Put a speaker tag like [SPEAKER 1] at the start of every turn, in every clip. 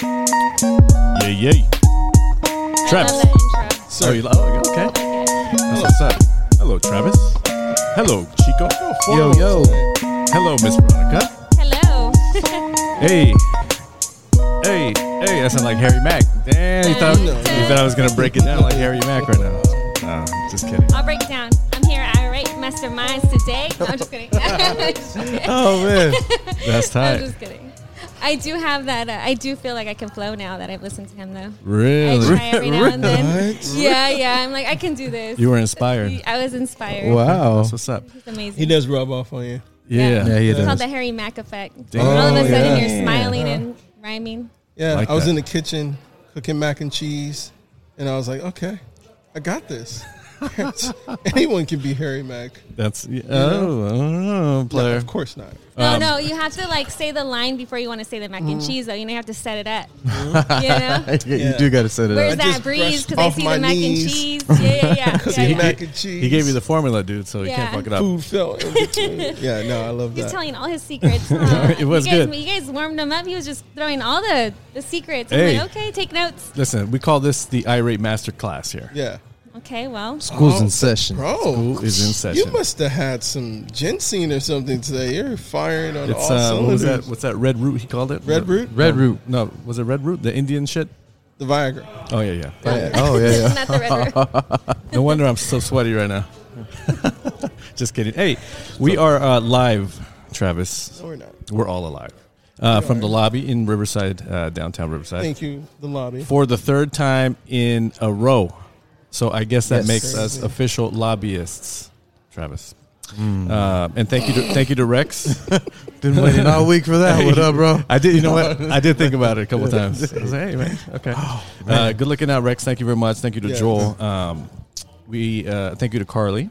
[SPEAKER 1] Yeah, yeah. Travis.
[SPEAKER 2] I love that intro.
[SPEAKER 1] So you like, oh, okay. That's what's up. Hello, Travis. Hello, Chico.
[SPEAKER 3] Yo, yo.
[SPEAKER 1] Hello, Miss Veronica.
[SPEAKER 2] Hello.
[SPEAKER 1] Hey. Hey, hey, that sounds like Harry Mack. Damn, you thought,
[SPEAKER 2] No.
[SPEAKER 1] you thought I was going to break it down like Harry Mack right now. No, just kidding.
[SPEAKER 2] I'll break it down. I'm here at Irate Masterminds today. No, I'm just kidding.
[SPEAKER 3] Oh man.
[SPEAKER 1] That's
[SPEAKER 2] I'm
[SPEAKER 1] tight.
[SPEAKER 2] just kidding. I do have that. Uh, I do feel like I can flow now that I've listened to him, though. I
[SPEAKER 1] Really?
[SPEAKER 2] try every now and then.
[SPEAKER 3] What?
[SPEAKER 2] Yeah, yeah. I'm like, I can do this.
[SPEAKER 1] You were inspired.
[SPEAKER 2] I was inspired.
[SPEAKER 3] wow.
[SPEAKER 1] That's what's up.
[SPEAKER 2] He's amazing.
[SPEAKER 4] He does rub off on you.
[SPEAKER 1] Yeah.
[SPEAKER 3] Yeah, he
[SPEAKER 2] It's called
[SPEAKER 3] does.
[SPEAKER 2] the Harry Mack effect.
[SPEAKER 1] Damn.
[SPEAKER 2] All of
[SPEAKER 3] Oh,
[SPEAKER 2] a sudden,
[SPEAKER 3] yeah.
[SPEAKER 2] you're smiling and rhyming.
[SPEAKER 4] Yeah,
[SPEAKER 1] Like
[SPEAKER 4] I was
[SPEAKER 1] that.
[SPEAKER 4] in the kitchen cooking mac and cheese, and I was like, okay, I got this. Anyone can be Harry Mac.
[SPEAKER 1] That's, oh, I don't know,
[SPEAKER 4] No,
[SPEAKER 1] player.
[SPEAKER 4] of course not.
[SPEAKER 2] No,
[SPEAKER 1] Um, Mm.
[SPEAKER 2] no, you have to like say the line before you want to say the mac and cheese, though. You know, you have to set it up. You know,
[SPEAKER 3] You do got to set it
[SPEAKER 2] where's
[SPEAKER 3] up.
[SPEAKER 2] that
[SPEAKER 4] I just
[SPEAKER 2] breeze?
[SPEAKER 4] brushed
[SPEAKER 2] Because I
[SPEAKER 4] off
[SPEAKER 2] see
[SPEAKER 4] my
[SPEAKER 2] the mac and
[SPEAKER 4] knees.
[SPEAKER 2] cheese. Yeah, yeah, yeah. yeah,
[SPEAKER 4] Cooking
[SPEAKER 2] yeah.
[SPEAKER 4] mac and cheese.
[SPEAKER 1] He gave you the formula, dude, so you can't
[SPEAKER 2] Yeah.
[SPEAKER 1] fuck it up.
[SPEAKER 4] food fell in between. yeah, no, I love
[SPEAKER 2] He's
[SPEAKER 4] that.
[SPEAKER 2] telling all his secrets. huh?
[SPEAKER 1] It was
[SPEAKER 2] you guys,
[SPEAKER 1] good.
[SPEAKER 2] You guys warmed him up. He was just throwing all the, the secrets. I'm
[SPEAKER 1] Hey.
[SPEAKER 2] like, okay, take notes.
[SPEAKER 1] Listen, we call this the irate master class here.
[SPEAKER 4] yeah,
[SPEAKER 2] Okay, well,
[SPEAKER 3] School's in session.
[SPEAKER 4] Oh, bro,
[SPEAKER 1] Who is in
[SPEAKER 4] you
[SPEAKER 1] session?
[SPEAKER 4] must have had some ginseng or something today. You're firing on
[SPEAKER 1] it's
[SPEAKER 4] all
[SPEAKER 1] uh, what was
[SPEAKER 4] cylinders.
[SPEAKER 1] that? What's that red root? He called it
[SPEAKER 4] Red root?
[SPEAKER 3] Red root.
[SPEAKER 1] No, was it red root? The Indian shit.
[SPEAKER 4] The Viagra.
[SPEAKER 1] Oh yeah, yeah.
[SPEAKER 4] Yeah.
[SPEAKER 3] Oh yeah, yeah.
[SPEAKER 2] not the red room.
[SPEAKER 1] No wonder I'm so sweaty right now. Just kidding. Hey, we are uh, live, Travis.
[SPEAKER 4] No, we're not.
[SPEAKER 1] We're all alive uh, from the lobby in Riverside, uh, downtown Riverside,
[SPEAKER 4] Thank you, the lobby.
[SPEAKER 1] for the third time in a row. So I guess that
[SPEAKER 3] Yes.
[SPEAKER 1] makes us official lobbyists, Travis. Uh, and thank you, to, thank you to Rex.
[SPEAKER 3] Been waiting all week for that. What up, bro?
[SPEAKER 1] I did. You know what? I did think about it a couple times. I was like, hey, man. Okay. Uh, good looking out, Rex. Thank you very much. Thank you to
[SPEAKER 4] Yes.
[SPEAKER 1] Joel. Um, we uh, thank you to Carly.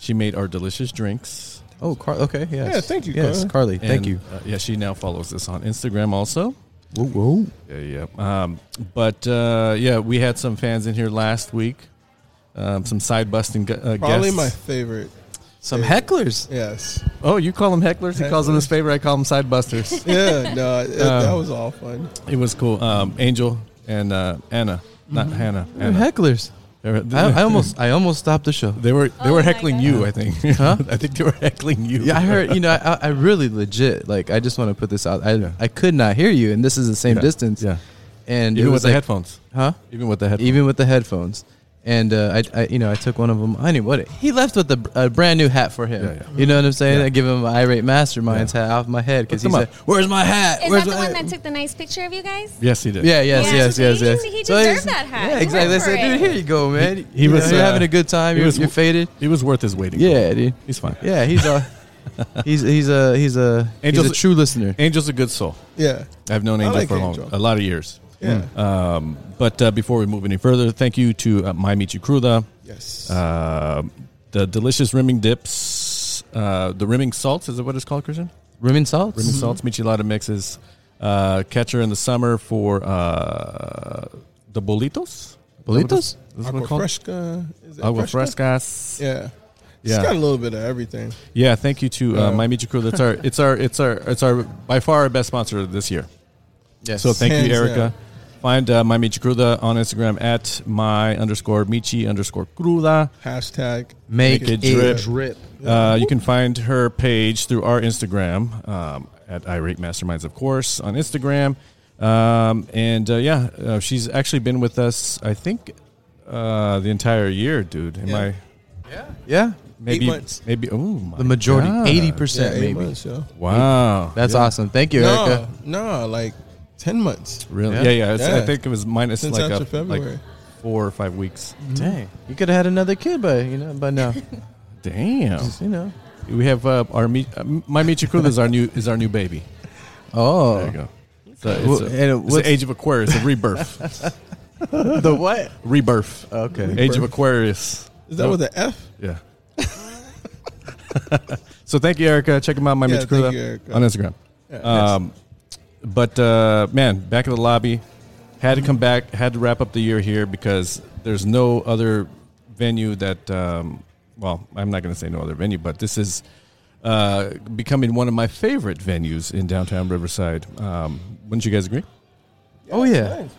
[SPEAKER 1] She made our delicious drinks.
[SPEAKER 3] Oh, Car- okay. Yes.
[SPEAKER 4] Yeah, thank you,
[SPEAKER 3] Yes,
[SPEAKER 4] Carly.
[SPEAKER 3] Carly. Thank
[SPEAKER 1] And,
[SPEAKER 3] you.
[SPEAKER 1] Uh, yeah, she now follows us on Instagram also.
[SPEAKER 3] Whoa, whoa.
[SPEAKER 1] Yeah, yeah. Um, but uh, yeah, we had some fans in here last week. Um, some side busting gu- uh,
[SPEAKER 4] Probably
[SPEAKER 1] guests.
[SPEAKER 4] my favorite.
[SPEAKER 3] Some hecklers.
[SPEAKER 4] Yes.
[SPEAKER 1] oh, you call them hecklers. He calls them his favorite. I call them side busters.
[SPEAKER 4] Yeah, no, it, that
[SPEAKER 1] Uh,
[SPEAKER 4] was all fun.
[SPEAKER 1] it was cool. Um, Angel and uh, Anna, not
[SPEAKER 3] Mm-hmm.
[SPEAKER 1] Hannah.
[SPEAKER 3] They're
[SPEAKER 1] Anna.
[SPEAKER 3] hecklers.
[SPEAKER 1] They were-
[SPEAKER 3] I, I almost, I almost stopped the show.
[SPEAKER 1] They were they
[SPEAKER 2] Oh
[SPEAKER 1] were
[SPEAKER 2] my
[SPEAKER 1] heckling
[SPEAKER 2] God.
[SPEAKER 1] you, I think.
[SPEAKER 3] Huh?
[SPEAKER 1] I think they were heckling you.
[SPEAKER 3] Yeah, I heard. You know, I, I really legit. Like, I just want to put this out. I, I could not hear you, and this is the same
[SPEAKER 1] Yeah.
[SPEAKER 3] distance.
[SPEAKER 1] Yeah.
[SPEAKER 3] And it
[SPEAKER 1] Even with
[SPEAKER 3] was
[SPEAKER 1] the
[SPEAKER 3] like,
[SPEAKER 1] headphones.
[SPEAKER 3] huh?
[SPEAKER 1] Even with the headphones.
[SPEAKER 3] Even with the headphones. And uh, I, I, you know, I took one of them. I knew what it, he left with a, br- a brand new hat for him.
[SPEAKER 1] Yeah, yeah.
[SPEAKER 3] You know what I'm saying?
[SPEAKER 1] Yeah.
[SPEAKER 3] I give him my irate mastermind's
[SPEAKER 1] Yeah.
[SPEAKER 3] hat off my head because he
[SPEAKER 1] Look them
[SPEAKER 3] said,
[SPEAKER 1] up.
[SPEAKER 3] "Where's my hat?
[SPEAKER 2] Is
[SPEAKER 3] Where's
[SPEAKER 2] that the
[SPEAKER 3] my
[SPEAKER 2] one
[SPEAKER 3] hat?"
[SPEAKER 2] that took the nice picture of you guys?
[SPEAKER 1] Yes, he did.
[SPEAKER 3] Yeah, yes,
[SPEAKER 2] Yeah,
[SPEAKER 3] yes,
[SPEAKER 2] he-
[SPEAKER 3] yes,
[SPEAKER 2] he-
[SPEAKER 3] yes.
[SPEAKER 2] he
[SPEAKER 3] So
[SPEAKER 2] deserved
[SPEAKER 3] he's-
[SPEAKER 2] that hat.
[SPEAKER 3] Yeah,
[SPEAKER 2] He
[SPEAKER 3] exactly. They
[SPEAKER 2] worked
[SPEAKER 3] said,
[SPEAKER 2] for it.
[SPEAKER 3] dude, here you go, man. He,
[SPEAKER 1] he was,
[SPEAKER 3] was you're
[SPEAKER 1] uh,
[SPEAKER 3] having a good time.
[SPEAKER 1] he
[SPEAKER 3] You're,
[SPEAKER 1] was-
[SPEAKER 3] you're faded.
[SPEAKER 1] It was worth his waiting.
[SPEAKER 3] Yeah, dude.
[SPEAKER 1] He's fine.
[SPEAKER 3] Yeah, he's a he's he's a he's a he's
[SPEAKER 1] Angel's-
[SPEAKER 3] a true listener.
[SPEAKER 1] Angel's a good soul.
[SPEAKER 4] Yeah,
[SPEAKER 1] I've known Angel
[SPEAKER 4] like
[SPEAKER 1] for a long
[SPEAKER 4] Angel.
[SPEAKER 1] a lot of years.
[SPEAKER 3] Hmm.
[SPEAKER 4] yeah,
[SPEAKER 1] Um, but uh, before we move any further, thank you to uh, My Michi Cruda,
[SPEAKER 4] yes.
[SPEAKER 1] uh, the delicious rimming dips, uh, the rimming salts, is it what it's called, Christian?
[SPEAKER 4] Mm-hmm.
[SPEAKER 3] Rimming salts.
[SPEAKER 1] Rimming salts, michelada mixes, uh, catcher in the summer for uh, the bolitos.
[SPEAKER 3] Bolitos?
[SPEAKER 1] Is that what
[SPEAKER 4] Agua
[SPEAKER 1] it's called?
[SPEAKER 4] fresca. Is it
[SPEAKER 1] Agua frescas. Yeah.
[SPEAKER 4] Yeah.
[SPEAKER 1] Yeah.
[SPEAKER 4] It's got a little bit of everything.
[SPEAKER 1] thank you to uh,
[SPEAKER 4] Yeah.
[SPEAKER 1] My Michi Crew. That's our, it's our, it's our, it's our by far our best sponsor this year.
[SPEAKER 3] Yes.
[SPEAKER 1] So thank
[SPEAKER 4] Hands
[SPEAKER 1] you, Erica.
[SPEAKER 4] down.
[SPEAKER 1] Find uh, My Michi Cruda on Instagram at my underscore Michi underscore Cruda.
[SPEAKER 4] Hashtag
[SPEAKER 1] Make
[SPEAKER 3] Make,
[SPEAKER 1] it
[SPEAKER 3] it
[SPEAKER 1] drip.
[SPEAKER 3] drip.
[SPEAKER 1] Uh, you can find her page through our Instagram um, at Irate Masterminds, of course, on Instagram. Um, and uh, yeah, uh, she's actually been with us, I think, uh, the entire year, dude. Am
[SPEAKER 4] Yeah.
[SPEAKER 1] I
[SPEAKER 3] Yeah.
[SPEAKER 1] maybe
[SPEAKER 4] months.
[SPEAKER 1] maybe oh my
[SPEAKER 3] The majority,
[SPEAKER 1] God.
[SPEAKER 3] eighty
[SPEAKER 4] yeah,
[SPEAKER 3] percent,
[SPEAKER 4] eight
[SPEAKER 3] maybe.
[SPEAKER 4] months, yo.
[SPEAKER 1] Wow,
[SPEAKER 3] That's
[SPEAKER 1] Yeah.
[SPEAKER 3] awesome. Thank you,
[SPEAKER 4] No,
[SPEAKER 3] Erica.
[SPEAKER 4] no, like ten months.
[SPEAKER 1] Really? Yeah,
[SPEAKER 3] Yeah.
[SPEAKER 1] yeah. it's- I
[SPEAKER 4] Yeah.
[SPEAKER 1] think it was minus
[SPEAKER 4] Since
[SPEAKER 1] like,
[SPEAKER 4] after
[SPEAKER 1] a, like
[SPEAKER 4] February.
[SPEAKER 1] four or five weeks.
[SPEAKER 3] Dang, you could have had another kid by you know by now.
[SPEAKER 1] Damn.
[SPEAKER 3] you know.
[SPEAKER 1] We have uh, our Mi- uh, my Michikuda is our new is our new baby.
[SPEAKER 3] Oh,
[SPEAKER 1] There you go. So it's,
[SPEAKER 3] Well,
[SPEAKER 1] a-
[SPEAKER 3] and it
[SPEAKER 1] it's
[SPEAKER 3] was-
[SPEAKER 1] the age of Aquarius, a rebirth,
[SPEAKER 3] the what?
[SPEAKER 1] rebirth.
[SPEAKER 3] Okay.
[SPEAKER 1] Age of Aquarius.
[SPEAKER 4] Is that with an F?
[SPEAKER 1] Yeah. so thank you, Erica. Check them out, my
[SPEAKER 4] Yeah,
[SPEAKER 1] Mitch
[SPEAKER 4] thank
[SPEAKER 1] Cruda
[SPEAKER 4] you, Erica.
[SPEAKER 1] Um, on Instagram.
[SPEAKER 4] Yeah.
[SPEAKER 1] Um, but uh, man, back in the lobby, Had to come back. Had to wrap up the year here because there's no other venue that. Um, well, I'm not going to say no other venue, but this is uh, becoming one of my favorite venues in downtown Riverside. Um, wouldn't you guys agree?
[SPEAKER 3] Oh yeah,
[SPEAKER 4] Nice.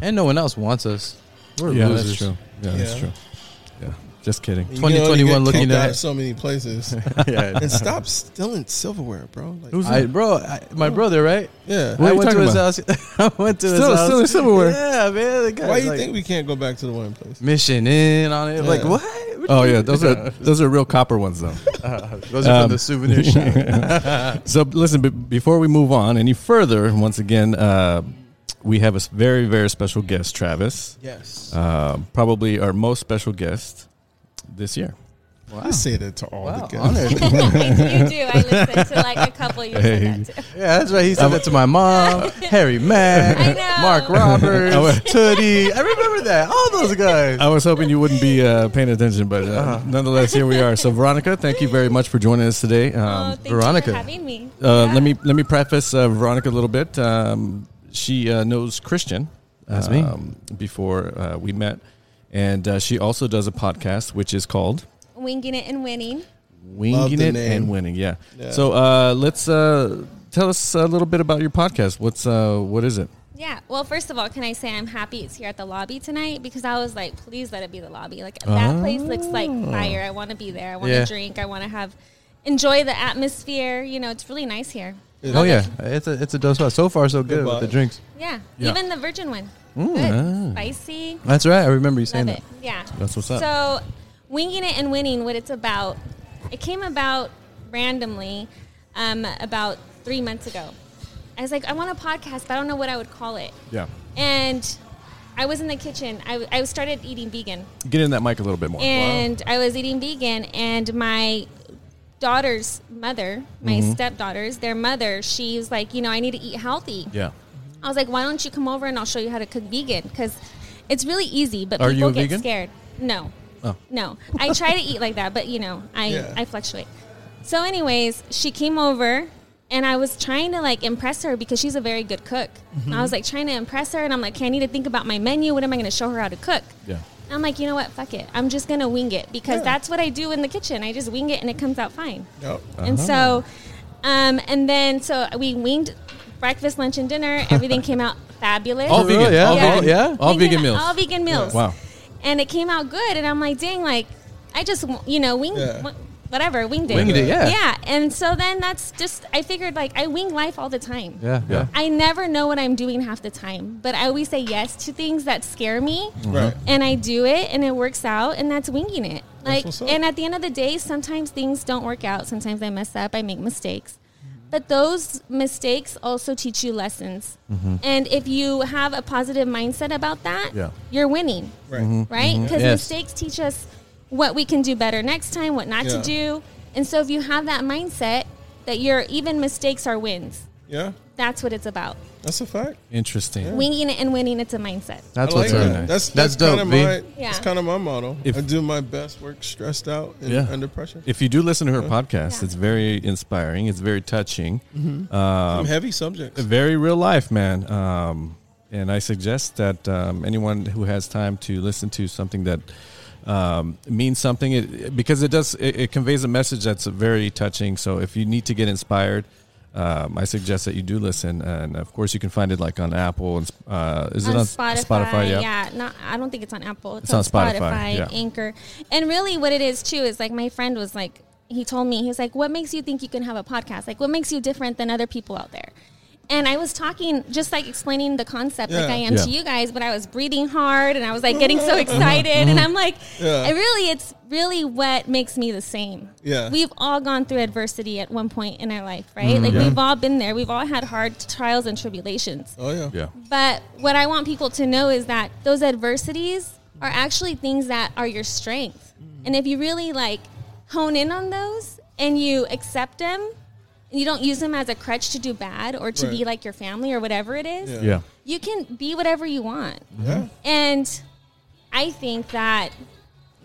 [SPEAKER 3] and no one else wants us. We're
[SPEAKER 1] yeah, that's
[SPEAKER 3] losers.
[SPEAKER 1] true. Yeah, that's
[SPEAKER 4] Yeah.
[SPEAKER 1] true. Yeah, just kidding.
[SPEAKER 4] You know, you
[SPEAKER 3] 2021
[SPEAKER 4] get
[SPEAKER 3] looking
[SPEAKER 4] kicked
[SPEAKER 3] at-
[SPEAKER 4] out of so many places.
[SPEAKER 1] yeah.
[SPEAKER 4] and stop stealing silverware, bro. Like,
[SPEAKER 3] I, bro, I, my brother, right?
[SPEAKER 4] yeah.
[SPEAKER 1] What
[SPEAKER 3] I
[SPEAKER 1] are you
[SPEAKER 3] went to
[SPEAKER 1] talking
[SPEAKER 3] his house. I went to
[SPEAKER 1] Still-
[SPEAKER 3] his house.
[SPEAKER 1] still in silverware.
[SPEAKER 3] Yeah, man. The guy's
[SPEAKER 4] Why do you
[SPEAKER 3] like,
[SPEAKER 4] think we can't go back to the one place?
[SPEAKER 3] mission in on it? Like
[SPEAKER 4] Yeah.
[SPEAKER 3] what? What do
[SPEAKER 1] Oh
[SPEAKER 3] you-
[SPEAKER 1] yeah, those are those are real copper ones though.
[SPEAKER 3] those are
[SPEAKER 1] Um,
[SPEAKER 3] from the souvenir shop.
[SPEAKER 1] So listen, b- before we move on any further, once again, uh, we have a s- very very special guest, Travis.
[SPEAKER 4] Yes.
[SPEAKER 1] Um, probably our most special guest this year.
[SPEAKER 4] I say that to all the
[SPEAKER 3] Wow,
[SPEAKER 4] guys.
[SPEAKER 3] honored.
[SPEAKER 2] you do. I listened to like a couple you
[SPEAKER 1] Hey.
[SPEAKER 2] said that to.
[SPEAKER 3] Yeah, that's right. He said that to my mom, Harry
[SPEAKER 2] I
[SPEAKER 3] Mack,
[SPEAKER 2] know. Oh,
[SPEAKER 3] Mark Roberts, Tootie. I remember that. All those guys.
[SPEAKER 1] I was hoping you wouldn't be uh, paying attention, but uh,
[SPEAKER 3] Uh-huh.
[SPEAKER 1] nonetheless, here we are. So Veronica, thank you very much for joining us today.
[SPEAKER 2] Oh,
[SPEAKER 1] Um,
[SPEAKER 2] thank
[SPEAKER 3] Veronica.
[SPEAKER 2] you for having me.
[SPEAKER 1] uh, let me let me preface uh, Veronica a little bit. Um, she uh, knows Christian. um,
[SPEAKER 3] That's me.
[SPEAKER 1] Before uh, we met, and uh, she also does a podcast which is called.
[SPEAKER 2] Winging it and winning.
[SPEAKER 1] winging
[SPEAKER 4] the
[SPEAKER 1] it
[SPEAKER 4] name.
[SPEAKER 1] and winning. Yeah.
[SPEAKER 4] Yeah.
[SPEAKER 1] So uh, let's uh, tell us a little bit about your podcast. What's uh, what is it?
[SPEAKER 2] Yeah. Well, first of all, can I say I'm happy it's here at the lobby tonight because I was like, please let it be the lobby. Like that place looks like
[SPEAKER 1] Ah.
[SPEAKER 2] fire. I want to be there. I want to
[SPEAKER 3] Yeah.
[SPEAKER 2] drink. I want to have enjoy the atmosphere. You know, it's really nice here.
[SPEAKER 4] Yeah.
[SPEAKER 3] Oh yeah, it's a it's a dope spot. So far, so good with the
[SPEAKER 4] vibes.
[SPEAKER 3] drinks.
[SPEAKER 2] Yeah.
[SPEAKER 1] Yeah.
[SPEAKER 2] Even the virgin one. Good. Spicy.
[SPEAKER 3] That's right. I remember you saying
[SPEAKER 2] Love
[SPEAKER 3] that.
[SPEAKER 2] it. Yeah.
[SPEAKER 1] That's what's up.
[SPEAKER 2] So, winging it and winning, what it's about, it came about randomly um, about three months ago. I was like, I want a podcast, but I don't know what I would call it.
[SPEAKER 1] Yeah.
[SPEAKER 2] And I was in the kitchen. I, w- I started eating vegan,
[SPEAKER 1] Get in that mic a little bit more.
[SPEAKER 2] and I was eating vegan, and my daughter's mother, my
[SPEAKER 1] Mm-hmm.
[SPEAKER 2] stepdaughters, their mother, she's like, you know, I need to eat healthy.
[SPEAKER 1] Yeah.
[SPEAKER 2] I was like, why don't you come over and I'll show you how to cook vegan? Because it's really easy, but
[SPEAKER 1] Are
[SPEAKER 2] people
[SPEAKER 1] you a
[SPEAKER 2] get
[SPEAKER 1] vegan?
[SPEAKER 2] scared. No.
[SPEAKER 1] Oh.
[SPEAKER 2] No. I try to eat like that, but you know, I,
[SPEAKER 4] Yeah.
[SPEAKER 2] I fluctuate. So, anyways, she came over and I was trying to like impress her because she's a very good cook.
[SPEAKER 1] Mm-hmm.
[SPEAKER 2] And I was like trying to impress her and I'm like, okay, I need to think about my menu. What am I going to show her how to cook?
[SPEAKER 1] Yeah.
[SPEAKER 2] And I'm like, you know what? Fuck it. I'm just going to wing it because that's what I do in the kitchen. I just wing it and it comes out fine.
[SPEAKER 4] Yep.
[SPEAKER 3] Uh-huh.
[SPEAKER 2] And
[SPEAKER 1] Uh-huh.
[SPEAKER 2] so, um, and then so we winged breakfast, lunch, and dinner. Everything came out fabulous.
[SPEAKER 1] All
[SPEAKER 3] For real,
[SPEAKER 1] vegan.
[SPEAKER 3] yeah?
[SPEAKER 1] All
[SPEAKER 3] Yeah.
[SPEAKER 1] vegan.
[SPEAKER 3] Yeah?
[SPEAKER 1] All
[SPEAKER 2] Vegan-
[SPEAKER 1] vegan meals.
[SPEAKER 2] All vegan meals.
[SPEAKER 1] Wow.
[SPEAKER 2] And it came out good. And I'm like, dang, like, I just, w- you know, winged,
[SPEAKER 4] Yeah.
[SPEAKER 2] w- whatever, winged it.
[SPEAKER 3] Winged it, yeah.
[SPEAKER 2] Yeah. And so then that's just, I figured, like, I wing life all the time.
[SPEAKER 3] Yeah, yeah.
[SPEAKER 2] I never know what I'm doing half the time, but I always say yes to things that scare me
[SPEAKER 4] Right.
[SPEAKER 2] and I do it and it works out and that's winging it. Like
[SPEAKER 4] what's up.
[SPEAKER 2] and at the end of the day sometimes things don't work out, sometimes I mess up, I make mistakes. But those mistakes also teach you lessons. And if you have a positive mindset about that,
[SPEAKER 1] Yeah.
[SPEAKER 2] you're winning,
[SPEAKER 4] Right.
[SPEAKER 3] Mm-hmm.
[SPEAKER 2] right? Cuz
[SPEAKER 3] Yes.
[SPEAKER 2] mistakes teach us what we can do better next time, what not
[SPEAKER 4] Yeah.
[SPEAKER 2] to do. And so if you have that mindset that your even mistakes are wins,
[SPEAKER 4] Yeah.
[SPEAKER 2] that's what it's about.
[SPEAKER 4] That's a fact.
[SPEAKER 1] Interesting.
[SPEAKER 2] Winging it and winning, it's a mindset.
[SPEAKER 3] That's
[SPEAKER 4] I like
[SPEAKER 3] what's
[SPEAKER 1] very
[SPEAKER 4] that.
[SPEAKER 3] up.
[SPEAKER 1] nice.
[SPEAKER 4] That's, that's,
[SPEAKER 3] That's dope,
[SPEAKER 4] Kind of
[SPEAKER 3] B.
[SPEAKER 4] my,
[SPEAKER 2] Yeah.
[SPEAKER 4] That's kind of my motto.
[SPEAKER 1] If-
[SPEAKER 4] I do my best work stressed out and
[SPEAKER 1] Yeah.
[SPEAKER 4] under pressure.
[SPEAKER 1] If you do listen to her podcast,
[SPEAKER 2] Yeah.
[SPEAKER 1] it's very inspiring. It's very touching.
[SPEAKER 4] Some heavy subjects.
[SPEAKER 1] Very real life, man. Um, and I suggest that um, anyone who has time to listen to something that um, means something, it, because it does, it, it conveys a message that's very touching. So if you need to get inspired, um, I suggest that you do listen. And of course, you can find it like on Apple and uh, is it on Spotify? Yeah.
[SPEAKER 2] yeah. Not, I don't think it's on Apple. It's,
[SPEAKER 1] It's on Spotify, yeah.
[SPEAKER 2] Anchor, and really, what it is too is like my friend was like, he told me he was like, "What makes you think you can have a podcast? Like, what makes you different than other people out there?" And I was talking, just like explaining the concept, like
[SPEAKER 4] Yeah.
[SPEAKER 2] I am to
[SPEAKER 1] Yeah. Uh-huh.
[SPEAKER 2] you guys, but I was breathing hard and I was like getting so excited, and I'm like,
[SPEAKER 4] Yeah.
[SPEAKER 2] and really, it's really what makes me the same.
[SPEAKER 4] Yeah.
[SPEAKER 2] we've all gone through adversity at one point in our life, right?
[SPEAKER 1] Mm-hmm.
[SPEAKER 2] like we've all been there, we've all had hard trials and tribulations.
[SPEAKER 4] Oh yeah.
[SPEAKER 1] Yeah.
[SPEAKER 2] But what I want people to know is that those adversities are actually things that are your strength. And if you really like hone in on those and you accept them, and you don't use them as a crutch to do bad or to be
[SPEAKER 4] Right.
[SPEAKER 2] like your family or whatever it is,
[SPEAKER 4] Yeah.
[SPEAKER 1] Yeah.
[SPEAKER 2] you can be whatever you want.
[SPEAKER 4] Yeah.
[SPEAKER 2] And I think that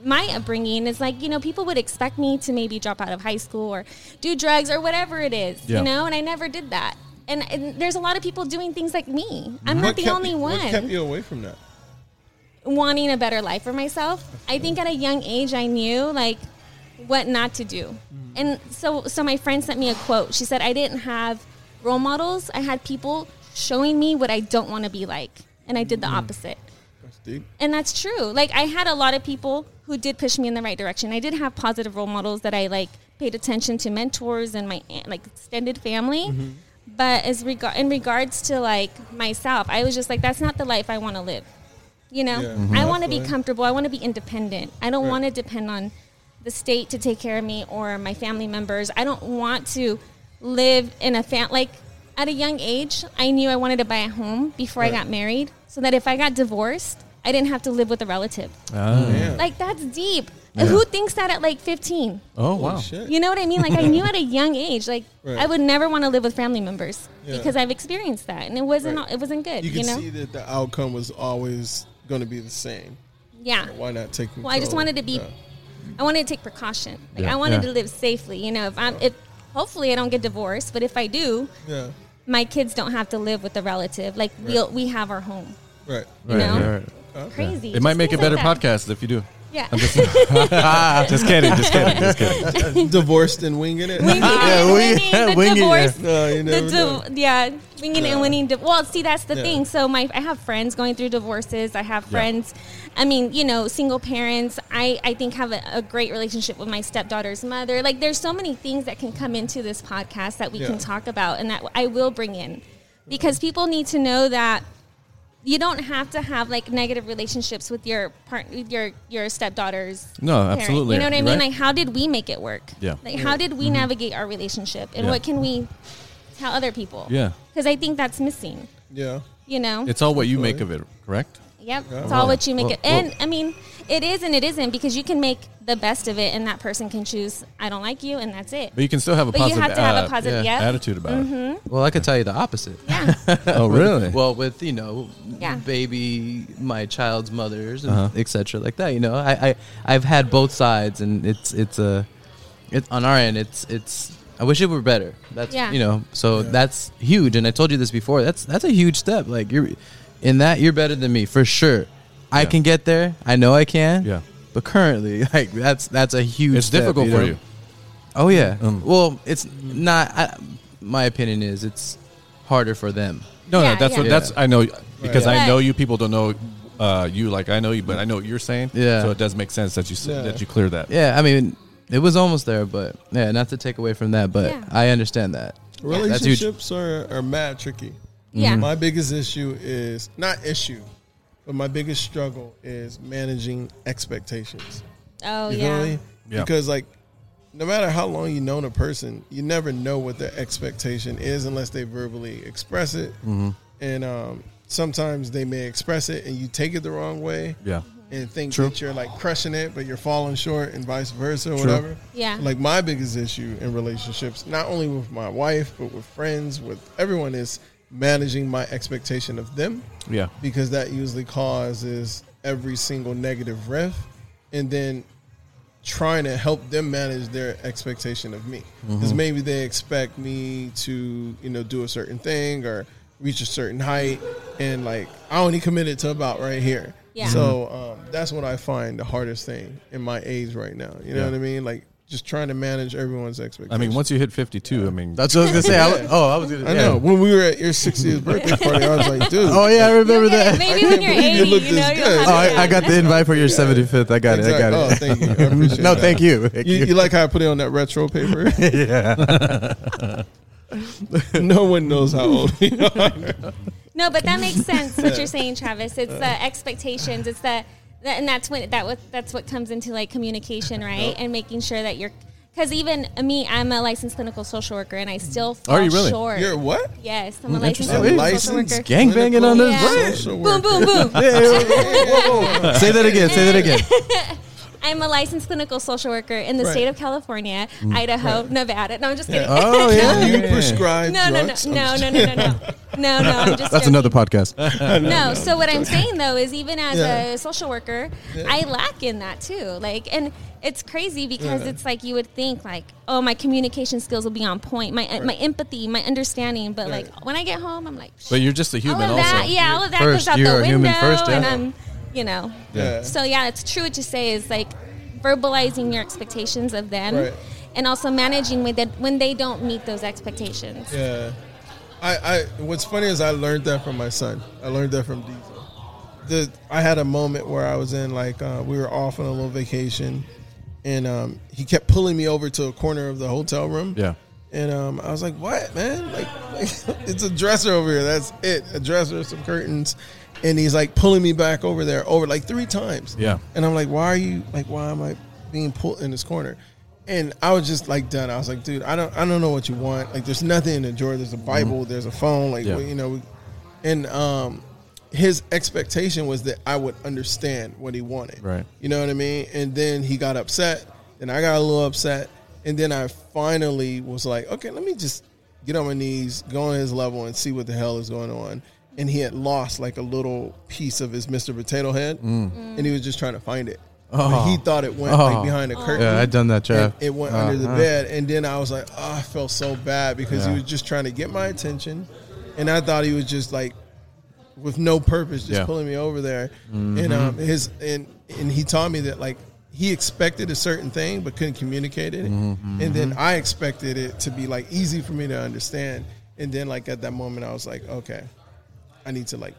[SPEAKER 2] my upbringing is like, you know, people would expect me to maybe drop out of high school or do drugs or whatever it is,
[SPEAKER 1] Yeah.
[SPEAKER 2] you know, and I never did that. And, and there's a lot of people doing things like me. I'm not
[SPEAKER 4] What
[SPEAKER 2] the
[SPEAKER 4] kept
[SPEAKER 2] only
[SPEAKER 4] you-
[SPEAKER 2] one
[SPEAKER 4] What kept you away from that?
[SPEAKER 2] wanting a better life for myself. I think at a young age I knew like what not to do.
[SPEAKER 4] Mm.
[SPEAKER 2] And so so my friend sent me a quote. She said I didn't have role models. I had people showing me what I don't want to be like. And I did
[SPEAKER 4] Mm.
[SPEAKER 2] the opposite.
[SPEAKER 4] That's deep.
[SPEAKER 2] And that's true. Like I had a lot of people who did push me in the right direction. I did have positive role models that I like paid attention to mentors and my aunt, like extended family. But as regard in regards to like myself, I was just like that's not the life I want to live. You know,
[SPEAKER 4] Yeah. Mhm.
[SPEAKER 2] I want to be
[SPEAKER 4] Definitely.
[SPEAKER 2] comfortable. I want to be independent. I don't
[SPEAKER 4] Right.
[SPEAKER 2] want to depend on the state to take care of me or my family members. I don't want to live in a fam like at a young age, I knew I wanted to buy a home before I
[SPEAKER 4] Right.
[SPEAKER 2] got married so that if I got divorced, I didn't have to live with a relative.
[SPEAKER 4] Yeah.
[SPEAKER 2] Like that's deep. And Who thinks that at like 15?
[SPEAKER 1] Oh
[SPEAKER 4] Holy
[SPEAKER 1] wow.
[SPEAKER 4] shit.
[SPEAKER 2] You know what I mean? Like I knew at a young age like
[SPEAKER 4] Right.
[SPEAKER 2] I would never want to live with family members
[SPEAKER 4] Yeah.
[SPEAKER 2] because I've experienced that and it wasn't
[SPEAKER 4] Right.
[SPEAKER 2] it wasn't good,
[SPEAKER 4] you
[SPEAKER 2] you,
[SPEAKER 4] could
[SPEAKER 2] know?
[SPEAKER 4] see that the outcome was always going to be the same.
[SPEAKER 2] Yeah.
[SPEAKER 4] Why not take? Control?
[SPEAKER 2] Well, I just wanted to be.
[SPEAKER 4] Yeah.
[SPEAKER 2] I wanted to take precaution. Like
[SPEAKER 1] Yeah.
[SPEAKER 2] I wanted
[SPEAKER 1] Yeah.
[SPEAKER 2] to live safely. You know, if I'm, if hopefully I don't get divorced, but if I do,
[SPEAKER 4] Yeah.
[SPEAKER 2] my kids don't have to live with a relative. Like we'll we have our home.
[SPEAKER 4] Right.
[SPEAKER 2] You know,
[SPEAKER 1] yeah, right.
[SPEAKER 2] crazy.
[SPEAKER 1] It might
[SPEAKER 2] Just
[SPEAKER 1] make a
[SPEAKER 2] things
[SPEAKER 1] better
[SPEAKER 2] like that.
[SPEAKER 1] podcast if you do.
[SPEAKER 2] Yeah.
[SPEAKER 1] Just kidding. Just kidding. Just kidding.
[SPEAKER 4] Divorced and winging it.
[SPEAKER 2] Winging
[SPEAKER 3] Yeah,
[SPEAKER 2] and winning, the
[SPEAKER 3] wing- winging it.
[SPEAKER 2] divorce.
[SPEAKER 4] no,
[SPEAKER 2] The
[SPEAKER 4] you never know.
[SPEAKER 2] div- yeah, winging
[SPEAKER 4] Yeah.
[SPEAKER 2] and winning. Di- well, see, that's the
[SPEAKER 4] Yeah.
[SPEAKER 2] thing. So my, I have friends going through divorces. I have friends, I mean, you know, single parents. I, I think have a, a great relationship with my stepdaughter's mother. Like, there's so many things that can come into this podcast that we
[SPEAKER 4] Yeah.
[SPEAKER 2] can talk about, and that I will bring in because people need to know that you don't have to have like negative relationships with your part with your your stepdaughters.
[SPEAKER 1] No, absolutely.
[SPEAKER 2] You know what I
[SPEAKER 1] You're
[SPEAKER 2] mean?
[SPEAKER 1] right.
[SPEAKER 2] Like, how did we make it work?
[SPEAKER 1] Yeah. Mm-hmm.
[SPEAKER 2] Like, how did we navigate our relationship, and
[SPEAKER 1] Yeah.
[SPEAKER 2] what can we tell other people?
[SPEAKER 1] Yeah.
[SPEAKER 2] Because I think that's missing.
[SPEAKER 4] Yeah.
[SPEAKER 2] You know.
[SPEAKER 1] It's all what you make of it, correct?
[SPEAKER 2] yep.
[SPEAKER 4] Yeah.
[SPEAKER 2] It's all what you make
[SPEAKER 3] Well,
[SPEAKER 2] it, and I mean, it is and it isn't because you can make the best of it, and that person can choose. I don't like you, and that's it.
[SPEAKER 1] But you can still have a
[SPEAKER 2] But you
[SPEAKER 1] positive,
[SPEAKER 2] have to have a
[SPEAKER 1] uh,
[SPEAKER 2] positive
[SPEAKER 3] yeah,
[SPEAKER 2] yeah. Mm-hmm.
[SPEAKER 1] attitude about it.
[SPEAKER 3] Well, I could tell you the opposite.
[SPEAKER 2] Yeah.
[SPEAKER 1] Oh, really?
[SPEAKER 3] Well, with you know,
[SPEAKER 2] Yeah.
[SPEAKER 3] baby, my child's mothers, and
[SPEAKER 1] Uh-huh.
[SPEAKER 3] et cetera, like that. You know, I, I I've had both sides, and it's it's a, it, on our end, it's it's. I wish it were better. That's
[SPEAKER 2] Yeah.
[SPEAKER 3] you know, so
[SPEAKER 4] Yeah.
[SPEAKER 3] that's huge. And I told you this before. That's that's a huge step. Like you're, in that you're better than me for sure. I
[SPEAKER 1] Yeah.
[SPEAKER 3] can get there. I know I can.
[SPEAKER 1] Yeah.
[SPEAKER 3] But currently, like that's that's a huge.
[SPEAKER 1] it's
[SPEAKER 3] step,
[SPEAKER 1] difficult for
[SPEAKER 3] know?
[SPEAKER 1] you.
[SPEAKER 3] Oh yeah.
[SPEAKER 1] Um,
[SPEAKER 3] well, it's not. I, my opinion is it's harder for them.
[SPEAKER 1] No,
[SPEAKER 2] Yeah,
[SPEAKER 1] no, that's
[SPEAKER 2] yeah.
[SPEAKER 1] what that's. I know because
[SPEAKER 4] Right.
[SPEAKER 1] I know you. People don't know uh, you like I know you, but I know what you're saying.
[SPEAKER 3] Yeah.
[SPEAKER 1] So it does make sense that you s
[SPEAKER 4] Yeah.
[SPEAKER 1] that you clear that.
[SPEAKER 3] Yeah, I mean, it was almost there, but yeah, not to take away from that, but
[SPEAKER 2] Yeah.
[SPEAKER 3] I understand that. That's huge.
[SPEAKER 4] Relationships are are mad tricky.
[SPEAKER 2] yeah.
[SPEAKER 4] My biggest issue is not issue, but my biggest struggle is managing expectations.
[SPEAKER 2] Oh
[SPEAKER 4] You
[SPEAKER 2] yeah.
[SPEAKER 4] feel me?
[SPEAKER 1] Yeah.
[SPEAKER 4] Because like no matter how long you've known a person, you never know what their expectation is unless they verbally express it. And um, sometimes they may express it and you take it the wrong way
[SPEAKER 1] Yeah.
[SPEAKER 4] and think
[SPEAKER 1] True.
[SPEAKER 4] that you're like crushing it, but you're falling short and vice versa or
[SPEAKER 1] True.
[SPEAKER 4] whatever.
[SPEAKER 2] Yeah.
[SPEAKER 4] Like my biggest issue in relationships, not only with my wife, but with friends, with everyone is managing my expectation of them
[SPEAKER 1] Yeah.
[SPEAKER 4] because that usually causes every single negative ref and then trying to help them manage their expectation of me because
[SPEAKER 3] Mm-hmm.
[SPEAKER 4] maybe they expect me to you know do a certain thing or reach a certain height and like i only committed to about right here
[SPEAKER 2] Yeah.
[SPEAKER 4] so um, that's what i find the hardest thing in my age right now you know
[SPEAKER 1] Yeah.
[SPEAKER 4] what i mean like just trying to manage everyone's expectations
[SPEAKER 1] I mean, once you hit 52, I mean,
[SPEAKER 3] That's what I was gonna say. I was- oh, I was gonna.
[SPEAKER 4] i
[SPEAKER 3] yeah.
[SPEAKER 4] know when we were at your 60th birthday party i was like dude
[SPEAKER 3] Oh yeah, I remember
[SPEAKER 2] You'll get
[SPEAKER 3] that.
[SPEAKER 2] it. Maybe when you're
[SPEAKER 4] believe you
[SPEAKER 2] 80, you,
[SPEAKER 4] look
[SPEAKER 2] know,
[SPEAKER 4] this
[SPEAKER 2] you'll
[SPEAKER 4] good.
[SPEAKER 2] have
[SPEAKER 3] Oh, I, I
[SPEAKER 2] it.
[SPEAKER 3] got the invite for your 75th. I got it. I
[SPEAKER 4] Exactly.
[SPEAKER 3] got it.
[SPEAKER 4] oh thank you I appreciate
[SPEAKER 3] no,
[SPEAKER 4] that.
[SPEAKER 3] thank you. Thank
[SPEAKER 4] You, you like how I put it on that retro paper?
[SPEAKER 3] yeah.
[SPEAKER 4] no one knows how old we are.
[SPEAKER 2] No, but that makes sense what you're saying, Travis. It's the expectations. It's the that, and that's when that what that's what comes into like communication, right? And making sure that you're because even me, I'm a licensed clinical social worker, and I still fall
[SPEAKER 1] Are you really?
[SPEAKER 2] short.
[SPEAKER 4] You're what?
[SPEAKER 2] yes, I'm a licensed
[SPEAKER 4] interesting.
[SPEAKER 2] clinical social
[SPEAKER 4] Licensed
[SPEAKER 2] worker.
[SPEAKER 3] Gang banging on this.
[SPEAKER 2] Yeah.
[SPEAKER 4] Social
[SPEAKER 2] Boom,
[SPEAKER 4] worker.
[SPEAKER 2] boom, boom.
[SPEAKER 3] Hey, whoa, whoa, whoa. say that again. Say that again.
[SPEAKER 2] I'm I'm a licensed clinical social worker in the
[SPEAKER 4] Right.
[SPEAKER 2] state of California, Idaho, Nevada. No, I'm just kidding.
[SPEAKER 3] Oh yeah.
[SPEAKER 4] You prescribe
[SPEAKER 2] no, no, no,
[SPEAKER 4] drugs?
[SPEAKER 2] no, no, no, no, no, no, no. I'm just
[SPEAKER 3] That's
[SPEAKER 2] joking.
[SPEAKER 3] another podcast.
[SPEAKER 2] no. So what I'm saying though is, even as
[SPEAKER 4] Yeah.
[SPEAKER 2] a social worker, I lack in that too. Like, and it's crazy because
[SPEAKER 4] Yeah.
[SPEAKER 2] it's like you would think like, oh, my communication skills will be on point, my uh, my empathy, my understanding. But
[SPEAKER 4] Right.
[SPEAKER 2] like when I get home, I'm like,
[SPEAKER 1] But you're just a human,
[SPEAKER 2] all of
[SPEAKER 1] also.
[SPEAKER 2] Oh, that, yeah, all of that goes
[SPEAKER 3] First,
[SPEAKER 2] out
[SPEAKER 3] you're
[SPEAKER 2] the
[SPEAKER 3] a
[SPEAKER 2] window,
[SPEAKER 3] human first,
[SPEAKER 2] and
[SPEAKER 3] yeah.
[SPEAKER 2] I'm, you know.
[SPEAKER 4] Yeah.
[SPEAKER 2] So yeah, it's true what you say is like verbalizing your expectations of them.
[SPEAKER 4] Right.
[SPEAKER 2] And also managing when that when they don't meet those expectations.
[SPEAKER 4] Yeah. I, I what's funny is I learned that from my son. I learned that from Diesel. The I had a moment where I was in like uh, we were off on a little vacation, and um, he kept pulling me over to a corner of the hotel room.
[SPEAKER 1] Yeah.
[SPEAKER 4] And um, I was like, "What, man? Like, like, it's a dresser over here. That's it. A dresser, some curtains." And he's like pulling me back over there, over like three times.
[SPEAKER 1] Yeah.
[SPEAKER 4] And I'm like, "Why are you like? Why am I being pulled in this corner?" And I was just like done. I was like, "Dude, I don't, I don't know what you want. Like, there's nothing to enjoy. There's a Bible. There's a phone. Like,
[SPEAKER 1] Mm-hmm. Yeah.
[SPEAKER 4] we- you know." we- And um, his expectation was that I would understand what he wanted.
[SPEAKER 1] Right.
[SPEAKER 4] You know what I mean? And then he got upset, and I got a little upset, and then I finally was like, okay, let me just get on my knees, go on his level, and see what the hell is going on. And he had lost like a little piece of his Mr. Potato Head, and he was just trying to find it. But he thought it went
[SPEAKER 3] Mm. Oh.
[SPEAKER 4] like behind a curtain.
[SPEAKER 3] Yeah, I done that
[SPEAKER 4] and
[SPEAKER 3] trap.
[SPEAKER 4] it went
[SPEAKER 1] Uh-huh.
[SPEAKER 4] under the bed, and then I was like, oh, I felt so bad because he
[SPEAKER 1] Yeah.
[SPEAKER 4] was just trying to get my attention, and I thought he was just like with no purpose, just
[SPEAKER 1] Yeah. Mm-hmm.
[SPEAKER 4] pulling me over there. And um, his and and he taught me that like he expected a certain thing but couldn't communicate it,
[SPEAKER 1] Mm-hmm.
[SPEAKER 4] and then I expected it to be like easy for me to understand, and then like at that moment I was like, okay, I need to like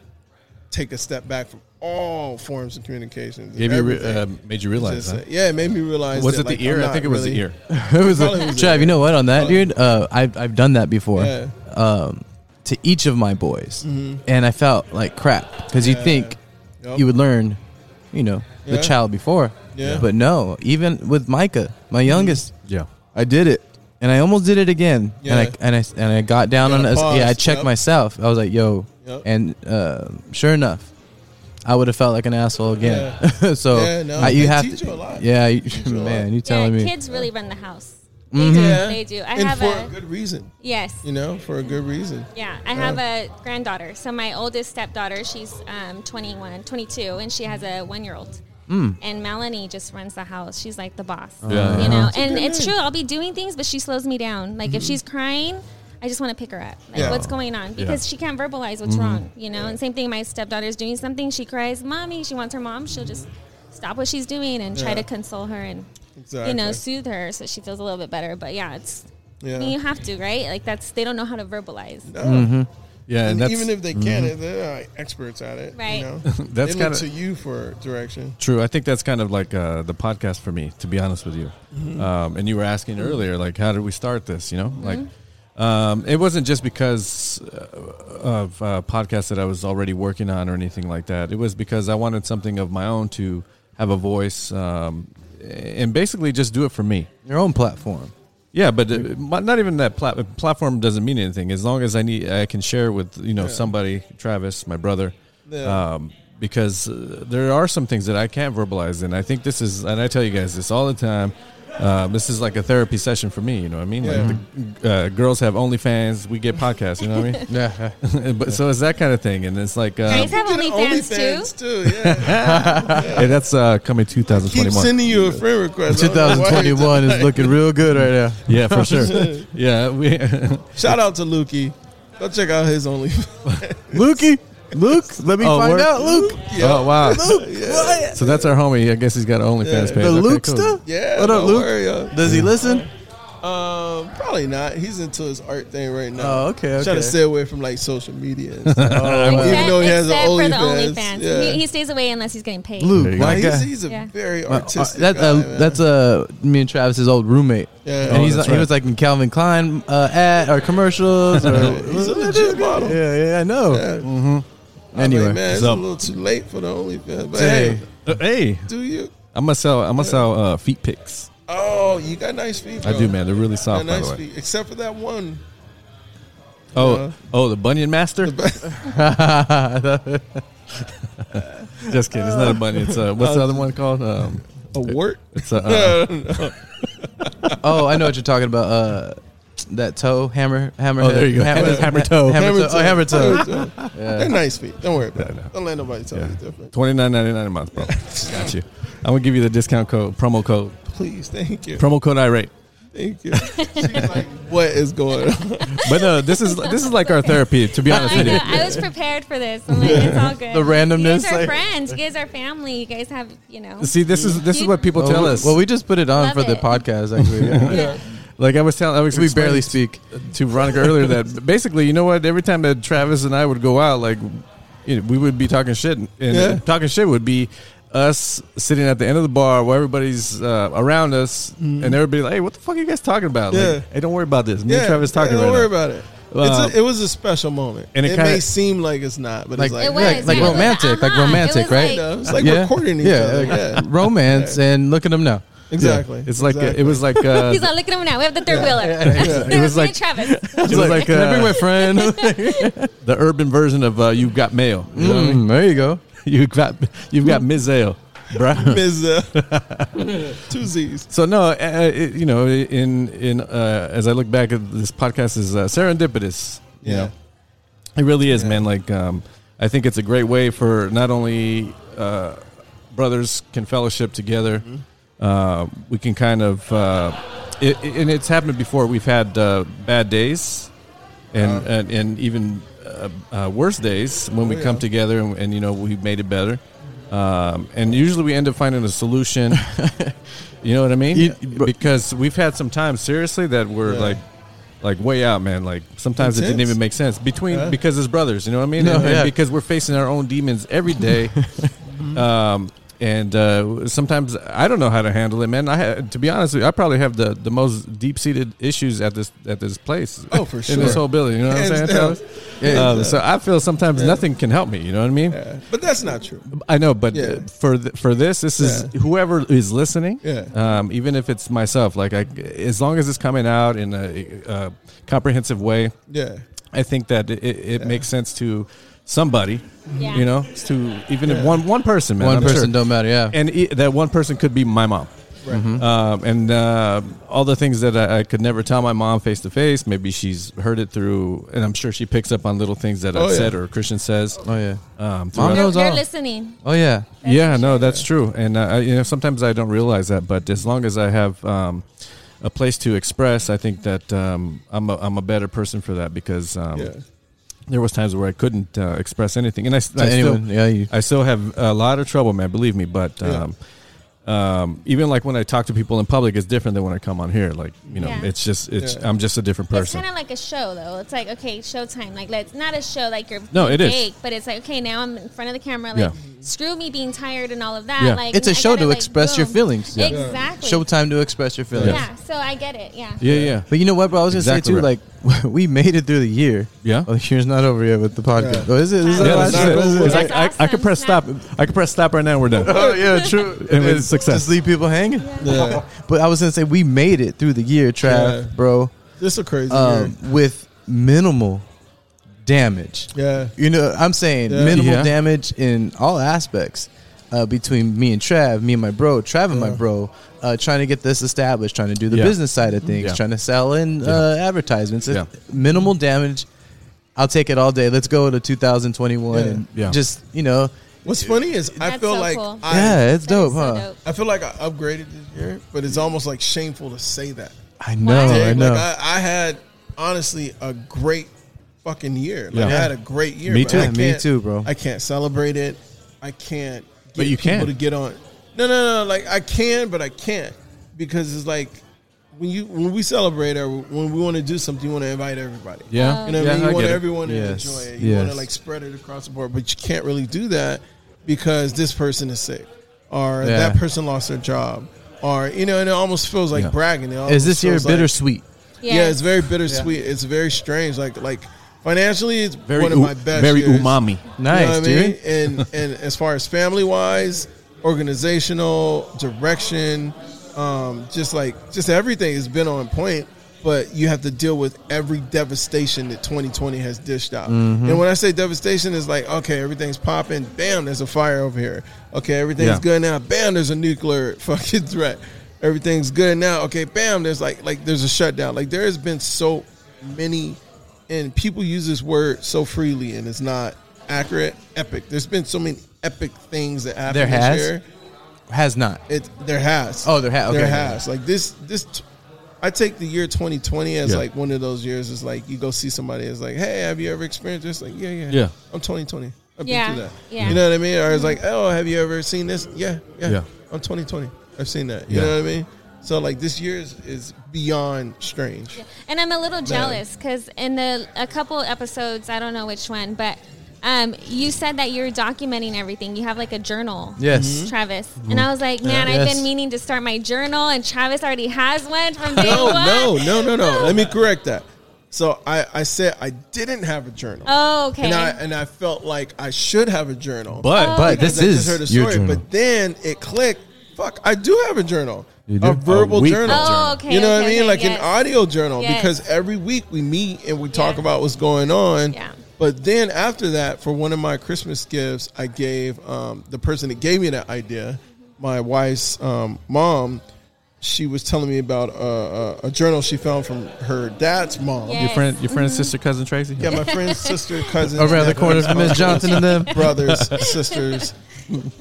[SPEAKER 4] take a step back from all forms of communication.
[SPEAKER 1] Gave you re-
[SPEAKER 4] everything.
[SPEAKER 1] uh, made you realize
[SPEAKER 4] Just,
[SPEAKER 1] that.
[SPEAKER 4] uh, yeah, it made me realize.
[SPEAKER 1] Was
[SPEAKER 4] that,
[SPEAKER 1] it the
[SPEAKER 4] like,
[SPEAKER 1] ear?
[SPEAKER 4] I'm
[SPEAKER 1] I
[SPEAKER 4] not
[SPEAKER 1] think it was
[SPEAKER 4] really-
[SPEAKER 1] the ear.
[SPEAKER 3] Uh, it was
[SPEAKER 4] Probably
[SPEAKER 3] a,
[SPEAKER 4] was
[SPEAKER 3] Trav,
[SPEAKER 4] it.
[SPEAKER 3] you know what? On that,
[SPEAKER 4] Probably.
[SPEAKER 3] dude, uh, I've I've done that before.
[SPEAKER 4] Yeah. Mm-hmm.
[SPEAKER 3] Um, to each of my boys, and I felt like crap because you
[SPEAKER 4] Yeah.
[SPEAKER 3] think
[SPEAKER 4] Yup.
[SPEAKER 3] you would learn, you know,
[SPEAKER 4] Yeah.
[SPEAKER 3] the child before.
[SPEAKER 4] Yeah. Mm-hmm.
[SPEAKER 3] But no, even with Micah, my youngest,
[SPEAKER 1] Yeah.
[SPEAKER 3] I did it, and I almost did it again.
[SPEAKER 4] Yeah.
[SPEAKER 3] And I and I and I got down
[SPEAKER 4] You
[SPEAKER 3] on
[SPEAKER 4] gotta
[SPEAKER 3] it. Yeah, I
[SPEAKER 4] pause.
[SPEAKER 3] checked
[SPEAKER 4] Yup.
[SPEAKER 3] myself. I was like, "Yo,"
[SPEAKER 4] Yup.
[SPEAKER 3] and uh, sure enough, I would have felt like an asshole again. so
[SPEAKER 4] Yeah, no,
[SPEAKER 3] I, you
[SPEAKER 4] they
[SPEAKER 3] have
[SPEAKER 4] teach
[SPEAKER 3] to,
[SPEAKER 4] you a lot.
[SPEAKER 3] yeah, you,
[SPEAKER 4] you a
[SPEAKER 3] man,
[SPEAKER 4] lot.
[SPEAKER 3] you telling
[SPEAKER 2] yeah,
[SPEAKER 3] me?
[SPEAKER 2] kids really run the house. They
[SPEAKER 3] Mhm.
[SPEAKER 2] do.
[SPEAKER 4] Yeah.
[SPEAKER 2] They do. I
[SPEAKER 4] and
[SPEAKER 2] have
[SPEAKER 4] for
[SPEAKER 2] a,
[SPEAKER 4] a good reason,
[SPEAKER 2] yes.
[SPEAKER 4] you know, for a good reason.
[SPEAKER 2] Yeah, I have a granddaughter. So my oldest stepdaughter, she's um, 21, 22, and she has a one-year-old.
[SPEAKER 4] Hmm.
[SPEAKER 2] And Melanie just runs the house. She's like the boss,
[SPEAKER 4] Oh,
[SPEAKER 1] Yeah.
[SPEAKER 2] you know. And
[SPEAKER 4] good
[SPEAKER 2] it's
[SPEAKER 4] name.
[SPEAKER 2] true. I'll be doing things, but she slows me down. Like if she's crying, I just want to pick her up. Like
[SPEAKER 4] Mm-hmm. Yeah. Mm-hmm.
[SPEAKER 2] what's going on? Because she can't verbalize what's wrong, you know. And same thing, my stepdaughter's doing something. She cries, "Mommy!" She wants her mom. She'll just stop what she's doing and try
[SPEAKER 4] Yeah.
[SPEAKER 2] to console her and
[SPEAKER 4] Exactly.
[SPEAKER 2] you know soothe her so she feels a little bit better. But yeah, it's I mean,
[SPEAKER 4] yeah.
[SPEAKER 2] you have to right. Like that's they don't know how to verbalize.
[SPEAKER 4] No.
[SPEAKER 3] Mm-hmm.
[SPEAKER 1] Yeah, and,
[SPEAKER 4] And,
[SPEAKER 1] that's
[SPEAKER 4] even if they can, not they're like experts at it.
[SPEAKER 2] Right.
[SPEAKER 4] You know?
[SPEAKER 1] That's
[SPEAKER 4] they look
[SPEAKER 1] kinda-
[SPEAKER 4] to you for direction.
[SPEAKER 1] true. I think that's kind of like uh, the podcast for me, to be honest with you. Um, and you were asking earlier, like, how did we start this? You know, like, um, it wasn't just because uh, of uh, podcasts that I was already working on or anything like that. It was because I wanted something of my own to have a voice um, and basically just do it for me.
[SPEAKER 3] Your own platform.
[SPEAKER 1] Yeah, but uh, my- not even that plat- platform doesn't mean anything as long as I need I can share with you know somebody, Travis, my brother,
[SPEAKER 4] Yeah.
[SPEAKER 1] um, because uh, there are some things that I can't verbalize, and I think this is, and I tell you guys this all the time. Um, this is like a therapy session for me. You know what I mean?
[SPEAKER 4] Yeah.
[SPEAKER 1] Like the, uh, girls have OnlyFans, we get podcasts. You know what I
[SPEAKER 3] Yeah.
[SPEAKER 1] mean? but so it's that kind of thing, and it's like uh,
[SPEAKER 2] Guys have
[SPEAKER 4] Look at the
[SPEAKER 2] OnlyFans
[SPEAKER 4] OnlyFans
[SPEAKER 2] too.
[SPEAKER 4] too. Yeah.
[SPEAKER 1] hey, that's uh, coming
[SPEAKER 4] Keep
[SPEAKER 1] 2021.
[SPEAKER 4] sending you a friend request. I don't know why you're
[SPEAKER 3] 2021
[SPEAKER 4] doing
[SPEAKER 3] is looking real good right now.
[SPEAKER 1] yeah, for sure. yeah, we. oh,
[SPEAKER 4] that. Shout out to Lukey. Go check out his OnlyFans.
[SPEAKER 3] Lukey, Luke, let me
[SPEAKER 1] Oh,
[SPEAKER 3] find
[SPEAKER 1] we're-
[SPEAKER 3] out, Luke.
[SPEAKER 1] Oh wow!
[SPEAKER 4] Yeah.
[SPEAKER 1] So that's our homie. I guess he's got an OnlyFans page.
[SPEAKER 4] Yeah. The
[SPEAKER 3] The
[SPEAKER 1] Okay,
[SPEAKER 3] Luke
[SPEAKER 1] cool.
[SPEAKER 3] stuff?
[SPEAKER 4] Yeah,
[SPEAKER 3] What up,
[SPEAKER 4] don't
[SPEAKER 3] Luke?
[SPEAKER 4] worry, yo.
[SPEAKER 3] Does he listen?
[SPEAKER 4] Um, probably not. He's into his art thing right now.
[SPEAKER 3] Oh, okay,
[SPEAKER 4] Trying
[SPEAKER 3] okay. Oh,
[SPEAKER 4] to stay away from like social media. And stuff.
[SPEAKER 2] Except,
[SPEAKER 4] Even though he has an
[SPEAKER 2] except for the
[SPEAKER 4] OnlyFans,
[SPEAKER 2] OnlyFans.
[SPEAKER 4] yeah.
[SPEAKER 2] He, he stays away unless he's getting paid.
[SPEAKER 1] There
[SPEAKER 3] Luke,
[SPEAKER 1] you go.
[SPEAKER 3] my
[SPEAKER 4] Like, he's,
[SPEAKER 3] guy.
[SPEAKER 4] he's a
[SPEAKER 2] Yeah.
[SPEAKER 4] very
[SPEAKER 3] My- uh,
[SPEAKER 4] artistic.
[SPEAKER 3] that, uh,
[SPEAKER 4] guy, man.
[SPEAKER 3] that's uh, me and Travis's old roommate.
[SPEAKER 4] yeah.
[SPEAKER 3] and he's
[SPEAKER 1] Oh, that's
[SPEAKER 3] he
[SPEAKER 1] right.
[SPEAKER 3] was like in Calvin Klein uh, ad or commercials. Or,
[SPEAKER 4] He's a legit model.
[SPEAKER 3] yeah, yeah, I know.
[SPEAKER 4] Yeah.
[SPEAKER 3] Anyway,
[SPEAKER 4] like, man, it's
[SPEAKER 1] so-
[SPEAKER 4] a little too late for the OnlyFans. But
[SPEAKER 3] Hey.
[SPEAKER 4] hey,
[SPEAKER 1] Uh, hey,
[SPEAKER 4] do you?
[SPEAKER 1] I'm gonna sell. I'm gonna sell uh, feet pics.
[SPEAKER 4] Oh, you got nice feet.
[SPEAKER 1] I
[SPEAKER 4] bro.
[SPEAKER 1] do, man. They're really
[SPEAKER 4] You got
[SPEAKER 1] soft, by
[SPEAKER 4] nice
[SPEAKER 1] the way.
[SPEAKER 4] feet, except for that one.
[SPEAKER 1] Oh,
[SPEAKER 4] Yeah.
[SPEAKER 1] oh, the Bunyan Master.
[SPEAKER 3] Uh,
[SPEAKER 1] Just kidding. It's not a bunyan. It's uh, what's the other one called? Um,
[SPEAKER 4] A wart?
[SPEAKER 1] It's a, uh,
[SPEAKER 3] Oh, I know what you're talking about. Uh, that toe hammer, hammer.
[SPEAKER 1] Oh, there you go.
[SPEAKER 3] Hammer,
[SPEAKER 1] Hammer
[SPEAKER 3] ha-
[SPEAKER 1] toe.
[SPEAKER 3] Hammer, toe. Oh, hammer toe.
[SPEAKER 4] They're nice feet. Don't worry about
[SPEAKER 1] Yeah, I know.
[SPEAKER 4] it. Don't let nobody tell you different.
[SPEAKER 1] twenty nine ninety nine a month, bro. Got you. I'm gonna give you the discount code, promo code,
[SPEAKER 4] Please, thank you.
[SPEAKER 1] promo code irate.
[SPEAKER 4] Thank you. She's like, what is going on?
[SPEAKER 1] But uh, this is this is like our therapy. To be honest
[SPEAKER 2] I
[SPEAKER 1] with
[SPEAKER 2] know.
[SPEAKER 1] you,
[SPEAKER 2] I was prepared for this. I'm like, it's all good.
[SPEAKER 3] The randomness,
[SPEAKER 2] You guys are
[SPEAKER 3] like-
[SPEAKER 2] friends. You guys are family. You guys have, you know.
[SPEAKER 1] see, this is this is what people
[SPEAKER 3] Well,
[SPEAKER 1] tell
[SPEAKER 3] we-
[SPEAKER 1] us.
[SPEAKER 3] Well, we just put it on
[SPEAKER 2] Love
[SPEAKER 3] for the
[SPEAKER 2] it.
[SPEAKER 3] podcast. Actually,
[SPEAKER 2] Yeah.
[SPEAKER 1] like I was telling, I was
[SPEAKER 3] we barely
[SPEAKER 1] explaining
[SPEAKER 3] speak.
[SPEAKER 1] to Veronica earlier that basically, you know what? Every time that Travis and I would go out, like you know, we would be talking shit, and
[SPEAKER 4] Yeah.
[SPEAKER 1] talking shit would be us sitting at the end of the bar where everybody's uh, around us, and everybody like, "Hey, what the fuck are you guys talking about?"
[SPEAKER 4] Yeah.
[SPEAKER 1] Like, hey, don't worry about this. Me and Travis talking
[SPEAKER 4] Don't
[SPEAKER 1] right
[SPEAKER 4] worry
[SPEAKER 1] now.
[SPEAKER 4] about it.
[SPEAKER 1] Wow.
[SPEAKER 4] it's a, it was a special moment.
[SPEAKER 1] And
[SPEAKER 4] And
[SPEAKER 1] it
[SPEAKER 4] it,
[SPEAKER 1] kinda-
[SPEAKER 4] may seem like it's not, but
[SPEAKER 3] Like-
[SPEAKER 4] it's like
[SPEAKER 2] it was.
[SPEAKER 3] like-
[SPEAKER 2] yeah,
[SPEAKER 3] like
[SPEAKER 2] it was
[SPEAKER 3] romantic,
[SPEAKER 2] an
[SPEAKER 3] like
[SPEAKER 2] aha.
[SPEAKER 3] romantic,
[SPEAKER 2] It was
[SPEAKER 3] right?
[SPEAKER 4] Yeah,
[SPEAKER 2] Like,
[SPEAKER 4] it's like
[SPEAKER 3] Yeah.
[SPEAKER 4] recording each
[SPEAKER 3] yeah,
[SPEAKER 4] other.
[SPEAKER 3] like,
[SPEAKER 4] Yeah,
[SPEAKER 3] romance, and look at them now.
[SPEAKER 4] exactly.
[SPEAKER 1] It's like
[SPEAKER 4] exactly.
[SPEAKER 1] it was like uh,
[SPEAKER 2] he's like, look at him now. We have the third wheeler.
[SPEAKER 1] It was
[SPEAKER 2] me
[SPEAKER 1] like-
[SPEAKER 2] and Travis.
[SPEAKER 1] it was like
[SPEAKER 3] Can I bring
[SPEAKER 1] uh,
[SPEAKER 3] my friend?
[SPEAKER 1] the urban version of uh, "You've Got Mail." You know what I mean?
[SPEAKER 3] Mm, there you go.
[SPEAKER 1] You've got you've got Ms. Ale, bruh.
[SPEAKER 4] Ms. uh, two Z's.
[SPEAKER 1] So no, uh, uh, it, you know, in in uh, as I look back at this podcast is uh, serendipitous. You know, it really is, man. Like, um, I think it's a great way for not only uh, brothers can fellowship together.
[SPEAKER 4] Mm-hmm.
[SPEAKER 1] Uh, we can kind of, uh, it, it- and it's happened before. We've had uh, bad days, and and, and even uh, uh, worse days when we
[SPEAKER 4] Uh-huh. Oh, yeah.
[SPEAKER 1] come together, and, and you know we made it better. Um, and usually we end up finding a solution. you know what I mean?
[SPEAKER 3] You-
[SPEAKER 1] because we've had some times, seriously, that we're
[SPEAKER 4] Yeah.
[SPEAKER 1] like, like way out, man. Like sometimes it didn't
[SPEAKER 4] Intense?
[SPEAKER 1] even make sense between
[SPEAKER 4] Yeah.
[SPEAKER 1] because as brothers, you know what I mean?
[SPEAKER 3] No,
[SPEAKER 1] and, and
[SPEAKER 3] yeah.
[SPEAKER 1] because we're facing our own demons every day.
[SPEAKER 4] Mm-hmm.
[SPEAKER 1] um, and uh, sometimes I don't know how to handle it, man. I had, to be honest, with you, I probably have the, the most deep seated issues at this at this place.
[SPEAKER 4] Oh, for
[SPEAKER 1] in this
[SPEAKER 4] sure.
[SPEAKER 1] whole building. You know what I'm
[SPEAKER 4] Hands
[SPEAKER 1] saying?
[SPEAKER 4] down.
[SPEAKER 1] Travis? Um, so I feel sometimes nothing can help me. You know what I mean?
[SPEAKER 4] Yeah. But that's not true.
[SPEAKER 1] I know, but
[SPEAKER 4] Yeah.
[SPEAKER 1] for th- for this, this is
[SPEAKER 4] Yeah.
[SPEAKER 1] whoever is listening.
[SPEAKER 4] Yeah.
[SPEAKER 1] Um, even if it's myself, like I, as long as it's coming out in a, uh comprehensive way,
[SPEAKER 4] Yeah.
[SPEAKER 1] I think that it, it makes sense to somebody.
[SPEAKER 2] Yeah.
[SPEAKER 1] You know, to even if
[SPEAKER 4] Yeah.
[SPEAKER 1] one one person, man,
[SPEAKER 3] One
[SPEAKER 1] I'm
[SPEAKER 3] person
[SPEAKER 1] sure.
[SPEAKER 3] don't matter. Yeah.
[SPEAKER 1] and e- that one person could be my mom.
[SPEAKER 4] Right.
[SPEAKER 1] Um, and uh, all the things that I, I could never tell my mom face to face, maybe she's heard it through, and I'm sure she picks up on little things that
[SPEAKER 4] Oh,
[SPEAKER 1] I've
[SPEAKER 4] yeah.
[SPEAKER 1] said or Christian says.
[SPEAKER 3] oh yeah.
[SPEAKER 1] Um,
[SPEAKER 3] Mom
[SPEAKER 1] throughout-
[SPEAKER 2] They're,
[SPEAKER 3] knows
[SPEAKER 2] they're
[SPEAKER 3] all.
[SPEAKER 2] listening.
[SPEAKER 3] Oh yeah.
[SPEAKER 1] yeah, no, that's true. And uh, I- you know, sometimes I don't realize that, but as long as I have um, a place to express, I think that um, I'm a, I'm a better person for that because um,
[SPEAKER 4] Yeah.
[SPEAKER 1] there was times where I couldn't uh, express anything, and I, s-
[SPEAKER 3] To
[SPEAKER 1] I still
[SPEAKER 3] anyone. yeah. You,
[SPEAKER 1] I still have a lot of trouble, man. Believe me, but.
[SPEAKER 4] Yeah.
[SPEAKER 1] Um, um, even like when I talk to people in public, it's different than when I come on here. Like you know,
[SPEAKER 2] Yeah.
[SPEAKER 1] it's just it's
[SPEAKER 4] Yeah.
[SPEAKER 1] I'm just a different
[SPEAKER 2] It's
[SPEAKER 1] person.
[SPEAKER 2] kind of like a show, though. It's like okay, showtime. Like let's not a show like you're
[SPEAKER 1] No,
[SPEAKER 2] being
[SPEAKER 1] it is.
[SPEAKER 2] fake, but it's like okay, now I'm in front of the camera. Like screw me being tired and all of that.
[SPEAKER 1] Yeah.
[SPEAKER 2] Like
[SPEAKER 3] it's a
[SPEAKER 2] I
[SPEAKER 3] show
[SPEAKER 2] gotta,
[SPEAKER 3] to
[SPEAKER 2] like,
[SPEAKER 3] express your
[SPEAKER 2] boom.
[SPEAKER 3] feelings.
[SPEAKER 2] Exactly.
[SPEAKER 3] Showtime to express your feelings.
[SPEAKER 2] Yeah. So I get it. Yeah.
[SPEAKER 1] yeah, yeah.
[SPEAKER 3] But you know what, bro? I was gonna
[SPEAKER 1] Exactly
[SPEAKER 3] say too,
[SPEAKER 1] right.
[SPEAKER 3] like we made it through the year.
[SPEAKER 1] Yeah.
[SPEAKER 3] oh, the year's not over yet with the podcast.
[SPEAKER 4] Yeah.
[SPEAKER 3] Oh, is it? Is
[SPEAKER 2] Yeah,
[SPEAKER 3] it
[SPEAKER 1] Yeah,
[SPEAKER 4] that's
[SPEAKER 1] that's
[SPEAKER 4] not
[SPEAKER 1] it.
[SPEAKER 4] over.
[SPEAKER 1] It's
[SPEAKER 2] That's
[SPEAKER 1] like, I, I
[SPEAKER 2] awesome.
[SPEAKER 1] could press
[SPEAKER 2] Now-
[SPEAKER 1] stop. I could press stop right now. and We're done.
[SPEAKER 3] Oh yeah, true.
[SPEAKER 1] And with
[SPEAKER 3] It's
[SPEAKER 1] success.
[SPEAKER 3] just leave people hanging.
[SPEAKER 4] Yeah.
[SPEAKER 3] But I was gonna say we made it through the year, Trav,
[SPEAKER 4] Yeah.
[SPEAKER 3] bro,
[SPEAKER 4] This is a crazy year.
[SPEAKER 3] um, with minimal damage.
[SPEAKER 4] Yeah.
[SPEAKER 3] You know, I'm saying
[SPEAKER 4] Yeah.
[SPEAKER 3] minimal
[SPEAKER 1] Yeah.
[SPEAKER 3] damage in all aspects uh, between me and Trav, me and my bro, Trav and my
[SPEAKER 4] Yeah.
[SPEAKER 3] bro, uh, trying to get this established, trying to do the
[SPEAKER 1] Yeah.
[SPEAKER 3] business side of things,
[SPEAKER 1] Yeah.
[SPEAKER 3] trying to sell in uh, advertisements.
[SPEAKER 1] Yeah.
[SPEAKER 3] Minimal damage. I'll take it all day. Let's go to 2021
[SPEAKER 4] Yeah.
[SPEAKER 3] and
[SPEAKER 1] Yeah.
[SPEAKER 3] just you know,
[SPEAKER 4] What's funny is I
[SPEAKER 2] That's
[SPEAKER 4] feel
[SPEAKER 2] so
[SPEAKER 4] like
[SPEAKER 2] cool.
[SPEAKER 4] I
[SPEAKER 3] yeah, it's
[SPEAKER 2] That
[SPEAKER 3] dope,
[SPEAKER 2] is so
[SPEAKER 3] huh?
[SPEAKER 2] dope.
[SPEAKER 4] I feel like I upgraded this year, but it's almost like shameful to say that.
[SPEAKER 3] I know,
[SPEAKER 2] Why?
[SPEAKER 3] Oh, I
[SPEAKER 4] Like,
[SPEAKER 3] know.
[SPEAKER 4] I, I had honestly a great fucking year. Like
[SPEAKER 1] Yeah.
[SPEAKER 4] I had a great year.
[SPEAKER 1] Me
[SPEAKER 4] but
[SPEAKER 1] too.
[SPEAKER 4] I
[SPEAKER 1] Yeah,
[SPEAKER 3] me
[SPEAKER 4] can't-
[SPEAKER 3] too, bro.
[SPEAKER 4] I can't celebrate it. I can't. Get
[SPEAKER 1] But you
[SPEAKER 4] people
[SPEAKER 1] can.
[SPEAKER 4] to get on. No, no, no. Like I can, but I can't because it's like when you when we celebrate or when we want to do something, you want to invite everybody.
[SPEAKER 1] Yeah,
[SPEAKER 4] You know what
[SPEAKER 1] yeah,
[SPEAKER 4] I mean?
[SPEAKER 1] get
[SPEAKER 4] You want
[SPEAKER 1] it.
[SPEAKER 4] everyone to
[SPEAKER 3] Yes.
[SPEAKER 4] enjoy it. You want
[SPEAKER 3] Yes.
[SPEAKER 4] to like spread it across the board, but you can't really do that because this person is sick or
[SPEAKER 3] Yeah.
[SPEAKER 4] that person lost their job or you know, and it almost feels like
[SPEAKER 1] Yeah.
[SPEAKER 4] bragging. It
[SPEAKER 3] Is
[SPEAKER 4] almost
[SPEAKER 3] this year
[SPEAKER 4] feels like-
[SPEAKER 3] bittersweet?
[SPEAKER 4] yeah. it's very bittersweet. It's very strange. Like like financially, it's
[SPEAKER 1] Very
[SPEAKER 4] one of
[SPEAKER 1] u-
[SPEAKER 4] my best.
[SPEAKER 1] very
[SPEAKER 4] years.
[SPEAKER 1] umami.
[SPEAKER 4] You know
[SPEAKER 3] Nice,
[SPEAKER 4] what I
[SPEAKER 3] dude.
[SPEAKER 4] mean? And and as far as family wise, organizational direction, um, just like just everything has been on point. but you have to deal with every devastation that 2020 has dished out.
[SPEAKER 3] Mm-hmm.
[SPEAKER 4] And when I say devastation, it's like, okay, everything's popping, bam, there's a fire over here. Okay, everything's
[SPEAKER 1] Yeah.
[SPEAKER 4] good now, bam, there's a nuclear fucking threat. Everything's good now, okay, bam, there's like like there's a shutdown. Like there has been so many, and people use this word so freely, and it's not accurate. Epic. There's been so many epic things that happened
[SPEAKER 3] There
[SPEAKER 4] this
[SPEAKER 3] has?
[SPEAKER 4] year.
[SPEAKER 3] Has not.
[SPEAKER 4] It there has.
[SPEAKER 3] Oh, there ha- okay,
[SPEAKER 4] There
[SPEAKER 3] okay.
[SPEAKER 4] has. Like this this t- I take the year 2020 as
[SPEAKER 1] Yeah.
[SPEAKER 4] like one of those years is like you go see somebody is like, "Hey, have you ever experienced this?" Like, "Yeah, yeah."
[SPEAKER 1] Yeah.
[SPEAKER 4] I'm 2020. I've
[SPEAKER 2] Yeah,
[SPEAKER 4] been through that.
[SPEAKER 2] yeah.
[SPEAKER 4] You know what I mean? Or it's like, "Oh, have you ever seen this?" Yeah, yeah.
[SPEAKER 1] Yeah.
[SPEAKER 4] I'm 2020. I've seen that. You
[SPEAKER 1] Yeah.
[SPEAKER 4] know what I mean? So like this year is, is beyond strange.
[SPEAKER 2] And I'm a little jealous because in the a couple episodes, I don't know which one, but um, you said that you're documenting everything. You have like a journal.
[SPEAKER 3] Yes.
[SPEAKER 2] Travis.
[SPEAKER 4] Mm-hmm.
[SPEAKER 2] And I was like, man, I've
[SPEAKER 3] Yes.
[SPEAKER 2] been meaning to start my journal, and Travis already has one from day
[SPEAKER 4] No,
[SPEAKER 2] one.
[SPEAKER 4] no, no, no, no. Let me correct that. So I I said I didn't have a journal.
[SPEAKER 2] Oh, okay.
[SPEAKER 4] And I and I felt like I should have a journal.
[SPEAKER 1] But
[SPEAKER 2] Oh,
[SPEAKER 3] But
[SPEAKER 2] okay.
[SPEAKER 3] this
[SPEAKER 4] I just
[SPEAKER 3] is
[SPEAKER 4] heard a
[SPEAKER 3] your
[SPEAKER 4] story,
[SPEAKER 3] journal.
[SPEAKER 4] but then it clicked. Fuck, I do have a journal,
[SPEAKER 1] You do?
[SPEAKER 4] a verbal
[SPEAKER 1] A weekly
[SPEAKER 4] journal.
[SPEAKER 2] oh, okay.
[SPEAKER 4] you know
[SPEAKER 2] okay,
[SPEAKER 4] what I mean?
[SPEAKER 2] okay,
[SPEAKER 4] like
[SPEAKER 2] yes.
[SPEAKER 4] an audio journal
[SPEAKER 2] Yes.
[SPEAKER 4] because every week we meet and we talk
[SPEAKER 2] Yeah.
[SPEAKER 4] about what's going on.
[SPEAKER 2] Yeah.
[SPEAKER 4] But then after that, for one of my Christmas gifts, I gave um, the person that gave me that idea, my wife's um, mom. She was telling me about a, a, a journal she found from her dad's mom.
[SPEAKER 2] Yeah.
[SPEAKER 1] Your friend, your friend's sister, cousin Tracy.
[SPEAKER 4] Yeah, my friend's sister, cousin,
[SPEAKER 3] Over the corner from Miss
[SPEAKER 4] nephews,
[SPEAKER 3] Johnson and them.
[SPEAKER 4] brothers, sisters,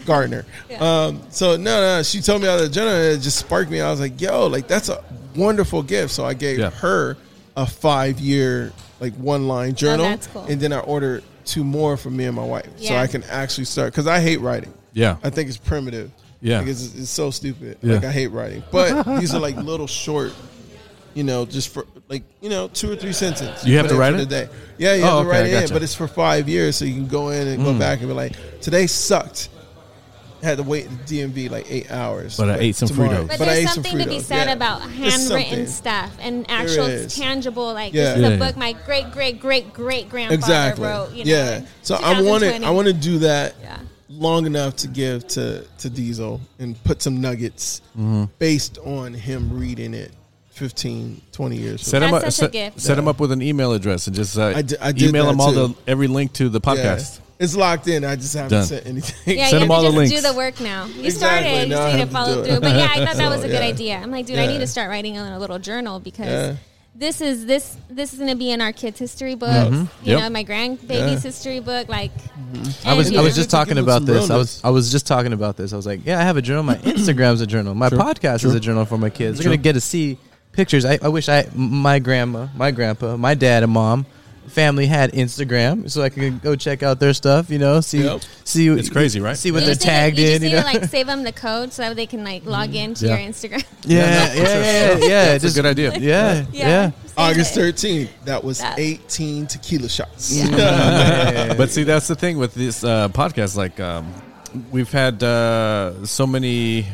[SPEAKER 4] Gardner. Um, so no, no, she told me out of the general, and it just sparked me. I was like, yo, like that's a wonderful gift. So I gave
[SPEAKER 1] Yeah.
[SPEAKER 4] her a five year, like one line journal,
[SPEAKER 2] that's cool.
[SPEAKER 4] and then I ordered two more for me and my wife, so
[SPEAKER 2] Yeah.
[SPEAKER 4] I can actually start because I hate writing.
[SPEAKER 1] Yeah.
[SPEAKER 4] I think it's primitive.
[SPEAKER 1] Yeah.
[SPEAKER 4] because it's, it's so stupid.
[SPEAKER 1] Yeah.
[SPEAKER 4] Like I hate writing, but these are like little short. You know, just for like you know, two or three sentences.
[SPEAKER 1] You have
[SPEAKER 4] put
[SPEAKER 1] to
[SPEAKER 4] in
[SPEAKER 1] write
[SPEAKER 4] for
[SPEAKER 1] it?
[SPEAKER 4] the day. Yeah, you have
[SPEAKER 1] Oh, okay,
[SPEAKER 4] to write
[SPEAKER 1] I
[SPEAKER 4] it in,
[SPEAKER 1] gotcha. Mm.
[SPEAKER 4] but it's for five years, so you can go in and go back and be like, today sucked. had to wait in DMV like eight hours.
[SPEAKER 1] But I ate some Fritos.
[SPEAKER 2] But,
[SPEAKER 1] But
[SPEAKER 2] there's something to be said
[SPEAKER 4] yeah.
[SPEAKER 2] about
[SPEAKER 4] It's
[SPEAKER 2] handwritten
[SPEAKER 4] something.
[SPEAKER 2] stuff and actual
[SPEAKER 4] is.
[SPEAKER 2] tangible. Like
[SPEAKER 4] Yeah.
[SPEAKER 2] this is
[SPEAKER 1] Yeah.
[SPEAKER 2] a book my great great great great grandfather
[SPEAKER 4] Exactly.
[SPEAKER 2] wrote. You know,
[SPEAKER 4] yeah.
[SPEAKER 2] in
[SPEAKER 4] So I want to
[SPEAKER 2] 2020.
[SPEAKER 4] I want to do that
[SPEAKER 2] Yeah.
[SPEAKER 4] long enough to give to to Diesel and put some nuggets
[SPEAKER 1] Mm-hmm.
[SPEAKER 4] based on him reading it 15, 20 years. from
[SPEAKER 1] Set him
[SPEAKER 2] That's
[SPEAKER 1] up.
[SPEAKER 2] such a
[SPEAKER 1] set,
[SPEAKER 2] gift.
[SPEAKER 1] set him up with an email address and just uh,
[SPEAKER 4] I di- I did
[SPEAKER 1] email
[SPEAKER 4] that
[SPEAKER 1] him all
[SPEAKER 4] too.
[SPEAKER 1] the every link to the
[SPEAKER 4] Yeah.
[SPEAKER 1] podcast.
[SPEAKER 4] It's locked in. I just haven't
[SPEAKER 1] Done.
[SPEAKER 4] sent anything.
[SPEAKER 2] Yeah,
[SPEAKER 1] Send
[SPEAKER 2] you
[SPEAKER 1] them
[SPEAKER 2] have
[SPEAKER 1] all the
[SPEAKER 2] to just
[SPEAKER 1] links.
[SPEAKER 2] do the work now. You
[SPEAKER 4] Exactly.
[SPEAKER 2] started. You
[SPEAKER 4] Now
[SPEAKER 2] just
[SPEAKER 4] I
[SPEAKER 2] need
[SPEAKER 4] have
[SPEAKER 2] to
[SPEAKER 4] to
[SPEAKER 2] follow
[SPEAKER 4] do it.
[SPEAKER 2] through. But yeah, I thought that was a
[SPEAKER 4] So,
[SPEAKER 2] good
[SPEAKER 4] yeah.
[SPEAKER 2] idea. I'm like, dude, I
[SPEAKER 4] Yeah.
[SPEAKER 2] need to start writing a little journal because
[SPEAKER 4] Yeah.
[SPEAKER 2] this is this this is gonna be in our kids' history books. You
[SPEAKER 1] Yep.
[SPEAKER 2] know, my grandbaby's
[SPEAKER 4] Yeah.
[SPEAKER 2] history book. Like,
[SPEAKER 3] I was
[SPEAKER 2] and
[SPEAKER 3] I was
[SPEAKER 4] Yeah.
[SPEAKER 3] just talking
[SPEAKER 4] Give it some
[SPEAKER 3] about this. I was
[SPEAKER 4] realness.
[SPEAKER 3] I was just talking about this. I was like, yeah, I have a journal. My Instagram's a journal. My podcast is a journal for my kids. They're gonna get to see pictures. I, I wish I m- my grandma, my grandpa, my dad, and mom. Family had Instagram, so I could go check out their stuff. You know, see,
[SPEAKER 4] Yep.
[SPEAKER 3] see,
[SPEAKER 1] It's crazy, right?
[SPEAKER 3] See what
[SPEAKER 2] you
[SPEAKER 3] they're
[SPEAKER 2] just need to-
[SPEAKER 3] tagged
[SPEAKER 2] you
[SPEAKER 3] in.
[SPEAKER 2] just
[SPEAKER 3] You
[SPEAKER 2] need
[SPEAKER 3] know,
[SPEAKER 2] to like save them the code so that they can like log into
[SPEAKER 1] Yeah.
[SPEAKER 2] your Instagram.
[SPEAKER 1] Yeah,
[SPEAKER 3] yeah, yeah,
[SPEAKER 1] no, for sure.
[SPEAKER 3] yeah, yeah.
[SPEAKER 1] That's a
[SPEAKER 3] just
[SPEAKER 1] good idea.
[SPEAKER 3] Yeah, yeah.
[SPEAKER 2] Save
[SPEAKER 4] August
[SPEAKER 2] it.
[SPEAKER 4] 13th. That was
[SPEAKER 2] That-
[SPEAKER 4] 18 tequila shots.
[SPEAKER 1] but see, that's the thing with this uh, podcast. Like, um, we've had uh, so many,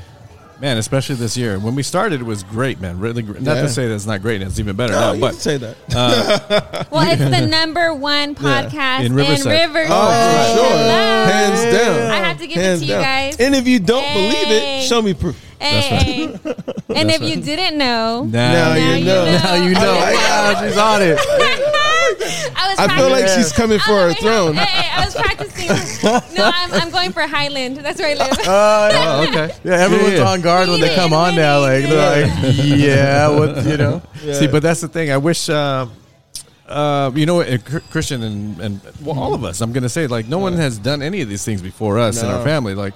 [SPEAKER 1] man, especially this year. When we started, it was great, man. Really, gr- not
[SPEAKER 4] Yeah.
[SPEAKER 1] to say that it's not Uh, great, and it's even better
[SPEAKER 4] No,
[SPEAKER 1] now.
[SPEAKER 4] you
[SPEAKER 1] But
[SPEAKER 4] can say that.
[SPEAKER 2] Well, it's the number one
[SPEAKER 4] Yeah.
[SPEAKER 2] podcast
[SPEAKER 1] In
[SPEAKER 2] in
[SPEAKER 1] Riverside.
[SPEAKER 2] Riverside.
[SPEAKER 4] Oh, for sure.
[SPEAKER 2] Hello.
[SPEAKER 4] Hands down.
[SPEAKER 2] I have to give
[SPEAKER 4] Hands
[SPEAKER 2] it to you
[SPEAKER 4] down.
[SPEAKER 2] guys.
[SPEAKER 4] And if you don't
[SPEAKER 2] Hey.
[SPEAKER 4] believe it, show me proof.
[SPEAKER 2] Hey. And if you didn't know,
[SPEAKER 1] now,
[SPEAKER 4] Now
[SPEAKER 2] Now
[SPEAKER 4] you
[SPEAKER 2] you
[SPEAKER 4] know.
[SPEAKER 2] know.
[SPEAKER 3] Now you know.
[SPEAKER 4] like
[SPEAKER 3] Wow, she's on it.
[SPEAKER 2] I was.
[SPEAKER 4] I feel like
[SPEAKER 2] practicing-
[SPEAKER 4] she's coming for
[SPEAKER 2] Oh,
[SPEAKER 4] her
[SPEAKER 2] wait,
[SPEAKER 4] throne.
[SPEAKER 2] Hey, hey, I was practicing. No, I'm, I'm going for Highland. That's where I live.
[SPEAKER 3] Oh, okay. Yeah, everyone's
[SPEAKER 1] Yeah, yeah.
[SPEAKER 3] on guard when they
[SPEAKER 2] Yeah.
[SPEAKER 3] come on now. Like, they're like, yeah, what, you know.
[SPEAKER 1] See, but that's the thing. I wish, uh, uh, you know, uh, Chr- Christian and, and well, all of us. I'm going to say, like, no one has done any of these things before us in our
[SPEAKER 4] No.
[SPEAKER 1] family. Like,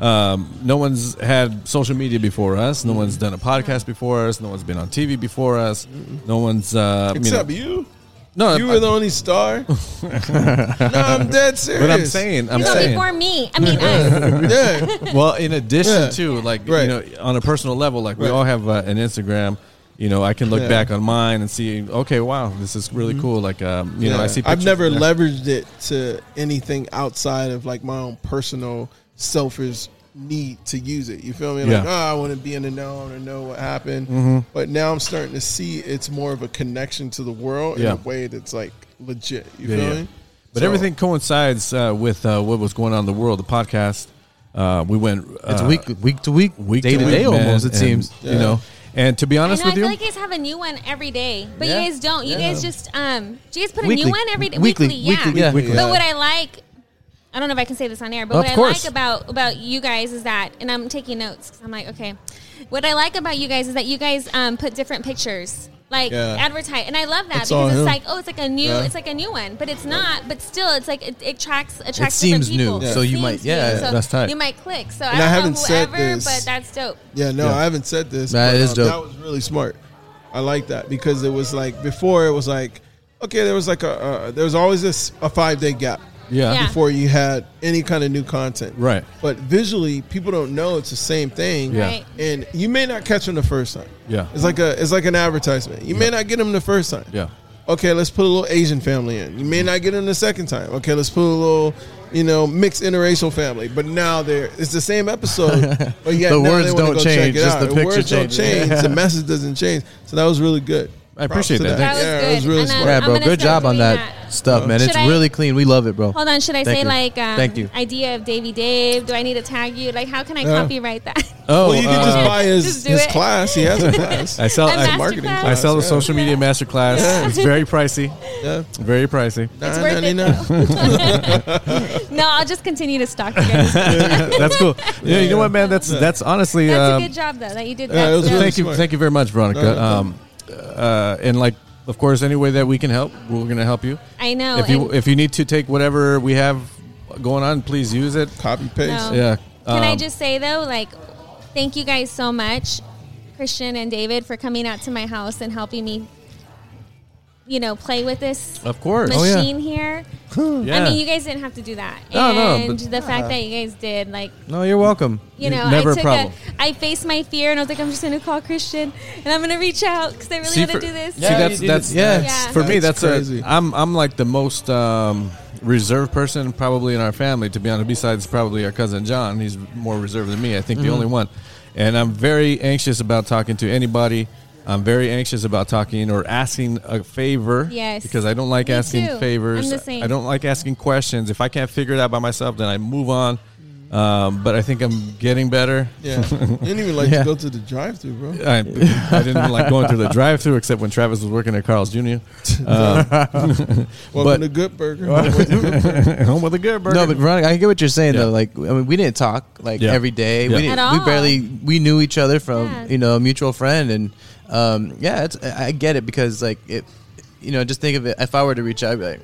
[SPEAKER 1] um, no one's had social media before us.
[SPEAKER 4] Mm-hmm.
[SPEAKER 1] No one's done a podcast before us. No one's been on TV before us. No one's. Uh,
[SPEAKER 4] Mm-hmm. Except
[SPEAKER 1] you
[SPEAKER 4] you.
[SPEAKER 1] know, no,
[SPEAKER 4] You were the only star. no, I'm dead serious.
[SPEAKER 1] Uh, But I'm saying, I'm
[SPEAKER 2] You go
[SPEAKER 1] saying.
[SPEAKER 2] before me. I mean, us.
[SPEAKER 4] Yeah.
[SPEAKER 1] Well, in addition
[SPEAKER 4] Yeah.
[SPEAKER 1] to like you
[SPEAKER 4] Right.
[SPEAKER 1] know on a personal level, like we
[SPEAKER 4] Right.
[SPEAKER 1] all have uh, an Instagram. You know, I can look
[SPEAKER 4] Yeah.
[SPEAKER 1] back on mine and see. Okay, wow, this is really cool. Like, um, you know, I see.
[SPEAKER 4] I've
[SPEAKER 1] pictures-
[SPEAKER 4] never
[SPEAKER 1] yeah.
[SPEAKER 4] leveraged it to anything outside of like my own personal selfish need to use it. You feel me? Like,
[SPEAKER 1] Yeah. Mm-hmm.
[SPEAKER 4] oh, I want to be in the know, I want to know what happened. But now I'm starting to see it's more of a connection to the world
[SPEAKER 1] Yeah.
[SPEAKER 4] in a way that's like legit. You
[SPEAKER 1] Yeah,
[SPEAKER 4] feel
[SPEAKER 1] yeah.
[SPEAKER 4] me?
[SPEAKER 1] But
[SPEAKER 4] So,
[SPEAKER 1] everything coincides uh, with uh, what was going on in the world. The podcast, uh, we went.
[SPEAKER 3] It's
[SPEAKER 1] uh,
[SPEAKER 3] week, week to week,
[SPEAKER 1] week
[SPEAKER 3] day to
[SPEAKER 1] week,
[SPEAKER 3] day
[SPEAKER 1] man,
[SPEAKER 3] almost, it
[SPEAKER 1] and,
[SPEAKER 3] seems.
[SPEAKER 1] You know, And to be
[SPEAKER 2] I
[SPEAKER 1] honest
[SPEAKER 2] know. I
[SPEAKER 1] with you,
[SPEAKER 2] feel like you guys have a new one every day, but
[SPEAKER 3] Yeah.
[SPEAKER 2] you guys don't. You
[SPEAKER 3] Yeah.
[SPEAKER 2] guys just um, do you guys put a
[SPEAKER 3] Weekly.
[SPEAKER 2] new one every day?
[SPEAKER 3] Weekly.
[SPEAKER 2] yeah.
[SPEAKER 3] Weekly, yeah.
[SPEAKER 1] Weekly.
[SPEAKER 2] But what I like, I don't know if I can say this on air, but
[SPEAKER 3] Of
[SPEAKER 2] what I
[SPEAKER 3] course.
[SPEAKER 2] like about about you guys is that, and I'm taking notes because I'm like, okay, what I like about you guys is that you guys um, put different pictures. Like
[SPEAKER 4] Yeah.
[SPEAKER 2] advertise, and I love that
[SPEAKER 4] It's all
[SPEAKER 2] because it's
[SPEAKER 4] him.
[SPEAKER 2] like, oh, it's like a new,
[SPEAKER 4] Yeah.
[SPEAKER 2] it's like a new one, but it's not. But still, it's like it, it tracks attracts
[SPEAKER 3] seems
[SPEAKER 2] different people.
[SPEAKER 3] new,
[SPEAKER 4] so
[SPEAKER 2] It
[SPEAKER 3] you
[SPEAKER 2] seems
[SPEAKER 3] might- yeah,
[SPEAKER 2] new, so
[SPEAKER 1] that's tight.
[SPEAKER 2] You might click. So
[SPEAKER 4] And
[SPEAKER 2] I
[SPEAKER 4] I
[SPEAKER 2] don't
[SPEAKER 4] haven't
[SPEAKER 2] know
[SPEAKER 4] said
[SPEAKER 2] whoever,
[SPEAKER 4] this.
[SPEAKER 2] but that's dope.
[SPEAKER 4] Yeah, no,
[SPEAKER 1] Yeah.
[SPEAKER 4] I haven't said this.
[SPEAKER 3] That
[SPEAKER 4] but,
[SPEAKER 3] is
[SPEAKER 4] uh,
[SPEAKER 3] dope.
[SPEAKER 4] That was really smart. I like that because it was like before it was like okay, there was like a uh, there was always this a five day gap
[SPEAKER 1] yeah,
[SPEAKER 2] Yeah.
[SPEAKER 4] before you had any kind of new content,
[SPEAKER 1] Right.
[SPEAKER 4] But visually, people don't know it's the same thing,
[SPEAKER 1] Yeah.
[SPEAKER 2] Right.
[SPEAKER 4] And you may not catch them the first time.
[SPEAKER 1] Yeah.
[SPEAKER 4] it's like a it's like an advertisement. You may not get them the first time.
[SPEAKER 1] Yeah.
[SPEAKER 4] Okay, let's put a little Asian family in. You may not get them the second time. Okay, let's put a little. You know, mixed interracial family, but now they're it's the same episode, but yet
[SPEAKER 3] The
[SPEAKER 4] now they
[SPEAKER 3] words
[SPEAKER 4] wanna
[SPEAKER 3] don't
[SPEAKER 4] go check
[SPEAKER 3] change,
[SPEAKER 4] it
[SPEAKER 3] just
[SPEAKER 4] out.
[SPEAKER 3] the picture
[SPEAKER 4] words
[SPEAKER 3] changes.
[SPEAKER 4] don't change. the message doesn't change. So that was really good.
[SPEAKER 1] I
[SPEAKER 4] Props
[SPEAKER 1] appreciate
[SPEAKER 4] to
[SPEAKER 1] that.
[SPEAKER 2] That was
[SPEAKER 4] Yeah,
[SPEAKER 2] good.
[SPEAKER 4] it was really
[SPEAKER 2] And uh, I-
[SPEAKER 4] smart.
[SPEAKER 3] Yeah,
[SPEAKER 2] I'm
[SPEAKER 3] bro.
[SPEAKER 2] gonna
[SPEAKER 3] Good
[SPEAKER 2] start
[SPEAKER 3] job on
[SPEAKER 2] doing
[SPEAKER 3] that,
[SPEAKER 2] that.
[SPEAKER 3] stuff, man.
[SPEAKER 2] Should
[SPEAKER 3] it's
[SPEAKER 2] I-
[SPEAKER 3] really clean. We love it, bro.
[SPEAKER 2] Hold on, should I
[SPEAKER 3] Thank
[SPEAKER 2] say
[SPEAKER 3] you.
[SPEAKER 2] like um,
[SPEAKER 3] Thank you.
[SPEAKER 2] idea of Davy Dave? Do I need to tag you? Like, how can I
[SPEAKER 4] Yeah.
[SPEAKER 2] copyright that?
[SPEAKER 1] Oh,
[SPEAKER 4] well, you can just
[SPEAKER 1] uh,
[SPEAKER 4] buy his,
[SPEAKER 2] Just do
[SPEAKER 4] his
[SPEAKER 2] it.
[SPEAKER 4] class. He has a class.
[SPEAKER 1] I sell.
[SPEAKER 2] A
[SPEAKER 1] I,
[SPEAKER 2] master
[SPEAKER 4] marketing
[SPEAKER 2] class?
[SPEAKER 1] I sell the
[SPEAKER 4] Yeah.
[SPEAKER 1] social media master class. It's very pricey.
[SPEAKER 4] Yeah.
[SPEAKER 1] Very pricey.
[SPEAKER 2] It's
[SPEAKER 4] Uh,
[SPEAKER 2] worth it. though. no, I'll just continue to stalk you guys. That's
[SPEAKER 1] That's cool. Yeah, you know what, man? That's that's honestly.
[SPEAKER 2] a
[SPEAKER 1] um,
[SPEAKER 2] good job though that you did
[SPEAKER 4] Yeah,
[SPEAKER 2] that.
[SPEAKER 4] it was
[SPEAKER 2] so-
[SPEAKER 4] really
[SPEAKER 1] thank you,
[SPEAKER 4] smart.
[SPEAKER 1] thank you very much, Veronica.
[SPEAKER 4] No, no
[SPEAKER 1] um, uh, and like, of course, any way that we can help, we're gonna help you.
[SPEAKER 2] I know.
[SPEAKER 1] if you
[SPEAKER 2] Oh, and
[SPEAKER 1] if you need to take whatever we have going on, please use it.
[SPEAKER 4] Copy paste.
[SPEAKER 2] No.
[SPEAKER 1] Yeah.
[SPEAKER 2] Oh. can I
[SPEAKER 1] um,
[SPEAKER 2] just say though, like, thank you guys so much, Christian and David, for coming out to my house and helping me, you know, play with this
[SPEAKER 1] Of course. Oh,
[SPEAKER 3] Oh, yeah.
[SPEAKER 2] machine here.
[SPEAKER 1] Yeah.
[SPEAKER 2] I mean, you guys didn't have to do that,
[SPEAKER 1] No, no,
[SPEAKER 2] and
[SPEAKER 1] but-
[SPEAKER 2] the fact that you guys did, like,
[SPEAKER 3] No, you're welcome.
[SPEAKER 2] you know,
[SPEAKER 1] Never a
[SPEAKER 2] I took
[SPEAKER 1] problem.
[SPEAKER 2] I faced my fear and I was like, I'm just going to call Christian and I'm going to reach out because I really
[SPEAKER 1] See,
[SPEAKER 2] want
[SPEAKER 1] for-
[SPEAKER 2] to do this.
[SPEAKER 1] See, that's
[SPEAKER 3] you did-
[SPEAKER 1] that's
[SPEAKER 3] yeah.
[SPEAKER 1] that's- for me.
[SPEAKER 4] That's
[SPEAKER 1] That's,
[SPEAKER 4] crazy.
[SPEAKER 1] a. I'm I'm like the most um, reserved person probably in our family. To be honest, besides probably our cousin John, he's more reserved than me. I think
[SPEAKER 3] Mm-hmm.
[SPEAKER 1] the only one, and I'm very anxious about talking to anybody. I'm very anxious about talking or asking a favor.
[SPEAKER 2] Yes.
[SPEAKER 1] because I don't like
[SPEAKER 2] Me
[SPEAKER 1] asking
[SPEAKER 2] too.
[SPEAKER 1] favors.
[SPEAKER 2] I'm the same.
[SPEAKER 1] I don't like asking questions. If I can't figure it out by myself, then I move on.
[SPEAKER 2] Mm.
[SPEAKER 1] Um, but I think I'm getting better.
[SPEAKER 4] Yeah. You didn't even like
[SPEAKER 3] Yeah.
[SPEAKER 4] to go to the drive through, bro.
[SPEAKER 1] I, I didn't even like going through the drive-through except when Travis was working at Carl's Uh, Jr.
[SPEAKER 4] Welcome
[SPEAKER 1] but-
[SPEAKER 4] to Good Burger. Welcome to Good Burger.
[SPEAKER 1] Home with a good burger.
[SPEAKER 3] No, but Veronica, I get what you're saying
[SPEAKER 1] Yeah.
[SPEAKER 3] though. Like, I mean, we didn't talk like
[SPEAKER 1] Yeah.
[SPEAKER 3] every day.
[SPEAKER 1] Yeah.
[SPEAKER 3] We didn't.
[SPEAKER 2] At
[SPEAKER 3] We
[SPEAKER 2] all.
[SPEAKER 3] barely. We knew each other from
[SPEAKER 2] Yeah.
[SPEAKER 3] you know a mutual friend, and um, yeah, it's, I I get it because like it, you know, just think of it. If I were to reach out, I'd be like,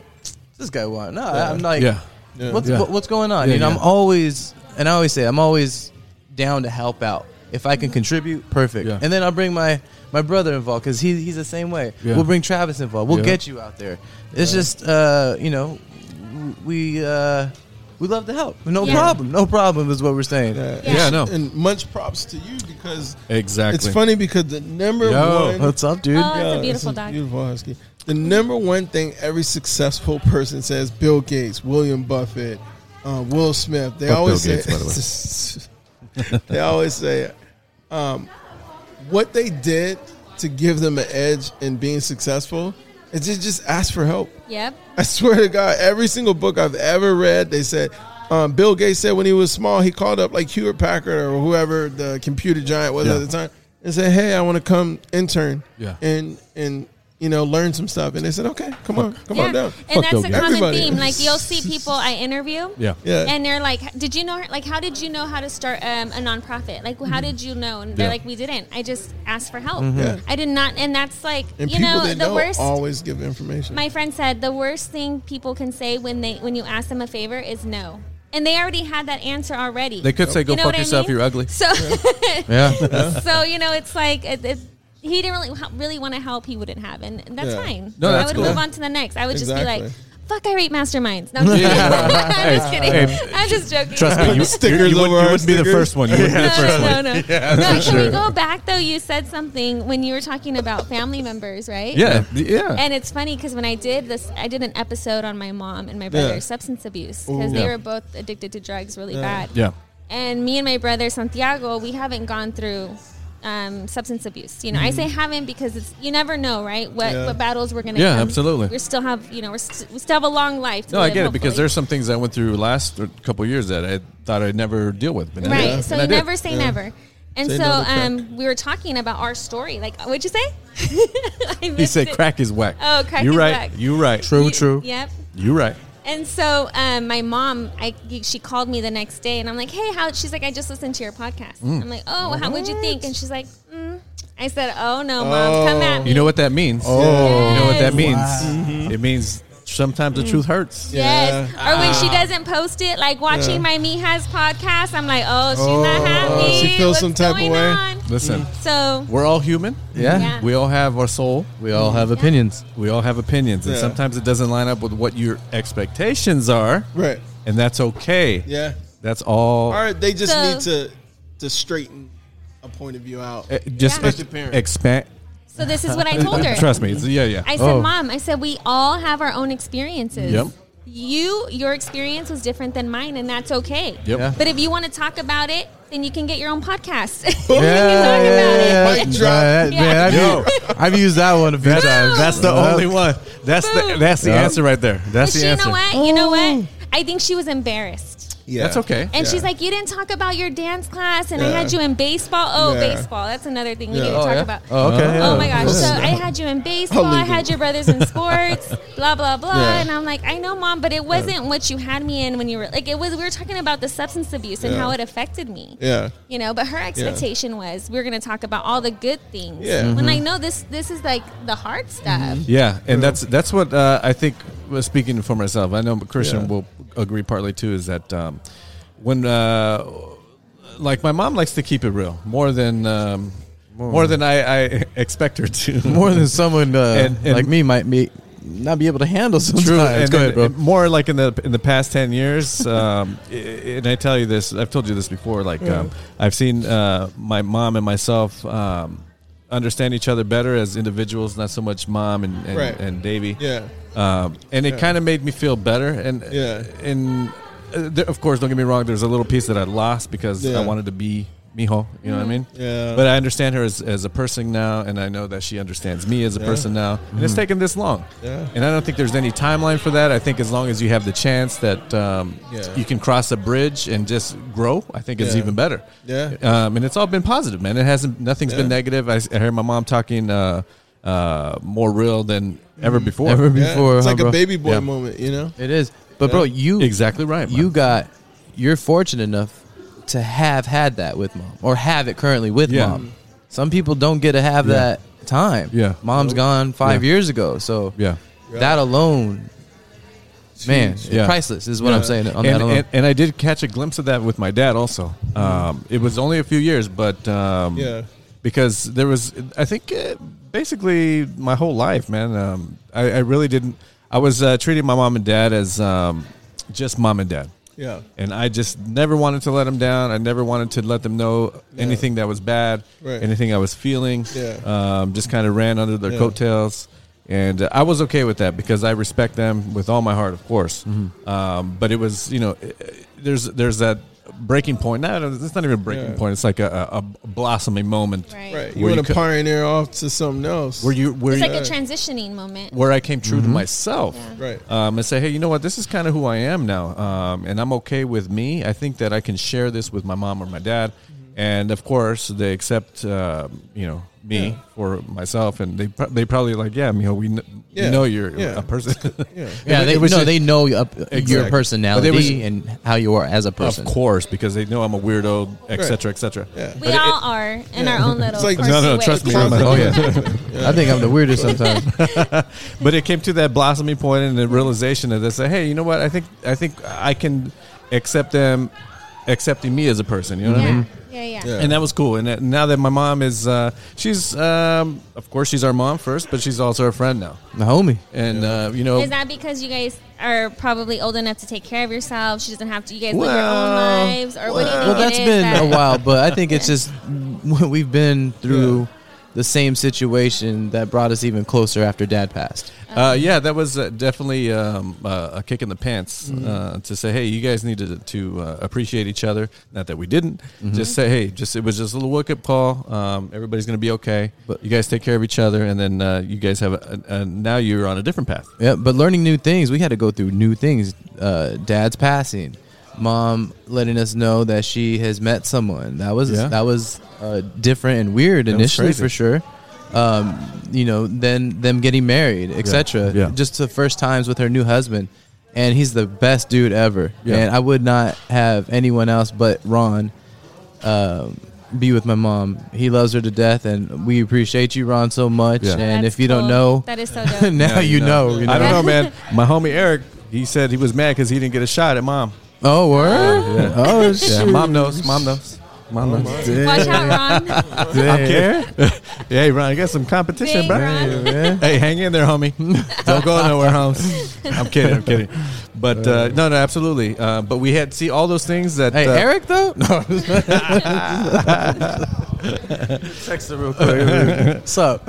[SPEAKER 3] this guy want? No, I- I'm like,
[SPEAKER 1] Yeah.
[SPEAKER 4] Yeah.
[SPEAKER 3] what's
[SPEAKER 1] Yeah.
[SPEAKER 3] what- what's going on?
[SPEAKER 1] Yeah,
[SPEAKER 3] you know, I'm
[SPEAKER 1] yeah.
[SPEAKER 3] always, and I always say, I'm always down to help out. If I can contribute, perfect.
[SPEAKER 1] Yeah.
[SPEAKER 3] And then I'll bring my my brother involved because he, he's the same way.
[SPEAKER 1] Yeah.
[SPEAKER 3] We'll bring Travis involved. We'll
[SPEAKER 1] Yeah.
[SPEAKER 3] get you out there. It's just uh, you know, we uh, we love to help. No
[SPEAKER 2] Yeah.
[SPEAKER 3] problem. No problem is what we're saying.
[SPEAKER 1] Yeah, no.
[SPEAKER 4] And much props to you because
[SPEAKER 1] Exactly.
[SPEAKER 4] it's funny because the number
[SPEAKER 1] Yo.
[SPEAKER 4] one
[SPEAKER 3] What's up, dude?
[SPEAKER 2] Oh, it's a beautiful
[SPEAKER 4] this is
[SPEAKER 2] dog.
[SPEAKER 4] Beautiful husky. The number one thing every successful person says: Bill Gates, William Buffett, uh, Will Smith. They
[SPEAKER 1] Fuck
[SPEAKER 4] always
[SPEAKER 1] Bill
[SPEAKER 4] say.
[SPEAKER 1] Gates, by
[SPEAKER 4] they always say, um, what they did to give them an edge in being successful is they just ask for help.
[SPEAKER 2] Yep.
[SPEAKER 4] I swear to God, every single book I've ever read, they said um, Bill Gates said when he was small, he called up like Hewitt Packard or whoever the computer giant was
[SPEAKER 1] Yeah.
[SPEAKER 4] at the time, and said, "Hey, I want to come intern,
[SPEAKER 1] Yeah.
[SPEAKER 4] and and you know learn some stuff." And they said, "Okay, come on, come on down."
[SPEAKER 1] Fuck
[SPEAKER 2] And that's a
[SPEAKER 1] Yogi.
[SPEAKER 2] common
[SPEAKER 4] Everybody.
[SPEAKER 2] theme. Like you'll see people I interview.
[SPEAKER 1] Yeah.
[SPEAKER 4] Yeah.
[SPEAKER 2] And they're like, "Did you know? Like, how did you know how to start um, a nonprofit? Like, how did you know?" And they're
[SPEAKER 1] Mm-hmm. Yeah. Mm-hmm.
[SPEAKER 2] like, "We didn't. I just asked for help.
[SPEAKER 4] Yeah.
[SPEAKER 2] I did not." And that's like,
[SPEAKER 4] And
[SPEAKER 2] you
[SPEAKER 4] people
[SPEAKER 2] know, the
[SPEAKER 4] that know
[SPEAKER 2] worst.
[SPEAKER 4] always give information.
[SPEAKER 2] my friend said the worst thing people can say when they when you ask them a favor is no, and they already had that answer already.
[SPEAKER 1] They could say, "Go
[SPEAKER 2] You know
[SPEAKER 1] fuck
[SPEAKER 2] what I
[SPEAKER 1] yourself.
[SPEAKER 2] mean?
[SPEAKER 1] You're ugly."
[SPEAKER 2] So,
[SPEAKER 3] Yeah.
[SPEAKER 2] so you know, it's like it, it, he didn't really really want to help. He wouldn't have, and that's
[SPEAKER 4] Yeah.
[SPEAKER 2] fine.
[SPEAKER 1] No,
[SPEAKER 2] I
[SPEAKER 1] that's
[SPEAKER 2] would
[SPEAKER 1] cool.
[SPEAKER 2] move on to the next. I would just be like,
[SPEAKER 4] Exactly.
[SPEAKER 2] "Fuck, I rate masterminds." No, I'm just kidding. I'm just kidding. I'm just joking.
[SPEAKER 1] Trust me, you,
[SPEAKER 4] Stickers
[SPEAKER 1] you, you wouldn't,
[SPEAKER 4] over our
[SPEAKER 1] you wouldn't be the
[SPEAKER 4] stickers.
[SPEAKER 1] first one. You wouldn't be the
[SPEAKER 2] No,
[SPEAKER 1] first
[SPEAKER 2] no,
[SPEAKER 1] one.
[SPEAKER 2] no, no. no can we go back though? You said something when you were talking about family members, right?
[SPEAKER 1] Yeah, yeah.
[SPEAKER 2] And it's funny because when I did this, I did an episode on my mom and my brother's
[SPEAKER 4] Yeah.
[SPEAKER 2] substance abuse because
[SPEAKER 4] Ooh.
[SPEAKER 2] they
[SPEAKER 1] Yeah.
[SPEAKER 2] were both addicted to drugs really bad.
[SPEAKER 1] yeah,
[SPEAKER 2] And me and my brother Santiago, we haven't gone through um, substance abuse. You know, I say haven't because it's you never know, right? What
[SPEAKER 4] Yeah.
[SPEAKER 2] what battles we're gonna
[SPEAKER 1] Mm. Yeah,
[SPEAKER 2] come.
[SPEAKER 1] absolutely.
[SPEAKER 2] We still have you know we're st- we still have a long life. To
[SPEAKER 1] no, I
[SPEAKER 2] live,
[SPEAKER 1] get it because
[SPEAKER 2] hopefully.
[SPEAKER 1] there's some things I went through last or couple years that I thought I'd never deal with. but I
[SPEAKER 2] Right.
[SPEAKER 1] did.
[SPEAKER 2] So
[SPEAKER 1] And I
[SPEAKER 2] you
[SPEAKER 1] did.
[SPEAKER 2] never say never. And
[SPEAKER 4] Say
[SPEAKER 2] so
[SPEAKER 4] another crack.
[SPEAKER 2] um, we were talking about our story. Like, what'd you say? I
[SPEAKER 1] He
[SPEAKER 2] missed
[SPEAKER 1] said
[SPEAKER 2] it.
[SPEAKER 1] crack is whack.
[SPEAKER 2] Oh, crack
[SPEAKER 1] you
[SPEAKER 2] is
[SPEAKER 1] right.
[SPEAKER 2] whack.
[SPEAKER 1] You right.
[SPEAKER 3] True,
[SPEAKER 2] You-
[SPEAKER 3] true.
[SPEAKER 2] Yep.
[SPEAKER 1] You right.
[SPEAKER 2] And so um, my mom, I, she called me the next day, and I'm like, "Hey, how?" She's like, "I just listened to your podcast." I'm like, "Oh, how would you think?" And she's like, mm. "I said, oh no, mom, come at me."
[SPEAKER 1] You know what that means.
[SPEAKER 4] Oh.
[SPEAKER 1] You know what that
[SPEAKER 2] Yes. Mm.
[SPEAKER 1] means. It means sometimes the truth hurts.
[SPEAKER 2] Yes.
[SPEAKER 4] Yeah.
[SPEAKER 2] Or when she doesn't post it, like watching
[SPEAKER 4] Yeah.
[SPEAKER 2] my Mijas podcast, I'm like, "Oh, she's not happy."
[SPEAKER 4] she feels
[SPEAKER 2] What's
[SPEAKER 4] some type of
[SPEAKER 2] going
[SPEAKER 4] way.
[SPEAKER 2] on?
[SPEAKER 1] Listen,
[SPEAKER 2] So
[SPEAKER 1] Mm. we're all human.
[SPEAKER 3] Yeah.
[SPEAKER 2] Yeah.
[SPEAKER 1] We all have our soul.
[SPEAKER 3] We all have opinions.
[SPEAKER 1] We all have opinions, and
[SPEAKER 4] Yeah.
[SPEAKER 1] sometimes it doesn't line up with what your expectations are,
[SPEAKER 4] Right.
[SPEAKER 1] and that's okay.
[SPEAKER 4] Yeah.
[SPEAKER 1] That's all.
[SPEAKER 4] Or they just
[SPEAKER 2] So-
[SPEAKER 4] need to to straighten a point of view out.
[SPEAKER 1] Eh, Just
[SPEAKER 2] Yeah.
[SPEAKER 1] ex- expand.
[SPEAKER 2] so this is what I told her.
[SPEAKER 1] Trust me. It's, yeah, yeah.
[SPEAKER 2] I said,
[SPEAKER 3] Oh.
[SPEAKER 2] Mom, I said, we all have our own experiences.
[SPEAKER 1] Yep.
[SPEAKER 2] You, your experience was different than mine, and that's okay.
[SPEAKER 1] Yep.
[SPEAKER 3] Yeah.
[SPEAKER 2] But if you want to talk about it, then you can get your own podcast.
[SPEAKER 4] Yeah,
[SPEAKER 2] yeah,
[SPEAKER 4] Mic drop.
[SPEAKER 1] Oh.
[SPEAKER 3] Right,
[SPEAKER 2] Yeah.
[SPEAKER 3] man, I've,
[SPEAKER 1] Yo.
[SPEAKER 3] used, I've used that one a few times.
[SPEAKER 1] That's the
[SPEAKER 3] Yeah.
[SPEAKER 1] only one. That's the
[SPEAKER 2] Boom.
[SPEAKER 1] that's the
[SPEAKER 3] Yeah.
[SPEAKER 1] answer right there.
[SPEAKER 2] But
[SPEAKER 1] That's
[SPEAKER 2] she,
[SPEAKER 1] the
[SPEAKER 2] you
[SPEAKER 1] answer.
[SPEAKER 2] know what? You know what? I think she was embarrassed.
[SPEAKER 4] Yeah.
[SPEAKER 1] That's okay.
[SPEAKER 2] And
[SPEAKER 4] Yeah.
[SPEAKER 2] she's like, You didn't talk about your dance class, and I
[SPEAKER 4] Yeah.
[SPEAKER 2] had you in baseball. Oh,
[SPEAKER 4] Yeah.
[SPEAKER 2] baseball. That's another thing we
[SPEAKER 4] Yeah.
[SPEAKER 2] need to
[SPEAKER 4] Oh,
[SPEAKER 2] talk
[SPEAKER 3] yeah?
[SPEAKER 2] about.
[SPEAKER 3] Oh, okay. yeah.
[SPEAKER 2] Oh my gosh. So
[SPEAKER 4] Yeah.
[SPEAKER 2] I had you in baseball. I
[SPEAKER 4] Illegal.
[SPEAKER 2] had your brothers in sports, blah, blah, blah.
[SPEAKER 4] Yeah.
[SPEAKER 2] And I'm like, I know, mom, but it wasn't what you had me in when you were like, it was, we were talking about the substance abuse and
[SPEAKER 4] Yeah.
[SPEAKER 2] how it affected me.
[SPEAKER 4] Yeah.
[SPEAKER 2] You know, but her expectation was we're going to talk about all the good things.
[SPEAKER 4] Yeah. Mhm.
[SPEAKER 2] When
[SPEAKER 1] Mm-hmm.
[SPEAKER 2] I know this, this is like the hard stuff.
[SPEAKER 1] Yeah, and that's that's what uh, I think. uh, Speaking for myself, I know Christian
[SPEAKER 4] Yeah.
[SPEAKER 1] will agree partly too. Is that um, when uh, like my mom likes to keep it real more than um, more, than I, I expect her to.
[SPEAKER 3] More than someone uh,
[SPEAKER 1] And- and-
[SPEAKER 3] like me might be, not be able to handle sometimes.
[SPEAKER 1] True.
[SPEAKER 3] Go ahead, bro.
[SPEAKER 1] More like in the in the past ten years, um, i- and I tell you this, I've told you this before. Like um, I've seen uh, my mom and myself um, understand each other better as individuals, not so much mom and and,
[SPEAKER 4] Right.
[SPEAKER 1] and Davey.
[SPEAKER 4] Yeah.
[SPEAKER 1] um, and it kind of made me feel better. And
[SPEAKER 4] Yeah.
[SPEAKER 1] and uh, there, of course, don't get me wrong. There's a little piece that I lost because
[SPEAKER 4] Yeah. Mm,
[SPEAKER 1] I wanted to be Mijo. You know what I mean?
[SPEAKER 4] Yeah.
[SPEAKER 1] But I understand her as, as a person now, and I know that she understands me as a person now. And it's taken this long.
[SPEAKER 4] Mm-hmm. Yeah.
[SPEAKER 1] And I don't think there's any timeline for that. I think as long as you have the chance that um,
[SPEAKER 4] Yeah.
[SPEAKER 1] you can cross a bridge and just grow, I think it's
[SPEAKER 4] Yeah.
[SPEAKER 1] even better.
[SPEAKER 4] Yeah.
[SPEAKER 1] Um, and it's all been positive, man. It hasn't. Nothing's
[SPEAKER 4] Yeah.
[SPEAKER 1] been negative. I, s- I hear my mom talking uh, uh, more real than
[SPEAKER 4] Mm.
[SPEAKER 1] ever before.
[SPEAKER 3] Ever
[SPEAKER 4] Yeah.
[SPEAKER 3] before,
[SPEAKER 4] it's
[SPEAKER 3] huh,
[SPEAKER 4] like
[SPEAKER 3] bro?
[SPEAKER 4] a baby boy
[SPEAKER 1] Yeah.
[SPEAKER 4] moment, you know?
[SPEAKER 3] It is. But bro, you
[SPEAKER 1] Exactly right.
[SPEAKER 3] You
[SPEAKER 1] You
[SPEAKER 3] got you're fortunate enough to have had that with mom or have it currently with
[SPEAKER 1] Yeah.
[SPEAKER 3] mom. Some people don't get to have
[SPEAKER 1] Yeah.
[SPEAKER 3] that time.
[SPEAKER 1] Yeah.
[SPEAKER 3] Mom's gone 5
[SPEAKER 1] Yeah.
[SPEAKER 3] years ago. So
[SPEAKER 1] yeah.
[SPEAKER 3] that alone man,
[SPEAKER 1] Yeah.
[SPEAKER 3] priceless is what
[SPEAKER 4] Yeah.
[SPEAKER 3] I'm saying on that
[SPEAKER 1] And,
[SPEAKER 3] alone.
[SPEAKER 1] and, and I did catch a glimpse of that with my dad also. Um, it was only a few years, but um,
[SPEAKER 4] Yeah.
[SPEAKER 1] because there was, I think, uh, basically my whole life, man. Um, I, I really didn't. I was uh, treating my mom and dad as um, just mom and dad.
[SPEAKER 4] Yeah.
[SPEAKER 1] and I just never wanted to let them down. I never wanted to let them know anything that was bad,
[SPEAKER 4] Right.
[SPEAKER 1] anything I was feeling.
[SPEAKER 4] Yeah.
[SPEAKER 1] Um, just kind of ran under their
[SPEAKER 4] Yeah.
[SPEAKER 1] coattails, and uh, I was okay with that because I respect them with all my heart, of course.
[SPEAKER 4] Mm-hmm.
[SPEAKER 1] Um, but it was, you know, i- i- there's there's that breaking point. Not it's not even a breaking
[SPEAKER 4] Yeah.
[SPEAKER 1] point. It's like a, a, a blossoming moment
[SPEAKER 2] Right.
[SPEAKER 4] Right.
[SPEAKER 1] Where
[SPEAKER 4] You want
[SPEAKER 1] you
[SPEAKER 4] to
[SPEAKER 1] co-
[SPEAKER 4] pioneer off to something else.
[SPEAKER 1] where you where
[SPEAKER 2] It's
[SPEAKER 1] you-
[SPEAKER 2] like a transitioning moment.
[SPEAKER 1] where I came
[SPEAKER 4] Mm-hmm.
[SPEAKER 1] true to myself.
[SPEAKER 4] Right.
[SPEAKER 1] Um, and say, hey, you know what? This is kind of who I am now, um, and I'm okay with me. I think that I can share this with my mom or my dad,
[SPEAKER 4] Mm-hmm.
[SPEAKER 1] and of course, they accept, uh, you know, me for myself, and they pro- they probably like, yeah, Mijo, we, kn-
[SPEAKER 4] Yeah.
[SPEAKER 1] we know you're
[SPEAKER 4] Yeah.
[SPEAKER 1] a person.
[SPEAKER 4] yeah.
[SPEAKER 3] yeah,
[SPEAKER 1] it
[SPEAKER 3] they
[SPEAKER 1] was
[SPEAKER 3] know
[SPEAKER 1] just-
[SPEAKER 3] they know uh, your
[SPEAKER 1] Exactly.
[SPEAKER 3] personality
[SPEAKER 1] But it was-
[SPEAKER 3] and how you are as a person.
[SPEAKER 1] of course, because they know I'm a weirdo, etc., etc.
[SPEAKER 4] Yeah.
[SPEAKER 2] We all are in our own little.
[SPEAKER 4] like-
[SPEAKER 2] quirky
[SPEAKER 1] No, no,
[SPEAKER 2] ways.
[SPEAKER 1] trust me. I'm
[SPEAKER 4] Sounds
[SPEAKER 1] a-
[SPEAKER 4] like
[SPEAKER 1] oh yeah.
[SPEAKER 3] I think I'm the weirdest sometimes.
[SPEAKER 1] but it came to that blossoming point and the
[SPEAKER 4] Mm-hmm.
[SPEAKER 1] realization that I said, "Hey, you know what? I think I think I can accept them, accepting me as a person." You know what I
[SPEAKER 2] Yeah.
[SPEAKER 1] mean?
[SPEAKER 2] Yeah, yeah.
[SPEAKER 4] Yeah.
[SPEAKER 1] And that was cool. And that, now that my mom is, uh, she's um, of course she's our mom first, but she's also our friend now.
[SPEAKER 3] The homie.
[SPEAKER 1] And uh, you
[SPEAKER 3] Oh.
[SPEAKER 1] know,
[SPEAKER 2] Is that because you guys are probably old enough to take care of yourselves? She doesn't have to. You guys live
[SPEAKER 1] Well,
[SPEAKER 2] your own lives, or what do you
[SPEAKER 3] Well,
[SPEAKER 2] think
[SPEAKER 3] that's
[SPEAKER 2] it is
[SPEAKER 3] been
[SPEAKER 2] that-
[SPEAKER 3] a while, but I think it's just we've been through the same situation that brought us even closer after Dad passed.
[SPEAKER 1] uh, yeah, that was uh, definitely um, uh, a kick in the pants
[SPEAKER 2] Mm-hmm.
[SPEAKER 1] uh, to say, "Hey, you guys needed to uh, appreciate each other." Not that we didn't.
[SPEAKER 3] Mm-hmm.
[SPEAKER 1] Just say, "Hey, just it was just a little wake-up call. Um, everybody's going to be okay. But you guys take care of each other, and then uh, you guys have a, a, a now you're on a different path."
[SPEAKER 3] Yeah, but learning new things, we had to go through new things. Uh, dad's passing, mom letting us know that she has met someone. That was
[SPEAKER 1] Yeah.
[SPEAKER 3] that was uh, different and weird
[SPEAKER 1] was
[SPEAKER 3] initially
[SPEAKER 1] crazy.
[SPEAKER 3] for sure. Um, you know, then them getting married, etc.
[SPEAKER 1] yeah.
[SPEAKER 3] Just the first times with her new husband, and he's the best dude ever.
[SPEAKER 1] Yeah.
[SPEAKER 3] And I would not have anyone else but Ron um, be with my mom. He loves her to death, and we appreciate you, Ron, so much.
[SPEAKER 1] Yeah.
[SPEAKER 3] And
[SPEAKER 2] That's
[SPEAKER 3] if you don't
[SPEAKER 2] cool.
[SPEAKER 3] know,
[SPEAKER 2] that is so dope.
[SPEAKER 3] now you know. you know.
[SPEAKER 1] I don't know, man. My homie Eric, he said he was mad because he didn't get a shot at mom.
[SPEAKER 3] Oh, word.
[SPEAKER 1] Yeah.
[SPEAKER 3] Oh,
[SPEAKER 1] Yeah,
[SPEAKER 3] shit.
[SPEAKER 1] mom knows. Mom knows. Mom knows.
[SPEAKER 2] Watch out, Ron.
[SPEAKER 1] I'm kidding. hey, Ron, I got some competition,
[SPEAKER 2] Big
[SPEAKER 1] bro.
[SPEAKER 2] Ron.
[SPEAKER 3] Yeah.
[SPEAKER 1] Hey, hang in there, homie. Don't go nowhere, Holmes. I'm kidding. I'm kidding. But uh, no, no, absolutely. Uh, but we had see all those things that
[SPEAKER 3] Hey,
[SPEAKER 1] uh,
[SPEAKER 3] Eric, though? No.
[SPEAKER 1] Text real
[SPEAKER 3] What's up?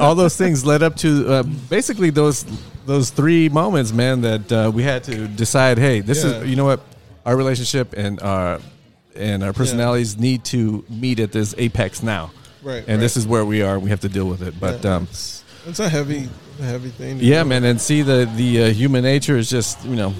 [SPEAKER 1] all those things led up to uh, basically those those three moments, man. That uh, we had to decide. Hey, this
[SPEAKER 4] Yeah.
[SPEAKER 1] is you know what our relationship and our and our personalities need to meet at this apex now.
[SPEAKER 4] Right,
[SPEAKER 1] And this
[SPEAKER 4] right.
[SPEAKER 1] is where we are. We have to deal with it. But
[SPEAKER 4] Yeah.
[SPEAKER 1] um,
[SPEAKER 4] It's a heavy, a heavy thing. to
[SPEAKER 1] yeah,
[SPEAKER 4] do.
[SPEAKER 1] man. And see the the uh, human nature is just you know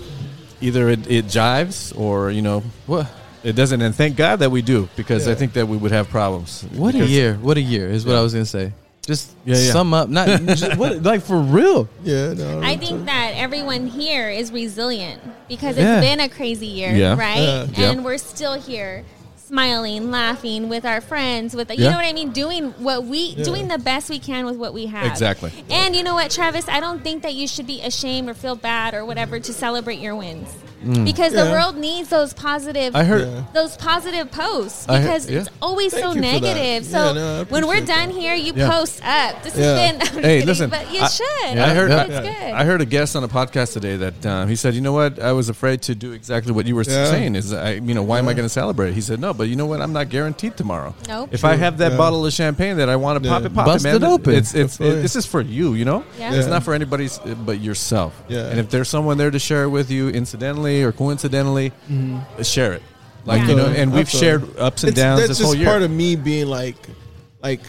[SPEAKER 1] either it, it jives or you know
[SPEAKER 3] What?
[SPEAKER 1] it doesn't. And thank God that we do because I
[SPEAKER 4] Yeah.
[SPEAKER 1] think that we would have problems.
[SPEAKER 3] What a
[SPEAKER 1] Because-
[SPEAKER 3] year! What a year is what I was gonna say. Just
[SPEAKER 1] Yeah, yeah.
[SPEAKER 3] sum up, not just, what like for real.
[SPEAKER 4] Yeah, no,
[SPEAKER 2] I think that everyone here is resilient because
[SPEAKER 3] Yeah.
[SPEAKER 2] it's been a crazy year,
[SPEAKER 1] Yeah.
[SPEAKER 2] right?
[SPEAKER 4] Yeah.
[SPEAKER 1] Yeah.
[SPEAKER 2] And we're still here smiling, laughing with our friends, with you
[SPEAKER 1] Yeah.
[SPEAKER 2] know what I mean, doing what we
[SPEAKER 4] Yeah.
[SPEAKER 2] doing the best we can with what we have.
[SPEAKER 1] Exactly.
[SPEAKER 2] And you know what, Travis, I don't think that you should be ashamed or feel bad or whatever to celebrate your wins. Because the
[SPEAKER 4] Yeah.
[SPEAKER 2] world needs those positive
[SPEAKER 3] I heard.
[SPEAKER 4] Yeah.
[SPEAKER 2] those positive posts
[SPEAKER 3] I heard-
[SPEAKER 2] because
[SPEAKER 3] yeah.
[SPEAKER 2] it's always
[SPEAKER 4] Thank
[SPEAKER 2] so
[SPEAKER 4] you for that.
[SPEAKER 2] negative.
[SPEAKER 4] Yeah,
[SPEAKER 2] So
[SPEAKER 4] no, I
[SPEAKER 2] when we're
[SPEAKER 4] appreciate
[SPEAKER 2] done here, you
[SPEAKER 1] Yeah.
[SPEAKER 2] post up. This has
[SPEAKER 4] Yeah.
[SPEAKER 2] been. I'm just
[SPEAKER 1] Hey,
[SPEAKER 2] kidding,
[SPEAKER 1] listen,
[SPEAKER 2] but you
[SPEAKER 1] I-
[SPEAKER 2] should.
[SPEAKER 1] I heard.
[SPEAKER 3] Yeah.
[SPEAKER 2] It's
[SPEAKER 1] I,
[SPEAKER 2] good.
[SPEAKER 1] I heard a guest on a podcast today that uh, he said, "You know what? I was afraid to do exactly what you were
[SPEAKER 4] Yeah.
[SPEAKER 1] saying. Is I, you know, why am I going to celebrate?" He said, "No, but you know what? I'm not guaranteed tomorrow.
[SPEAKER 2] Nope.
[SPEAKER 1] If I have that
[SPEAKER 4] Yeah.
[SPEAKER 1] bottle of champagne that I want to
[SPEAKER 4] Yeah.
[SPEAKER 1] pop it, pop
[SPEAKER 3] Bust
[SPEAKER 1] it, man.
[SPEAKER 3] it open.
[SPEAKER 1] It's it's
[SPEAKER 4] That's right.
[SPEAKER 1] it- this is for you. You know,
[SPEAKER 2] Yeah.
[SPEAKER 1] it's
[SPEAKER 4] Yeah.
[SPEAKER 1] not for anybody's uh, but yourself.
[SPEAKER 4] Yeah.
[SPEAKER 1] And if there's someone there to share it with you, incidentally or coincidentally, uh, share it. Like
[SPEAKER 2] Yeah.
[SPEAKER 1] you know, and we've
[SPEAKER 4] Mm-hmm. Absolutely.
[SPEAKER 1] shared ups and
[SPEAKER 4] It's,
[SPEAKER 1] downs
[SPEAKER 4] that's
[SPEAKER 1] this
[SPEAKER 4] just
[SPEAKER 1] whole year.
[SPEAKER 4] part of me being like, like,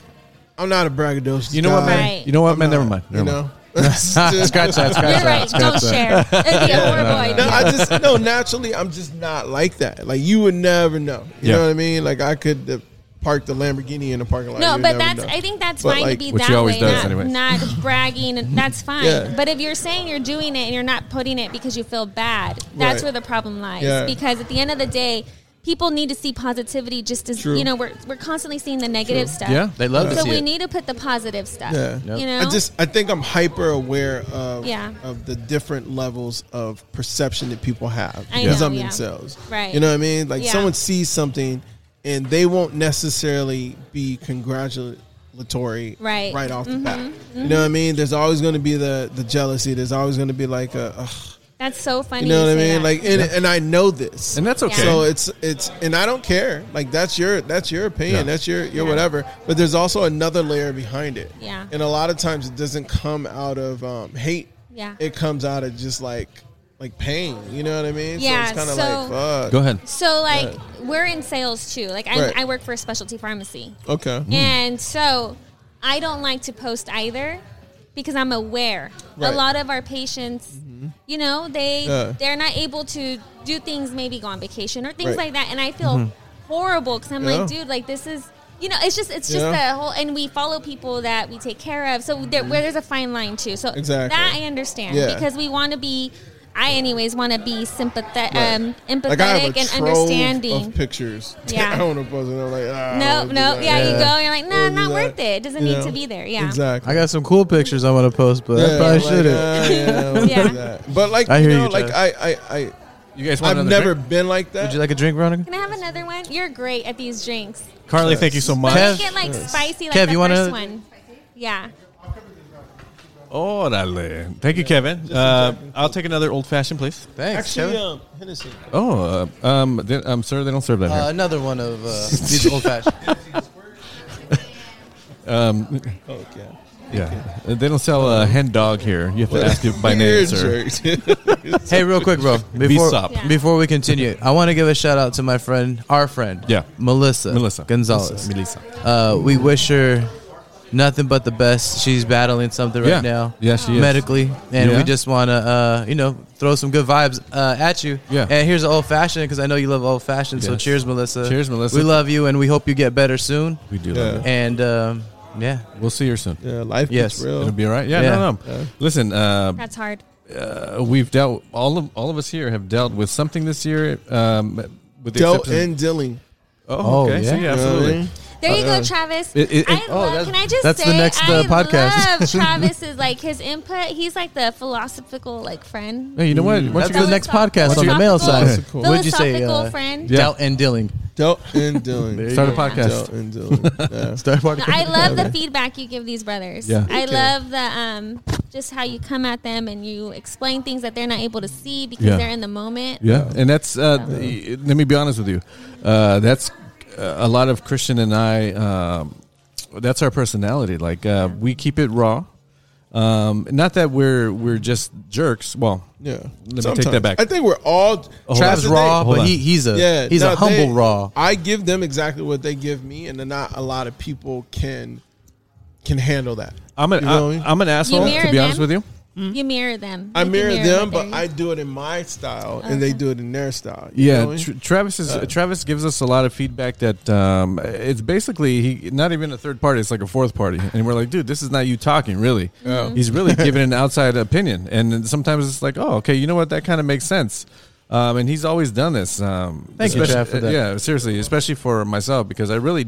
[SPEAKER 4] I'm not a braggadocious.
[SPEAKER 1] you know what,
[SPEAKER 4] guy.
[SPEAKER 1] man?
[SPEAKER 2] Right.
[SPEAKER 1] You know what, man?
[SPEAKER 4] I'm
[SPEAKER 1] Never
[SPEAKER 4] not,
[SPEAKER 1] mind. Never
[SPEAKER 4] you
[SPEAKER 1] mind.
[SPEAKER 4] know, It's just-
[SPEAKER 3] Scratch that. Scratch
[SPEAKER 2] You're
[SPEAKER 3] that.
[SPEAKER 2] right.
[SPEAKER 3] Scratch
[SPEAKER 2] Don't
[SPEAKER 3] that.
[SPEAKER 2] share. It'd be a horrible idea.
[SPEAKER 4] No, I just no. Naturally, I'm just not like that. Like you would never know. You
[SPEAKER 1] Yeah.
[SPEAKER 4] know what I mean? Like I could uh, park the Lamborghini in the parking lot.
[SPEAKER 2] No,
[SPEAKER 4] You'd
[SPEAKER 2] but
[SPEAKER 4] never
[SPEAKER 2] that's.
[SPEAKER 4] know.
[SPEAKER 2] I think that's
[SPEAKER 4] But,
[SPEAKER 2] fine
[SPEAKER 4] like-
[SPEAKER 2] to be
[SPEAKER 1] Which
[SPEAKER 2] that
[SPEAKER 1] he always
[SPEAKER 2] way.
[SPEAKER 1] does
[SPEAKER 2] not,
[SPEAKER 1] anyway.
[SPEAKER 2] not bragging. and That's fine.
[SPEAKER 4] Yeah.
[SPEAKER 2] But if you're saying you're doing it and you're not putting it because you feel bad, that's
[SPEAKER 4] Right.
[SPEAKER 2] where the problem lies.
[SPEAKER 4] Yeah.
[SPEAKER 2] Because at the end of the day, people need to see positivity. Just as
[SPEAKER 4] True.
[SPEAKER 2] you know, we're we're constantly seeing the negative stuff.
[SPEAKER 1] Yeah.
[SPEAKER 3] They love to
[SPEAKER 2] So
[SPEAKER 3] see
[SPEAKER 2] we
[SPEAKER 3] it.
[SPEAKER 2] need to put the positive stuff.
[SPEAKER 4] Yeah.
[SPEAKER 2] You know.
[SPEAKER 4] I just I think I'm hyper aware of
[SPEAKER 2] Yeah.
[SPEAKER 4] of the different levels of perception that people have
[SPEAKER 2] I
[SPEAKER 4] because
[SPEAKER 2] know,
[SPEAKER 4] I'm
[SPEAKER 2] yeah.
[SPEAKER 4] themselves.
[SPEAKER 2] Right.
[SPEAKER 4] You know what I mean? Like
[SPEAKER 2] Yeah.
[SPEAKER 4] someone sees something and they won't necessarily be congratulatory
[SPEAKER 2] Right. Mm-hmm.
[SPEAKER 4] off the bat. You know what I mean? There's always going to be the the jealousy. There's always going to be like a ugh,
[SPEAKER 2] that's so funny.
[SPEAKER 4] you know what I
[SPEAKER 2] say
[SPEAKER 4] mean?
[SPEAKER 2] that.
[SPEAKER 4] Like and, and I know this.
[SPEAKER 1] And that's okay.
[SPEAKER 4] So it's it's and I don't care. Like that's your that's your opinion.
[SPEAKER 1] Yeah.
[SPEAKER 4] That's your your
[SPEAKER 2] Yeah.
[SPEAKER 4] whatever. But there's also another layer behind it.
[SPEAKER 2] Yeah.
[SPEAKER 4] And a lot of times it doesn't come out of um, hate.
[SPEAKER 2] Yeah.
[SPEAKER 4] It comes out of just like like pain. You know what I mean?
[SPEAKER 2] Yeah,
[SPEAKER 4] So it's kind of
[SPEAKER 2] so-
[SPEAKER 4] like fuck.
[SPEAKER 1] Go ahead.
[SPEAKER 2] So like we're in sales too. Like I,
[SPEAKER 4] Right.
[SPEAKER 2] I work for a specialty pharmacy,
[SPEAKER 4] Okay.
[SPEAKER 2] and so I don't like to post either because I'm aware a
[SPEAKER 4] Right. Mm-hmm.
[SPEAKER 2] lot of our patients, you know, they
[SPEAKER 4] Yeah.
[SPEAKER 2] they're not able to do things, maybe go on vacation or things
[SPEAKER 4] Right. Mm-hmm.
[SPEAKER 2] like that, and I feel horrible because I'm like,
[SPEAKER 4] Yeah.
[SPEAKER 2] dude, like this is. You know, it's just it's just
[SPEAKER 4] Yeah. Mm-hmm.
[SPEAKER 2] the whole, and we follow people that we take care of. So there, where there's a fine line too. So
[SPEAKER 4] Exactly.
[SPEAKER 2] that I understand
[SPEAKER 4] Yeah.
[SPEAKER 2] because we want to be, I anyways want to be sympathetic,
[SPEAKER 4] Right.
[SPEAKER 2] um, empathetic,
[SPEAKER 4] Like I have a
[SPEAKER 2] and
[SPEAKER 4] trove
[SPEAKER 2] understanding.
[SPEAKER 4] of pictures.
[SPEAKER 2] Yeah.
[SPEAKER 4] I don't know. if those- and I'm like ah, I
[SPEAKER 2] No,
[SPEAKER 4] don't do
[SPEAKER 2] no,
[SPEAKER 4] that.
[SPEAKER 2] yeah, you go. You're like,
[SPEAKER 4] I
[SPEAKER 2] nah,
[SPEAKER 4] don't do
[SPEAKER 2] not
[SPEAKER 4] that.
[SPEAKER 2] worth it. It doesn't
[SPEAKER 4] You
[SPEAKER 2] need
[SPEAKER 4] know?
[SPEAKER 2] to be there. Yeah,
[SPEAKER 4] Exactly.
[SPEAKER 3] I got some cool pictures I want to post, but I
[SPEAKER 4] Yeah,
[SPEAKER 3] probably
[SPEAKER 4] like,
[SPEAKER 3] shouldn't.
[SPEAKER 1] uh,
[SPEAKER 4] ah, yeah, we'll
[SPEAKER 2] Yeah.
[SPEAKER 4] do that. But like
[SPEAKER 3] I
[SPEAKER 4] you
[SPEAKER 3] hear
[SPEAKER 4] know,
[SPEAKER 3] you,
[SPEAKER 4] like
[SPEAKER 3] Jeff.
[SPEAKER 4] I, I, I
[SPEAKER 1] You guys want
[SPEAKER 4] I've
[SPEAKER 1] another
[SPEAKER 4] never
[SPEAKER 1] drink?
[SPEAKER 4] been like that.
[SPEAKER 3] Would you like a drink, Veronica?
[SPEAKER 2] Can I have another one? You're great at these drinks.
[SPEAKER 1] Carly, thank you so much.
[SPEAKER 3] Kev-
[SPEAKER 2] Make it like spicy, like
[SPEAKER 3] Kev,
[SPEAKER 2] the
[SPEAKER 3] you wanna-
[SPEAKER 2] first one. Yeah.
[SPEAKER 1] Orale. Thank you, Kevin. Uh, I'll take another old fashioned, please.
[SPEAKER 3] Thanks,
[SPEAKER 4] Actually,
[SPEAKER 1] uh,
[SPEAKER 3] Kevin.
[SPEAKER 4] um, Hennessy.
[SPEAKER 1] Oh, uh, um, they, um, sir, they don't serve that
[SPEAKER 3] Uh,
[SPEAKER 1] here.
[SPEAKER 3] another one of uh, these old fashioned.
[SPEAKER 4] Okay.
[SPEAKER 1] Yeah, Uh, they don't sell a uh, hen dog here. You have to ask it by name, sir.
[SPEAKER 3] Hey, real quick, bro. Before
[SPEAKER 1] Vsop.
[SPEAKER 2] Yeah.
[SPEAKER 3] before we continue, I want to give a shout out to my friend, our friend,
[SPEAKER 1] Yeah.
[SPEAKER 3] Melissa,
[SPEAKER 1] Melissa
[SPEAKER 3] Gonzalez.
[SPEAKER 1] Melissa.
[SPEAKER 3] Uh, we wish her nothing but the best. She's battling something
[SPEAKER 1] Yeah.
[SPEAKER 3] right now.
[SPEAKER 1] Yeah, she is.
[SPEAKER 3] medically, and
[SPEAKER 1] Yeah.
[SPEAKER 3] we just want to, uh, you know, throw some good vibes uh, at you.
[SPEAKER 1] Yeah.
[SPEAKER 3] And here's an old fashioned because I know you love old fashioned. So
[SPEAKER 1] Yes.
[SPEAKER 3] cheers, Melissa.
[SPEAKER 1] Cheers, Melissa.
[SPEAKER 3] We love you, and we hope you get better soon.
[SPEAKER 1] We do.
[SPEAKER 4] Yeah.
[SPEAKER 1] Love you.
[SPEAKER 3] And um, yeah,
[SPEAKER 1] We'll see her soon.
[SPEAKER 4] Yeah, life
[SPEAKER 3] Yes.
[SPEAKER 4] gets real.
[SPEAKER 1] It'll be all right. Yeah,
[SPEAKER 3] Yeah.
[SPEAKER 1] no, no.
[SPEAKER 4] Yeah.
[SPEAKER 1] Listen, uh,
[SPEAKER 2] That's hard.
[SPEAKER 1] uh, we've dealt all of all of us here have dealt with something this year. Um, with the
[SPEAKER 4] Dealt
[SPEAKER 1] exception-
[SPEAKER 4] and dealing.
[SPEAKER 1] oh,
[SPEAKER 3] Oh,
[SPEAKER 1] okay, So, yeah,
[SPEAKER 4] You
[SPEAKER 3] yeah.
[SPEAKER 4] know what I
[SPEAKER 1] absolutely.
[SPEAKER 4] mean?
[SPEAKER 2] There you
[SPEAKER 3] Uh-uh.
[SPEAKER 4] Uh,
[SPEAKER 2] go, Travis.
[SPEAKER 1] It- it-
[SPEAKER 2] I
[SPEAKER 1] it-
[SPEAKER 3] oh,
[SPEAKER 2] love.
[SPEAKER 3] that's-
[SPEAKER 2] can I just
[SPEAKER 3] that's
[SPEAKER 2] say
[SPEAKER 3] the next, uh,
[SPEAKER 2] I
[SPEAKER 3] podcast.
[SPEAKER 2] love Travis's like his input. He's like the philosophical like friend.
[SPEAKER 1] Hey, you know what? Why don't
[SPEAKER 3] that's
[SPEAKER 1] you
[SPEAKER 3] the
[SPEAKER 1] go-
[SPEAKER 3] next
[SPEAKER 2] Philosoph-
[SPEAKER 3] podcast on the male side.
[SPEAKER 2] philosophical-
[SPEAKER 3] What'd you say?
[SPEAKER 2] Philosophical
[SPEAKER 3] Uh,
[SPEAKER 2] friend.
[SPEAKER 1] Yeah.
[SPEAKER 3] Doubt and dealing.
[SPEAKER 4] Dealt and dealing.
[SPEAKER 1] Start a podcast.
[SPEAKER 4] Dealt and dealing. Yeah.
[SPEAKER 3] Start
[SPEAKER 2] No,
[SPEAKER 3] podcast.
[SPEAKER 2] I love the feedback you give these brothers.
[SPEAKER 1] Yeah.
[SPEAKER 2] I
[SPEAKER 4] Thank you.
[SPEAKER 2] love the um, just how you come at them and you explain things that they're not able to see because
[SPEAKER 1] Yeah.
[SPEAKER 2] they're in the moment.
[SPEAKER 1] Yeah, and that's. Uh, y- Let me be honest with you. Uh, that's uh, a lot of Christian and I. Um, that's our personality. Like uh, we keep it raw. Um, not that we're we're just jerks. Well,
[SPEAKER 4] Yeah.
[SPEAKER 1] Let me take that back. Oh,
[SPEAKER 4] I think we're all
[SPEAKER 3] Trav's
[SPEAKER 4] That's the
[SPEAKER 3] raw,
[SPEAKER 4] thing.
[SPEAKER 1] Hold
[SPEAKER 3] but
[SPEAKER 1] on.
[SPEAKER 3] he, he's a
[SPEAKER 4] Yeah,
[SPEAKER 3] he's
[SPEAKER 4] no,
[SPEAKER 3] a humble
[SPEAKER 4] they-
[SPEAKER 3] raw.
[SPEAKER 4] I give them exactly what they give me, and then not a lot of people can can handle that.
[SPEAKER 1] I'm an
[SPEAKER 4] You know what I mean?
[SPEAKER 1] I, am an asshole.
[SPEAKER 2] mirror
[SPEAKER 1] To be honest
[SPEAKER 2] them?
[SPEAKER 1] with you,
[SPEAKER 2] You mirror them.
[SPEAKER 4] Mm-hmm. I
[SPEAKER 2] You can
[SPEAKER 4] mirror
[SPEAKER 2] what
[SPEAKER 4] them, but
[SPEAKER 2] they're-
[SPEAKER 4] I do it in my style, and they do it in their style. You know
[SPEAKER 1] yeah.
[SPEAKER 4] what I mean? Uh,
[SPEAKER 1] Tr- Travis is Travis gives us a lot of feedback that um, it's basically he not even a third party. It's like a fourth party, and we're like, dude, this is not you talking. Really,
[SPEAKER 3] Mm-hmm.
[SPEAKER 1] he's really giving an outside opinion, and then sometimes it's like, oh, okay, you know what? That kind of makes sense. Um, and he's always done this. Um,
[SPEAKER 3] Thank you,
[SPEAKER 1] especially-
[SPEAKER 3] Trav, for that.
[SPEAKER 1] Yeah, seriously, especially for myself because I really,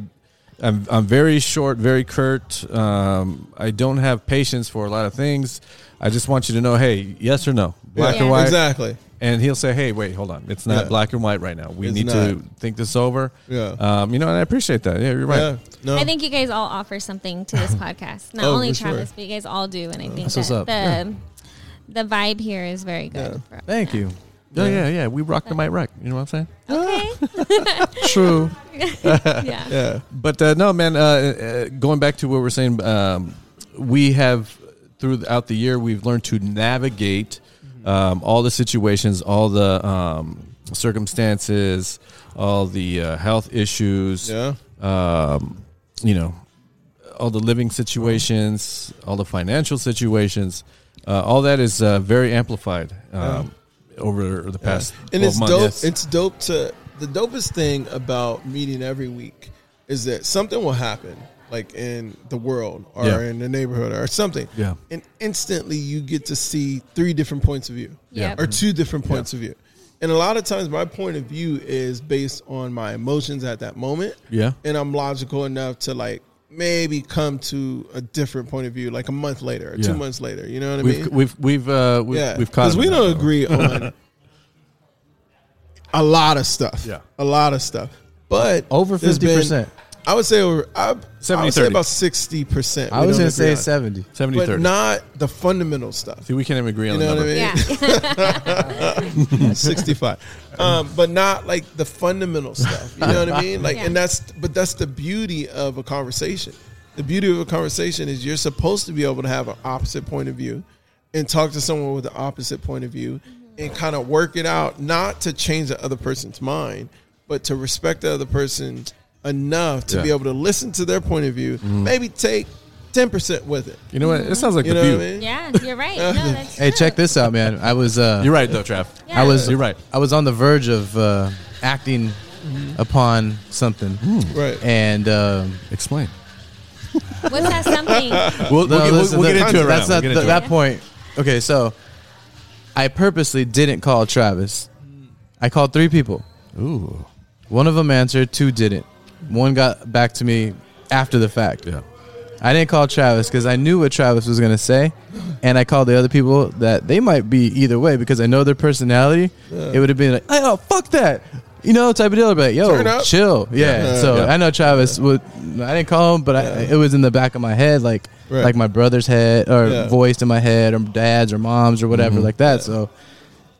[SPEAKER 1] I'm, I'm very short, very curt. Um, I don't have patience for a lot of things. I just want you to know, hey, yes or no, black
[SPEAKER 2] Yeah.
[SPEAKER 1] or white,
[SPEAKER 4] exactly.
[SPEAKER 1] and he'll say, "Hey, wait, hold on. It's not
[SPEAKER 4] Yeah.
[SPEAKER 1] black and white right now. We
[SPEAKER 4] It's
[SPEAKER 1] need to
[SPEAKER 4] not.
[SPEAKER 1] think this over."
[SPEAKER 4] Yeah.
[SPEAKER 1] Um, you know, and I appreciate that. Yeah, you're right.
[SPEAKER 4] Yeah, no,
[SPEAKER 2] I think you guys all offer something to this podcast. Not
[SPEAKER 4] Oh,
[SPEAKER 2] only
[SPEAKER 4] for sure.
[SPEAKER 2] Travis, but you guys all do, and I think
[SPEAKER 3] Mm-hmm. That's what's
[SPEAKER 2] that
[SPEAKER 3] up.
[SPEAKER 2] the the vibe here is very good. for-
[SPEAKER 3] Thank you.
[SPEAKER 1] Yeah, yeah, yeah. We rock the mic rock. You know what I'm saying?
[SPEAKER 2] Okay.
[SPEAKER 1] True.
[SPEAKER 2] yeah.
[SPEAKER 4] yeah,
[SPEAKER 1] But uh, no, man. Uh, uh, going back to what we we're saying, um, we have throughout the year we've learned to navigate
[SPEAKER 4] Mm-hmm.
[SPEAKER 1] um, all the situations, all the um, circumstances, all the uh, health issues.
[SPEAKER 4] yeah.
[SPEAKER 1] um, you know, all the living situations, all the financial situations, uh, all that is uh, very amplified um, over the past.
[SPEAKER 4] and
[SPEAKER 1] 12
[SPEAKER 4] it's
[SPEAKER 1] months.
[SPEAKER 4] dope. It's dope to the dopest thing about meeting every week is that something will happen, like in the world or
[SPEAKER 1] Yeah.
[SPEAKER 4] in the neighborhood or something.
[SPEAKER 1] Yeah.
[SPEAKER 4] and instantly you get to see three different points of view.
[SPEAKER 2] Yep.
[SPEAKER 4] or two different points of view. And a lot of times, my point of view is based on my emotions at that moment.
[SPEAKER 1] Yeah.
[SPEAKER 4] and I'm logical enough to like maybe come to a different point of view, like a month later, or
[SPEAKER 1] Yeah.
[SPEAKER 4] two months later. You know what I
[SPEAKER 1] We've
[SPEAKER 4] mean?
[SPEAKER 1] we've we've uh, we've,
[SPEAKER 4] yeah,
[SPEAKER 1] we've caught
[SPEAKER 4] because
[SPEAKER 1] him
[SPEAKER 4] we
[SPEAKER 1] in that
[SPEAKER 4] don't
[SPEAKER 1] one.
[SPEAKER 4] agree on a lot of stuff.
[SPEAKER 1] Yeah.
[SPEAKER 4] a lot of stuff. But
[SPEAKER 3] Over
[SPEAKER 4] there's been-
[SPEAKER 3] 50%.
[SPEAKER 4] I would say over. I, I
[SPEAKER 1] 70,
[SPEAKER 4] would say
[SPEAKER 1] 30.
[SPEAKER 4] about sixty percent.
[SPEAKER 3] I was gonna say seventy.
[SPEAKER 1] 70
[SPEAKER 4] but
[SPEAKER 1] 30.
[SPEAKER 4] not the fundamental stuff.
[SPEAKER 1] See, we can't even agree on
[SPEAKER 4] You
[SPEAKER 1] the
[SPEAKER 4] know what I
[SPEAKER 1] number.
[SPEAKER 4] mean?
[SPEAKER 2] Yeah.
[SPEAKER 4] 65 um, but not like the fundamental stuff you know what i mean like and that's but that's the beauty of a conversation the beauty of a conversation is you're supposed to be able to have an opposite point of view and talk to someone with the opposite point of view and kind of work it out not to change the other person's mind but to respect the other person enough to
[SPEAKER 1] Yeah.
[SPEAKER 4] be able to listen to their point of view maybe take 10% with it
[SPEAKER 1] You know what? It sounds like
[SPEAKER 4] you
[SPEAKER 1] the
[SPEAKER 4] know
[SPEAKER 1] view.
[SPEAKER 4] what i mean
[SPEAKER 2] Yeah, You're right. No, that's
[SPEAKER 3] Hey,
[SPEAKER 2] true.
[SPEAKER 3] check this out, man. I was uh,
[SPEAKER 1] You're right though, Trav.
[SPEAKER 2] Yeah.
[SPEAKER 3] I was
[SPEAKER 1] You're right.
[SPEAKER 3] I was on the verge of uh, acting
[SPEAKER 4] Mm-hmm.
[SPEAKER 3] upon something,
[SPEAKER 1] Hmm.
[SPEAKER 4] right
[SPEAKER 3] and um,
[SPEAKER 1] Explain.
[SPEAKER 2] What's that something?
[SPEAKER 1] We'll,
[SPEAKER 3] no,
[SPEAKER 1] we'll, get-
[SPEAKER 3] listen,
[SPEAKER 1] we'll get
[SPEAKER 3] that-
[SPEAKER 1] into it. Right
[SPEAKER 3] That's
[SPEAKER 1] now. We'll get
[SPEAKER 3] not the-
[SPEAKER 1] into it.
[SPEAKER 3] that point. Okay, so I purposely didn't call Travis. I called three people.
[SPEAKER 1] Ooh,
[SPEAKER 3] One of them answered. Two didn't. One got back to me after the fact.
[SPEAKER 1] yeah.
[SPEAKER 3] I didn't call Travis because I knew what Travis was gonna say, and I called the other people that they might be either way because I know their personality. It would have been like, oh fuck that, you know, type of deal. But
[SPEAKER 4] Turn
[SPEAKER 3] yo,
[SPEAKER 4] up.
[SPEAKER 3] chill, yeah.
[SPEAKER 4] Yeah.
[SPEAKER 3] So
[SPEAKER 1] Yeah.
[SPEAKER 3] I know Travis would. I didn't call him, but I, it was in the back of my head, like
[SPEAKER 4] Right.
[SPEAKER 3] like my brother's head or
[SPEAKER 4] Yeah.
[SPEAKER 3] voice in my head or dad's or mom's or whatever like that. So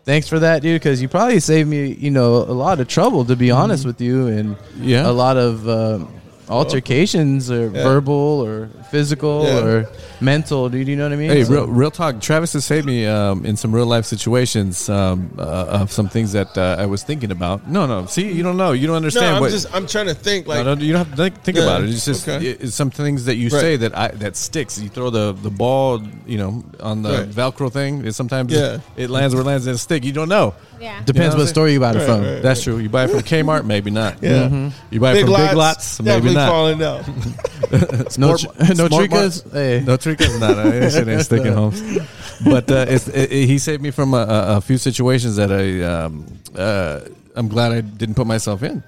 [SPEAKER 3] thanks for that, dude, because you probably saved me, you know, a lot of trouble to be honest with you, and
[SPEAKER 1] Yeah.
[SPEAKER 3] a lot of. um altercations or verbal or physical
[SPEAKER 4] Yeah.
[SPEAKER 3] or mental. Dude, you know what I mean?
[SPEAKER 1] Hey,
[SPEAKER 3] So-
[SPEAKER 1] real, real talk. Travis has saved me um, in some real life situations um, uh, of some things that uh, I was thinking about. No, no. See, you don't know. You don't
[SPEAKER 4] No,
[SPEAKER 1] understand.
[SPEAKER 4] I'm
[SPEAKER 1] what,
[SPEAKER 4] just I'm trying to think
[SPEAKER 1] No,
[SPEAKER 4] like
[SPEAKER 1] no, you don't have to think, think
[SPEAKER 4] Yeah,
[SPEAKER 1] about it. It's just
[SPEAKER 4] okay.
[SPEAKER 1] it- it's some things that you
[SPEAKER 4] Right.
[SPEAKER 1] say that I that sticks. You throw the, the ball, you know, on the
[SPEAKER 4] Right.
[SPEAKER 1] Velcro thing. It sometimes
[SPEAKER 4] Yeah.
[SPEAKER 1] it lands where it lands and it stick. You don't know.
[SPEAKER 2] Yeah.
[SPEAKER 3] Depends
[SPEAKER 1] You know what I'm
[SPEAKER 3] what store you buy it
[SPEAKER 4] Right,
[SPEAKER 3] from.
[SPEAKER 4] right.
[SPEAKER 1] That's true. You buy it from Kmart, maybe not.
[SPEAKER 4] Yeah.
[SPEAKER 1] You buy it from Big Lots, maybe
[SPEAKER 4] definitely
[SPEAKER 1] not.
[SPEAKER 4] falling out.
[SPEAKER 3] No,
[SPEAKER 1] Smart-
[SPEAKER 3] tr- no
[SPEAKER 1] Smart Mart-
[SPEAKER 3] trickers. Hey.
[SPEAKER 1] No trickers, no, no, it shit ain't sticking, Holmes. But uh, it's, it, it- he saved me from a, a, a few situations that I, um, uh, I'm glad I didn't put myself in,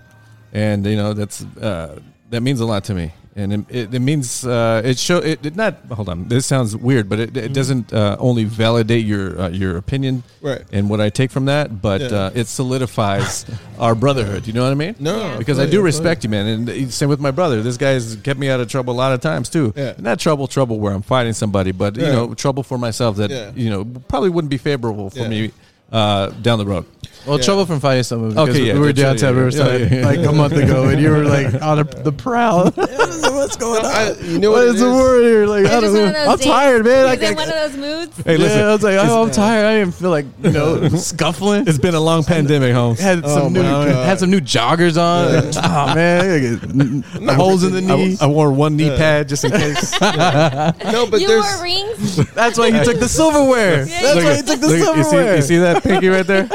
[SPEAKER 1] and you know that's uh, that means a lot to me, and it, it, it means uh, it show it did not. Hold on, this sounds weird, but it,
[SPEAKER 4] Mm-hmm.
[SPEAKER 1] it doesn't uh, only validate your uh, your opinion
[SPEAKER 4] Right.
[SPEAKER 1] and what I take from that, but
[SPEAKER 4] Yeah.
[SPEAKER 1] uh, it solidifies our brotherhood. You know what I mean?
[SPEAKER 4] No, Yeah.
[SPEAKER 1] because I do
[SPEAKER 4] totally,
[SPEAKER 1] respect you, man, and the- same with my brother. This guy's kept me out of trouble a lot of times too.
[SPEAKER 4] Yeah.
[SPEAKER 1] Not trouble, trouble where I'm fighting somebody, but you
[SPEAKER 4] Yeah.
[SPEAKER 1] know, trouble for myself that
[SPEAKER 4] Yeah.
[SPEAKER 1] you know probably wouldn't be favorable for
[SPEAKER 4] Yeah.
[SPEAKER 1] me uh, down the road.
[SPEAKER 3] Well,
[SPEAKER 4] Yeah.
[SPEAKER 3] trouble from fighting someone. Because
[SPEAKER 1] Okay,
[SPEAKER 3] we
[SPEAKER 1] yeah,
[SPEAKER 3] were
[SPEAKER 1] that's right,
[SPEAKER 3] downtown
[SPEAKER 1] yeah, yeah.
[SPEAKER 3] Riverside
[SPEAKER 1] Yeah, yeah,
[SPEAKER 3] like
[SPEAKER 1] yeah.
[SPEAKER 3] a month ago, and you were like on a, the prowl. What's going on?
[SPEAKER 4] I, you know
[SPEAKER 3] What is the word? You're like,
[SPEAKER 2] It
[SPEAKER 3] I
[SPEAKER 2] was one
[SPEAKER 3] don't know.
[SPEAKER 2] of those
[SPEAKER 3] I'm
[SPEAKER 2] days-
[SPEAKER 3] tired, man.
[SPEAKER 2] he
[SPEAKER 3] I
[SPEAKER 2] was in
[SPEAKER 3] can't.
[SPEAKER 2] one of those moods.
[SPEAKER 1] Hey, listen,
[SPEAKER 3] yeah, I was like, oh, I'm
[SPEAKER 1] it's-
[SPEAKER 3] tired. I didn't feel like you know scuffling.
[SPEAKER 1] it's been a long pandemic, Holmes.
[SPEAKER 3] Had
[SPEAKER 4] Oh
[SPEAKER 3] some new
[SPEAKER 4] my God.
[SPEAKER 3] had some new joggers on. Like, oh man, I got holes in the knee.
[SPEAKER 1] I, I wore one knee pad just in case.
[SPEAKER 4] No, but
[SPEAKER 2] you
[SPEAKER 4] there's
[SPEAKER 2] wore rings.
[SPEAKER 3] That's why you took the silverware. That's
[SPEAKER 1] Look
[SPEAKER 3] why
[SPEAKER 1] at-
[SPEAKER 3] you took the
[SPEAKER 1] look at- you see-
[SPEAKER 3] silverware.
[SPEAKER 1] You see that pinky right there?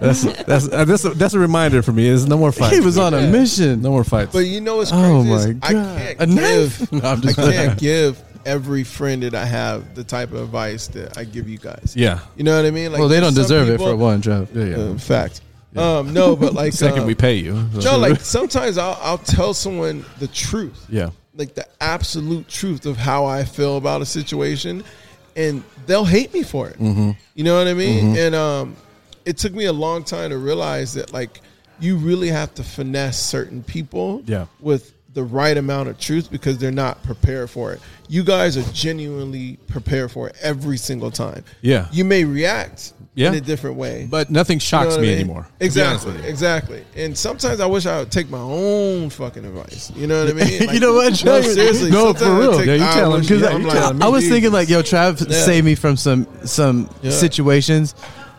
[SPEAKER 1] That's that's uh, that's a, that's a reminder for me. There's no more fights.
[SPEAKER 3] He was on a mission.
[SPEAKER 1] no more fights.
[SPEAKER 4] but you know what's crazy
[SPEAKER 3] Oh
[SPEAKER 4] is
[SPEAKER 3] my
[SPEAKER 4] I
[SPEAKER 3] God.
[SPEAKER 4] can't
[SPEAKER 3] A knife?
[SPEAKER 4] give
[SPEAKER 3] No, I'm
[SPEAKER 4] I
[SPEAKER 3] just-
[SPEAKER 4] can't give every friend that I have the type of advice that I give you guys.
[SPEAKER 1] yeah.
[SPEAKER 4] You know what I mean? Like,
[SPEAKER 3] Well, they don't
[SPEAKER 4] some
[SPEAKER 3] deserve it
[SPEAKER 4] people-
[SPEAKER 3] for one, Trev. Yeah,
[SPEAKER 4] Uh, fact. Um, no, but like
[SPEAKER 1] Second,
[SPEAKER 4] um,
[SPEAKER 1] we pay you.
[SPEAKER 4] No, like sometimes I'll, I'll tell someone the truth.
[SPEAKER 1] yeah.
[SPEAKER 4] like the absolute truth of how I feel about a situation, and they'll hate me for it.
[SPEAKER 1] Mm-hmm.
[SPEAKER 4] You know what I mean? And um, it took me a long time to realize that like you really have to finesse certain people
[SPEAKER 1] Yeah.
[SPEAKER 4] with the right amount of truth because they're not prepared for it. You guys are genuinely prepared for it every single time.
[SPEAKER 1] Yeah.
[SPEAKER 4] You may react
[SPEAKER 1] Yeah.
[SPEAKER 4] in a different way.
[SPEAKER 1] But nothing
[SPEAKER 4] you know
[SPEAKER 1] shocks
[SPEAKER 4] what I
[SPEAKER 1] me
[SPEAKER 4] mean?
[SPEAKER 1] anymore. to be honest
[SPEAKER 4] Exactly.
[SPEAKER 1] with you.
[SPEAKER 4] Exactly. And sometimes I wish I would take my own fucking advice. You know what I mean? Like-
[SPEAKER 3] you know what?
[SPEAKER 4] No,
[SPEAKER 3] Trev?
[SPEAKER 4] seriously.
[SPEAKER 3] No,
[SPEAKER 4] sometimes
[SPEAKER 3] for
[SPEAKER 4] I
[SPEAKER 3] real.
[SPEAKER 4] take-
[SPEAKER 1] Yeah, you
[SPEAKER 4] I
[SPEAKER 1] tell him,
[SPEAKER 4] wish-
[SPEAKER 1] 'cause
[SPEAKER 4] yeah,
[SPEAKER 1] I-
[SPEAKER 4] I'm
[SPEAKER 1] you
[SPEAKER 4] like,
[SPEAKER 1] tell him.
[SPEAKER 3] I was
[SPEAKER 4] Jesus.
[SPEAKER 3] thinking like, yo, Trav
[SPEAKER 4] Yeah.
[SPEAKER 3] saved me from some some
[SPEAKER 4] Yeah.
[SPEAKER 3] situations,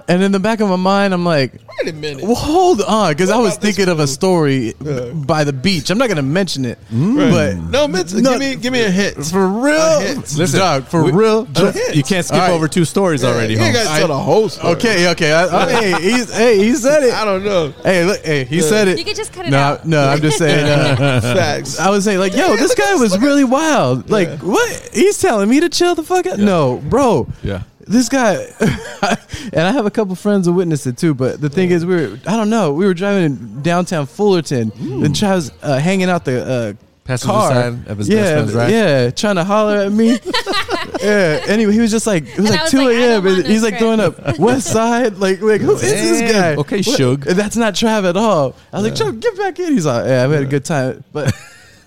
[SPEAKER 3] and in the back of my mind, I'm like,
[SPEAKER 4] Wait a minute.
[SPEAKER 3] well, hold on, because I was
[SPEAKER 4] about this
[SPEAKER 3] thinking of a story
[SPEAKER 4] Yeah.
[SPEAKER 3] by the beach. I'm not gonna mention it,
[SPEAKER 1] Mm.
[SPEAKER 4] Right.
[SPEAKER 3] but
[SPEAKER 4] no, Mitch,
[SPEAKER 3] No.
[SPEAKER 4] give me give me a hit.
[SPEAKER 3] for
[SPEAKER 4] A
[SPEAKER 3] real,
[SPEAKER 4] hit.
[SPEAKER 1] Listen,
[SPEAKER 3] dog, for
[SPEAKER 1] we-
[SPEAKER 3] real.
[SPEAKER 1] Don't- you can't skip
[SPEAKER 3] All right.
[SPEAKER 1] over two stories already.
[SPEAKER 4] You
[SPEAKER 1] Holmes.
[SPEAKER 4] guys tell the whole story.
[SPEAKER 3] Okay, okay. I, I, hey, he's, hey, he said it.
[SPEAKER 4] I don't know.
[SPEAKER 3] Hey, look, hey, he said it.
[SPEAKER 2] You could just cut it
[SPEAKER 3] no,
[SPEAKER 2] out.
[SPEAKER 3] no, I'm just saying. Uh,
[SPEAKER 4] Facts.
[SPEAKER 3] I would say like, yo, this guy was really wild. Like, what? He's telling me to chill the fuck out. No, bro.
[SPEAKER 1] Yeah.
[SPEAKER 3] This guy, and I have a couple friends who witnessed it too. But the thing is, we were I don't know. We were driving in downtown Fullerton, and Travis uh, hanging out the uh,
[SPEAKER 1] Passenger
[SPEAKER 3] car.
[SPEAKER 1] side of his best
[SPEAKER 3] yeah,
[SPEAKER 1] friend's ride.
[SPEAKER 3] yeah, trying to holler at me. yeah. Anyway, he was just like it was
[SPEAKER 2] And I
[SPEAKER 3] like
[SPEAKER 2] was
[SPEAKER 3] two
[SPEAKER 2] like, I
[SPEAKER 3] a.m.
[SPEAKER 2] don't want
[SPEAKER 3] and he's
[SPEAKER 2] this
[SPEAKER 3] like throwing up West Side. Like, like who is this guy?
[SPEAKER 1] Damn. Okay,
[SPEAKER 3] What-
[SPEAKER 1] Suge.
[SPEAKER 3] and That's not Trav at all. I was like, Trav, get back in. He's like, yeah, we had a good time, but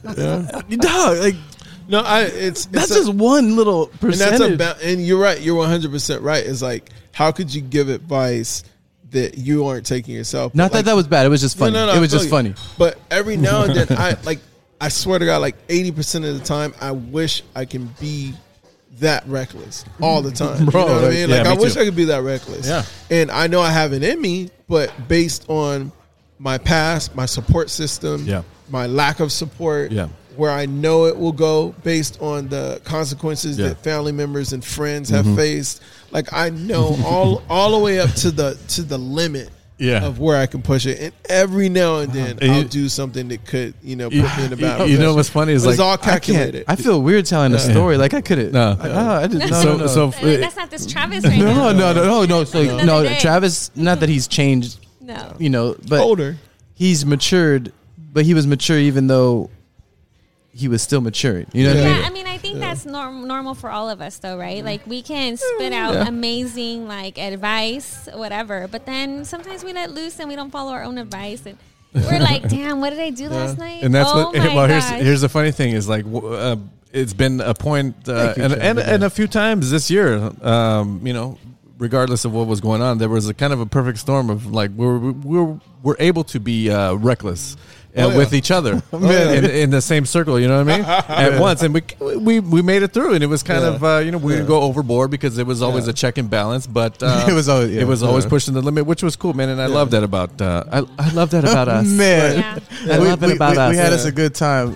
[SPEAKER 3] dog, like
[SPEAKER 4] No, I it's, it's
[SPEAKER 3] that's
[SPEAKER 4] a-
[SPEAKER 3] just one little
[SPEAKER 4] and that's a
[SPEAKER 3] percentage.
[SPEAKER 4] ba- and you're right. You're 100 percent right. It's like how could you give advice that you aren't taking yourself?
[SPEAKER 3] not
[SPEAKER 4] But, like,
[SPEAKER 3] that that was bad. It was just funny.
[SPEAKER 4] No, no, no,
[SPEAKER 3] it
[SPEAKER 4] I
[SPEAKER 3] was
[SPEAKER 4] feel
[SPEAKER 3] just
[SPEAKER 4] you.
[SPEAKER 3] funny.
[SPEAKER 4] But every now and then, I like. I swear to God, like eighty percent of the time, I wish I can be that reckless all the time.
[SPEAKER 1] Bro,
[SPEAKER 4] you know what I
[SPEAKER 1] like-
[SPEAKER 4] mean?
[SPEAKER 1] yeah,
[SPEAKER 4] Like I
[SPEAKER 1] me
[SPEAKER 4] wish
[SPEAKER 1] too.
[SPEAKER 4] I could be that reckless.
[SPEAKER 1] Yeah.
[SPEAKER 4] And I know I have it in me, but based on my past, my support system,
[SPEAKER 1] Yeah.
[SPEAKER 4] my lack of support,
[SPEAKER 1] Yeah.
[SPEAKER 4] where I know it will go based on the consequences
[SPEAKER 1] Yeah. Mm-hmm.
[SPEAKER 4] that family members and friends have faced. Like I know all all the way up to the to the limit
[SPEAKER 1] Yeah.
[SPEAKER 4] of where I can push it. And every now and then,
[SPEAKER 1] And
[SPEAKER 4] I'll
[SPEAKER 1] Uh-huh. you-
[SPEAKER 4] do something that could, you know, put
[SPEAKER 1] You-
[SPEAKER 4] me in the
[SPEAKER 1] you-
[SPEAKER 4] battle.
[SPEAKER 1] you know what's funny is
[SPEAKER 4] But it's
[SPEAKER 1] like,
[SPEAKER 4] all
[SPEAKER 3] I can't.
[SPEAKER 4] calculated.
[SPEAKER 3] I feel weird telling a story. Like I couldn't.
[SPEAKER 1] No.
[SPEAKER 3] I, no, I just, no,
[SPEAKER 1] So,
[SPEAKER 3] no, no.
[SPEAKER 1] so
[SPEAKER 2] I mean, that's not this Travis right
[SPEAKER 3] no,
[SPEAKER 2] now.
[SPEAKER 3] no, no, no, no. So
[SPEAKER 2] Another
[SPEAKER 3] no,
[SPEAKER 2] day.
[SPEAKER 3] Travis. Not that he's changed,
[SPEAKER 2] No.
[SPEAKER 3] you know, but
[SPEAKER 4] Older.
[SPEAKER 3] he's matured. But he was mature even though he was still maturing. You know what I
[SPEAKER 2] Yeah,
[SPEAKER 3] mean?
[SPEAKER 2] I mean, I think that's norm- normal for all of us, though, right? Like, we can spit out
[SPEAKER 1] Yeah.
[SPEAKER 2] amazing, like, advice, whatever, but then sometimes we let loose and we don't follow our own advice. And we're like, damn, what did I do last night?
[SPEAKER 1] and that's
[SPEAKER 2] oh
[SPEAKER 1] what.
[SPEAKER 2] my
[SPEAKER 1] Well, here's
[SPEAKER 2] gosh.
[SPEAKER 1] here's the funny thing is like. w- Uh, it's been a point, uh,
[SPEAKER 3] you,
[SPEAKER 1] and,
[SPEAKER 3] Chad.
[SPEAKER 1] and and a few times this year. Um, you know, regardless of what was going on, there was a kind of a perfect storm of like we're we're we're able to be uh, reckless. Uh,
[SPEAKER 4] Oh, yeah.
[SPEAKER 1] With each other in, in the same circle, you know what I mean? At once, and we we we made it through, and it was kind
[SPEAKER 4] Yeah.
[SPEAKER 1] of uh, you know we didn't
[SPEAKER 4] Yeah.
[SPEAKER 1] go overboard because it was always a check and balance, but uh,
[SPEAKER 3] It was always- yeah.
[SPEAKER 1] it was always
[SPEAKER 3] Yeah.
[SPEAKER 1] pushing the limit, which was cool, man, and I love that about uh, I I love that about us.
[SPEAKER 3] man.
[SPEAKER 2] Yeah.
[SPEAKER 3] I
[SPEAKER 5] We-
[SPEAKER 3] love it
[SPEAKER 5] we-
[SPEAKER 3] about
[SPEAKER 5] we-
[SPEAKER 3] us.
[SPEAKER 5] we had us a
[SPEAKER 3] good time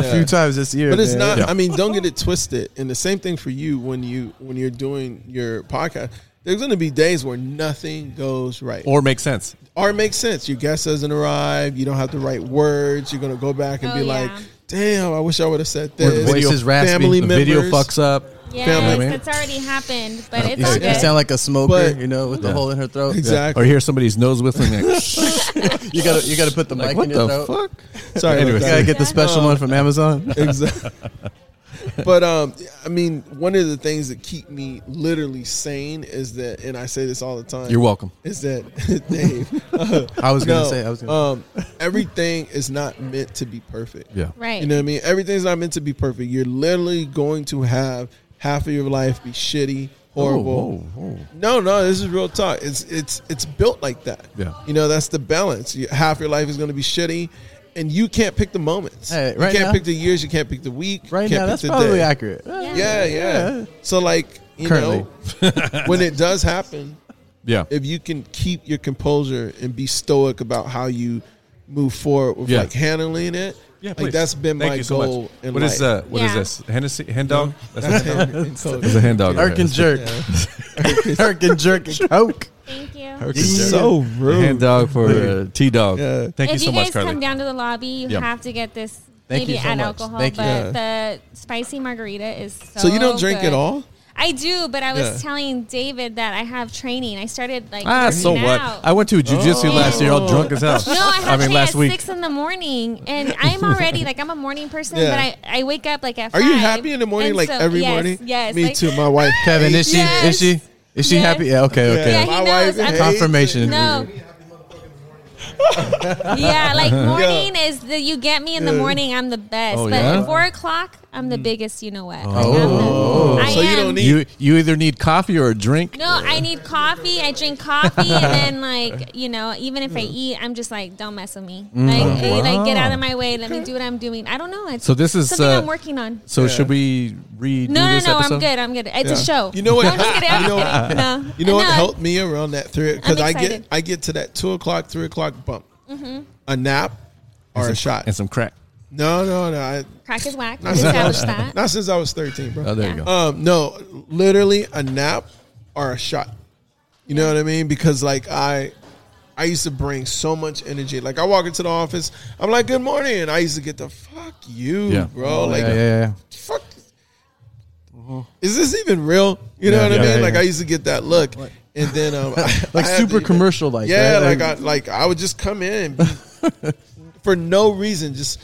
[SPEAKER 3] a
[SPEAKER 4] few
[SPEAKER 3] times this year.
[SPEAKER 4] But it's not.
[SPEAKER 1] Yeah.
[SPEAKER 4] I mean, don't get it twisted. And the same thing for you when you when you're doing your podcast. There's going to be days where nothing goes right, or,
[SPEAKER 1] or make sense.
[SPEAKER 4] it makes sense. Your guest doesn't arrive. You don't have the right words. You're going to go back and
[SPEAKER 2] Oh,
[SPEAKER 4] be
[SPEAKER 2] yeah.
[SPEAKER 4] like, "Damn, I wish I would have said
[SPEAKER 1] Or
[SPEAKER 4] this."
[SPEAKER 3] voice is raspy.
[SPEAKER 4] Family
[SPEAKER 1] the video
[SPEAKER 4] members.
[SPEAKER 1] fucks up.
[SPEAKER 2] Yes,
[SPEAKER 4] Family.
[SPEAKER 2] that's already happened, but it's
[SPEAKER 3] You,
[SPEAKER 2] all
[SPEAKER 3] s- you
[SPEAKER 2] good.
[SPEAKER 3] sound like a smoker,
[SPEAKER 4] But-
[SPEAKER 3] you know, with
[SPEAKER 1] Yeah.
[SPEAKER 3] the hole in her throat.
[SPEAKER 1] Or
[SPEAKER 4] Exactly.
[SPEAKER 1] hear somebody's nose whistling. Like,
[SPEAKER 3] You gotta, you gotta put the
[SPEAKER 1] like
[SPEAKER 3] mic
[SPEAKER 1] what
[SPEAKER 3] in
[SPEAKER 1] the
[SPEAKER 3] your throat.
[SPEAKER 1] fuck?
[SPEAKER 4] Sorry. about
[SPEAKER 1] Anyways.
[SPEAKER 4] that.
[SPEAKER 3] You gotta get the
[SPEAKER 2] Yeah.
[SPEAKER 3] special one from Amazon.
[SPEAKER 4] exactly. but um, I mean, one of the things that keep me literally sane is that, and I say this all the time.
[SPEAKER 1] You're welcome.
[SPEAKER 4] Is that Dave?
[SPEAKER 3] I was gonna
[SPEAKER 4] no,
[SPEAKER 3] say, I was gonna.
[SPEAKER 4] um, everything is not meant to be perfect.
[SPEAKER 1] Yeah.
[SPEAKER 2] right.
[SPEAKER 4] You know what I mean? Everything's not meant to be perfect. You're literally going to have half of your life be shitty, horrible.
[SPEAKER 1] Whoa, whoa.
[SPEAKER 4] No, no, this is real talk. It's it's it's built like that.
[SPEAKER 1] Yeah.
[SPEAKER 4] You know, that's the balance. You, half your life is going to be shitty and you can't pick the moments.
[SPEAKER 3] Hey, right
[SPEAKER 4] you can't
[SPEAKER 3] now-
[SPEAKER 4] pick the years, you can't pick the week, you
[SPEAKER 3] right
[SPEAKER 4] can't
[SPEAKER 3] now,
[SPEAKER 4] pick
[SPEAKER 3] that's
[SPEAKER 4] the
[SPEAKER 3] probably
[SPEAKER 4] day.
[SPEAKER 3] accurate.
[SPEAKER 4] Yeah, yeah,
[SPEAKER 3] Yeah.
[SPEAKER 4] So like, you
[SPEAKER 3] Currently.
[SPEAKER 4] know, when it does happen,
[SPEAKER 1] Yeah.
[SPEAKER 4] if you can keep your composure and be stoic about how you move forward with
[SPEAKER 1] Yeah.
[SPEAKER 4] like handling it, like that's been
[SPEAKER 1] Thank
[SPEAKER 4] my
[SPEAKER 1] you so much.
[SPEAKER 4] goal. in
[SPEAKER 1] What is
[SPEAKER 4] life.
[SPEAKER 1] that? What is
[SPEAKER 2] Yeah.
[SPEAKER 1] this? Hennessy hand dog? That's, a hand dog.
[SPEAKER 4] It's so-
[SPEAKER 1] That's a hand dog.
[SPEAKER 3] Irk and jerk. Irk and jerk and coke.
[SPEAKER 2] Thank you.
[SPEAKER 4] It's
[SPEAKER 1] jerk.
[SPEAKER 4] so rude.
[SPEAKER 1] Hand dog for uh, T dog.
[SPEAKER 4] Yeah.
[SPEAKER 1] Thank you
[SPEAKER 2] if
[SPEAKER 1] so
[SPEAKER 2] guys
[SPEAKER 1] much, Carly.
[SPEAKER 2] come down to the lobby, you
[SPEAKER 1] Yeah.
[SPEAKER 2] have to get this.
[SPEAKER 3] Thank
[SPEAKER 2] maybe
[SPEAKER 3] you so
[SPEAKER 2] add
[SPEAKER 3] much.
[SPEAKER 2] alcohol,
[SPEAKER 3] Thank you.
[SPEAKER 2] but the spicy margarita is so.
[SPEAKER 4] So you don't drink
[SPEAKER 2] good.
[SPEAKER 4] at all?
[SPEAKER 2] I do, but I was
[SPEAKER 4] Yeah.
[SPEAKER 2] telling David that I have training. I started like
[SPEAKER 1] ah,
[SPEAKER 2] working
[SPEAKER 1] so what?
[SPEAKER 2] out.
[SPEAKER 1] I went to jujitsu
[SPEAKER 4] Oh.
[SPEAKER 1] last year, all drunk as hell.
[SPEAKER 2] no, I have
[SPEAKER 1] mean,
[SPEAKER 2] training
[SPEAKER 1] last
[SPEAKER 2] at
[SPEAKER 1] week.
[SPEAKER 2] six in the morning, and I'm already like I'm a morning person,
[SPEAKER 4] Yeah.
[SPEAKER 2] but I, I wake up like at.
[SPEAKER 4] Are you
[SPEAKER 2] five,
[SPEAKER 4] happy in the morning,
[SPEAKER 2] and
[SPEAKER 4] like
[SPEAKER 2] so-
[SPEAKER 4] every
[SPEAKER 2] yes,
[SPEAKER 4] morning?
[SPEAKER 2] Yes,
[SPEAKER 4] me
[SPEAKER 2] like-
[SPEAKER 4] too. My wife,
[SPEAKER 3] Kevin, is she?
[SPEAKER 2] Yes.
[SPEAKER 3] Is she? Is she
[SPEAKER 2] Yes.
[SPEAKER 3] happy? Yeah. Okay.
[SPEAKER 4] Yeah,
[SPEAKER 2] Yeah,
[SPEAKER 3] Okay.
[SPEAKER 2] he
[SPEAKER 4] my wife
[SPEAKER 2] knows. I'm-
[SPEAKER 4] hates it.
[SPEAKER 3] Confirmation.
[SPEAKER 2] No. yeah, like morning is the you get me in the
[SPEAKER 4] Yeah.
[SPEAKER 2] morning. I'm the best,
[SPEAKER 1] Oh,
[SPEAKER 2] but
[SPEAKER 1] yeah?
[SPEAKER 2] at four o'clock I'm the biggest. You know what? Like, I'm the-
[SPEAKER 3] Oh.
[SPEAKER 2] I
[SPEAKER 4] So you
[SPEAKER 2] am.
[SPEAKER 4] don't need-
[SPEAKER 1] You you either need coffee or a drink.
[SPEAKER 2] No, I need coffee. I drink coffee, and then like you know, even if I eat, I'm just like, don't mess with me.
[SPEAKER 4] Mm.
[SPEAKER 2] Like,
[SPEAKER 1] Oh,
[SPEAKER 2] hey, like get
[SPEAKER 1] wow.
[SPEAKER 2] out of my way. Let me do what I'm doing. I don't know. It's
[SPEAKER 1] So this is,
[SPEAKER 2] something
[SPEAKER 1] uh,
[SPEAKER 2] I'm working on.
[SPEAKER 1] So
[SPEAKER 4] Yeah.
[SPEAKER 1] should we redo
[SPEAKER 2] No, no,
[SPEAKER 1] this
[SPEAKER 2] no.
[SPEAKER 1] episode?
[SPEAKER 2] I'm good. I'm good. It's
[SPEAKER 4] Yeah.
[SPEAKER 2] a show.
[SPEAKER 4] You know what-
[SPEAKER 2] No, I'm just kidding. I'm
[SPEAKER 4] you know-
[SPEAKER 2] just kidding. No.
[SPEAKER 4] You know
[SPEAKER 2] no.
[SPEAKER 4] what helped me around that three because
[SPEAKER 2] I'm
[SPEAKER 4] I get
[SPEAKER 2] excited. Mm-hmm.
[SPEAKER 4] I get to that two o'clock, three o'clock bump. A nap or a shot.
[SPEAKER 1] And some crack.
[SPEAKER 4] No, no, no. I,
[SPEAKER 2] Crack is whack. We established that.
[SPEAKER 4] not since I was thirteen, bro.
[SPEAKER 1] Oh, there you
[SPEAKER 2] Yeah.
[SPEAKER 1] go.
[SPEAKER 4] Um, no, literally a nap or a shot. You know what I mean? Because like I, I used to bring so much energy. Like I walk into the office, I'm like, "Good morning," and I used to get the fuck you,
[SPEAKER 1] Yeah.
[SPEAKER 4] bro. like
[SPEAKER 3] Yeah. Yeah. yeah.
[SPEAKER 4] fuck. Is this even real? You know
[SPEAKER 3] Yeah,
[SPEAKER 4] what I
[SPEAKER 3] yeah,
[SPEAKER 4] mean?
[SPEAKER 3] yeah,
[SPEAKER 4] like
[SPEAKER 3] yeah.
[SPEAKER 4] I used to get that look, and then um, I-
[SPEAKER 3] Like
[SPEAKER 4] I had
[SPEAKER 3] super
[SPEAKER 4] to-
[SPEAKER 3] commercial, like
[SPEAKER 4] yeah,
[SPEAKER 3] right?
[SPEAKER 4] like I like I would just come in be- for no reason, just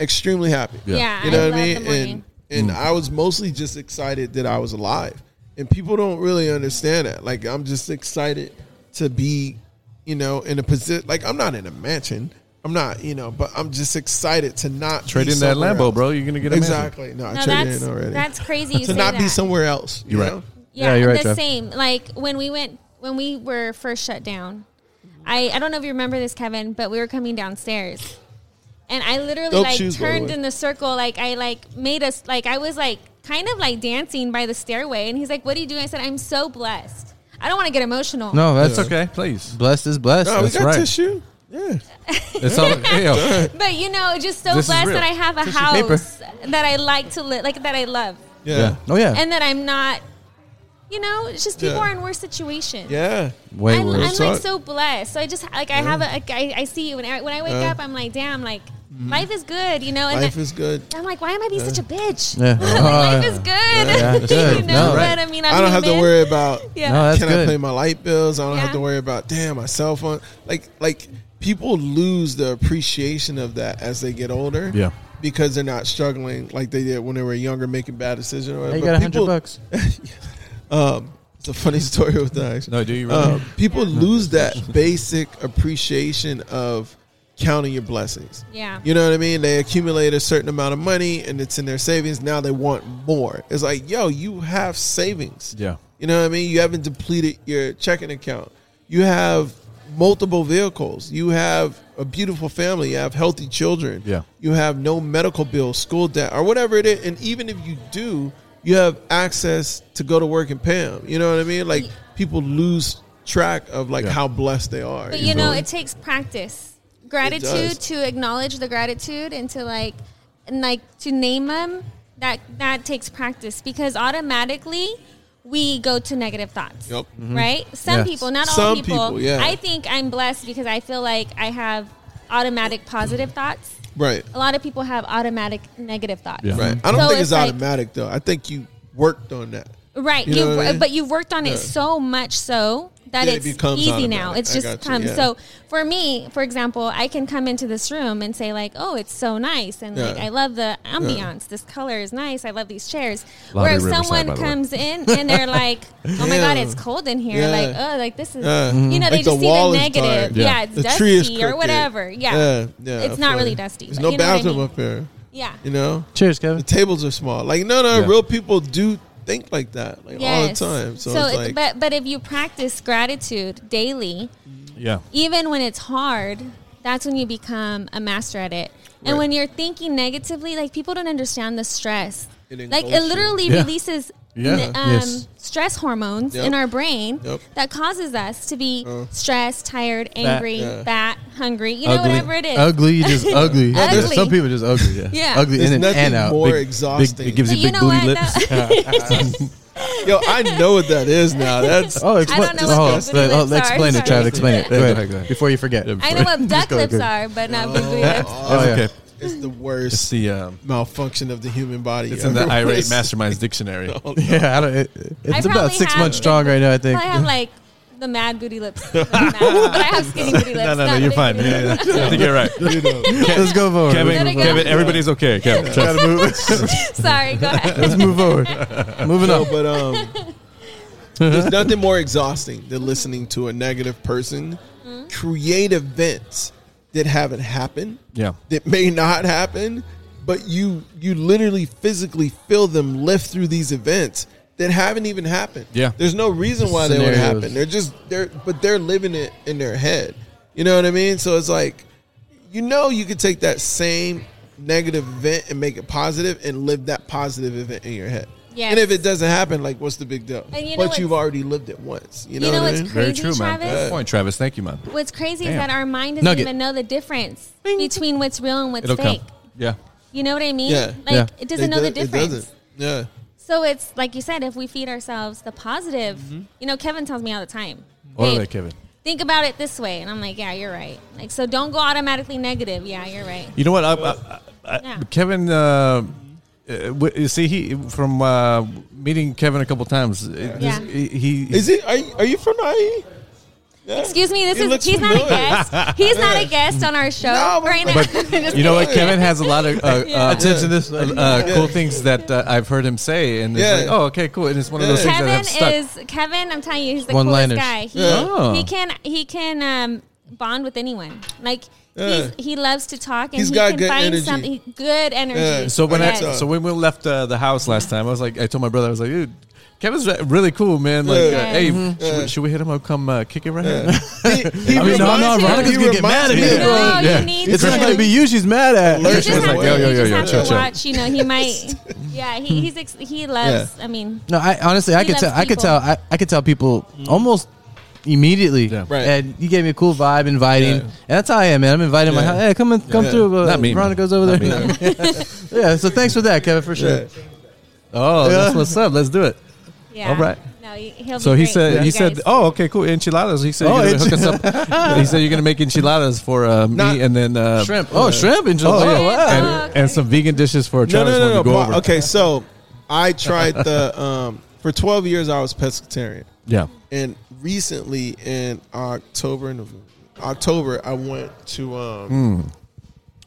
[SPEAKER 4] extremely happy.
[SPEAKER 1] Yeah.
[SPEAKER 2] Yeah.
[SPEAKER 4] You know
[SPEAKER 2] I
[SPEAKER 4] what I
[SPEAKER 2] love
[SPEAKER 4] mean?
[SPEAKER 2] The morning.
[SPEAKER 4] And and
[SPEAKER 3] Mm.
[SPEAKER 4] I was mostly just excited that I was alive. And people don't really understand that. Like I'm just excited to be, you know, in a position like I'm not in a mansion. I'm not, you know, but I'm just excited to not
[SPEAKER 1] Trade
[SPEAKER 4] be
[SPEAKER 1] in that
[SPEAKER 4] somewhere
[SPEAKER 1] Lambo,
[SPEAKER 4] else.
[SPEAKER 1] bro. You're gonna get a mansion.
[SPEAKER 4] Oh, Exactly. No, I
[SPEAKER 2] no,
[SPEAKER 4] traded
[SPEAKER 2] that's
[SPEAKER 4] in already.
[SPEAKER 2] that's crazy. You
[SPEAKER 4] to
[SPEAKER 2] say
[SPEAKER 4] not be
[SPEAKER 2] that.
[SPEAKER 4] somewhere else. You
[SPEAKER 1] You're right.
[SPEAKER 4] Know?
[SPEAKER 2] Yeah,
[SPEAKER 3] Yeah, you're right,
[SPEAKER 2] the
[SPEAKER 3] Jeff.
[SPEAKER 2] same. Like when we went when we were first shut down. I I don't know if you remember this, Kevin, but we were coming downstairs, and I literally
[SPEAKER 4] Dope
[SPEAKER 2] like
[SPEAKER 4] shoes, by the
[SPEAKER 2] turned
[SPEAKER 4] way.
[SPEAKER 2] in the circle. Like I like made us like I was like kind of like dancing by the stairway, and he's like, "What are you doing?" I said, "I'm so blessed. I don't want to get emotional."
[SPEAKER 3] No, that's
[SPEAKER 1] It's okay. Please.
[SPEAKER 3] Blessed is blessed.
[SPEAKER 4] No, we
[SPEAKER 3] That's
[SPEAKER 4] got
[SPEAKER 3] right.
[SPEAKER 4] tissue. Yeah.
[SPEAKER 1] It's all. hey, yo.
[SPEAKER 2] but you know, just so
[SPEAKER 1] This is
[SPEAKER 2] blessed
[SPEAKER 1] real.
[SPEAKER 2] that I have a
[SPEAKER 3] paper.
[SPEAKER 2] house that I like to live, like that I love,
[SPEAKER 4] Yeah.
[SPEAKER 3] Oh yeah.
[SPEAKER 2] and that I'm not. You know, it's just people
[SPEAKER 4] Yeah.
[SPEAKER 2] are in worse situations.
[SPEAKER 4] Yeah.
[SPEAKER 3] Way
[SPEAKER 2] I'm, I'm
[SPEAKER 3] worse.
[SPEAKER 4] So-
[SPEAKER 2] like so blessed. So I just like I have a like, I, I see you and I, when I wake
[SPEAKER 4] Yeah. Mm.
[SPEAKER 2] up, I'm like, damn, like life is good, you know. And
[SPEAKER 4] Life is Ah. good.
[SPEAKER 2] I'm like, why am I being such a bitch?
[SPEAKER 3] Yeah.
[SPEAKER 2] Like, life is good.
[SPEAKER 3] that's
[SPEAKER 2] you
[SPEAKER 3] good.
[SPEAKER 2] know
[SPEAKER 3] No,
[SPEAKER 2] what
[SPEAKER 3] right.
[SPEAKER 2] I mean? I'm
[SPEAKER 4] I don't have to
[SPEAKER 2] human.
[SPEAKER 4] worry about
[SPEAKER 2] Yeah.
[SPEAKER 3] No, that's
[SPEAKER 4] can I
[SPEAKER 3] good.
[SPEAKER 4] pay my light bills? I don't have
[SPEAKER 2] Yeah.
[SPEAKER 4] to worry about damn my cell phone. Like like people lose the appreciation of that as they get older.
[SPEAKER 1] Yeah.
[SPEAKER 4] Because they're not struggling like they did when they were younger, making bad decisions. Or whatever.
[SPEAKER 3] Hey, you
[SPEAKER 4] But
[SPEAKER 3] got a hundred
[SPEAKER 4] people-
[SPEAKER 3] bucks.
[SPEAKER 4] Um, it's a funny story with that. Actually.
[SPEAKER 1] No, do you really?
[SPEAKER 4] Um, people lose that basic appreciation of counting your blessings.
[SPEAKER 2] Yeah.
[SPEAKER 4] You know what I mean? They accumulate a certain amount of money and it's in their savings. Now they want more. It's like, yo, you have savings.
[SPEAKER 1] yeah.
[SPEAKER 4] You know what I mean? You haven't depleted your checking account. You have multiple vehicles. You have a beautiful family. You have healthy children.
[SPEAKER 1] Yeah.
[SPEAKER 4] You have no medical bills, school debt, or whatever it is. And even if you do, you have access to go to work and pay 'em. You know what I mean? Like people lose track of like
[SPEAKER 1] Yeah.
[SPEAKER 4] how blessed they are.
[SPEAKER 2] But
[SPEAKER 4] you
[SPEAKER 2] you know,
[SPEAKER 4] know?
[SPEAKER 2] it takes practice. Gratitude
[SPEAKER 4] does.
[SPEAKER 2] to acknowledge the gratitude and to like, and like to name them. That that takes practice because automatically we go to negative thoughts.
[SPEAKER 4] Yep.
[SPEAKER 2] Right? Some
[SPEAKER 3] Yes.
[SPEAKER 2] people, not all
[SPEAKER 4] Mm-hmm. Some
[SPEAKER 2] people.
[SPEAKER 4] people, yeah.
[SPEAKER 2] I think I'm blessed because I feel like I have automatic positive thoughts.
[SPEAKER 4] right.
[SPEAKER 2] A lot of people have automatic negative thoughts.
[SPEAKER 1] Yeah.
[SPEAKER 4] Right. I
[SPEAKER 2] Mm-hmm.
[SPEAKER 4] don't
[SPEAKER 2] So
[SPEAKER 4] think
[SPEAKER 2] it's
[SPEAKER 4] it's
[SPEAKER 2] like-
[SPEAKER 4] automatic though. I think you worked on that.
[SPEAKER 2] Right.
[SPEAKER 4] You
[SPEAKER 2] You,
[SPEAKER 4] know what I mean?
[SPEAKER 2] but you worked on
[SPEAKER 4] Yeah.
[SPEAKER 2] it so much so that
[SPEAKER 4] That it
[SPEAKER 2] it's
[SPEAKER 4] becomes
[SPEAKER 2] easy
[SPEAKER 4] automatic.
[SPEAKER 2] now. It's
[SPEAKER 4] I
[SPEAKER 2] just
[SPEAKER 4] got you,
[SPEAKER 2] come.
[SPEAKER 4] yeah.
[SPEAKER 2] So for me, for example, I can come into this room and say like, "Oh, it's so nice," and like,
[SPEAKER 4] Yeah.
[SPEAKER 2] "I love the ambiance. This color is nice. I love these chairs."
[SPEAKER 1] Lobby
[SPEAKER 2] Where if
[SPEAKER 1] Riverside, by
[SPEAKER 2] someone
[SPEAKER 1] the way.
[SPEAKER 2] comes in and they're like, "Oh my god,
[SPEAKER 4] Yeah.
[SPEAKER 2] it's cold in here."
[SPEAKER 4] Yeah.
[SPEAKER 2] Like, "Oh, like this is,"
[SPEAKER 4] Yeah.
[SPEAKER 2] you know,
[SPEAKER 4] Like
[SPEAKER 2] they
[SPEAKER 4] the
[SPEAKER 2] just see
[SPEAKER 4] wall
[SPEAKER 2] the
[SPEAKER 4] is
[SPEAKER 2] negative.
[SPEAKER 4] dark.
[SPEAKER 2] Yeah,
[SPEAKER 1] Yeah.
[SPEAKER 2] it's
[SPEAKER 4] The
[SPEAKER 2] dusty
[SPEAKER 4] tree is
[SPEAKER 2] or
[SPEAKER 4] crooked.
[SPEAKER 2] whatever. Yeah.
[SPEAKER 4] Yeah. yeah,
[SPEAKER 2] It's
[SPEAKER 4] I
[SPEAKER 2] not
[SPEAKER 4] feel
[SPEAKER 2] really
[SPEAKER 4] you.
[SPEAKER 2] dusty,
[SPEAKER 4] There's
[SPEAKER 2] but
[SPEAKER 4] no
[SPEAKER 2] you know what I
[SPEAKER 4] bathroom
[SPEAKER 2] mean.
[SPEAKER 4] up here.
[SPEAKER 2] Yeah.
[SPEAKER 4] You know,
[SPEAKER 3] Cheers,
[SPEAKER 4] the
[SPEAKER 3] Kevin.
[SPEAKER 4] tables are small. Like no, no,
[SPEAKER 1] Yeah.
[SPEAKER 4] real people do think like that, like all the
[SPEAKER 2] Yes.
[SPEAKER 4] time. So, it's
[SPEAKER 2] it-
[SPEAKER 4] like,
[SPEAKER 2] but but if you practice gratitude daily,
[SPEAKER 1] Yeah.
[SPEAKER 2] even when it's hard, that's when you become a master at it. And
[SPEAKER 4] Right.
[SPEAKER 2] when you're thinking negatively, like people don't understand the stress.
[SPEAKER 4] It
[SPEAKER 2] like it
[SPEAKER 4] engulfs you.
[SPEAKER 2] literally
[SPEAKER 1] Yeah.
[SPEAKER 2] releases
[SPEAKER 1] Yeah.
[SPEAKER 2] n- um,
[SPEAKER 3] Yes.
[SPEAKER 2] stress hormones
[SPEAKER 4] Yep.
[SPEAKER 2] in our brain
[SPEAKER 4] Yep. Uh.
[SPEAKER 2] that causes us to be stressed, tired, angry,
[SPEAKER 4] Yeah.
[SPEAKER 2] fat, hungry, you know, whatever it is.
[SPEAKER 3] Ugly, just ugly. There's
[SPEAKER 2] Ugly.
[SPEAKER 3] Some people just ugly. Yeah.
[SPEAKER 2] Yeah.
[SPEAKER 3] Ugly
[SPEAKER 4] There's
[SPEAKER 3] in and,
[SPEAKER 4] nothing
[SPEAKER 3] and out.
[SPEAKER 4] more
[SPEAKER 3] Big-
[SPEAKER 4] exhausting.
[SPEAKER 3] Big, it gives
[SPEAKER 2] But
[SPEAKER 3] you
[SPEAKER 2] you
[SPEAKER 3] big
[SPEAKER 2] know
[SPEAKER 3] booty
[SPEAKER 2] what?
[SPEAKER 3] lips.
[SPEAKER 2] That-
[SPEAKER 4] yo, I know what that is now. That's
[SPEAKER 3] Oh,
[SPEAKER 2] I don't know what
[SPEAKER 3] oh,
[SPEAKER 2] big
[SPEAKER 3] let's-
[SPEAKER 2] booty
[SPEAKER 3] oh,
[SPEAKER 2] lips are.
[SPEAKER 3] explain it,
[SPEAKER 2] Sorry.
[SPEAKER 3] Trav. Explain it.
[SPEAKER 1] Yeah.
[SPEAKER 3] Go
[SPEAKER 1] Okay,
[SPEAKER 3] ahead.
[SPEAKER 1] go ahead.
[SPEAKER 3] Before you forget.
[SPEAKER 2] I know what duck
[SPEAKER 3] go,
[SPEAKER 2] lips
[SPEAKER 3] go.
[SPEAKER 2] are, but not big booty lips.
[SPEAKER 4] Oh,
[SPEAKER 1] It's okay.
[SPEAKER 4] it's the
[SPEAKER 1] It's
[SPEAKER 4] worst
[SPEAKER 1] the um,
[SPEAKER 4] malfunction of the human body.
[SPEAKER 1] it's in the irate masterminds dictionary.
[SPEAKER 3] Yeah, I don't, it,
[SPEAKER 2] I
[SPEAKER 3] it's about
[SPEAKER 2] probably
[SPEAKER 3] six
[SPEAKER 2] have-
[SPEAKER 3] months strong right now, I think.
[SPEAKER 2] I have like the mad booty lips, Not mad, but I have skinny booty lips.
[SPEAKER 1] no, no, no,
[SPEAKER 2] not
[SPEAKER 1] you're
[SPEAKER 2] big
[SPEAKER 1] fine.
[SPEAKER 2] booty lips.
[SPEAKER 1] Yeah, yeah. I think you're right.
[SPEAKER 3] Let's go forward.
[SPEAKER 1] Kevin,
[SPEAKER 2] Let it go.
[SPEAKER 1] Kevin, everybody's okay. Kevin, trust me.
[SPEAKER 2] Sorry, go ahead.
[SPEAKER 3] Let's move forward. Moving
[SPEAKER 4] No,
[SPEAKER 3] on.
[SPEAKER 4] but um, there's nothing more exhausting than listening to a negative person
[SPEAKER 2] Mm-hmm.
[SPEAKER 4] create events that haven't happened,
[SPEAKER 1] Yeah.
[SPEAKER 4] that may not happen, but you you literally physically feel them lift through these events that haven't even happened.
[SPEAKER 1] Yeah.
[SPEAKER 4] there's no reason why they would
[SPEAKER 3] Scenarios.
[SPEAKER 4] happen. They're just they're but they're living it in their head. You know what I mean? So it's like you know you could take that same negative event and make it positive and live that positive event in your head.
[SPEAKER 2] Yes.
[SPEAKER 4] And if it doesn't happen, like what's the big deal?
[SPEAKER 2] And you know
[SPEAKER 4] but you've
[SPEAKER 2] what's-
[SPEAKER 4] already lived it once. You
[SPEAKER 2] You
[SPEAKER 4] know,
[SPEAKER 2] know
[SPEAKER 4] what I
[SPEAKER 2] what's
[SPEAKER 4] mean?
[SPEAKER 1] Very
[SPEAKER 2] Crazy,
[SPEAKER 1] true, man.
[SPEAKER 2] Travis?
[SPEAKER 1] Good point, Travis. Thank you, man.
[SPEAKER 2] What's crazy is
[SPEAKER 1] Damn.
[SPEAKER 2] that our mind doesn't
[SPEAKER 3] Nugget.
[SPEAKER 2] even know the difference between what's real and what's
[SPEAKER 1] It'll
[SPEAKER 2] fake.
[SPEAKER 1] come. Yeah.
[SPEAKER 2] You know what I mean?
[SPEAKER 4] Yeah.
[SPEAKER 2] Like
[SPEAKER 3] Yeah.
[SPEAKER 2] it doesn't know the
[SPEAKER 4] do- it
[SPEAKER 2] difference.
[SPEAKER 4] doesn't. Yeah.
[SPEAKER 2] So it's like you said, if we feed ourselves the positive,
[SPEAKER 1] Mm-hmm.
[SPEAKER 2] you know, Kevin tells me all the time.
[SPEAKER 1] All
[SPEAKER 2] "Babe,
[SPEAKER 1] right, Kevin.
[SPEAKER 2] Think about it this way, and I'm like, yeah, you're right. Like, so don't go automatically negative. Yeah, you're right.
[SPEAKER 1] You know what? I, I, I,
[SPEAKER 2] Yeah.
[SPEAKER 1] Kevin, uh, uh, w- you see, he from uh, meeting Kevin a couple times. Yeah.
[SPEAKER 2] Yeah.
[SPEAKER 1] He, he
[SPEAKER 4] Is it? Are you, are you from IE? Yeah.
[SPEAKER 2] Excuse me, this
[SPEAKER 4] He
[SPEAKER 2] is
[SPEAKER 4] looks
[SPEAKER 2] he's not a
[SPEAKER 4] familiar.
[SPEAKER 2] guest. He's not a guest on our show
[SPEAKER 4] No, but-
[SPEAKER 2] right now.
[SPEAKER 1] But
[SPEAKER 2] Just
[SPEAKER 1] you know what?
[SPEAKER 2] kidding.
[SPEAKER 1] Kevin has a lot of uh,
[SPEAKER 2] Yeah.
[SPEAKER 1] uh, attention. This uh, uh,
[SPEAKER 4] Yeah.
[SPEAKER 1] cool things that uh, I've heard him say, and
[SPEAKER 4] Yeah.
[SPEAKER 1] it's like, oh, okay, cool. And it's one of those
[SPEAKER 4] Yeah.
[SPEAKER 1] things that
[SPEAKER 2] Kevin
[SPEAKER 1] have stuck.
[SPEAKER 2] is Kevin. I'm telling you, he's the
[SPEAKER 3] One-liners.
[SPEAKER 2] coolest guy. He,
[SPEAKER 4] Yeah.
[SPEAKER 1] Oh.
[SPEAKER 2] he can he can um, bond with anyone. Like
[SPEAKER 4] Yeah.
[SPEAKER 2] he's, he loves to talk and
[SPEAKER 4] He's
[SPEAKER 2] he
[SPEAKER 4] got
[SPEAKER 2] can
[SPEAKER 4] good
[SPEAKER 2] find
[SPEAKER 4] energy.
[SPEAKER 2] something good energy.
[SPEAKER 4] Yeah.
[SPEAKER 1] so when
[SPEAKER 4] Yes.
[SPEAKER 1] I so when we left uh, the house last time, I was like, I told my brother, I was like, dude, Kevin's re- really cool, man. Like,
[SPEAKER 4] Yeah.
[SPEAKER 1] uh, hey, should,
[SPEAKER 4] Yeah.
[SPEAKER 1] we, should we hit him up? Come uh, kick it right
[SPEAKER 4] Yeah.
[SPEAKER 1] here.
[SPEAKER 4] He, he
[SPEAKER 1] I mean, no, no,
[SPEAKER 4] reminds me-
[SPEAKER 1] Veronica's
[SPEAKER 4] he
[SPEAKER 1] gonna get mad at
[SPEAKER 4] reminds
[SPEAKER 1] me,
[SPEAKER 4] me-
[SPEAKER 1] bro.
[SPEAKER 2] No, you
[SPEAKER 1] Yeah.
[SPEAKER 2] need
[SPEAKER 3] It's
[SPEAKER 2] to.
[SPEAKER 3] not going to be you she's mad at.
[SPEAKER 2] You
[SPEAKER 4] Alert.
[SPEAKER 2] just
[SPEAKER 4] It's
[SPEAKER 2] have,
[SPEAKER 4] like,
[SPEAKER 2] to,
[SPEAKER 4] yo, yo,
[SPEAKER 2] you
[SPEAKER 1] yo,
[SPEAKER 2] just
[SPEAKER 1] yo,
[SPEAKER 2] have
[SPEAKER 1] chill,
[SPEAKER 2] to
[SPEAKER 1] chill.
[SPEAKER 2] watch. You know, he might. Yeah, he, he's ex- he loves. I mean,
[SPEAKER 3] No, I honestly, I
[SPEAKER 2] He
[SPEAKER 3] could
[SPEAKER 2] loves
[SPEAKER 3] tell. I could
[SPEAKER 2] people.
[SPEAKER 3] tell. I, I could tell people almost immediately.
[SPEAKER 1] Yeah.
[SPEAKER 4] Right.
[SPEAKER 3] And you gave me a cool vibe, inviting,
[SPEAKER 4] Yeah.
[SPEAKER 3] and that's how I am, man. I'm inviting my
[SPEAKER 4] Yeah.
[SPEAKER 3] house. Hey, come and come
[SPEAKER 4] Yeah.
[SPEAKER 3] through. Uh,
[SPEAKER 1] Not me, man.
[SPEAKER 3] Veronica's over
[SPEAKER 1] Not
[SPEAKER 3] there.
[SPEAKER 1] me.
[SPEAKER 3] yeah. So thanks for that, Kevin, for sure.
[SPEAKER 4] Yeah.
[SPEAKER 1] Oh, that's
[SPEAKER 3] Yeah.
[SPEAKER 1] what's up. Let's do it.
[SPEAKER 2] yeah.
[SPEAKER 1] All right.
[SPEAKER 2] No, he- he'll be
[SPEAKER 1] So he
[SPEAKER 2] great
[SPEAKER 1] said,
[SPEAKER 2] with
[SPEAKER 1] he
[SPEAKER 2] you
[SPEAKER 1] said,
[SPEAKER 2] guys.
[SPEAKER 1] oh, okay, cool, enchiladas. He said,
[SPEAKER 3] Oh,
[SPEAKER 1] you're gonna hook us up. he said you're gonna make enchiladas for uh, me
[SPEAKER 4] Not-
[SPEAKER 1] and then uh,
[SPEAKER 3] Shrimp. Oh, shrimp and
[SPEAKER 1] Oh, yeah.
[SPEAKER 2] Oh,
[SPEAKER 1] and,
[SPEAKER 2] wow. okay.
[SPEAKER 1] and some vegan dishes for
[SPEAKER 4] No,
[SPEAKER 1] Travis
[SPEAKER 4] no, no,
[SPEAKER 1] when
[SPEAKER 4] no.
[SPEAKER 1] we go
[SPEAKER 4] Pa-
[SPEAKER 1] over.
[SPEAKER 4] Okay, so I tried the um for 12 years I was pescatarian.
[SPEAKER 1] Yeah.
[SPEAKER 4] and recently in October, November, October, I went to um,
[SPEAKER 1] Hmm.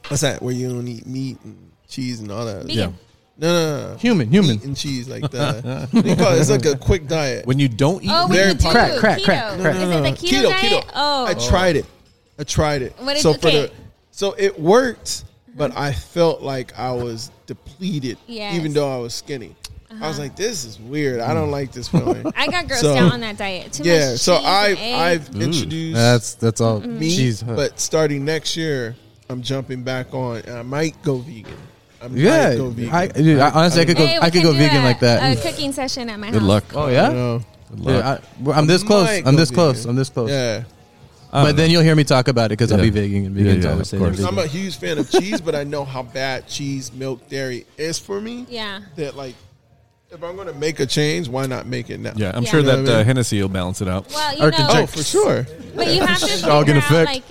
[SPEAKER 4] what's that? Where you don't eat meat and cheese and all that.
[SPEAKER 2] Vegan. Yeah.
[SPEAKER 4] No, no, no.
[SPEAKER 3] Human, human.
[SPEAKER 4] Meat and cheese like that. what do you call it? It's like a quick diet.
[SPEAKER 1] When you don't eat,
[SPEAKER 2] Oh,
[SPEAKER 1] meat,
[SPEAKER 2] we
[SPEAKER 4] Very
[SPEAKER 2] could do
[SPEAKER 3] crack, crack,
[SPEAKER 2] keto.
[SPEAKER 3] crack, crack.
[SPEAKER 2] Is it the keto, diet? Oh,
[SPEAKER 4] Mm. I tried it. I tried it.
[SPEAKER 2] What did- Uh-huh.
[SPEAKER 4] so for the
[SPEAKER 2] okay.
[SPEAKER 4] so it worked, but I felt like I was depleted,
[SPEAKER 2] Yes. Uh-huh.
[SPEAKER 4] even though I was skinny. I was like, this is weird. I
[SPEAKER 3] Mm.
[SPEAKER 4] don't like this feeling.
[SPEAKER 2] I got grossed
[SPEAKER 4] So-
[SPEAKER 2] out on that diet. Too
[SPEAKER 4] yeah,
[SPEAKER 2] much
[SPEAKER 4] so
[SPEAKER 2] cheese
[SPEAKER 4] I
[SPEAKER 2] and eggs.
[SPEAKER 4] I've
[SPEAKER 1] Ooh.
[SPEAKER 4] introduced
[SPEAKER 3] Mm. That's that's all.
[SPEAKER 2] Mm-hmm.
[SPEAKER 3] Cheese,
[SPEAKER 4] meat,
[SPEAKER 3] huh?
[SPEAKER 4] but starting next year, I'm jumping back on, and I might go vegan. I might
[SPEAKER 3] yeah,
[SPEAKER 4] go vegan.
[SPEAKER 3] I, dude, I, honestly, I could go.
[SPEAKER 2] Hey, we
[SPEAKER 3] I could
[SPEAKER 2] can
[SPEAKER 3] go
[SPEAKER 2] do
[SPEAKER 3] vegan
[SPEAKER 2] a-
[SPEAKER 3] like
[SPEAKER 2] A
[SPEAKER 3] that.
[SPEAKER 2] cooking session at my house.
[SPEAKER 1] Good luck.
[SPEAKER 3] oh
[SPEAKER 4] you
[SPEAKER 3] yeah.
[SPEAKER 4] know,
[SPEAKER 1] Good
[SPEAKER 3] Dude,
[SPEAKER 1] luck.
[SPEAKER 3] I, well, I'm this close.
[SPEAKER 4] might
[SPEAKER 3] I'm
[SPEAKER 4] go
[SPEAKER 3] this close.
[SPEAKER 4] vegan.
[SPEAKER 3] I'm this close.
[SPEAKER 4] yeah.
[SPEAKER 1] I
[SPEAKER 3] But
[SPEAKER 1] don't
[SPEAKER 3] then you'll hear me talk about it because I'll
[SPEAKER 1] Yeah.
[SPEAKER 3] be vegan and vegans
[SPEAKER 1] yeah,
[SPEAKER 3] always
[SPEAKER 1] of
[SPEAKER 3] say they're
[SPEAKER 1] course.
[SPEAKER 4] I'm
[SPEAKER 3] vegan.
[SPEAKER 4] a huge fan of cheese, but I know how bad cheese, milk, dairy is for me.
[SPEAKER 2] Yeah.
[SPEAKER 4] That like, if I'm gonna make a change, why not make it now?
[SPEAKER 1] yeah, I'm
[SPEAKER 2] Yeah.
[SPEAKER 1] sure
[SPEAKER 2] You know
[SPEAKER 4] what
[SPEAKER 1] that
[SPEAKER 4] I
[SPEAKER 1] uh,
[SPEAKER 4] mean?
[SPEAKER 1] Hennessy will balance it out.
[SPEAKER 2] Well, you
[SPEAKER 3] Or
[SPEAKER 2] know,
[SPEAKER 4] Oh, for sure.
[SPEAKER 2] but you have to figure out
[SPEAKER 3] Dog in
[SPEAKER 2] like
[SPEAKER 3] effect.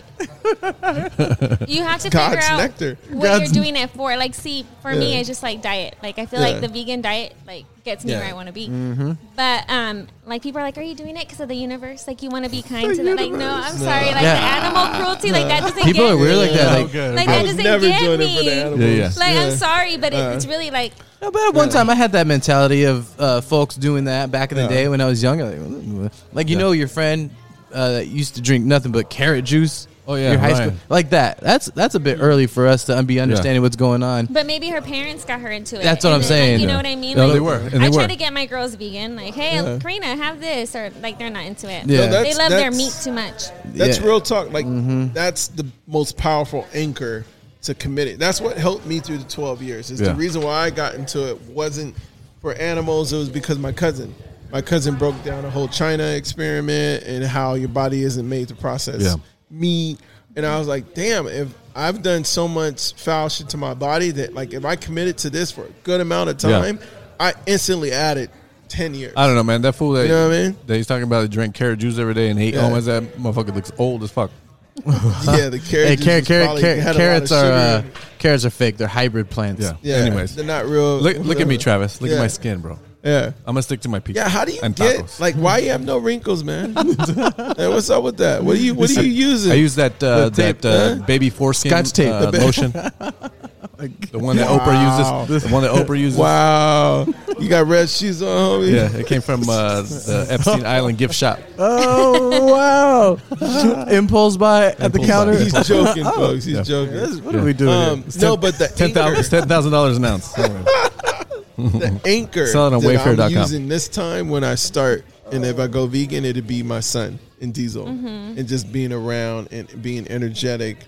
[SPEAKER 2] you have to figure
[SPEAKER 4] God's
[SPEAKER 2] out
[SPEAKER 4] nectar.
[SPEAKER 2] what
[SPEAKER 3] God's-
[SPEAKER 2] you're doing it for. Like, see, for me,
[SPEAKER 4] Yeah.
[SPEAKER 2] I just like diet. Like, I feel
[SPEAKER 4] Yeah.
[SPEAKER 2] like the vegan diet like gets me
[SPEAKER 4] Yeah. Mm-hmm.
[SPEAKER 2] where I want to be. But um, like people are like, "Are you doing it because of the universe? Like, you want to be kind to them?" Like, no, I'm sorry. Like
[SPEAKER 3] Yeah.
[SPEAKER 2] the animal cruelty, like that doesn't.
[SPEAKER 3] People
[SPEAKER 2] get
[SPEAKER 3] are weird
[SPEAKER 2] me.
[SPEAKER 3] like that. Like,
[SPEAKER 1] good.
[SPEAKER 2] Like
[SPEAKER 4] I
[SPEAKER 2] that
[SPEAKER 4] was
[SPEAKER 2] doesn't
[SPEAKER 4] never
[SPEAKER 2] get
[SPEAKER 4] doing
[SPEAKER 2] me.
[SPEAKER 4] it for the animals.
[SPEAKER 1] Yeah, yeah.
[SPEAKER 2] Like
[SPEAKER 4] Yeah.
[SPEAKER 2] I'm sorry, but it,
[SPEAKER 4] Uh.
[SPEAKER 2] it's really like
[SPEAKER 3] No, but at one time I had that mentality of uh, folks doing that back in the
[SPEAKER 4] Yeah.
[SPEAKER 3] day when I was younger. Like, like, you
[SPEAKER 1] Yeah.
[SPEAKER 3] know, your friend uh, that used to drink nothing but carrot juice.
[SPEAKER 1] Oh, yeah,
[SPEAKER 3] your high
[SPEAKER 1] Ryan.
[SPEAKER 3] school like that. That's that's a bit early for us to be understanding what's going on.
[SPEAKER 2] But maybe her parents got her into it.
[SPEAKER 3] That's what
[SPEAKER 2] And then,
[SPEAKER 3] I'm saying.
[SPEAKER 2] Like, you
[SPEAKER 3] Yeah.
[SPEAKER 2] know what I mean?
[SPEAKER 1] No,
[SPEAKER 2] like,
[SPEAKER 1] they were, and they
[SPEAKER 2] I try
[SPEAKER 1] were.
[SPEAKER 2] to get my girls vegan. Like, hey, Karina, have this, or like they're not into it.
[SPEAKER 3] Yeah. No,
[SPEAKER 2] they
[SPEAKER 4] that's-
[SPEAKER 2] love their
[SPEAKER 4] that's-
[SPEAKER 2] meat too much.
[SPEAKER 4] That's
[SPEAKER 3] Yeah. Mm-hmm.
[SPEAKER 4] real talk. Like that's the most powerful anchor to commit it. That's what helped me through the twelve years. Is
[SPEAKER 1] Yeah.
[SPEAKER 4] the reason why I got into it wasn't for animals. It was because my cousin. My cousin broke down a whole China experiment and how your body isn't made to process
[SPEAKER 1] Yeah.
[SPEAKER 4] meat. And I was like, damn, if I've done so much foul shit to my body that like if I committed to this for a good amount of
[SPEAKER 1] Yeah.
[SPEAKER 4] time, I instantly added ten years.
[SPEAKER 1] I don't know, man. That fool that,
[SPEAKER 4] You know what I mean?
[SPEAKER 1] that he's talking about that drank carrot juice every day and ate
[SPEAKER 4] Yeah.
[SPEAKER 1] almonds. That motherfucker looks old as fuck.
[SPEAKER 4] yeah, the
[SPEAKER 3] Hey,
[SPEAKER 4] carrot juice
[SPEAKER 3] carrot,
[SPEAKER 4] was
[SPEAKER 3] carrot,
[SPEAKER 4] probably- had
[SPEAKER 3] carrot,
[SPEAKER 4] a lot
[SPEAKER 3] carrots
[SPEAKER 4] of
[SPEAKER 3] are
[SPEAKER 4] sugar
[SPEAKER 3] uh,
[SPEAKER 4] in it.
[SPEAKER 3] carrots are fake. They're hybrid plants.
[SPEAKER 1] Yeah.
[SPEAKER 4] Yeah.
[SPEAKER 1] Anyways,
[SPEAKER 4] they're not real.
[SPEAKER 1] look, look at me,
[SPEAKER 4] whatever.
[SPEAKER 1] Travis. Look at
[SPEAKER 4] Yeah.
[SPEAKER 1] my skin, bro.
[SPEAKER 4] Yeah.
[SPEAKER 1] I'm gonna stick to my pizza.
[SPEAKER 4] Yeah, how do you
[SPEAKER 1] and
[SPEAKER 4] get
[SPEAKER 1] tacos.
[SPEAKER 4] like why you have no wrinkles, man? hey, what's up with that? What do you what
[SPEAKER 1] I-
[SPEAKER 4] are you using?
[SPEAKER 1] I use that uh,
[SPEAKER 4] The tape,
[SPEAKER 1] that uh,
[SPEAKER 4] huh?
[SPEAKER 1] baby foreskin
[SPEAKER 3] Scotch tape.
[SPEAKER 1] uh,
[SPEAKER 3] The ba-
[SPEAKER 1] lotion. the one that Oprah uses. The one that Oprah uses.
[SPEAKER 4] wow, you got red shoes on, homie.
[SPEAKER 1] Yeah, it came from uh, the Epstein Island gift shop.
[SPEAKER 3] Oh wow! Impulse buy at the
[SPEAKER 1] Impulse
[SPEAKER 3] counter.
[SPEAKER 1] buy.
[SPEAKER 4] he's joking, folks. He's
[SPEAKER 1] Yeah.
[SPEAKER 4] joking.
[SPEAKER 3] What are we doing? here?
[SPEAKER 4] Um, no, but the
[SPEAKER 1] Ten thousand,
[SPEAKER 4] anchor,
[SPEAKER 1] ten thousand dollars an ounce.
[SPEAKER 4] the anchor
[SPEAKER 1] Sell it Mm. on
[SPEAKER 4] that
[SPEAKER 1] Wayfair.com.
[SPEAKER 4] I'm using this time when I start, and if I go vegan, it'd be my son and Diesel,
[SPEAKER 2] Mm-hmm.
[SPEAKER 4] and just being around and being energetic,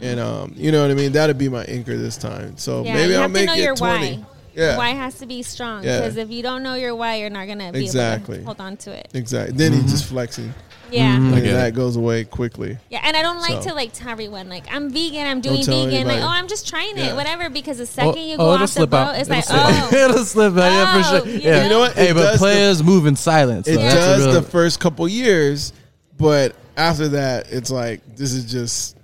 [SPEAKER 4] and um, you know what I mean. That'd be my anchor this time. So
[SPEAKER 2] Yeah,
[SPEAKER 4] maybe
[SPEAKER 2] you
[SPEAKER 4] I'll
[SPEAKER 2] have to
[SPEAKER 4] make
[SPEAKER 2] know
[SPEAKER 4] it
[SPEAKER 2] your
[SPEAKER 4] twenty.
[SPEAKER 2] why.
[SPEAKER 4] Yeah,
[SPEAKER 2] Why has to be strong
[SPEAKER 4] Yeah.
[SPEAKER 2] because if you don't know your why, you're not gonna be able
[SPEAKER 4] Exactly.
[SPEAKER 2] to hold on to it.
[SPEAKER 4] exactly. Then he's just flexing.
[SPEAKER 2] Yeah,
[SPEAKER 1] Mm-hmm. I
[SPEAKER 4] and
[SPEAKER 1] get
[SPEAKER 4] that
[SPEAKER 1] it.
[SPEAKER 4] goes away quickly.
[SPEAKER 2] yeah. And I don't like
[SPEAKER 4] So.
[SPEAKER 2] to like tell everyone like I'm vegan, I'm doing
[SPEAKER 4] tell
[SPEAKER 2] vegan. Like
[SPEAKER 4] anybody.
[SPEAKER 2] oh, I'm just trying
[SPEAKER 4] Yeah.
[SPEAKER 2] it, whatever. Because the second you go
[SPEAKER 1] oh, it'll
[SPEAKER 2] off the
[SPEAKER 1] slip out.
[SPEAKER 2] boat, it's
[SPEAKER 1] It'll
[SPEAKER 2] like
[SPEAKER 1] slip out.
[SPEAKER 2] oh,
[SPEAKER 3] It'll slip out. Yeah, for
[SPEAKER 2] Oh,
[SPEAKER 3] sure.
[SPEAKER 2] you
[SPEAKER 3] Yeah.
[SPEAKER 2] You know
[SPEAKER 4] what?
[SPEAKER 3] Hey,
[SPEAKER 4] It
[SPEAKER 3] but
[SPEAKER 4] does
[SPEAKER 3] players move in silence.
[SPEAKER 4] It
[SPEAKER 3] though. That's a
[SPEAKER 4] does
[SPEAKER 3] real-
[SPEAKER 4] the first couple years, but after that, it's like this is just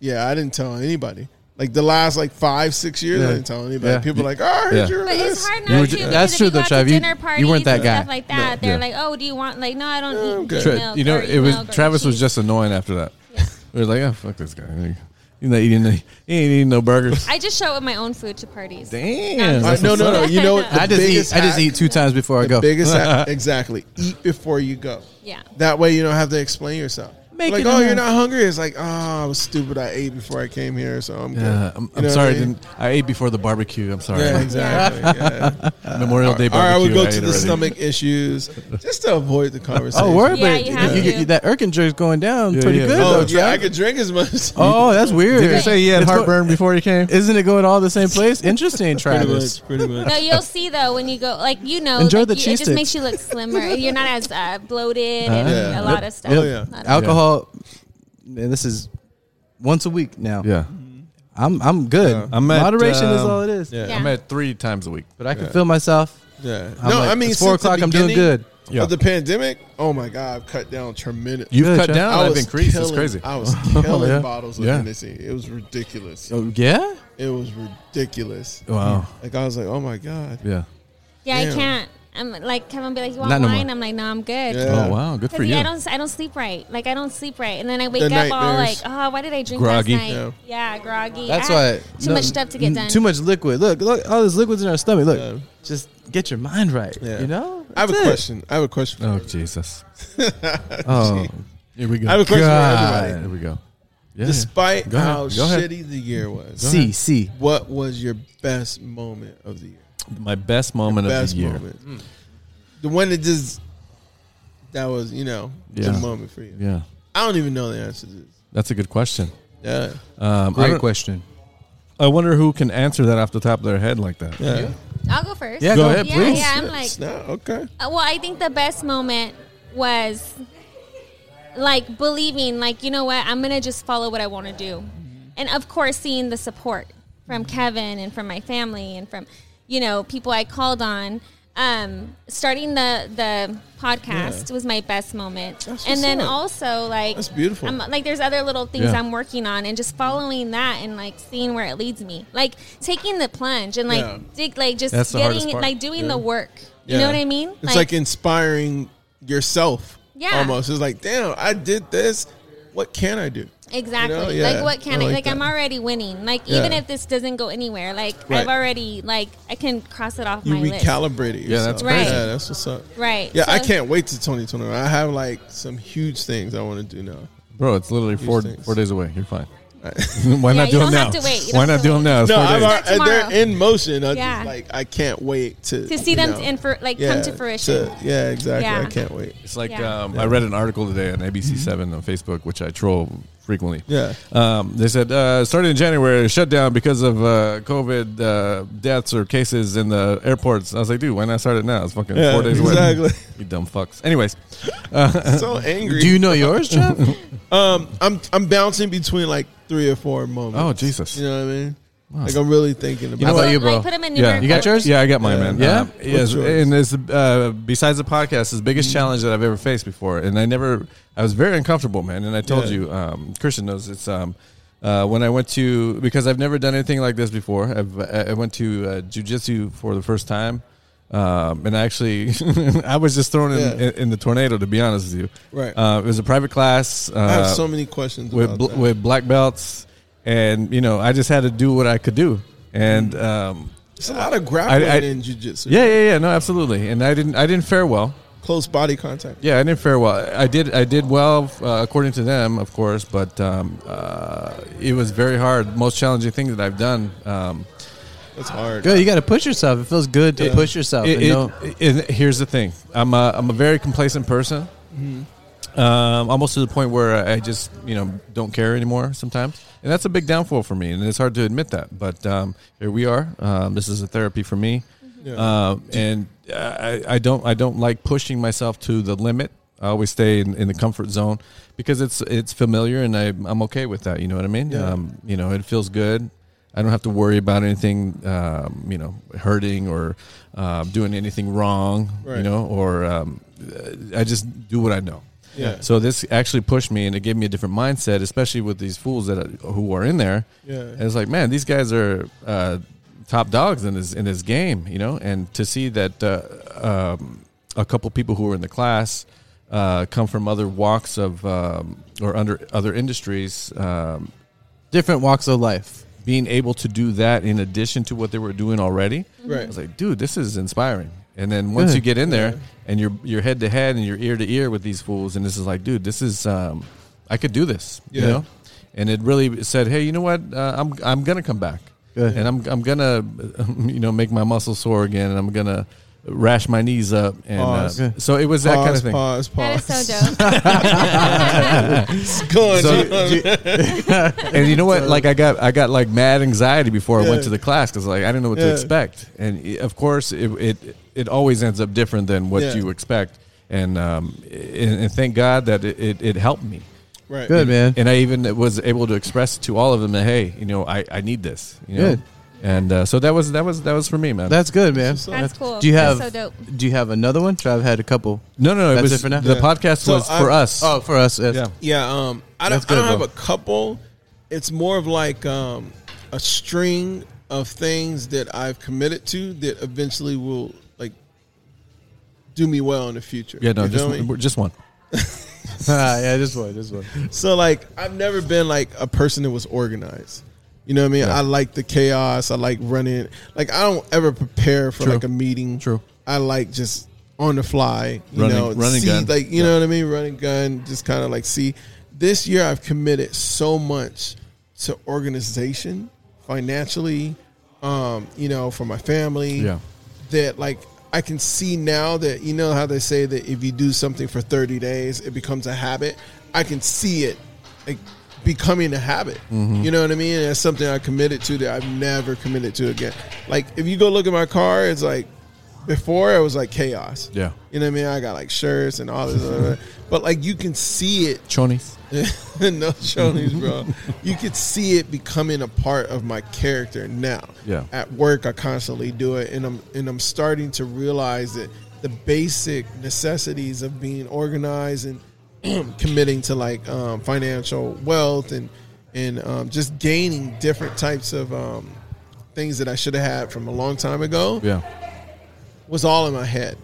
[SPEAKER 4] yeah. I didn't tell anybody. Like the last like five six years,
[SPEAKER 3] Yeah.
[SPEAKER 4] I didn't tell anybody.
[SPEAKER 1] Yeah.
[SPEAKER 4] People are like, oh, I heard
[SPEAKER 1] Yeah.
[SPEAKER 4] you were
[SPEAKER 2] But
[SPEAKER 4] this.
[SPEAKER 2] it's hard
[SPEAKER 3] You
[SPEAKER 2] not
[SPEAKER 3] were
[SPEAKER 2] to.
[SPEAKER 3] ju-
[SPEAKER 2] because
[SPEAKER 3] that's
[SPEAKER 2] if
[SPEAKER 3] true
[SPEAKER 2] you
[SPEAKER 3] though,
[SPEAKER 2] go out to
[SPEAKER 3] Trav. You-
[SPEAKER 2] dinner
[SPEAKER 3] you
[SPEAKER 2] parties
[SPEAKER 3] weren't that
[SPEAKER 2] and
[SPEAKER 3] guy.
[SPEAKER 2] Stuff like that. They're
[SPEAKER 1] Yeah.
[SPEAKER 2] like, "Oh, do you want like no, I don't
[SPEAKER 4] Oh,
[SPEAKER 2] eat."
[SPEAKER 4] okay.
[SPEAKER 1] Tra-
[SPEAKER 2] milk
[SPEAKER 1] you know,
[SPEAKER 2] or
[SPEAKER 1] it was
[SPEAKER 2] milk or
[SPEAKER 1] Travis was
[SPEAKER 2] cheese."
[SPEAKER 1] just annoying after that. We were like, oh fuck this guy. Like, He's not eating. Any, he ain't eating no burgers.
[SPEAKER 2] I just show up with my own food to parties.
[SPEAKER 1] Damn.
[SPEAKER 4] Uh, no, no, no. You know what? The
[SPEAKER 3] I just eat.
[SPEAKER 4] biggest
[SPEAKER 3] I just
[SPEAKER 4] hack-
[SPEAKER 3] eat two times before I
[SPEAKER 4] The
[SPEAKER 3] go.
[SPEAKER 4] biggest hack, exactly. Eat before you go.
[SPEAKER 2] Yeah.
[SPEAKER 4] That way you don't have to explain yourself.
[SPEAKER 3] Make
[SPEAKER 4] like,
[SPEAKER 3] it
[SPEAKER 4] oh,
[SPEAKER 3] enough.
[SPEAKER 4] you're not hungry. It's like, oh, I was stupid. I ate before I came here, so I'm good.
[SPEAKER 1] Yeah, I'm,
[SPEAKER 4] You
[SPEAKER 1] I'm
[SPEAKER 4] know what
[SPEAKER 1] sorry. I,
[SPEAKER 4] I mean?
[SPEAKER 1] didn't, I ate before the barbecue. I'm sorry.
[SPEAKER 4] Yeah, exactly. Yeah.
[SPEAKER 1] Memorial Day
[SPEAKER 4] All
[SPEAKER 1] barbecue.
[SPEAKER 4] right, we
[SPEAKER 1] I
[SPEAKER 4] go
[SPEAKER 1] ate
[SPEAKER 4] to the
[SPEAKER 1] already.
[SPEAKER 4] stomach issues just to avoid the conversation.
[SPEAKER 3] Oh, word,
[SPEAKER 2] Yeah,
[SPEAKER 3] but
[SPEAKER 2] you have
[SPEAKER 3] you
[SPEAKER 2] to.
[SPEAKER 3] get- that Erkinger's going down
[SPEAKER 1] Yeah,
[SPEAKER 3] pretty
[SPEAKER 1] yeah.
[SPEAKER 3] good.
[SPEAKER 4] Oh,
[SPEAKER 3] though,
[SPEAKER 4] yeah, I
[SPEAKER 3] Trav.
[SPEAKER 4] could drink as much.
[SPEAKER 3] oh, that's weird.
[SPEAKER 1] Did you say he had
[SPEAKER 3] It's go-
[SPEAKER 1] heartburn before he came?
[SPEAKER 3] Isn't it going all the same place? Interesting,
[SPEAKER 4] pretty
[SPEAKER 3] Travis.
[SPEAKER 4] much, pretty much.
[SPEAKER 2] No, you'll see though when you go, like you know,
[SPEAKER 3] Enjoy
[SPEAKER 2] like,
[SPEAKER 3] the
[SPEAKER 2] you,
[SPEAKER 3] cheese
[SPEAKER 2] it just
[SPEAKER 3] sticks. Uh-huh.
[SPEAKER 2] makes you look slimmer. You're not as uh, bloated and
[SPEAKER 4] Yeah.
[SPEAKER 2] a lot of stuff.
[SPEAKER 4] Oh, yeah.
[SPEAKER 2] Not-
[SPEAKER 3] Alcohol, man, this is once a week now.
[SPEAKER 1] Yeah.
[SPEAKER 3] I'm I'm good.
[SPEAKER 4] Yeah.
[SPEAKER 1] I'm at,
[SPEAKER 3] Moderation is
[SPEAKER 1] um,
[SPEAKER 3] all it is.
[SPEAKER 4] Yeah.
[SPEAKER 1] I'm at three times a week.
[SPEAKER 3] But I can
[SPEAKER 4] Yeah.
[SPEAKER 3] feel myself.
[SPEAKER 4] Yeah.
[SPEAKER 3] I'm
[SPEAKER 4] no,
[SPEAKER 3] like,
[SPEAKER 4] I mean,
[SPEAKER 3] it's four
[SPEAKER 4] since the
[SPEAKER 3] o'clock. I'm doing
[SPEAKER 4] beginning
[SPEAKER 3] good.
[SPEAKER 1] Yeah.
[SPEAKER 4] Of the pandemic, oh my God, I've cut down tremendous.
[SPEAKER 1] You've
[SPEAKER 3] Good,
[SPEAKER 1] cut
[SPEAKER 3] Chad.
[SPEAKER 1] down.
[SPEAKER 4] I
[SPEAKER 1] I've
[SPEAKER 4] was
[SPEAKER 1] Oh, increased.
[SPEAKER 4] Killing,
[SPEAKER 1] it's crazy. Oh,
[SPEAKER 4] I was killing
[SPEAKER 3] Yeah.
[SPEAKER 4] bottles of
[SPEAKER 1] Yeah.
[SPEAKER 4] Hennessy. It was ridiculous.
[SPEAKER 3] Oh, yeah.
[SPEAKER 4] It was ridiculous.
[SPEAKER 1] wow.
[SPEAKER 4] Like I was like, oh my God.
[SPEAKER 1] Yeah.
[SPEAKER 2] Yeah, I
[SPEAKER 4] Damn.
[SPEAKER 2] can't. I'm like Kevin be like, "You want
[SPEAKER 3] Not no more.
[SPEAKER 2] wine?" I'm like, "No, I'm good."
[SPEAKER 4] Yeah.
[SPEAKER 1] Oh wow. Good for
[SPEAKER 2] Because
[SPEAKER 1] you.
[SPEAKER 2] yeah, I don't, I don't sleep right. Like I don't sleep right, and then I wake
[SPEAKER 4] The
[SPEAKER 2] up all like,
[SPEAKER 4] nightmares.
[SPEAKER 2] "Oh, why did I drink
[SPEAKER 1] Groggy.
[SPEAKER 2] last night?" Yeah, groggy.
[SPEAKER 3] That's
[SPEAKER 2] I
[SPEAKER 3] why
[SPEAKER 2] had too
[SPEAKER 3] no,
[SPEAKER 2] much stuff to get
[SPEAKER 3] n-
[SPEAKER 2] done.
[SPEAKER 3] Too much liquid. Look, look, all this liquid's in our stomach. Look,
[SPEAKER 4] Yeah.
[SPEAKER 3] just get your mind right.
[SPEAKER 4] Yeah.
[SPEAKER 3] You know.
[SPEAKER 4] I have a
[SPEAKER 3] That's it.
[SPEAKER 4] question. I have a question. For
[SPEAKER 1] oh
[SPEAKER 4] you.
[SPEAKER 1] Jesus.
[SPEAKER 3] Oh,
[SPEAKER 1] Here we go.
[SPEAKER 4] I have a question for
[SPEAKER 3] God.
[SPEAKER 4] everybody.
[SPEAKER 1] Here we go. Yeah.
[SPEAKER 4] Despite
[SPEAKER 1] Go ahead.
[SPEAKER 4] how
[SPEAKER 1] Go ahead.
[SPEAKER 4] shitty the year was,
[SPEAKER 3] C C.
[SPEAKER 4] what was your best moment of the year?
[SPEAKER 1] my best moment of
[SPEAKER 4] best
[SPEAKER 1] the year.
[SPEAKER 4] moment. Hmm. The one that just that was, you know,
[SPEAKER 1] Yeah.
[SPEAKER 4] the moment for you.
[SPEAKER 1] Yeah,
[SPEAKER 4] I don't even know the answer to this.
[SPEAKER 1] that's a good question.
[SPEAKER 4] Yeah.
[SPEAKER 1] Um, I,
[SPEAKER 3] Great
[SPEAKER 1] don't-
[SPEAKER 3] question.
[SPEAKER 1] I wonder who can answer that off the top of their head like that.
[SPEAKER 4] Yeah.
[SPEAKER 2] I'll go first.
[SPEAKER 3] Yeah,
[SPEAKER 1] Go
[SPEAKER 3] go
[SPEAKER 1] ahead,
[SPEAKER 3] ahead,
[SPEAKER 2] yeah,
[SPEAKER 3] please.
[SPEAKER 2] yeah, I'm like,
[SPEAKER 4] Snap, okay.
[SPEAKER 2] Uh, well, I think the best moment was like believing, like, you know what, I'm going to just follow what I want to do.
[SPEAKER 4] Mm-hmm.
[SPEAKER 2] And of course, seeing the support from Kevin and from my family and from, you know, people I called on. Um, starting the, the podcast was my best moment.
[SPEAKER 4] That's what's
[SPEAKER 2] and then
[SPEAKER 4] up.
[SPEAKER 2] also, like,
[SPEAKER 4] That's beautiful.
[SPEAKER 2] I'm, like, there's other little things
[SPEAKER 1] Yeah.
[SPEAKER 2] I'm working on and just following that and, like, seeing where it leads me. Like, taking the plunge and, like,
[SPEAKER 4] Yeah.
[SPEAKER 2] dig, like just
[SPEAKER 1] That's the hardest
[SPEAKER 2] getting,
[SPEAKER 1] part.
[SPEAKER 2] like, doing
[SPEAKER 4] Yeah.
[SPEAKER 2] the work. You know what I mean?
[SPEAKER 4] It's like, inspiring yourself.
[SPEAKER 2] Yeah.
[SPEAKER 4] Almost. It's like, damn, I did this. What can I do?
[SPEAKER 2] Exactly.
[SPEAKER 4] You know? Yeah.
[SPEAKER 2] Like what can I
[SPEAKER 4] I like
[SPEAKER 2] like, I'm
[SPEAKER 4] that.
[SPEAKER 2] already winning. Like
[SPEAKER 4] Yeah.
[SPEAKER 2] even if this doesn't go anywhere, like
[SPEAKER 4] Right.
[SPEAKER 2] I've already like I can cross it off
[SPEAKER 4] You
[SPEAKER 2] my list.
[SPEAKER 4] recalibrate it.
[SPEAKER 1] Yeah, that's
[SPEAKER 4] yourself.
[SPEAKER 2] crazy.
[SPEAKER 4] Yeah, that's what's up.
[SPEAKER 2] Right.
[SPEAKER 4] Yeah, I
[SPEAKER 2] So-
[SPEAKER 4] can't wait to 2021. I have like some huge things I want to do now.
[SPEAKER 1] Bro, it's literally four
[SPEAKER 4] things.
[SPEAKER 1] four days away. You're fine.
[SPEAKER 4] Right.
[SPEAKER 1] Why
[SPEAKER 2] Yeah,
[SPEAKER 1] not
[SPEAKER 2] you
[SPEAKER 1] do them
[SPEAKER 2] don't
[SPEAKER 1] now?
[SPEAKER 2] have to wait. You
[SPEAKER 1] Why
[SPEAKER 2] don't
[SPEAKER 1] not
[SPEAKER 2] have
[SPEAKER 1] do
[SPEAKER 2] to
[SPEAKER 1] them now? It's
[SPEAKER 4] No,
[SPEAKER 1] four
[SPEAKER 4] I've,
[SPEAKER 1] days.
[SPEAKER 2] Start
[SPEAKER 4] already- they're
[SPEAKER 2] tomorrow.
[SPEAKER 4] in motion. I
[SPEAKER 2] Yeah.
[SPEAKER 4] just like I can't wait to
[SPEAKER 2] To see
[SPEAKER 4] you
[SPEAKER 2] them
[SPEAKER 4] know,
[SPEAKER 2] in for like come to fruition.
[SPEAKER 4] to- yeah, exactly. I
[SPEAKER 2] Yeah.
[SPEAKER 4] can't wait.
[SPEAKER 1] It's like
[SPEAKER 2] Yeah. Mm-hmm.
[SPEAKER 1] um, I read an article today on ABC7 on Facebook, which I troll frequently.
[SPEAKER 4] Yeah.
[SPEAKER 1] Um, they said uh, started in January, shut down because of uh, COVID uh, deaths or cases in the airports. I was like, dude, why not start it now? It's fucking
[SPEAKER 4] Yeah,
[SPEAKER 1] four days away.
[SPEAKER 4] exactly.
[SPEAKER 1] You dumb fucks. Anyways,
[SPEAKER 4] so angry.
[SPEAKER 3] Do you know yours, Jeff?
[SPEAKER 4] um, I'm I'm bouncing between like three or four moments.
[SPEAKER 1] Oh, Jesus.
[SPEAKER 4] You know what I mean? Like I'm really thinking about.
[SPEAKER 3] know
[SPEAKER 4] it.
[SPEAKER 3] what? about you,
[SPEAKER 2] Like,
[SPEAKER 3] bro?
[SPEAKER 2] put 'em in
[SPEAKER 1] yeah,
[SPEAKER 2] numerical
[SPEAKER 3] You got yours?
[SPEAKER 1] Yeah, I got mine,
[SPEAKER 4] Yeah.
[SPEAKER 1] man.
[SPEAKER 3] Yeah?
[SPEAKER 1] Um, yes,
[SPEAKER 4] What's yours?
[SPEAKER 1] and it's uh, besides the podcast, is the biggest challenge that I've ever faced before, and I never, I was very uncomfortable, man. And I told
[SPEAKER 4] Yeah.
[SPEAKER 1] you, um, Christian knows it's um, uh, when I went to because I've never done anything like this before. I've, I I went to uh, jujitsu for the first time. Um, and actually, I was just thrown in,
[SPEAKER 4] Yeah.
[SPEAKER 1] in, the tornado. To be honest with you,
[SPEAKER 4] Right.
[SPEAKER 1] Uh, it was a private class. Uh,
[SPEAKER 4] I have so many questions
[SPEAKER 1] with
[SPEAKER 4] about
[SPEAKER 1] bl-
[SPEAKER 4] that.
[SPEAKER 1] with black belts, and you know, I just had to do what I could do. And um,
[SPEAKER 4] It's a lot of grappling
[SPEAKER 1] I- I-
[SPEAKER 4] in jujitsu.
[SPEAKER 1] yeah, yeah, yeah. No, absolutely. And I didn't. I didn't fare well.
[SPEAKER 4] close body contact.
[SPEAKER 1] Yeah, I didn't fare well. I did. I did well uh, according to them, of course. But um, uh, it was very hard. Most challenging thing that I've done. Um,
[SPEAKER 4] That's hard.
[SPEAKER 3] Good. You got to push yourself. It feels good to push yourself.
[SPEAKER 1] it-
[SPEAKER 3] and
[SPEAKER 1] it-
[SPEAKER 3] know-
[SPEAKER 1] it- here's the thing. I'm a, I'm a very complacent person.
[SPEAKER 3] Mm-hmm.
[SPEAKER 1] Um, almost to the point where I just you know don't care anymore sometimes, and that's a big downfall for me. And it's hard to admit that. But um, here we are. Um, this is a therapy for me.
[SPEAKER 4] Yeah.
[SPEAKER 1] Um, and I, I don't I don't like pushing myself to the limit. I always stay in, in the comfort zone because it's it's familiar and I, I'm okay with that. You know what I mean?
[SPEAKER 4] Yeah.
[SPEAKER 1] Um, you know, it feels good. I don't have to worry about anything, um, you know, hurting or uh, doing anything wrong, you
[SPEAKER 4] Right.
[SPEAKER 1] know, or um, I just do what I know.
[SPEAKER 4] Yeah.
[SPEAKER 1] So this actually pushed me and it gave me a different mindset, especially with these fools that uh, who are in there.
[SPEAKER 4] Yeah.
[SPEAKER 1] And it's like, man, these guys are uh, top dogs in this in this game, you know. And to see that uh, um, a couple people who were in the class uh, come from other walks of um, or under other industries, um,
[SPEAKER 3] different walks of life.
[SPEAKER 1] being able to do that in addition to what they were doing already, I
[SPEAKER 4] Mm-hmm. Right.
[SPEAKER 1] was like, dude, this is inspiring. And then once
[SPEAKER 3] Good.
[SPEAKER 1] you get in there and you're you're head to head and you're ear to ear with these fools, and this is like, dude, this is um, I could do this, you
[SPEAKER 4] Yeah.
[SPEAKER 1] know. And it really said, hey, you know what? Uh, I'm I'm gonna come back,
[SPEAKER 3] Good.
[SPEAKER 1] and I'm I'm gonna you know make my muscles sore again, and I'm gonna rash my knees up, and uh,
[SPEAKER 4] Pause.
[SPEAKER 1] so it was that kind of thing.
[SPEAKER 4] Pause.
[SPEAKER 2] That
[SPEAKER 4] Pause.
[SPEAKER 2] is so dope.
[SPEAKER 4] It's going
[SPEAKER 1] So-
[SPEAKER 4] on.
[SPEAKER 1] and you know what? Like I got I got like mad anxiety before I
[SPEAKER 4] Yeah.
[SPEAKER 1] went to the class because like I didn't know what to
[SPEAKER 4] Yeah.
[SPEAKER 1] expect, and i- of course it it, it always ends up different than what
[SPEAKER 4] Yeah.
[SPEAKER 1] you expect, and um and, and thank God that it, it, it helped me,
[SPEAKER 4] right.
[SPEAKER 3] Good man.
[SPEAKER 1] and I even was able to express to all of them that hey, you know I, I need this, you know,
[SPEAKER 3] Good.
[SPEAKER 1] and uh, so that was that was that was for me, man.
[SPEAKER 3] That's good, man.
[SPEAKER 4] That's what's
[SPEAKER 2] That's cool.
[SPEAKER 3] Do you have?
[SPEAKER 2] That's so dope.
[SPEAKER 3] Do you have another one? I've had a couple.
[SPEAKER 1] no, no, no, it
[SPEAKER 3] That's
[SPEAKER 1] was
[SPEAKER 3] it for now?
[SPEAKER 1] the
[SPEAKER 4] Yeah.
[SPEAKER 1] podcast
[SPEAKER 4] So
[SPEAKER 1] was
[SPEAKER 4] I-
[SPEAKER 1] for us.
[SPEAKER 3] Oh, for us. it's-
[SPEAKER 1] yeah,
[SPEAKER 4] Yeah, um, I don't,
[SPEAKER 3] That's good,
[SPEAKER 4] I don't
[SPEAKER 3] bro.
[SPEAKER 4] have a couple. It's more of like um, a string of things that I've committed to that eventually will like do me well in the future.
[SPEAKER 1] yeah, no,
[SPEAKER 4] You
[SPEAKER 1] just
[SPEAKER 4] feel me?
[SPEAKER 1] one, just one.
[SPEAKER 3] Ah, yeah, this one, this one.
[SPEAKER 4] so like I've never been like a person that was organized. You know what I mean? I like the chaos. I like running. Like I don't ever prepare for
[SPEAKER 1] True.
[SPEAKER 4] like a meeting.
[SPEAKER 1] True.
[SPEAKER 4] I like just on the fly. You
[SPEAKER 1] Running-
[SPEAKER 4] know,
[SPEAKER 1] running
[SPEAKER 4] see,
[SPEAKER 1] gun.
[SPEAKER 4] Like you know what I mean? Running gun. Just kind of like see. This year I've committed so much to organization, financially. Um, you know, for my family.
[SPEAKER 1] Yeah.
[SPEAKER 4] that like I can see now that you know how they say that if you do something for 30 days, it becomes a habit. I can see it like becoming a habit. You know what I mean? And it's something I committed to that I've never committed to again. Like if you go look at my car, it's like before it was like chaos.
[SPEAKER 1] Yeah.
[SPEAKER 4] You know what I mean? I got like shirts and all this other, but like you can see it
[SPEAKER 1] Chonies.
[SPEAKER 4] no chonies, bro. You could see it becoming a part of my character now.
[SPEAKER 1] Yeah.
[SPEAKER 4] At work, I constantly do it, and I'm and I'm starting to realize that the basic necessities of being organized and committing to like um, financial wealth and and um, just gaining different types of um, things that I should have had from a long time ago
[SPEAKER 1] Yeah.
[SPEAKER 4] was all in my head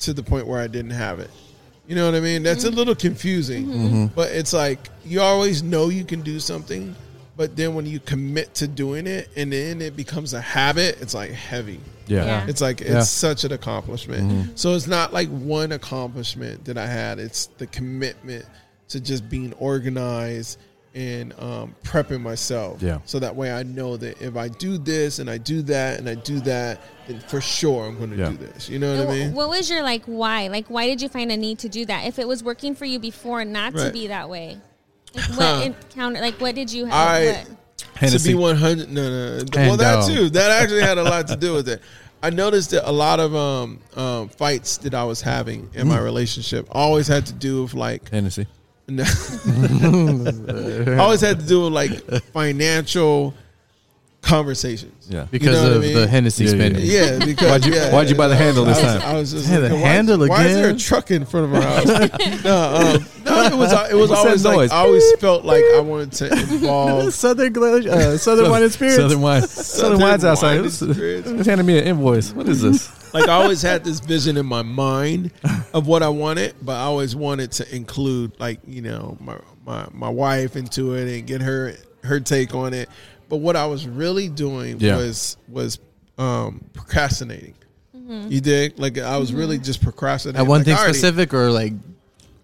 [SPEAKER 4] to the point where I didn't have it. You know what I mean? That's a little confusing, but it's like you always know you can do something, but then when you commit to doing it and then it becomes a habit, it's like heavy.
[SPEAKER 1] Yeah.
[SPEAKER 2] Yeah.
[SPEAKER 4] It's like it's
[SPEAKER 1] Yeah. Mm-hmm.
[SPEAKER 4] such an accomplishment. So it's not like one accomplishment that I had. It's the commitment to just being organized and um, prepping myself.
[SPEAKER 1] Yeah.
[SPEAKER 4] So that way I know that if I do this and I do that and I do that, then for sure I'm going to
[SPEAKER 1] Yeah.
[SPEAKER 4] do this. You know
[SPEAKER 2] And
[SPEAKER 4] what I
[SPEAKER 2] wh-
[SPEAKER 4] mean?
[SPEAKER 2] What was your like why? Like why did you find a need to do that? If it was working for you before not to
[SPEAKER 4] Right.
[SPEAKER 2] be that way. Like what encounter like what did you have?
[SPEAKER 4] I-
[SPEAKER 2] what?
[SPEAKER 1] Hennessy.
[SPEAKER 4] To be 100. No, no. no. Well,
[SPEAKER 3] And,
[SPEAKER 4] that
[SPEAKER 3] uh,
[SPEAKER 4] too. That actually had a lot to do with it. I noticed that a lot of um, um, fights that I was having in
[SPEAKER 1] Mm.
[SPEAKER 4] my relationship always had to do with like
[SPEAKER 1] Hennessy.
[SPEAKER 4] No. always had to do with like financial conversations.
[SPEAKER 1] Yeah.
[SPEAKER 3] because
[SPEAKER 4] know what I
[SPEAKER 3] of
[SPEAKER 4] mean?
[SPEAKER 3] the Hennessy
[SPEAKER 1] Yeah, yeah,
[SPEAKER 3] spending.
[SPEAKER 4] Yeah, because
[SPEAKER 1] Why'd you-
[SPEAKER 4] yeah,
[SPEAKER 1] why'd you buy the handle this
[SPEAKER 4] I was-
[SPEAKER 1] time?
[SPEAKER 4] I was just
[SPEAKER 3] Hey, the
[SPEAKER 4] thinking, why-
[SPEAKER 3] handle
[SPEAKER 4] Why is there a
[SPEAKER 3] again?
[SPEAKER 4] truck in front of our house? no, um, no, it was it
[SPEAKER 1] What's
[SPEAKER 4] was
[SPEAKER 1] that
[SPEAKER 4] always like
[SPEAKER 1] noise?
[SPEAKER 4] I always felt like I wanted to involve
[SPEAKER 3] Southern Glo- uh, Southern Wine and Spirits.
[SPEAKER 1] Southern wine. Southern wine's outside.
[SPEAKER 4] wine
[SPEAKER 1] Who's
[SPEAKER 4] and spirits.
[SPEAKER 1] who's handing me an invoice? What is this?
[SPEAKER 4] like I always had this vision in my mind of what I wanted, but I always wanted to include like you know my my, my wife into it and get her her take on it. But what I was really doing
[SPEAKER 1] Yeah.
[SPEAKER 4] was was um, procrastinating. You dig? Like I was really just procrastinating
[SPEAKER 3] At one
[SPEAKER 4] Like,
[SPEAKER 3] thing
[SPEAKER 4] I already-
[SPEAKER 3] specific or like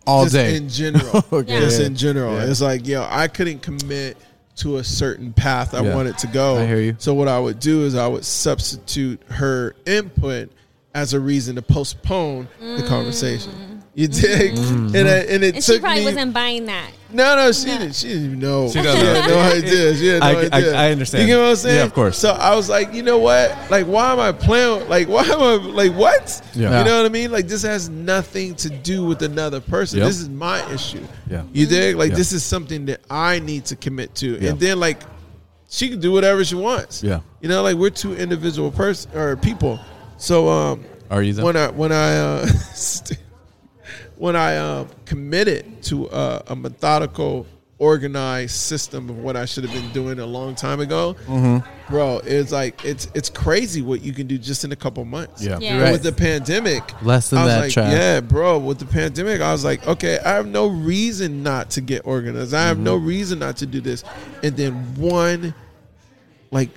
[SPEAKER 3] all
[SPEAKER 4] just
[SPEAKER 3] day?
[SPEAKER 4] in general.
[SPEAKER 3] Okay.
[SPEAKER 4] Just
[SPEAKER 3] Yeah.
[SPEAKER 4] in general,
[SPEAKER 3] Yeah.
[SPEAKER 4] it's like yo, I couldn't commit to a certain path I
[SPEAKER 1] Yeah.
[SPEAKER 4] wanted to go.
[SPEAKER 3] I hear you.
[SPEAKER 4] So what I would do is I would substitute her input as a reason to postpone the conversation. You dig?
[SPEAKER 3] Mm-hmm.
[SPEAKER 4] And, I, and it
[SPEAKER 2] Mm. And
[SPEAKER 4] took
[SPEAKER 2] she probably
[SPEAKER 4] me.
[SPEAKER 2] wasn't buying that.
[SPEAKER 4] No, no, she didn't. She didn't even know. She,
[SPEAKER 1] doesn't
[SPEAKER 4] had
[SPEAKER 1] know.
[SPEAKER 4] no idea. She had no
[SPEAKER 1] I- I-
[SPEAKER 4] idea.
[SPEAKER 1] I understand.
[SPEAKER 4] You get what I'm saying?
[SPEAKER 1] Yeah, of course.
[SPEAKER 4] So I was like, you know what? Like, why am I playing? with- Like, why am I? Like, what?
[SPEAKER 1] Yeah.
[SPEAKER 4] You know what I mean? Like, this has nothing to do with another person.
[SPEAKER 1] Yep.
[SPEAKER 4] This is my issue.
[SPEAKER 1] Yeah.
[SPEAKER 4] You dig? Like,
[SPEAKER 1] Yeah.
[SPEAKER 4] this is something that I need to commit to.
[SPEAKER 1] Yeah.
[SPEAKER 4] And then, like, she can do whatever she wants.
[SPEAKER 1] Yeah.
[SPEAKER 4] You know, like we're two individual person or people. So, um,
[SPEAKER 1] Are you though?
[SPEAKER 4] when I when I uh, st- when I uh, committed to uh, a methodical, organized system of what I should have been doing a long time ago, bro, it's like it's it's crazy what you can do just in a couple months.
[SPEAKER 1] Yeah.
[SPEAKER 2] Yeah.
[SPEAKER 4] And
[SPEAKER 3] Right.
[SPEAKER 4] With the pandemic,
[SPEAKER 3] Less than
[SPEAKER 4] I was
[SPEAKER 3] that,
[SPEAKER 4] like,
[SPEAKER 3] child.
[SPEAKER 4] Yeah, bro. With the pandemic, I was like, okay, I have no reason not to get organized. I have no reason not to do this. And then one like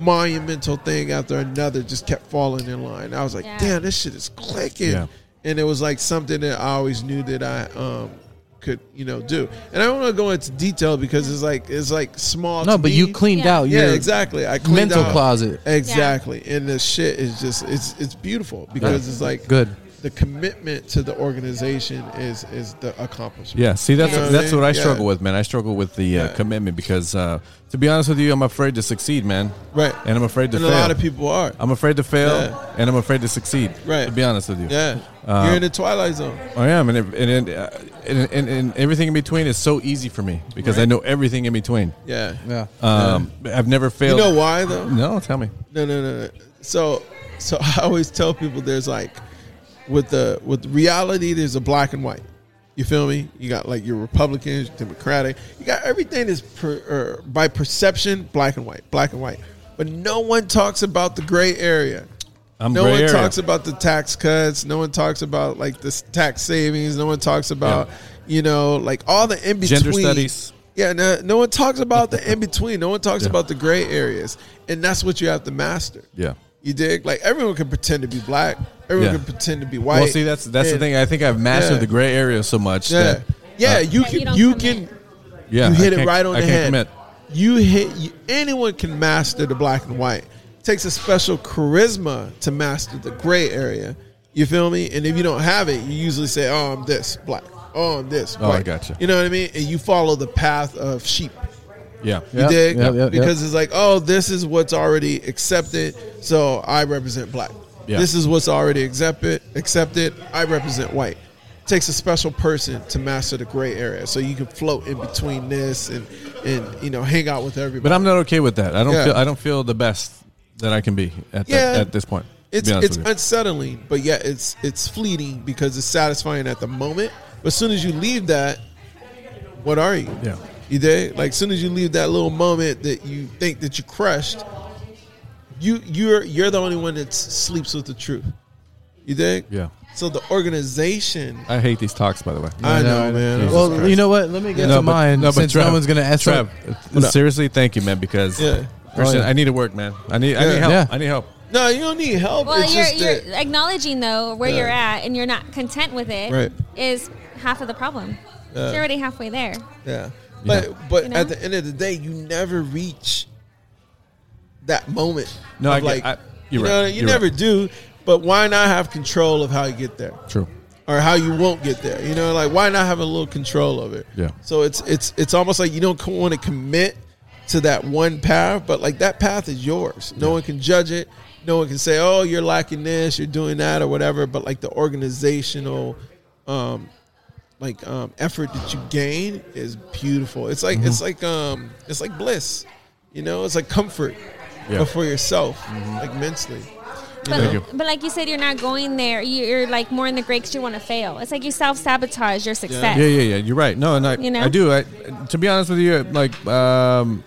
[SPEAKER 4] monumental thing after another just kept falling in line. I was like,
[SPEAKER 2] Yeah.
[SPEAKER 4] damn, this shit is clicking.
[SPEAKER 1] Yeah.
[SPEAKER 4] And it was like something that I always knew that I um could, you know, do. And I don't want to go into detail because it's like it's like small.
[SPEAKER 3] no,
[SPEAKER 4] to
[SPEAKER 3] but
[SPEAKER 4] me.
[SPEAKER 3] you cleaned
[SPEAKER 2] Yeah.
[SPEAKER 3] out your
[SPEAKER 4] Yeah, exactly. I cleaned
[SPEAKER 3] mental
[SPEAKER 4] out-
[SPEAKER 3] closet.
[SPEAKER 4] Exactly. And the shit is just it's it's beautiful because it's like
[SPEAKER 3] Good.
[SPEAKER 4] the commitment to the organization is is the accomplishment.
[SPEAKER 1] Yeah, see, that's
[SPEAKER 4] You know what I
[SPEAKER 1] that's
[SPEAKER 4] mean?
[SPEAKER 1] what I
[SPEAKER 4] Yeah.
[SPEAKER 1] struggle with, man. I struggle with the uh,
[SPEAKER 4] Yeah.
[SPEAKER 1] commitment because, uh, to be honest with you, I'm afraid to succeed, man.
[SPEAKER 4] Right.
[SPEAKER 1] And I'm afraid to
[SPEAKER 4] And a
[SPEAKER 1] fail.
[SPEAKER 4] lot of people are.
[SPEAKER 1] I'm afraid to fail,
[SPEAKER 4] Yeah.
[SPEAKER 1] and I'm afraid to succeed.
[SPEAKER 4] Right.
[SPEAKER 1] To be honest with you.
[SPEAKER 4] Yeah.
[SPEAKER 1] Uh,
[SPEAKER 4] You're in the twilight zone.
[SPEAKER 1] I am, and it- and, and, uh, and and and everything in between is so easy for me because I know everything in between.
[SPEAKER 4] Yeah.
[SPEAKER 3] Yeah.
[SPEAKER 1] Um, I've never
[SPEAKER 4] You
[SPEAKER 1] failed.
[SPEAKER 4] know why though?
[SPEAKER 1] no, tell me.
[SPEAKER 4] No, no, no, no. So, so I always tell people there's like, with the with reality, there's a black and white. You feel me? You got like your Republicans, Democratic. You got everything is per, er, by perception, black and white, black and white. But no one talks about the gray area.
[SPEAKER 1] I'm
[SPEAKER 4] no
[SPEAKER 1] gray
[SPEAKER 4] one
[SPEAKER 1] area.
[SPEAKER 4] talks about the tax cuts. No one talks about like the s- tax savings. No one talks about you know like all the in between
[SPEAKER 1] Gender studies.
[SPEAKER 4] yeah, no, no one talks about the in between. No one talks
[SPEAKER 1] Yeah.
[SPEAKER 4] about the gray areas, and that's what you have to master.
[SPEAKER 1] Yeah.
[SPEAKER 4] You dig? Like everyone can pretend to be black. Everyone
[SPEAKER 1] Yeah.
[SPEAKER 4] can pretend to be white.
[SPEAKER 1] well, see, that's that's the
[SPEAKER 4] and-
[SPEAKER 1] thing. I think I've mastered
[SPEAKER 4] Yeah.
[SPEAKER 1] the gray area so much
[SPEAKER 4] Yeah,
[SPEAKER 1] that
[SPEAKER 4] yeah.
[SPEAKER 1] uh,
[SPEAKER 4] you
[SPEAKER 2] That you
[SPEAKER 4] can.
[SPEAKER 2] don't
[SPEAKER 4] You,
[SPEAKER 2] commit.
[SPEAKER 4] can.
[SPEAKER 1] yeah,
[SPEAKER 4] you
[SPEAKER 1] I
[SPEAKER 4] hit it
[SPEAKER 1] can't-
[SPEAKER 4] right on
[SPEAKER 1] I
[SPEAKER 4] the
[SPEAKER 1] can't
[SPEAKER 4] head.
[SPEAKER 1] commit.
[SPEAKER 4] You hit. You, anyone can master the black and white. takes a special charisma to master the gray area. You feel me? And if you don't have it, you usually say, "Oh, I'm this black. Oh, I'm this."
[SPEAKER 1] Oh, I
[SPEAKER 4] white."
[SPEAKER 1] gotcha.
[SPEAKER 4] You know what I mean? And you follow the path of sheep.
[SPEAKER 1] Yeah.
[SPEAKER 4] You
[SPEAKER 3] Yep,
[SPEAKER 4] dig?
[SPEAKER 3] yep, yep,
[SPEAKER 4] because it's like, oh, this is what's already accepted, so I represent black.
[SPEAKER 1] Yeah.
[SPEAKER 4] This is what's already accepted. Accepted, I represent white. takes a special person to master the gray area, so you can float in between this and and you know hang out with everybody.
[SPEAKER 1] But I'm not okay with that. I don't
[SPEAKER 4] Yeah.
[SPEAKER 1] feel I don't feel the best that I can be at
[SPEAKER 4] Yeah.
[SPEAKER 1] that, at this point. to
[SPEAKER 4] It's
[SPEAKER 1] be honest
[SPEAKER 4] it's
[SPEAKER 1] with you.
[SPEAKER 4] unsettling, but yet it's it's fleeting because it's satisfying at the moment. But as soon as you leave that, what are you?
[SPEAKER 1] Yeah.
[SPEAKER 4] You dig? Like as soon as you leave that little moment that you think that you crushed, you you're you're the only one that s- sleeps with the truth. You dig?
[SPEAKER 1] Yeah.
[SPEAKER 4] So the organization
[SPEAKER 1] I hate these talks by the way.
[SPEAKER 4] I know, man.
[SPEAKER 1] Jesus
[SPEAKER 3] well,
[SPEAKER 1] Christ.
[SPEAKER 3] you know what? Let me get
[SPEAKER 1] No,
[SPEAKER 3] to
[SPEAKER 1] but-
[SPEAKER 3] mine
[SPEAKER 1] no, but
[SPEAKER 3] since
[SPEAKER 1] Trev-
[SPEAKER 3] no one's gonna ask.
[SPEAKER 1] Trev,
[SPEAKER 3] What up?
[SPEAKER 1] seriously, thank you, man, because
[SPEAKER 4] Yeah.
[SPEAKER 1] Christian,
[SPEAKER 3] Oh, yeah.
[SPEAKER 1] I need to work, man. I need I
[SPEAKER 4] Yeah.
[SPEAKER 1] need help.
[SPEAKER 3] Yeah.
[SPEAKER 1] I need help.
[SPEAKER 4] No, you don't need help.
[SPEAKER 2] Well,
[SPEAKER 4] it's
[SPEAKER 2] you're,
[SPEAKER 4] just that-
[SPEAKER 2] you're acknowledging though where
[SPEAKER 4] Yeah.
[SPEAKER 2] you're at, and you're not content with it. Is
[SPEAKER 4] Right.
[SPEAKER 2] half of the problem.
[SPEAKER 4] Yeah.
[SPEAKER 2] It's already halfway there.
[SPEAKER 4] Yeah. But but
[SPEAKER 2] You know?
[SPEAKER 4] at the end of the day, you never reach that moment.
[SPEAKER 1] No,
[SPEAKER 4] of
[SPEAKER 1] I get-
[SPEAKER 4] like
[SPEAKER 1] I-
[SPEAKER 4] you
[SPEAKER 1] you're right.
[SPEAKER 4] know, you
[SPEAKER 1] You're
[SPEAKER 4] never
[SPEAKER 1] right.
[SPEAKER 4] do. But why not have control of how you get there?
[SPEAKER 1] True.
[SPEAKER 4] Or how you won't get there. You know, like why not have a little control of it?
[SPEAKER 1] Yeah.
[SPEAKER 4] So it's it's it's almost like you don't want to commit to that one path, but like that path is yours. No one can judge it. No one can say, "Oh, you're lacking this, you're doing that, or whatever." But like the organizational um, like um, effort that you gain is beautiful. It's like
[SPEAKER 1] Mm-hmm.
[SPEAKER 4] it's like um it's like bliss, you know. It's like comfort
[SPEAKER 1] Yeah. Mm-hmm.
[SPEAKER 4] but for yourself, like mentally.
[SPEAKER 2] But,
[SPEAKER 1] Thank you.
[SPEAKER 2] but like you said, you're not going there. You- You're like more in the great 'cause you want to fail. It's like you self sabotage your success.
[SPEAKER 1] Yeah, yeah, yeah. You're right. No, and I,
[SPEAKER 2] You know?
[SPEAKER 1] I do. I, to be honest with you, like um,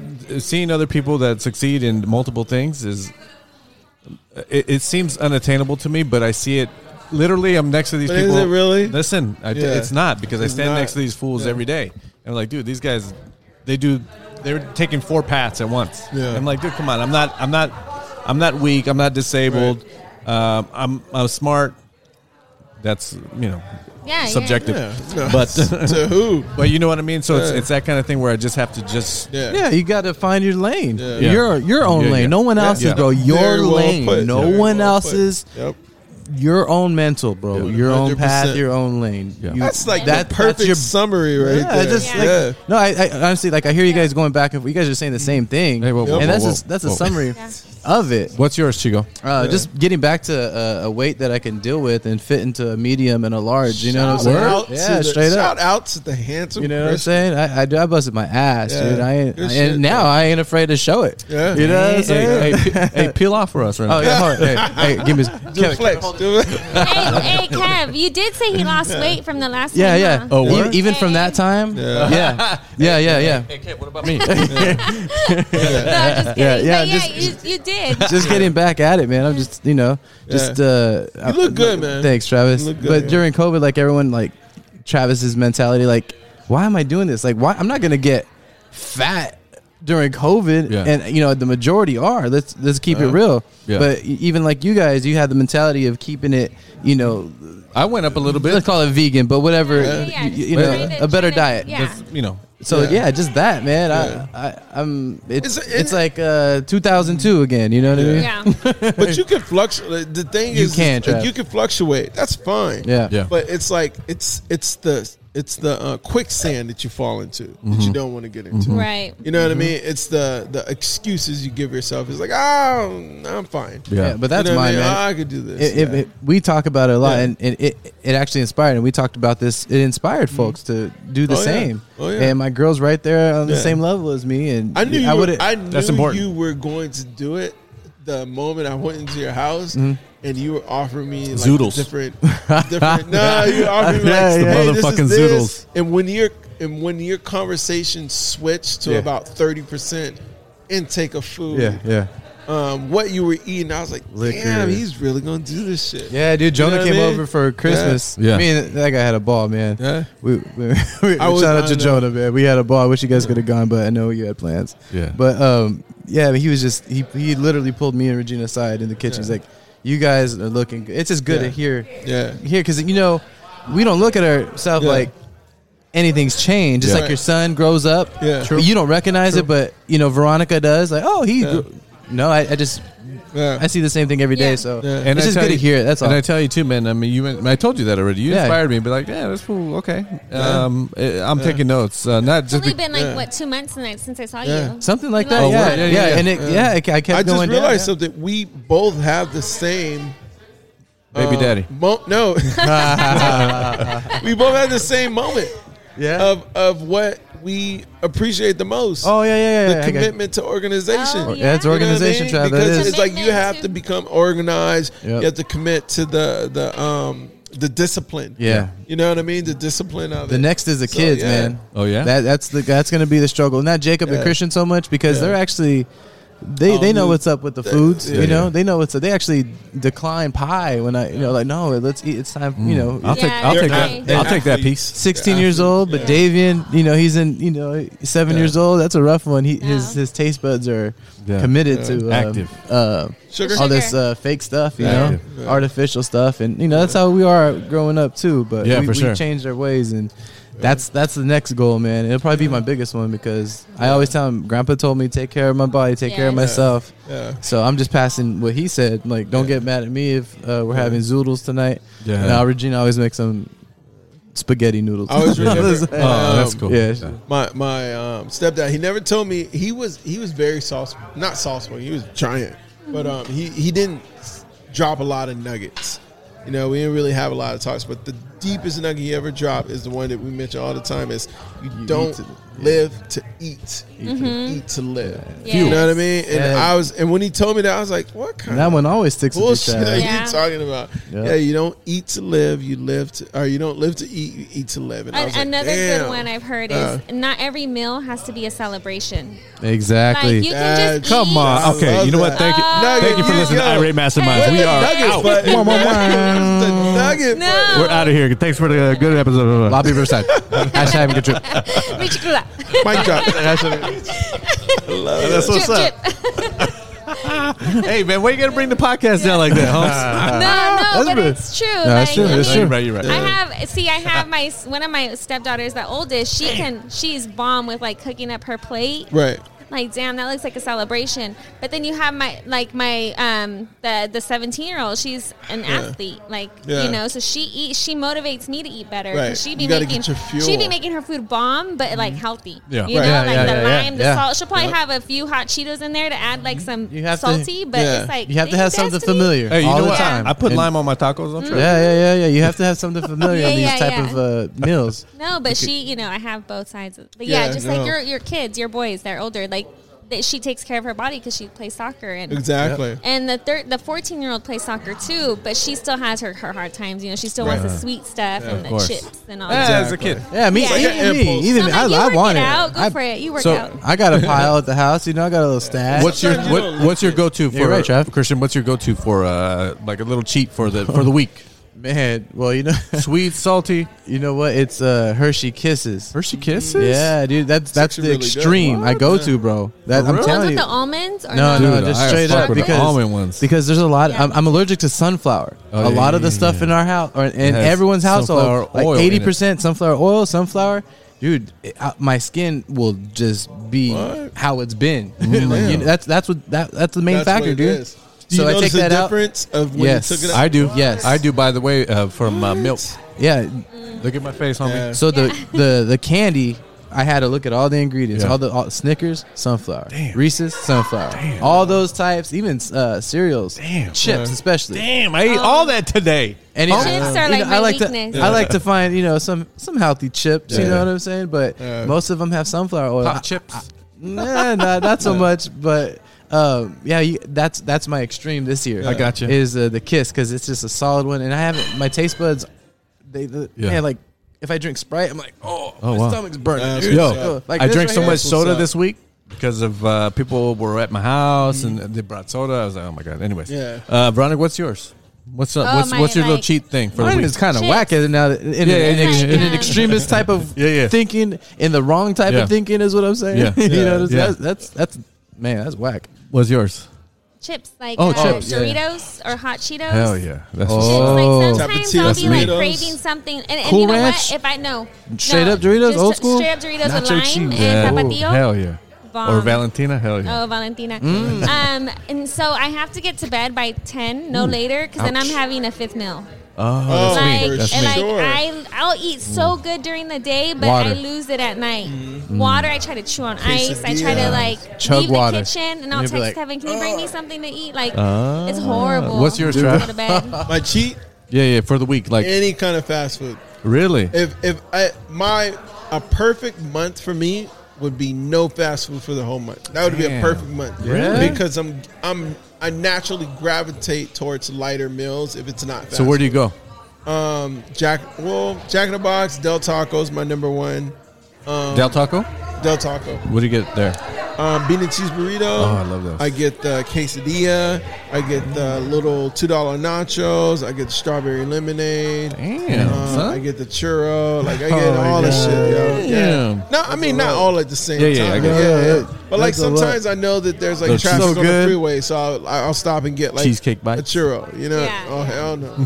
[SPEAKER 1] seeing other people that succeed in multiple things is, it, it seems unattainable to me. But I see it. Literally, I'm next to these
[SPEAKER 4] But is
[SPEAKER 1] people.
[SPEAKER 4] it really?
[SPEAKER 1] Listen, I,
[SPEAKER 4] Yeah.
[SPEAKER 1] it's not because
[SPEAKER 4] It's
[SPEAKER 1] I stand
[SPEAKER 4] not.
[SPEAKER 1] next to these fools
[SPEAKER 4] Yeah.
[SPEAKER 1] every day. And I'm like, dude, these guys, they do. They're taking four paths at once.
[SPEAKER 4] Yeah.
[SPEAKER 1] I'm like, dude, come on. I'm not. I'm not. I'm not weak. I'm not disabled. Um, I'm. I'm smart. That's you know
[SPEAKER 2] Yeah, yeah.
[SPEAKER 1] subjective.
[SPEAKER 4] Yeah, no.
[SPEAKER 1] But-
[SPEAKER 4] to who?
[SPEAKER 1] But you know what I mean. So it's,
[SPEAKER 4] Yeah.
[SPEAKER 1] it's that kind of thing where I just have to just
[SPEAKER 4] Yeah.
[SPEAKER 3] Yeah, you got to find your lane.
[SPEAKER 4] Yeah.
[SPEAKER 1] Yeah.
[SPEAKER 3] Your your own
[SPEAKER 1] Yeah,
[SPEAKER 3] lane.
[SPEAKER 1] yeah.
[SPEAKER 3] No one
[SPEAKER 1] Yeah.
[SPEAKER 3] else's,
[SPEAKER 1] Yeah.
[SPEAKER 3] bro. Your
[SPEAKER 4] Very well
[SPEAKER 3] lane.
[SPEAKER 4] put.
[SPEAKER 3] No
[SPEAKER 4] Very
[SPEAKER 3] one
[SPEAKER 4] well put.
[SPEAKER 3] else's.
[SPEAKER 4] Yep.
[SPEAKER 3] Your own mental, bro.
[SPEAKER 1] Yeah.
[SPEAKER 3] Your own path.
[SPEAKER 4] 100%.
[SPEAKER 3] Your own lane.
[SPEAKER 1] Yeah.
[SPEAKER 3] You-
[SPEAKER 4] That's like
[SPEAKER 3] that-
[SPEAKER 4] the perfect
[SPEAKER 3] That's your
[SPEAKER 4] summary right
[SPEAKER 3] yeah, I
[SPEAKER 4] there.
[SPEAKER 3] just like,
[SPEAKER 4] yeah.
[SPEAKER 3] no. I, I honestly like. I hear you guys going back and forth. you guys are saying the same thing,
[SPEAKER 1] Hey, whoa, whoa,
[SPEAKER 3] and
[SPEAKER 1] whoa,
[SPEAKER 3] that's
[SPEAKER 1] whoa,
[SPEAKER 3] a, that's a
[SPEAKER 1] whoa.
[SPEAKER 3] summary
[SPEAKER 2] Yeah.
[SPEAKER 3] of it.
[SPEAKER 1] What's yours, Chigo?
[SPEAKER 3] Uh, Just getting back to uh, a weight that I can deal with and fit into a medium and a large. You know
[SPEAKER 4] Shout
[SPEAKER 3] what I'm
[SPEAKER 4] out
[SPEAKER 3] saying?
[SPEAKER 4] to
[SPEAKER 3] Yeah,
[SPEAKER 4] the-
[SPEAKER 3] straight
[SPEAKER 4] Shout
[SPEAKER 3] up.
[SPEAKER 4] out to the handsome.
[SPEAKER 3] You know what I'm
[SPEAKER 4] Christian.
[SPEAKER 3] saying? I, I, do- I busted my ass,
[SPEAKER 4] Yeah.
[SPEAKER 3] dude. I ain't,
[SPEAKER 4] Good
[SPEAKER 3] and
[SPEAKER 4] shit,
[SPEAKER 3] now
[SPEAKER 4] bro.
[SPEAKER 3] I ain't afraid to show it.
[SPEAKER 4] Yeah.
[SPEAKER 3] You know what I'm saying?
[SPEAKER 1] Hey, hey, pe- hey, peel off for us right now.
[SPEAKER 3] Oh yeah, hold on. Hey, hey, give me.
[SPEAKER 4] Do
[SPEAKER 3] Kevin,
[SPEAKER 4] the flex. Do it.
[SPEAKER 2] hey, hey, Kev, you did say he lost weight from the last
[SPEAKER 3] Yeah,
[SPEAKER 2] time,
[SPEAKER 3] yeah.
[SPEAKER 2] huh?
[SPEAKER 1] Oh,
[SPEAKER 3] E-
[SPEAKER 1] word?
[SPEAKER 3] even from that time.
[SPEAKER 4] Yeah.
[SPEAKER 3] yeah, yeah, yeah. yeah.
[SPEAKER 1] what about me?
[SPEAKER 2] No, I'm just kidding.
[SPEAKER 3] yeah,
[SPEAKER 2] But yeah,
[SPEAKER 3] just-
[SPEAKER 2] you, you did.
[SPEAKER 3] just getting back at it, man. I'm just, you know, just
[SPEAKER 4] Yeah.
[SPEAKER 3] uh I-
[SPEAKER 4] look good, man.
[SPEAKER 3] Thanks, Travis.
[SPEAKER 4] You look good,
[SPEAKER 3] but
[SPEAKER 4] yeah.
[SPEAKER 3] during COVID, like everyone like Travis's mentality, like, why am I doing this? Like why I'm not gonna get fat during COVID.
[SPEAKER 1] Yeah.
[SPEAKER 3] And you know, the majority are. Let's let's keep
[SPEAKER 4] Uh-huh.
[SPEAKER 3] it real.
[SPEAKER 1] yeah.
[SPEAKER 3] But e- even like you guys, you had the mentality of keeping it, you know,
[SPEAKER 1] I went up a little bit.
[SPEAKER 3] let's call it vegan, but whatever,
[SPEAKER 2] Yeah, yeah,
[SPEAKER 3] you,
[SPEAKER 2] just
[SPEAKER 3] you know,
[SPEAKER 2] trying to-
[SPEAKER 3] a better
[SPEAKER 2] trying to-
[SPEAKER 3] diet.
[SPEAKER 2] yeah.
[SPEAKER 1] Just, you know,
[SPEAKER 3] So
[SPEAKER 4] Yeah.
[SPEAKER 3] yeah. just that, man.
[SPEAKER 4] Yeah.
[SPEAKER 3] I, I, I'm. It's
[SPEAKER 4] It's-
[SPEAKER 3] it's,
[SPEAKER 4] it-
[SPEAKER 3] like uh, 2002 again. You know what I mean?
[SPEAKER 2] yeah.
[SPEAKER 4] But you can fluctuate. The thing
[SPEAKER 3] You
[SPEAKER 4] is,
[SPEAKER 3] can,
[SPEAKER 4] is like,
[SPEAKER 3] Trav.
[SPEAKER 4] you can fluctuate. That's fine.
[SPEAKER 3] Yeah.
[SPEAKER 1] Yeah.
[SPEAKER 4] But it's like it's it's the it's the uh, quicksand that you fall into that
[SPEAKER 3] Mm-hmm.
[SPEAKER 4] you don't want to get into.
[SPEAKER 2] Right.
[SPEAKER 4] You know what I mean? It's the the excuses you give yourself. It's like, oh, I'm fine. You
[SPEAKER 1] yeah.
[SPEAKER 3] Yeah, but that's
[SPEAKER 4] know what I
[SPEAKER 3] mine,
[SPEAKER 4] mean?
[SPEAKER 3] man.
[SPEAKER 4] "Ah, I could do this.
[SPEAKER 3] it, it,
[SPEAKER 4] Yeah.
[SPEAKER 3] it- we talk about it a lot,
[SPEAKER 4] Yeah.
[SPEAKER 3] and, and it, it actually inspired. And we talked about this. It inspired folks to do the
[SPEAKER 4] Mm-hmm. Oh, yeah.
[SPEAKER 3] same.
[SPEAKER 4] Oh, yeah.
[SPEAKER 3] And my girl's right there on the
[SPEAKER 4] Yeah.
[SPEAKER 3] same level as me. And
[SPEAKER 4] I knew you
[SPEAKER 3] I
[SPEAKER 4] were,
[SPEAKER 3] would.
[SPEAKER 4] I knew
[SPEAKER 1] That's important.
[SPEAKER 4] you were going to do it the moment I went into your house
[SPEAKER 3] Mm-hmm.
[SPEAKER 4] and you were offering me like
[SPEAKER 1] Zoodles.
[SPEAKER 4] different different No, you were offering me like
[SPEAKER 3] Yeah, yeah.
[SPEAKER 4] hey, this
[SPEAKER 1] Motherfucking
[SPEAKER 4] is this.
[SPEAKER 1] zoodles.
[SPEAKER 4] And when your and when your conversation switched to
[SPEAKER 1] Yeah.
[SPEAKER 4] about thirty percent intake of food,
[SPEAKER 3] Yeah, yeah,
[SPEAKER 4] um, what you were eating, I was like,
[SPEAKER 3] Liquor.
[SPEAKER 4] damn, he's really gonna do this shit.
[SPEAKER 3] yeah, dude.
[SPEAKER 4] You know
[SPEAKER 3] Jonah
[SPEAKER 4] what I
[SPEAKER 3] came
[SPEAKER 4] mean?
[SPEAKER 3] over for Christmas.
[SPEAKER 1] Yeah.
[SPEAKER 3] me and that guy had a ball, man.
[SPEAKER 4] Yeah.
[SPEAKER 3] We, we, we-
[SPEAKER 4] I was-
[SPEAKER 3] shout out
[SPEAKER 4] I
[SPEAKER 3] to
[SPEAKER 4] know.
[SPEAKER 3] Jonah, man. We had a ball. I wish you guys could have gone, but I know you had plans.
[SPEAKER 1] Yeah.
[SPEAKER 3] But um, yeah, but he was just he he literally pulled me and Regina aside in the kitchen. He's like, "You guys are looking. good. It's just good
[SPEAKER 4] Yeah.
[SPEAKER 3] to hear
[SPEAKER 4] Yeah.
[SPEAKER 3] here because you know we don't look at ourselves
[SPEAKER 4] Yeah.
[SPEAKER 3] like anything's changed. It's
[SPEAKER 1] Yeah.
[SPEAKER 3] like your son grows up.
[SPEAKER 4] Yeah. True.
[SPEAKER 3] You don't recognize
[SPEAKER 4] True.
[SPEAKER 3] it, but you know Veronica does. Like, oh, he. gr- No, I, I just
[SPEAKER 4] Yeah.
[SPEAKER 3] I see the same thing every day.
[SPEAKER 2] Yeah.
[SPEAKER 3] So
[SPEAKER 4] Yeah.
[SPEAKER 3] and it's
[SPEAKER 1] I
[SPEAKER 3] just
[SPEAKER 1] tell
[SPEAKER 3] good to
[SPEAKER 1] you-
[SPEAKER 3] hear it. That's all.
[SPEAKER 1] And I tell you too, man. I mean, you. and I told you that already. You
[SPEAKER 3] Yeah.
[SPEAKER 1] inspired me. Be like, yeah, that's cool. Okay, um, eh, I'm taking notes. Uh, not just
[SPEAKER 2] It's only
[SPEAKER 1] be-
[SPEAKER 2] been like
[SPEAKER 4] yeah.
[SPEAKER 2] what two months since I- since I saw
[SPEAKER 4] Yeah.
[SPEAKER 2] you.
[SPEAKER 3] Something like
[SPEAKER 2] You
[SPEAKER 3] that.
[SPEAKER 2] know,
[SPEAKER 1] Oh,
[SPEAKER 3] yeah,
[SPEAKER 1] wow.
[SPEAKER 3] yeah,
[SPEAKER 1] Yeah, yeah,
[SPEAKER 3] And it, yeah, I kept
[SPEAKER 4] I just
[SPEAKER 3] going down,
[SPEAKER 4] realized
[SPEAKER 3] yeah.
[SPEAKER 4] something. We both have the same
[SPEAKER 1] baby
[SPEAKER 4] uh,
[SPEAKER 1] daddy.
[SPEAKER 4] Mo- no, we both had the same moment
[SPEAKER 3] Yeah.
[SPEAKER 4] of of what we appreciate the most.
[SPEAKER 3] oh yeah, yeah, yeah.
[SPEAKER 4] the
[SPEAKER 3] yeah, I got-
[SPEAKER 4] commitment to organization.
[SPEAKER 2] Oh,
[SPEAKER 4] You
[SPEAKER 2] yeah.
[SPEAKER 3] Yeah, it's
[SPEAKER 4] know what I
[SPEAKER 3] organization,
[SPEAKER 4] mean?
[SPEAKER 3] Trav. That
[SPEAKER 4] Because
[SPEAKER 3] is.
[SPEAKER 4] it's like you
[SPEAKER 2] Commitment
[SPEAKER 4] have
[SPEAKER 2] to-
[SPEAKER 4] to become organized.
[SPEAKER 3] Yep.
[SPEAKER 4] You have to commit to the the um the discipline.
[SPEAKER 3] Yeah.
[SPEAKER 4] you know what I mean. The discipline of
[SPEAKER 3] The
[SPEAKER 4] it.
[SPEAKER 3] next is the
[SPEAKER 4] So,
[SPEAKER 3] kids,
[SPEAKER 4] yeah.
[SPEAKER 3] man.
[SPEAKER 1] Oh, yeah?
[SPEAKER 3] that, that's the that's going to be the struggle. Not Jacob and
[SPEAKER 4] Yeah.
[SPEAKER 3] Christian so much because
[SPEAKER 4] Yeah.
[SPEAKER 3] they're actually they
[SPEAKER 4] Oh,
[SPEAKER 3] they know
[SPEAKER 4] dude.
[SPEAKER 3] what's up with the
[SPEAKER 4] They-
[SPEAKER 3] foods.
[SPEAKER 4] yeah,
[SPEAKER 3] you know,
[SPEAKER 1] yeah.
[SPEAKER 3] they know what's up. They actually decline pie when I you know like no, let's eat. It's time. You know,
[SPEAKER 1] Mm. Hmm. I'll take.
[SPEAKER 2] Yeah,
[SPEAKER 1] I'll
[SPEAKER 2] they're
[SPEAKER 1] take
[SPEAKER 2] athletes.
[SPEAKER 1] that. I'll take that
[SPEAKER 4] Athletes.
[SPEAKER 1] piece.
[SPEAKER 3] sixteen
[SPEAKER 4] Yeah,
[SPEAKER 3] years
[SPEAKER 4] athletes,
[SPEAKER 3] old, but
[SPEAKER 4] yeah.
[SPEAKER 3] Davian, you know, he's in you know seven
[SPEAKER 4] Yeah.
[SPEAKER 3] years old. That's a rough one. He his
[SPEAKER 2] Yeah.
[SPEAKER 3] his taste buds are
[SPEAKER 1] Yeah.
[SPEAKER 3] committed
[SPEAKER 4] Yeah.
[SPEAKER 3] to um,
[SPEAKER 1] Active.
[SPEAKER 3] Uh,
[SPEAKER 4] Sugar?
[SPEAKER 3] all this uh, fake stuff, you
[SPEAKER 1] Active.
[SPEAKER 3] know, artificial stuff, and you know that's how we are growing up too. But
[SPEAKER 1] Yeah,
[SPEAKER 3] we,
[SPEAKER 1] for
[SPEAKER 3] we
[SPEAKER 1] sure.
[SPEAKER 3] changed our ways, and that's that's the next goal, man. It'll probably be my biggest one because I always tell him, Grandpa told me, take care of my body, take care of
[SPEAKER 2] Yeah.
[SPEAKER 3] myself.
[SPEAKER 4] Yeah.
[SPEAKER 3] So I'm just passing what he said. Like, don't get mad at me if uh, we're having zoodles tonight.
[SPEAKER 1] Yeah.
[SPEAKER 3] And uh, Regina always makes some spaghetti noodles.
[SPEAKER 4] I always remember.
[SPEAKER 1] Oh, that's
[SPEAKER 4] um,
[SPEAKER 1] cool.
[SPEAKER 3] Uh, yeah.
[SPEAKER 4] My my um, stepdad, he never told me he was he was very soft, not soft spoken. He was giant, but um, he he didn't s- drop a lot of nuggets. You know, we didn't really have a lot of talks, but the deepest nugget he ever dropped is the one that we mention all the time: is you,
[SPEAKER 3] eat
[SPEAKER 4] don't
[SPEAKER 3] to- yeah.
[SPEAKER 4] live to eat,
[SPEAKER 3] Eat to-
[SPEAKER 2] Mm-hmm.
[SPEAKER 4] eat to live.
[SPEAKER 2] Yes.
[SPEAKER 4] You know what I mean? And
[SPEAKER 3] Yeah.
[SPEAKER 4] I was, and when he told me that, I was like, what kind
[SPEAKER 3] And that
[SPEAKER 4] of
[SPEAKER 3] one always sticks with you.
[SPEAKER 4] bullshit are
[SPEAKER 3] child.
[SPEAKER 2] Yeah.
[SPEAKER 4] you talking about?
[SPEAKER 3] Yeah.
[SPEAKER 4] Yeah. you don't eat to live, you live to, or you don't live to eat, you eat to live. And I
[SPEAKER 2] An-
[SPEAKER 4] was like,
[SPEAKER 2] another
[SPEAKER 4] damn.
[SPEAKER 2] good one I've heard is
[SPEAKER 4] Uh.
[SPEAKER 2] not every meal has to be a celebration.
[SPEAKER 3] Exactly.
[SPEAKER 2] Like you
[SPEAKER 4] Dad,
[SPEAKER 2] can just
[SPEAKER 1] Uh, Come
[SPEAKER 2] eat.
[SPEAKER 4] I
[SPEAKER 1] on. Okay.
[SPEAKER 4] love
[SPEAKER 1] You know what?
[SPEAKER 4] that.
[SPEAKER 1] Thank you.
[SPEAKER 2] Oh.
[SPEAKER 1] Thank you for
[SPEAKER 4] Yo.
[SPEAKER 1] listening to Irate Masterminds. We are
[SPEAKER 4] nuggets,
[SPEAKER 1] out.
[SPEAKER 4] but-
[SPEAKER 3] Wah, wah, wah.
[SPEAKER 4] The nuggets, but-
[SPEAKER 2] No,
[SPEAKER 1] We're out of here. Thanks for the good episode.
[SPEAKER 3] Lobby Riverside. Hashtag good trip.
[SPEAKER 2] Reach through that.
[SPEAKER 4] Mic drop.
[SPEAKER 1] That's what's
[SPEAKER 2] Chip,
[SPEAKER 1] up.
[SPEAKER 2] chip.
[SPEAKER 1] Hey, man, why you got to bring the podcast down like that, Holmes?
[SPEAKER 2] No, no, but
[SPEAKER 3] pretty-
[SPEAKER 2] it's true.
[SPEAKER 3] No, it's true,
[SPEAKER 2] Like,
[SPEAKER 3] it's
[SPEAKER 1] Ah,
[SPEAKER 2] I
[SPEAKER 1] No,
[SPEAKER 2] mean,
[SPEAKER 1] You're right. You're right.
[SPEAKER 2] I have see. I have my one of my stepdaughters, the oldest. She can. She's bomb with like cooking up her plate.
[SPEAKER 4] Right.
[SPEAKER 2] Like damn, that looks like a celebration. But then you have my like my um the the seventeen year old. She's an athlete. Like
[SPEAKER 4] Yeah.
[SPEAKER 2] you know, so she eats. She motivates me to eat better.
[SPEAKER 4] Right.
[SPEAKER 2] 'cause She
[SPEAKER 4] You
[SPEAKER 2] be
[SPEAKER 4] gotta
[SPEAKER 2] making
[SPEAKER 4] get your fuel.
[SPEAKER 2] she be making her food bomb, but like healthy.
[SPEAKER 1] Yeah.
[SPEAKER 2] You
[SPEAKER 4] Right.
[SPEAKER 2] know,
[SPEAKER 4] Yeah,
[SPEAKER 2] like
[SPEAKER 3] yeah,
[SPEAKER 2] the
[SPEAKER 3] yeah, yeah,
[SPEAKER 2] lime, the
[SPEAKER 3] yeah.
[SPEAKER 2] salt. She'll probably
[SPEAKER 4] Yep.
[SPEAKER 2] have a few hot Cheetos in there to add like some
[SPEAKER 3] You have to-
[SPEAKER 2] salty, but
[SPEAKER 4] Yeah.
[SPEAKER 2] it's like
[SPEAKER 3] You have to
[SPEAKER 2] they
[SPEAKER 3] have
[SPEAKER 2] the best
[SPEAKER 3] something
[SPEAKER 2] to me.
[SPEAKER 3] familiar
[SPEAKER 1] Hey, you
[SPEAKER 3] all
[SPEAKER 1] know
[SPEAKER 3] the
[SPEAKER 1] what?
[SPEAKER 3] time.
[SPEAKER 1] I put
[SPEAKER 3] And-
[SPEAKER 1] lime on my tacos. I'm sure.
[SPEAKER 3] Yeah, yeah, yeah, yeah. You have to have something familiar
[SPEAKER 2] Yeah,
[SPEAKER 3] in these
[SPEAKER 2] yeah,
[SPEAKER 3] type
[SPEAKER 2] yeah.
[SPEAKER 3] of uh, meals.
[SPEAKER 2] No, but she, you know, I have both sides. Of, but yeah,
[SPEAKER 4] Yeah,
[SPEAKER 2] just
[SPEAKER 4] no.
[SPEAKER 2] like your your kids, your boys, they're older. Like that she takes care of her body because she plays soccer and.
[SPEAKER 4] Exactly.
[SPEAKER 2] And the thir- the fourteen year old plays soccer too, but she still has her, her hard times. You know, she still wants the sweet stuff and the
[SPEAKER 1] course.
[SPEAKER 2] chips and all
[SPEAKER 1] Yeah,
[SPEAKER 2] that.
[SPEAKER 1] As a kid.
[SPEAKER 3] Yeah, me,
[SPEAKER 2] It's like
[SPEAKER 3] even
[SPEAKER 4] an
[SPEAKER 3] me,
[SPEAKER 4] impulse.
[SPEAKER 3] even me.
[SPEAKER 2] Sometimes
[SPEAKER 3] I,
[SPEAKER 2] you
[SPEAKER 3] I
[SPEAKER 2] work
[SPEAKER 3] want
[SPEAKER 2] it
[SPEAKER 3] it.
[SPEAKER 2] out. Go
[SPEAKER 3] I,
[SPEAKER 2] for it. You work
[SPEAKER 1] So-
[SPEAKER 2] out.
[SPEAKER 3] I got a pile at the house. You know, I got a little stash.
[SPEAKER 1] What's your
[SPEAKER 4] Sometimes you
[SPEAKER 1] what,
[SPEAKER 4] don't
[SPEAKER 1] What's your go-to for
[SPEAKER 3] You're right, Trav.
[SPEAKER 1] Christian? What's your go-to for uh like a little cheat for the for the week?
[SPEAKER 3] man? Well, you know,
[SPEAKER 1] Sweet, salty,
[SPEAKER 3] you know what? It's uh, Hershey Kisses.
[SPEAKER 1] Hershey kisses.
[SPEAKER 3] Yeah, dude, that's that's the
[SPEAKER 4] actually really good. Oh,
[SPEAKER 3] extreme I go to, bro. That,
[SPEAKER 1] For real?
[SPEAKER 3] I'm
[SPEAKER 2] Ones
[SPEAKER 3] telling
[SPEAKER 2] with
[SPEAKER 3] you.
[SPEAKER 2] the almonds or
[SPEAKER 3] No,
[SPEAKER 2] no?
[SPEAKER 3] no,
[SPEAKER 1] Dude,
[SPEAKER 3] just
[SPEAKER 1] I
[SPEAKER 3] straight
[SPEAKER 1] fuck
[SPEAKER 3] up
[SPEAKER 1] with
[SPEAKER 3] because
[SPEAKER 1] almond ones.
[SPEAKER 3] because there's a lot. I'm, I'm allergic to sunflower.
[SPEAKER 1] Oh,
[SPEAKER 3] a
[SPEAKER 1] yeah,
[SPEAKER 3] lot of
[SPEAKER 1] yeah,
[SPEAKER 3] the stuff
[SPEAKER 1] yeah.
[SPEAKER 3] in our house or in
[SPEAKER 1] It has
[SPEAKER 3] everyone's
[SPEAKER 1] sunflower
[SPEAKER 3] household,
[SPEAKER 1] oil
[SPEAKER 3] like
[SPEAKER 1] in it.
[SPEAKER 3] eighty percent sunflower oil, sunflower. Dude, it, uh, my skin will just be
[SPEAKER 4] What?
[SPEAKER 3] how it's been. like, you know, that's that's what that that's the main
[SPEAKER 4] That's
[SPEAKER 3] factor,
[SPEAKER 4] what it
[SPEAKER 3] dude.
[SPEAKER 4] is. Do you
[SPEAKER 3] so I
[SPEAKER 4] notice
[SPEAKER 3] take
[SPEAKER 4] the
[SPEAKER 3] that out.
[SPEAKER 4] difference of when
[SPEAKER 3] Yes.
[SPEAKER 4] you took it out?
[SPEAKER 1] I do.
[SPEAKER 3] Yes.
[SPEAKER 1] I do. By the way, uh, from uh, milk.
[SPEAKER 3] Yeah,
[SPEAKER 1] Look at my face, homie.
[SPEAKER 4] Yeah.
[SPEAKER 3] So the the the candy, I had to look at all the ingredients.
[SPEAKER 1] Yeah.
[SPEAKER 3] All the all, Snickers, sunflower.
[SPEAKER 1] Damn.
[SPEAKER 3] Reese's, sunflower. All those types, even uh, cereals,
[SPEAKER 1] Damn.
[SPEAKER 3] chips,
[SPEAKER 4] Yeah.
[SPEAKER 3] especially.
[SPEAKER 1] Damn, I ate all that today.
[SPEAKER 3] And
[SPEAKER 2] Chips are like my
[SPEAKER 3] I like
[SPEAKER 2] weakness.
[SPEAKER 3] to I like to find you know some some healthy chips. You
[SPEAKER 1] Yeah.
[SPEAKER 3] know what I'm saying? But
[SPEAKER 4] Yeah.
[SPEAKER 3] most of them have sunflower oil.
[SPEAKER 1] Pop
[SPEAKER 3] I-
[SPEAKER 1] chips.
[SPEAKER 3] Nah, nah, not so much, but. Um, yeah, you, that's that's my extreme this year.
[SPEAKER 1] I gotcha.
[SPEAKER 3] Is uh, the kiss because it's just a solid one, and I haven't. My taste buds, they, they
[SPEAKER 1] Yeah.
[SPEAKER 3] man, like if I drink Sprite, I'm like, oh,
[SPEAKER 1] Oh,
[SPEAKER 3] my
[SPEAKER 1] wow.
[SPEAKER 3] stomach's burning.
[SPEAKER 4] That's
[SPEAKER 3] dude.
[SPEAKER 4] what's
[SPEAKER 1] Yo,
[SPEAKER 4] up.
[SPEAKER 3] So, like
[SPEAKER 1] I
[SPEAKER 3] this
[SPEAKER 1] drank
[SPEAKER 3] right
[SPEAKER 1] so
[SPEAKER 3] here-
[SPEAKER 1] much
[SPEAKER 4] That's what's
[SPEAKER 1] soda
[SPEAKER 4] up.
[SPEAKER 1] this week because of uh, people were at my house and they brought soda. I was like, oh my god. Anyways,
[SPEAKER 4] Yeah.
[SPEAKER 1] uh, Veronica, what's yours? What's up?
[SPEAKER 2] Oh,
[SPEAKER 1] what's
[SPEAKER 2] my,
[SPEAKER 1] what's your little
[SPEAKER 2] like-
[SPEAKER 1] cheat thing for the
[SPEAKER 3] Mine
[SPEAKER 1] week?
[SPEAKER 3] is kind of
[SPEAKER 2] Chips.
[SPEAKER 3] whack in, now, in, in,
[SPEAKER 1] Yeah,
[SPEAKER 3] an
[SPEAKER 1] yeah,
[SPEAKER 3] ex-
[SPEAKER 1] yeah,
[SPEAKER 3] in an
[SPEAKER 2] yeah.
[SPEAKER 3] extremist type of
[SPEAKER 1] Yeah, yeah.
[SPEAKER 3] thinking, in the wrong type
[SPEAKER 1] Yeah.
[SPEAKER 3] of thinking is what I'm saying.
[SPEAKER 1] Yeah.
[SPEAKER 3] you know, what I'm
[SPEAKER 1] Yeah.
[SPEAKER 3] saying? That's, that's that's man, that's whack.
[SPEAKER 1] What's yours?
[SPEAKER 2] chips, like
[SPEAKER 3] Oh,
[SPEAKER 2] uh,
[SPEAKER 3] chips, yeah.
[SPEAKER 2] Doritos or hot Cheetos.
[SPEAKER 1] Hell yeah. That's
[SPEAKER 3] Oh.
[SPEAKER 1] what's
[SPEAKER 2] Chips.
[SPEAKER 1] up.
[SPEAKER 2] Like sometimes
[SPEAKER 4] Tapatio
[SPEAKER 2] I'll be like
[SPEAKER 4] Doritos.
[SPEAKER 2] craving something, and, and
[SPEAKER 3] Cool
[SPEAKER 2] you know
[SPEAKER 3] Ranch?
[SPEAKER 2] what? If I know
[SPEAKER 3] Straight up Doritos?
[SPEAKER 2] just
[SPEAKER 3] Old school?
[SPEAKER 2] straight up Doritos with
[SPEAKER 1] Nacho
[SPEAKER 2] lime
[SPEAKER 1] cheese.
[SPEAKER 2] and
[SPEAKER 1] Yeah.
[SPEAKER 2] tapatio,
[SPEAKER 1] Hell yeah. Or
[SPEAKER 2] Bomb.
[SPEAKER 1] Valentina. Hell yeah.
[SPEAKER 2] Oh, Valentina.
[SPEAKER 3] Mm.
[SPEAKER 2] Um, and so I have to get to bed by ten, no later, because then I'm having a fifth meal.
[SPEAKER 4] Oh,
[SPEAKER 2] Like,
[SPEAKER 4] for
[SPEAKER 2] and
[SPEAKER 1] That's me.
[SPEAKER 2] like
[SPEAKER 4] sure.
[SPEAKER 2] I, I'll eat so good during the day, but I
[SPEAKER 3] Water.
[SPEAKER 2] lose it at night. Water, I try to chew on ice. I try
[SPEAKER 4] Quesadilla.
[SPEAKER 2] to like
[SPEAKER 3] Chug
[SPEAKER 2] leave
[SPEAKER 3] water.
[SPEAKER 2] the kitchen, and I'll
[SPEAKER 3] You'll be
[SPEAKER 2] text
[SPEAKER 3] like,
[SPEAKER 2] Kevin, "Can you bring me something to eat?" Like it's horrible.
[SPEAKER 1] What's yours,
[SPEAKER 2] Go
[SPEAKER 1] Trav?
[SPEAKER 2] to bed.
[SPEAKER 4] My cheat,
[SPEAKER 1] Yeah, yeah, for the week. Like,
[SPEAKER 4] any kind of fast food.
[SPEAKER 1] really?
[SPEAKER 4] If if I my a perfect month for me would be no fast food for the whole month. That would be a
[SPEAKER 1] Damn.
[SPEAKER 4] perfect month.
[SPEAKER 1] Really?
[SPEAKER 4] Because I'm I'm I naturally gravitate towards lighter meals if it's not fast.
[SPEAKER 1] So where do you go?
[SPEAKER 4] um Jack well Jack in the Box, Del Taco's my number one. Um,
[SPEAKER 1] Del Taco?
[SPEAKER 4] Del Taco.
[SPEAKER 1] What do you get there?
[SPEAKER 4] Um, bean and cheese burrito.
[SPEAKER 1] Oh, I love those.
[SPEAKER 4] I get the quesadilla. I get the little two dollar nachos. I get the strawberry lemonade.
[SPEAKER 1] Damn,
[SPEAKER 4] Uh,
[SPEAKER 1] son.
[SPEAKER 4] I get the churro. Like I get
[SPEAKER 1] Oh, my
[SPEAKER 4] all this
[SPEAKER 1] God.
[SPEAKER 4] shit, yo. Yeah.
[SPEAKER 1] Damn.
[SPEAKER 4] No, I mean not all at the same
[SPEAKER 1] Yeah, yeah, I
[SPEAKER 4] time.
[SPEAKER 1] get
[SPEAKER 4] yeah,
[SPEAKER 3] it.
[SPEAKER 4] yeah.
[SPEAKER 3] Yeah,
[SPEAKER 4] But like
[SPEAKER 3] that's a lot.
[SPEAKER 4] sometimes I know that there's like
[SPEAKER 1] That's
[SPEAKER 4] traffic
[SPEAKER 1] so
[SPEAKER 4] on the
[SPEAKER 1] good.
[SPEAKER 4] freeway, so I'll, I'll stop and get like
[SPEAKER 1] Cheesecake bites.
[SPEAKER 4] a churro. You know?
[SPEAKER 2] Yeah.
[SPEAKER 4] Oh hell no.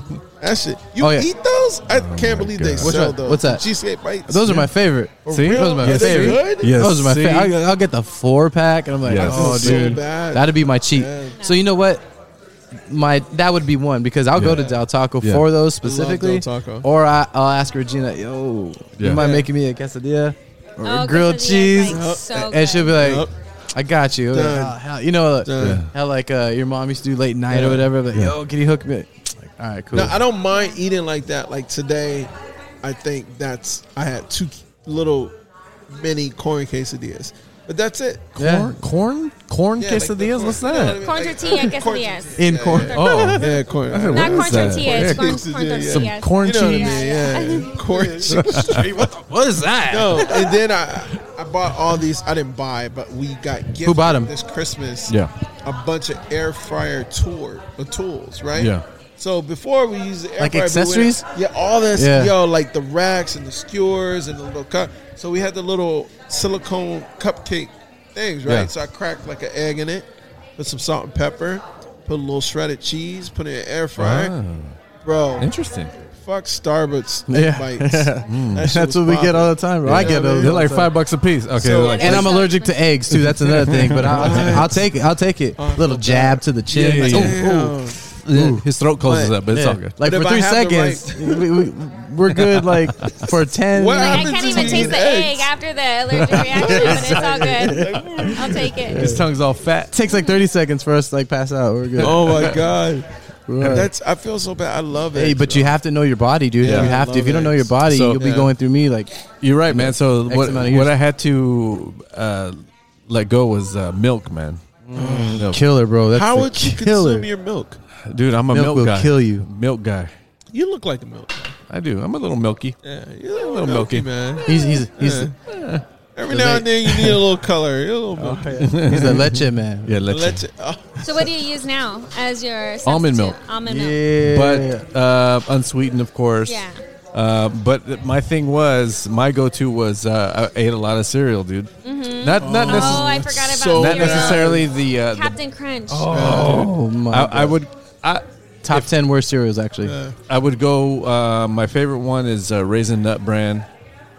[SPEAKER 4] that shit. You
[SPEAKER 3] Oh, yeah.
[SPEAKER 4] eat those? I can't
[SPEAKER 1] my
[SPEAKER 4] believe
[SPEAKER 1] God.
[SPEAKER 4] they
[SPEAKER 1] Which
[SPEAKER 4] sell
[SPEAKER 3] one?
[SPEAKER 4] those.
[SPEAKER 3] What's that?
[SPEAKER 4] Cheesecake bites.
[SPEAKER 3] Those are my favorite.
[SPEAKER 1] See?
[SPEAKER 4] real?
[SPEAKER 3] Those are my
[SPEAKER 4] Are they
[SPEAKER 3] favorite.
[SPEAKER 4] good?
[SPEAKER 1] Yes.
[SPEAKER 3] Those are my
[SPEAKER 1] See?
[SPEAKER 3] favorite. I'll, I'll get the four pack, and I'm like,
[SPEAKER 1] Yes.
[SPEAKER 3] oh,
[SPEAKER 1] This is so
[SPEAKER 3] dude,
[SPEAKER 4] bad.
[SPEAKER 3] that'd be my cheat.
[SPEAKER 4] Yeah.
[SPEAKER 3] So you know what? My that would be one because I'll go to
[SPEAKER 1] Yeah.
[SPEAKER 3] Del Taco
[SPEAKER 1] Yeah.
[SPEAKER 3] for those specifically,
[SPEAKER 4] Del Taco.
[SPEAKER 3] or I, I'll ask Regina, yo,
[SPEAKER 1] Yeah.
[SPEAKER 3] you mind
[SPEAKER 4] Yeah.
[SPEAKER 3] making me a quesadilla or
[SPEAKER 2] Oh,
[SPEAKER 3] a grilled
[SPEAKER 2] quesadillas,
[SPEAKER 3] cheese?
[SPEAKER 2] like, so
[SPEAKER 3] and
[SPEAKER 2] good.
[SPEAKER 3] she'll be like,
[SPEAKER 4] Yup.
[SPEAKER 3] I got you.
[SPEAKER 4] Done.
[SPEAKER 3] Oh, hell, you know
[SPEAKER 4] Done.
[SPEAKER 3] how like uh, your mom used to do late night
[SPEAKER 4] Yeah.
[SPEAKER 3] or whatever. Like,
[SPEAKER 1] Yeah.
[SPEAKER 3] yo, can you hook me? Like, All right, cool.
[SPEAKER 4] No, I don't mind eating like that. Like today, I think that's I had two little mini corn quesadillas, but that's it.
[SPEAKER 3] Yeah.
[SPEAKER 1] Corn, corn, corn
[SPEAKER 4] Yeah, like the
[SPEAKER 1] quesadillas.
[SPEAKER 4] corn-
[SPEAKER 1] What's
[SPEAKER 4] you know what I
[SPEAKER 1] that?
[SPEAKER 4] mean?
[SPEAKER 2] Corn
[SPEAKER 4] Like-
[SPEAKER 2] tortilla
[SPEAKER 4] Corn
[SPEAKER 2] quesadillas.
[SPEAKER 3] in corn.
[SPEAKER 1] Oh,
[SPEAKER 4] Yeah, corn.
[SPEAKER 1] I said,
[SPEAKER 2] Not
[SPEAKER 1] What
[SPEAKER 2] corn
[SPEAKER 1] is that?
[SPEAKER 2] tortillas, corn,
[SPEAKER 4] Yeah,
[SPEAKER 2] corn tortillas.
[SPEAKER 1] some corn
[SPEAKER 4] You know what I mean?
[SPEAKER 1] cheese.
[SPEAKER 4] Yeah, corn cheese.
[SPEAKER 3] What is that?
[SPEAKER 4] No, and then I I bought all these. I didn't buy, but we got gifted
[SPEAKER 3] bought 'em?
[SPEAKER 4] this Christmas.
[SPEAKER 1] Yeah.
[SPEAKER 4] a bunch of air fryer tour uh, tools, right?
[SPEAKER 1] Yeah.
[SPEAKER 4] So before we use the air fryer, but
[SPEAKER 3] Like
[SPEAKER 4] we-
[SPEAKER 3] accessories?
[SPEAKER 4] yeah, all this,
[SPEAKER 3] Yeah.
[SPEAKER 4] yo, like the racks and the skewers and the little cup. So we had the little silicone cupcake things, right?
[SPEAKER 1] Yeah.
[SPEAKER 4] So I cracked like an egg in it, put some salt and pepper, put a little shredded cheese, put it in an air fryer, bro.
[SPEAKER 1] Interesting.
[SPEAKER 4] Fuck Starbucks
[SPEAKER 3] Yeah.
[SPEAKER 4] bites. That shit
[SPEAKER 3] That's
[SPEAKER 4] was
[SPEAKER 3] what we get
[SPEAKER 4] popping.
[SPEAKER 3] all the time. Bro. I
[SPEAKER 4] Yeah,
[SPEAKER 3] get
[SPEAKER 4] man.
[SPEAKER 3] those.
[SPEAKER 1] They're like five bucks a piece. Okay.
[SPEAKER 4] So-
[SPEAKER 1] they're like,
[SPEAKER 3] And I'm allergic to eggs too. That's another thing. But I'll, I'll, take it. I'll take it.
[SPEAKER 4] Oh,
[SPEAKER 3] Little
[SPEAKER 4] so
[SPEAKER 3] jab to the chin.
[SPEAKER 1] Yeah,
[SPEAKER 3] Like,
[SPEAKER 1] yeah,
[SPEAKER 3] ooh,
[SPEAKER 4] Damn.
[SPEAKER 1] Ooh, his throat closes
[SPEAKER 4] But-
[SPEAKER 1] up, but it's
[SPEAKER 3] yeah.
[SPEAKER 1] all good.
[SPEAKER 3] Like
[SPEAKER 4] But
[SPEAKER 3] for
[SPEAKER 4] if I
[SPEAKER 3] three
[SPEAKER 4] have the
[SPEAKER 3] seconds, we, we, we're good. Like for ten.
[SPEAKER 4] What
[SPEAKER 2] Like, I
[SPEAKER 4] happens
[SPEAKER 2] can't
[SPEAKER 4] is
[SPEAKER 2] even
[SPEAKER 4] we eat
[SPEAKER 2] taste the
[SPEAKER 4] eggs.
[SPEAKER 2] egg after the allergic reaction, but it's all good. I'll take it.
[SPEAKER 1] his tongue's all fat.
[SPEAKER 3] takes like thirty seconds for us to like pass out. We're good.
[SPEAKER 4] Oh my god,
[SPEAKER 3] We're all right.
[SPEAKER 4] that's I feel so bad. I love it.
[SPEAKER 3] hey, but you have to know your body, dude.
[SPEAKER 4] Yeah.
[SPEAKER 3] you have to. If you don't know your body,
[SPEAKER 1] So-
[SPEAKER 3] you'll be
[SPEAKER 4] Yeah.
[SPEAKER 3] going through me. Like
[SPEAKER 1] You're right, man. So what,
[SPEAKER 3] amount of years.
[SPEAKER 1] what I had to uh, let go was uh, milk, man. Milk.
[SPEAKER 3] killer, bro. That's
[SPEAKER 4] How
[SPEAKER 3] the
[SPEAKER 4] would you
[SPEAKER 3] killer.
[SPEAKER 4] consume your milk?
[SPEAKER 1] Dude, I'm a
[SPEAKER 3] Milk
[SPEAKER 1] milk,
[SPEAKER 3] will
[SPEAKER 1] guy.
[SPEAKER 3] kill you.
[SPEAKER 1] Milk guy.
[SPEAKER 4] You look like a milk.
[SPEAKER 1] I do. I'm a little milky.
[SPEAKER 4] Yeah, you're
[SPEAKER 1] a little milky.
[SPEAKER 4] man.
[SPEAKER 3] He's he's he's,
[SPEAKER 4] Every now and then you need a little color. You're a
[SPEAKER 3] Oh,
[SPEAKER 4] little milky.
[SPEAKER 3] he's a leche man.
[SPEAKER 1] Yeah, let's.
[SPEAKER 4] Let you, oh,
[SPEAKER 2] So what do you use now as your
[SPEAKER 1] Almond
[SPEAKER 2] substitute?
[SPEAKER 1] milk.
[SPEAKER 2] Almond milk.
[SPEAKER 3] Yeah.
[SPEAKER 1] but uh, unsweetened, of course.
[SPEAKER 2] Yeah.
[SPEAKER 1] Uh, but my thing was, my go-to was uh, I ate a lot of cereal, dude. Not not, necess-
[SPEAKER 2] Oh, I forgot about
[SPEAKER 4] so
[SPEAKER 1] not
[SPEAKER 2] cereal.
[SPEAKER 1] necessarily the, uh, the
[SPEAKER 2] Captain Crunch.
[SPEAKER 3] oh my!
[SPEAKER 1] I, I
[SPEAKER 3] God.
[SPEAKER 1] would I
[SPEAKER 3] top ten worst cereals actually.
[SPEAKER 1] I would go. Uh, my favorite one is uh, raisin nut bran,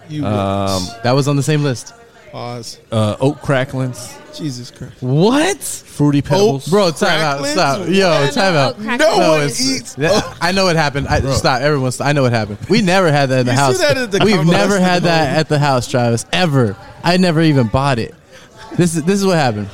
[SPEAKER 4] you
[SPEAKER 1] um,
[SPEAKER 3] That was on the same list.
[SPEAKER 4] pause.
[SPEAKER 1] uh, oat cracklings,
[SPEAKER 4] Jesus Christ.
[SPEAKER 3] What? Oh,
[SPEAKER 1] fruity pebbles.
[SPEAKER 3] Bro, time out.
[SPEAKER 4] Cracklins?
[SPEAKER 3] Stop.
[SPEAKER 2] I
[SPEAKER 3] Yo,
[SPEAKER 2] don't
[SPEAKER 3] Oh, time
[SPEAKER 2] know
[SPEAKER 3] out.
[SPEAKER 2] about crackers.
[SPEAKER 4] No one
[SPEAKER 3] Oh, it's-
[SPEAKER 4] eats-
[SPEAKER 3] that- I know what happened. I, stop. Everyone, stop. I know what happened. We never had that in the
[SPEAKER 4] You see
[SPEAKER 3] house.
[SPEAKER 4] that at the
[SPEAKER 3] We've
[SPEAKER 4] combo
[SPEAKER 3] never
[SPEAKER 4] restaurant.
[SPEAKER 3] had that at the house, Travis. Ever. I never even bought it. This is this is what happened.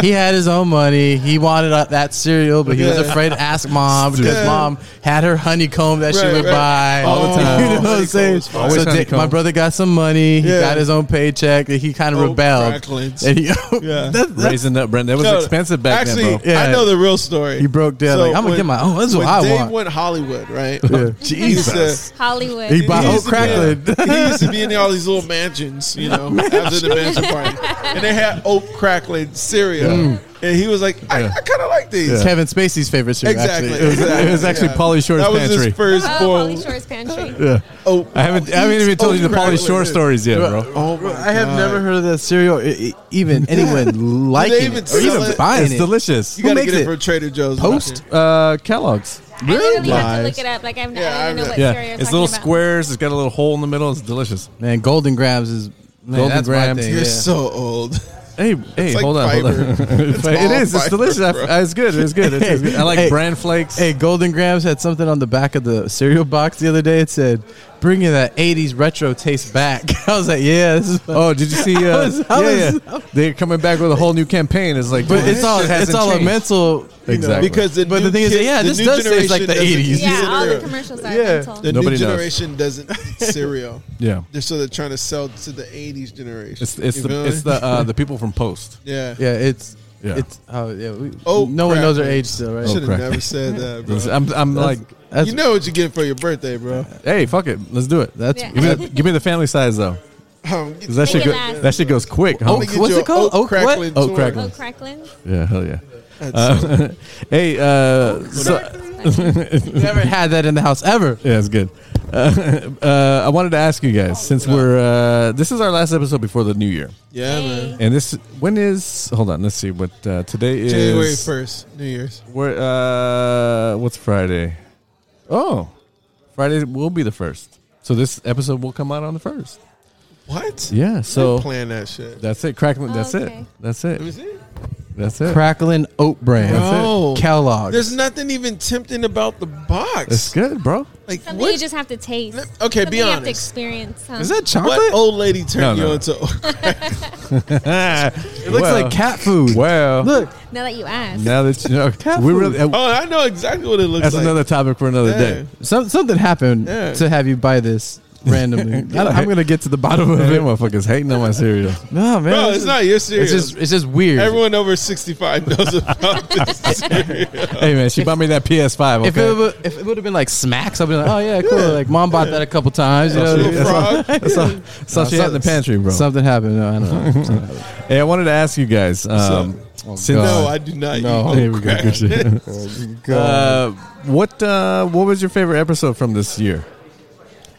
[SPEAKER 3] He had his own money. He wanted uh, that cereal, but he was
[SPEAKER 4] Yeah.
[SPEAKER 3] afraid to ask mom because
[SPEAKER 4] Yeah.
[SPEAKER 3] mom had her honeycomb that she
[SPEAKER 4] Right,
[SPEAKER 3] would
[SPEAKER 4] right.
[SPEAKER 3] buy
[SPEAKER 4] All the time.
[SPEAKER 3] You know what I'm saying?
[SPEAKER 4] Honeycombs, always
[SPEAKER 3] So Dick, my
[SPEAKER 1] honeycombs.
[SPEAKER 3] brother got some money. He
[SPEAKER 4] Yeah.
[SPEAKER 3] got his own paycheck. and He kind of
[SPEAKER 4] Oh,
[SPEAKER 3] rebelled.
[SPEAKER 4] cracklins.
[SPEAKER 3] And he,
[SPEAKER 4] Yeah.
[SPEAKER 3] that's- that's-
[SPEAKER 1] raisin nut bran. That was
[SPEAKER 4] No,
[SPEAKER 1] expensive back
[SPEAKER 4] actually,
[SPEAKER 1] then, bro.
[SPEAKER 3] Yeah.
[SPEAKER 4] I know the real story.
[SPEAKER 3] He broke down, like, "I'ma
[SPEAKER 4] when-
[SPEAKER 3] get my own. This is
[SPEAKER 4] when
[SPEAKER 3] what I
[SPEAKER 4] Dave
[SPEAKER 3] want."
[SPEAKER 4] went Hollywood, right?
[SPEAKER 3] Yeah.
[SPEAKER 4] He used to-
[SPEAKER 2] Hollywood.
[SPEAKER 3] He bought-
[SPEAKER 4] he
[SPEAKER 3] Oh,
[SPEAKER 4] used to be-
[SPEAKER 3] cracklin'.
[SPEAKER 4] He used to be in all these little mansions, you know, after the mansion party, and they had oat crackling cereal, and he was like, "I, I kind of like these."
[SPEAKER 3] Kevin Spacey's favorite cereal.
[SPEAKER 4] Exactly.
[SPEAKER 3] Actually. It was-
[SPEAKER 4] exactly.
[SPEAKER 1] it was actually Pauly Shore's
[SPEAKER 4] that was
[SPEAKER 1] pantry.
[SPEAKER 4] his first
[SPEAKER 2] Oh,
[SPEAKER 4] born.
[SPEAKER 2] Polly Shore's Pantry.
[SPEAKER 1] Yeah.
[SPEAKER 4] Oh,
[SPEAKER 1] I haven't, I haven't even told you the Pauly Shore stories yet, bro.
[SPEAKER 4] Oh, my
[SPEAKER 3] I have
[SPEAKER 4] God.
[SPEAKER 3] never heard of that cereal e- e- even anyone liking
[SPEAKER 4] even
[SPEAKER 3] it or
[SPEAKER 4] sell
[SPEAKER 3] even
[SPEAKER 4] it?
[SPEAKER 3] buying
[SPEAKER 1] It's
[SPEAKER 3] it.
[SPEAKER 1] delicious.
[SPEAKER 4] You
[SPEAKER 3] Who
[SPEAKER 4] gotta
[SPEAKER 3] makes
[SPEAKER 4] get it
[SPEAKER 3] it?
[SPEAKER 4] from Trader Joe's.
[SPEAKER 3] Post uh, Kellogg's.
[SPEAKER 2] I literally have to
[SPEAKER 4] Lies.
[SPEAKER 2] look it up. Like I've,
[SPEAKER 4] Yeah,
[SPEAKER 2] I don't even
[SPEAKER 4] I've-
[SPEAKER 2] know what
[SPEAKER 1] Yeah,
[SPEAKER 2] cereal you're
[SPEAKER 1] it's
[SPEAKER 2] talking
[SPEAKER 1] little
[SPEAKER 2] about.
[SPEAKER 1] squares. It's got a little hole in the middle. It's delicious.
[SPEAKER 3] Man, Golden Grabs is man,
[SPEAKER 1] Golden
[SPEAKER 3] that's
[SPEAKER 1] Grabs.
[SPEAKER 3] My thing,
[SPEAKER 4] You're
[SPEAKER 3] yeah.
[SPEAKER 4] so old.
[SPEAKER 1] Hey, hey,
[SPEAKER 4] like
[SPEAKER 1] hold on, hold on.
[SPEAKER 4] fiber.
[SPEAKER 1] It's it
[SPEAKER 4] all
[SPEAKER 1] is. It's
[SPEAKER 4] fiber,
[SPEAKER 1] delicious. I-
[SPEAKER 4] bro.
[SPEAKER 1] I- it's good. It's good. It's, it's good. I like
[SPEAKER 3] Hey.
[SPEAKER 1] bran flakes.
[SPEAKER 3] Hey, Golden Grams had something on the back of the cereal box the other day. It said, "Bringing that '80s retro taste back." I was like, "Yeah, this is." Fun.
[SPEAKER 1] Oh, did you see? Uh,
[SPEAKER 3] I was- I
[SPEAKER 1] yeah,
[SPEAKER 3] was-
[SPEAKER 1] yeah. They're coming back with a whole new campaign. It's like,
[SPEAKER 3] but
[SPEAKER 1] dude,
[SPEAKER 3] it's
[SPEAKER 1] this
[SPEAKER 3] all
[SPEAKER 1] shit
[SPEAKER 3] it's
[SPEAKER 1] hasn't
[SPEAKER 3] all a
[SPEAKER 1] changed.
[SPEAKER 3] mental. you know,
[SPEAKER 1] Exactly.
[SPEAKER 4] Because the
[SPEAKER 3] But
[SPEAKER 4] new
[SPEAKER 3] the thing is that,
[SPEAKER 4] kid-
[SPEAKER 3] yeah,
[SPEAKER 4] the
[SPEAKER 3] this
[SPEAKER 4] new
[SPEAKER 3] does taste like
[SPEAKER 4] generation
[SPEAKER 3] the
[SPEAKER 4] doesn't
[SPEAKER 3] 80s.
[SPEAKER 2] Yeah, all the
[SPEAKER 4] consider-
[SPEAKER 2] commercials are
[SPEAKER 3] Yeah.
[SPEAKER 2] mental.
[SPEAKER 4] The
[SPEAKER 1] Nobody
[SPEAKER 4] new
[SPEAKER 1] knows.
[SPEAKER 4] generation doesn't eat cereal.
[SPEAKER 1] Yeah,
[SPEAKER 4] They're so they're trying to sell to the '80s generation.
[SPEAKER 1] it's it's
[SPEAKER 4] You
[SPEAKER 1] the
[SPEAKER 4] feel
[SPEAKER 1] it's
[SPEAKER 4] me?
[SPEAKER 1] the uh, the people from Post.
[SPEAKER 4] yeah.
[SPEAKER 3] Yeah, it's
[SPEAKER 1] Yeah.
[SPEAKER 3] it's oh yeah. We,
[SPEAKER 4] Oh,
[SPEAKER 3] no one
[SPEAKER 4] crap.
[SPEAKER 3] knows our age still, right?
[SPEAKER 1] Oh,
[SPEAKER 4] Should have
[SPEAKER 1] crap.
[SPEAKER 4] never said that, bro.
[SPEAKER 1] I'm I'm
[SPEAKER 3] That's-
[SPEAKER 1] like,
[SPEAKER 3] that's,
[SPEAKER 4] you know what you get for your birthday, bro.
[SPEAKER 1] hey, fuck it, let's do it.
[SPEAKER 3] that's
[SPEAKER 2] Yeah.
[SPEAKER 1] Give me the, give me the family size though,
[SPEAKER 4] Um,
[SPEAKER 1] 'Cause that
[SPEAKER 2] Make
[SPEAKER 1] shit
[SPEAKER 2] it
[SPEAKER 1] go,
[SPEAKER 2] last.
[SPEAKER 1] that shit goes quick. Huh?
[SPEAKER 4] Oak-
[SPEAKER 3] what's
[SPEAKER 4] you
[SPEAKER 3] it called?
[SPEAKER 4] an oak
[SPEAKER 3] Oak, what?
[SPEAKER 4] crackling
[SPEAKER 3] Oak
[SPEAKER 4] tour.
[SPEAKER 2] Oh,
[SPEAKER 3] crackling.
[SPEAKER 2] Cracklin.
[SPEAKER 1] Yeah, hell yeah.
[SPEAKER 4] that's
[SPEAKER 1] Uh, hey, uh, so,
[SPEAKER 3] Never had that in the house ever.
[SPEAKER 1] Yeah, it's good. Uh, uh, I wanted to ask you guys since we're uh, this is our last episode before the new year,
[SPEAKER 4] yeah, man.
[SPEAKER 1] and this when is hold on, let's see what uh, today is.
[SPEAKER 4] January first, New Year's.
[SPEAKER 1] We're, uh, what's Friday? Oh, Friday will be the first. So this episode will come out on the first.
[SPEAKER 4] What?
[SPEAKER 1] Yeah.
[SPEAKER 4] So
[SPEAKER 1] So
[SPEAKER 4] plan that shit.
[SPEAKER 1] that's it. Crackling. That's
[SPEAKER 2] Okay.
[SPEAKER 1] it. That's
[SPEAKER 4] Let me
[SPEAKER 1] it.
[SPEAKER 4] see.
[SPEAKER 1] That's it.
[SPEAKER 3] Crackling oat bran.
[SPEAKER 1] That's it.
[SPEAKER 4] Bro,
[SPEAKER 3] Kellogg's.
[SPEAKER 4] there's nothing even tempting about the box.
[SPEAKER 1] That's good, bro.
[SPEAKER 4] Like
[SPEAKER 2] Something you
[SPEAKER 4] what?
[SPEAKER 2] just have to taste.
[SPEAKER 4] Let- okay,
[SPEAKER 2] Something
[SPEAKER 4] be
[SPEAKER 2] you have to
[SPEAKER 4] honest.
[SPEAKER 2] experience. huh?
[SPEAKER 3] Is that chocolate?
[SPEAKER 4] What old lady
[SPEAKER 1] No,
[SPEAKER 4] turned you
[SPEAKER 1] no.
[SPEAKER 4] into? it
[SPEAKER 1] it
[SPEAKER 3] Looks like cat food.
[SPEAKER 1] Well,
[SPEAKER 3] Look,
[SPEAKER 2] now that you ask?
[SPEAKER 1] now that you know,
[SPEAKER 3] Cat
[SPEAKER 1] we
[SPEAKER 3] food.
[SPEAKER 1] really. uh,
[SPEAKER 4] Oh, I know exactly what it looks
[SPEAKER 1] that's
[SPEAKER 4] like.
[SPEAKER 1] another topic for another
[SPEAKER 4] Yeah.
[SPEAKER 1] day.
[SPEAKER 3] some, something happened
[SPEAKER 4] Yeah.
[SPEAKER 3] to have you buy this randomly. I don't- I'm gonna get to the bottom of
[SPEAKER 1] Them
[SPEAKER 3] it.
[SPEAKER 1] motherfuckers hating on my cereal.
[SPEAKER 3] No, man,
[SPEAKER 4] Bro,
[SPEAKER 3] this
[SPEAKER 4] it's
[SPEAKER 3] is-
[SPEAKER 4] not your cereal.
[SPEAKER 3] It's just it's just weird.
[SPEAKER 4] Everyone over 65 knows about this cereal.
[SPEAKER 1] hey man, she bought me that PS5. Okay?
[SPEAKER 3] If it would if it would have been like smacks, I'd be like, oh yeah, cool. Like mom bought that a couple times. You know?
[SPEAKER 1] Little
[SPEAKER 3] That's all-
[SPEAKER 4] Frog.
[SPEAKER 1] that's all, that's all she had in the pantry, bro.
[SPEAKER 3] Something happened. No, I don't know.
[SPEAKER 1] hey, I wanted to ask you guys. Um,
[SPEAKER 3] Oh,
[SPEAKER 1] since
[SPEAKER 4] No, I do not.
[SPEAKER 3] No.
[SPEAKER 4] eat
[SPEAKER 1] Hey, we got
[SPEAKER 4] crap.
[SPEAKER 1] good shit.
[SPEAKER 3] Oh,
[SPEAKER 1] Uh, what uh, what was your favorite episode from this year?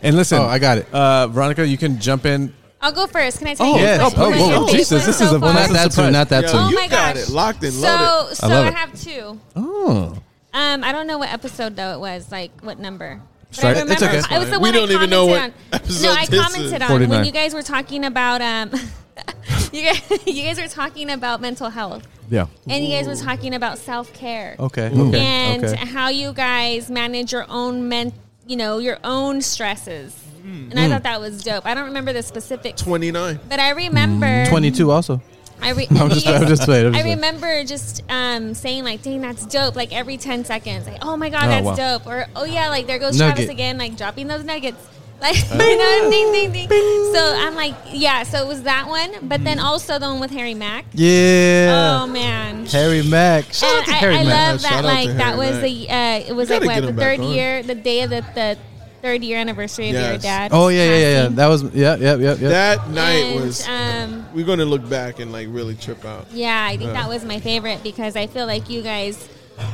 [SPEAKER 1] And listen,
[SPEAKER 3] Oh, I got it.
[SPEAKER 1] Uh, Veronica, you can jump in.
[SPEAKER 2] I'll go first. Can I tell you?
[SPEAKER 3] yes.
[SPEAKER 2] what
[SPEAKER 3] Oh,
[SPEAKER 2] my
[SPEAKER 3] whoa,
[SPEAKER 2] favorite
[SPEAKER 1] Jesus,
[SPEAKER 2] was
[SPEAKER 1] this
[SPEAKER 2] so
[SPEAKER 1] is a-
[SPEAKER 2] far?
[SPEAKER 1] That's
[SPEAKER 3] not that
[SPEAKER 1] surprise.
[SPEAKER 3] tune. Not that
[SPEAKER 4] Yo,
[SPEAKER 2] Oh
[SPEAKER 3] tune.
[SPEAKER 4] you
[SPEAKER 2] my
[SPEAKER 4] got
[SPEAKER 2] gosh.
[SPEAKER 4] it locked and
[SPEAKER 2] So,
[SPEAKER 4] loaded.
[SPEAKER 2] so
[SPEAKER 1] I love
[SPEAKER 2] I
[SPEAKER 1] it.
[SPEAKER 2] have two.
[SPEAKER 1] Oh,
[SPEAKER 2] Um, I don't know what episode though it was, like what number. But
[SPEAKER 1] Sorry,
[SPEAKER 2] I
[SPEAKER 1] it's
[SPEAKER 2] remember
[SPEAKER 3] okay.
[SPEAKER 2] it was the
[SPEAKER 4] We
[SPEAKER 2] one
[SPEAKER 4] don't
[SPEAKER 2] I
[SPEAKER 4] even know
[SPEAKER 2] commented
[SPEAKER 4] what
[SPEAKER 2] on.
[SPEAKER 4] episode
[SPEAKER 2] No, I
[SPEAKER 4] this
[SPEAKER 2] commented
[SPEAKER 4] is.
[SPEAKER 2] on
[SPEAKER 1] 49.
[SPEAKER 2] when you guys were talking about um, you guys, you guys were talking about mental health,
[SPEAKER 1] yeah.
[SPEAKER 2] and you guys were talking about self care.
[SPEAKER 3] Okay. Okay.
[SPEAKER 2] and
[SPEAKER 3] okay.
[SPEAKER 2] how you guys manage your own men, you know, your own stresses.
[SPEAKER 4] Mm.
[SPEAKER 2] And
[SPEAKER 1] Mm.
[SPEAKER 2] I thought that was dope. I don't remember the specifics,
[SPEAKER 4] 29.
[SPEAKER 2] but I
[SPEAKER 1] Mm.
[SPEAKER 2] remember
[SPEAKER 3] 22 also.
[SPEAKER 2] I re-
[SPEAKER 3] I'm just, I'm just playing. I'm
[SPEAKER 2] I
[SPEAKER 3] just playing.
[SPEAKER 2] remember just um, saying like, "Dang, that's dope!" Like every ten seconds, like, "Oh my god,
[SPEAKER 1] Oh,
[SPEAKER 2] that's
[SPEAKER 1] wow.
[SPEAKER 2] dope!" Or, "Oh yeah, like there goes
[SPEAKER 3] Nugget.
[SPEAKER 2] Travis again, like dropping those nuggets." Like, you know, ding, ding, ding. So I'm like, yeah. So it was that one, but then also the one with Harry Mack.
[SPEAKER 3] Mm. Yeah.
[SPEAKER 2] Oh man,
[SPEAKER 3] Harry Mack. Um, Shout out
[SPEAKER 2] and
[SPEAKER 3] to
[SPEAKER 2] I-
[SPEAKER 3] Harry
[SPEAKER 2] I,
[SPEAKER 3] Mack.
[SPEAKER 2] love
[SPEAKER 4] Yeah, shout
[SPEAKER 2] that.
[SPEAKER 4] out to
[SPEAKER 2] Like that
[SPEAKER 4] Harry
[SPEAKER 2] was
[SPEAKER 4] Mack.
[SPEAKER 2] the uh, it was
[SPEAKER 4] We
[SPEAKER 2] like
[SPEAKER 4] gotta
[SPEAKER 2] what
[SPEAKER 4] get
[SPEAKER 2] the
[SPEAKER 4] him back
[SPEAKER 2] third
[SPEAKER 4] on.
[SPEAKER 2] year, the day of the, the third year anniversary of your
[SPEAKER 4] Yes.
[SPEAKER 2] dad.
[SPEAKER 3] Oh yeah, yeah, yeah, yeah.
[SPEAKER 2] passing.
[SPEAKER 3] That was yeah, yeah, yeah, yeah.
[SPEAKER 4] That night
[SPEAKER 2] And,
[SPEAKER 4] was.
[SPEAKER 2] um,
[SPEAKER 4] We're going to look back and like really trip out.
[SPEAKER 2] yeah, I think that was my favorite because I feel like you guys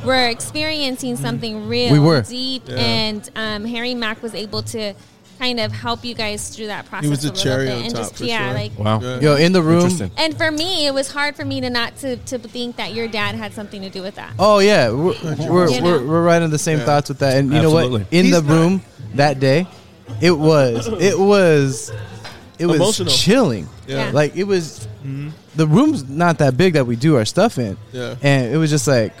[SPEAKER 2] were experiencing something real,
[SPEAKER 3] We were.
[SPEAKER 2] deep,
[SPEAKER 4] Yeah.
[SPEAKER 2] and um, Harry Mack was able to kind of help you guys through that process.
[SPEAKER 4] was the
[SPEAKER 2] a little
[SPEAKER 4] cherry
[SPEAKER 2] bit
[SPEAKER 4] on
[SPEAKER 2] and
[SPEAKER 4] top,
[SPEAKER 2] just,
[SPEAKER 4] for
[SPEAKER 2] yeah,
[SPEAKER 4] sure.
[SPEAKER 2] like
[SPEAKER 1] Wow.
[SPEAKER 4] Yeah.
[SPEAKER 3] Yo, in the room.
[SPEAKER 1] Interesting.
[SPEAKER 2] and for me, it was hard for me to not to, to think that your dad had something to do with that.
[SPEAKER 3] Oh yeah, we're we're,
[SPEAKER 2] You know?
[SPEAKER 3] we're, we're right on the same
[SPEAKER 4] Yeah.
[SPEAKER 3] thoughts with that. And you know
[SPEAKER 1] Absolutely.
[SPEAKER 3] what? In
[SPEAKER 4] He's
[SPEAKER 3] the
[SPEAKER 4] not-
[SPEAKER 3] room that day, it was it was it was
[SPEAKER 4] Emotional.
[SPEAKER 3] chilling.
[SPEAKER 4] Yeah. Mm-hmm.
[SPEAKER 2] Yeah.
[SPEAKER 3] Like it was the room's not that big that we do our stuff in.
[SPEAKER 4] Yeah.
[SPEAKER 3] And it was just like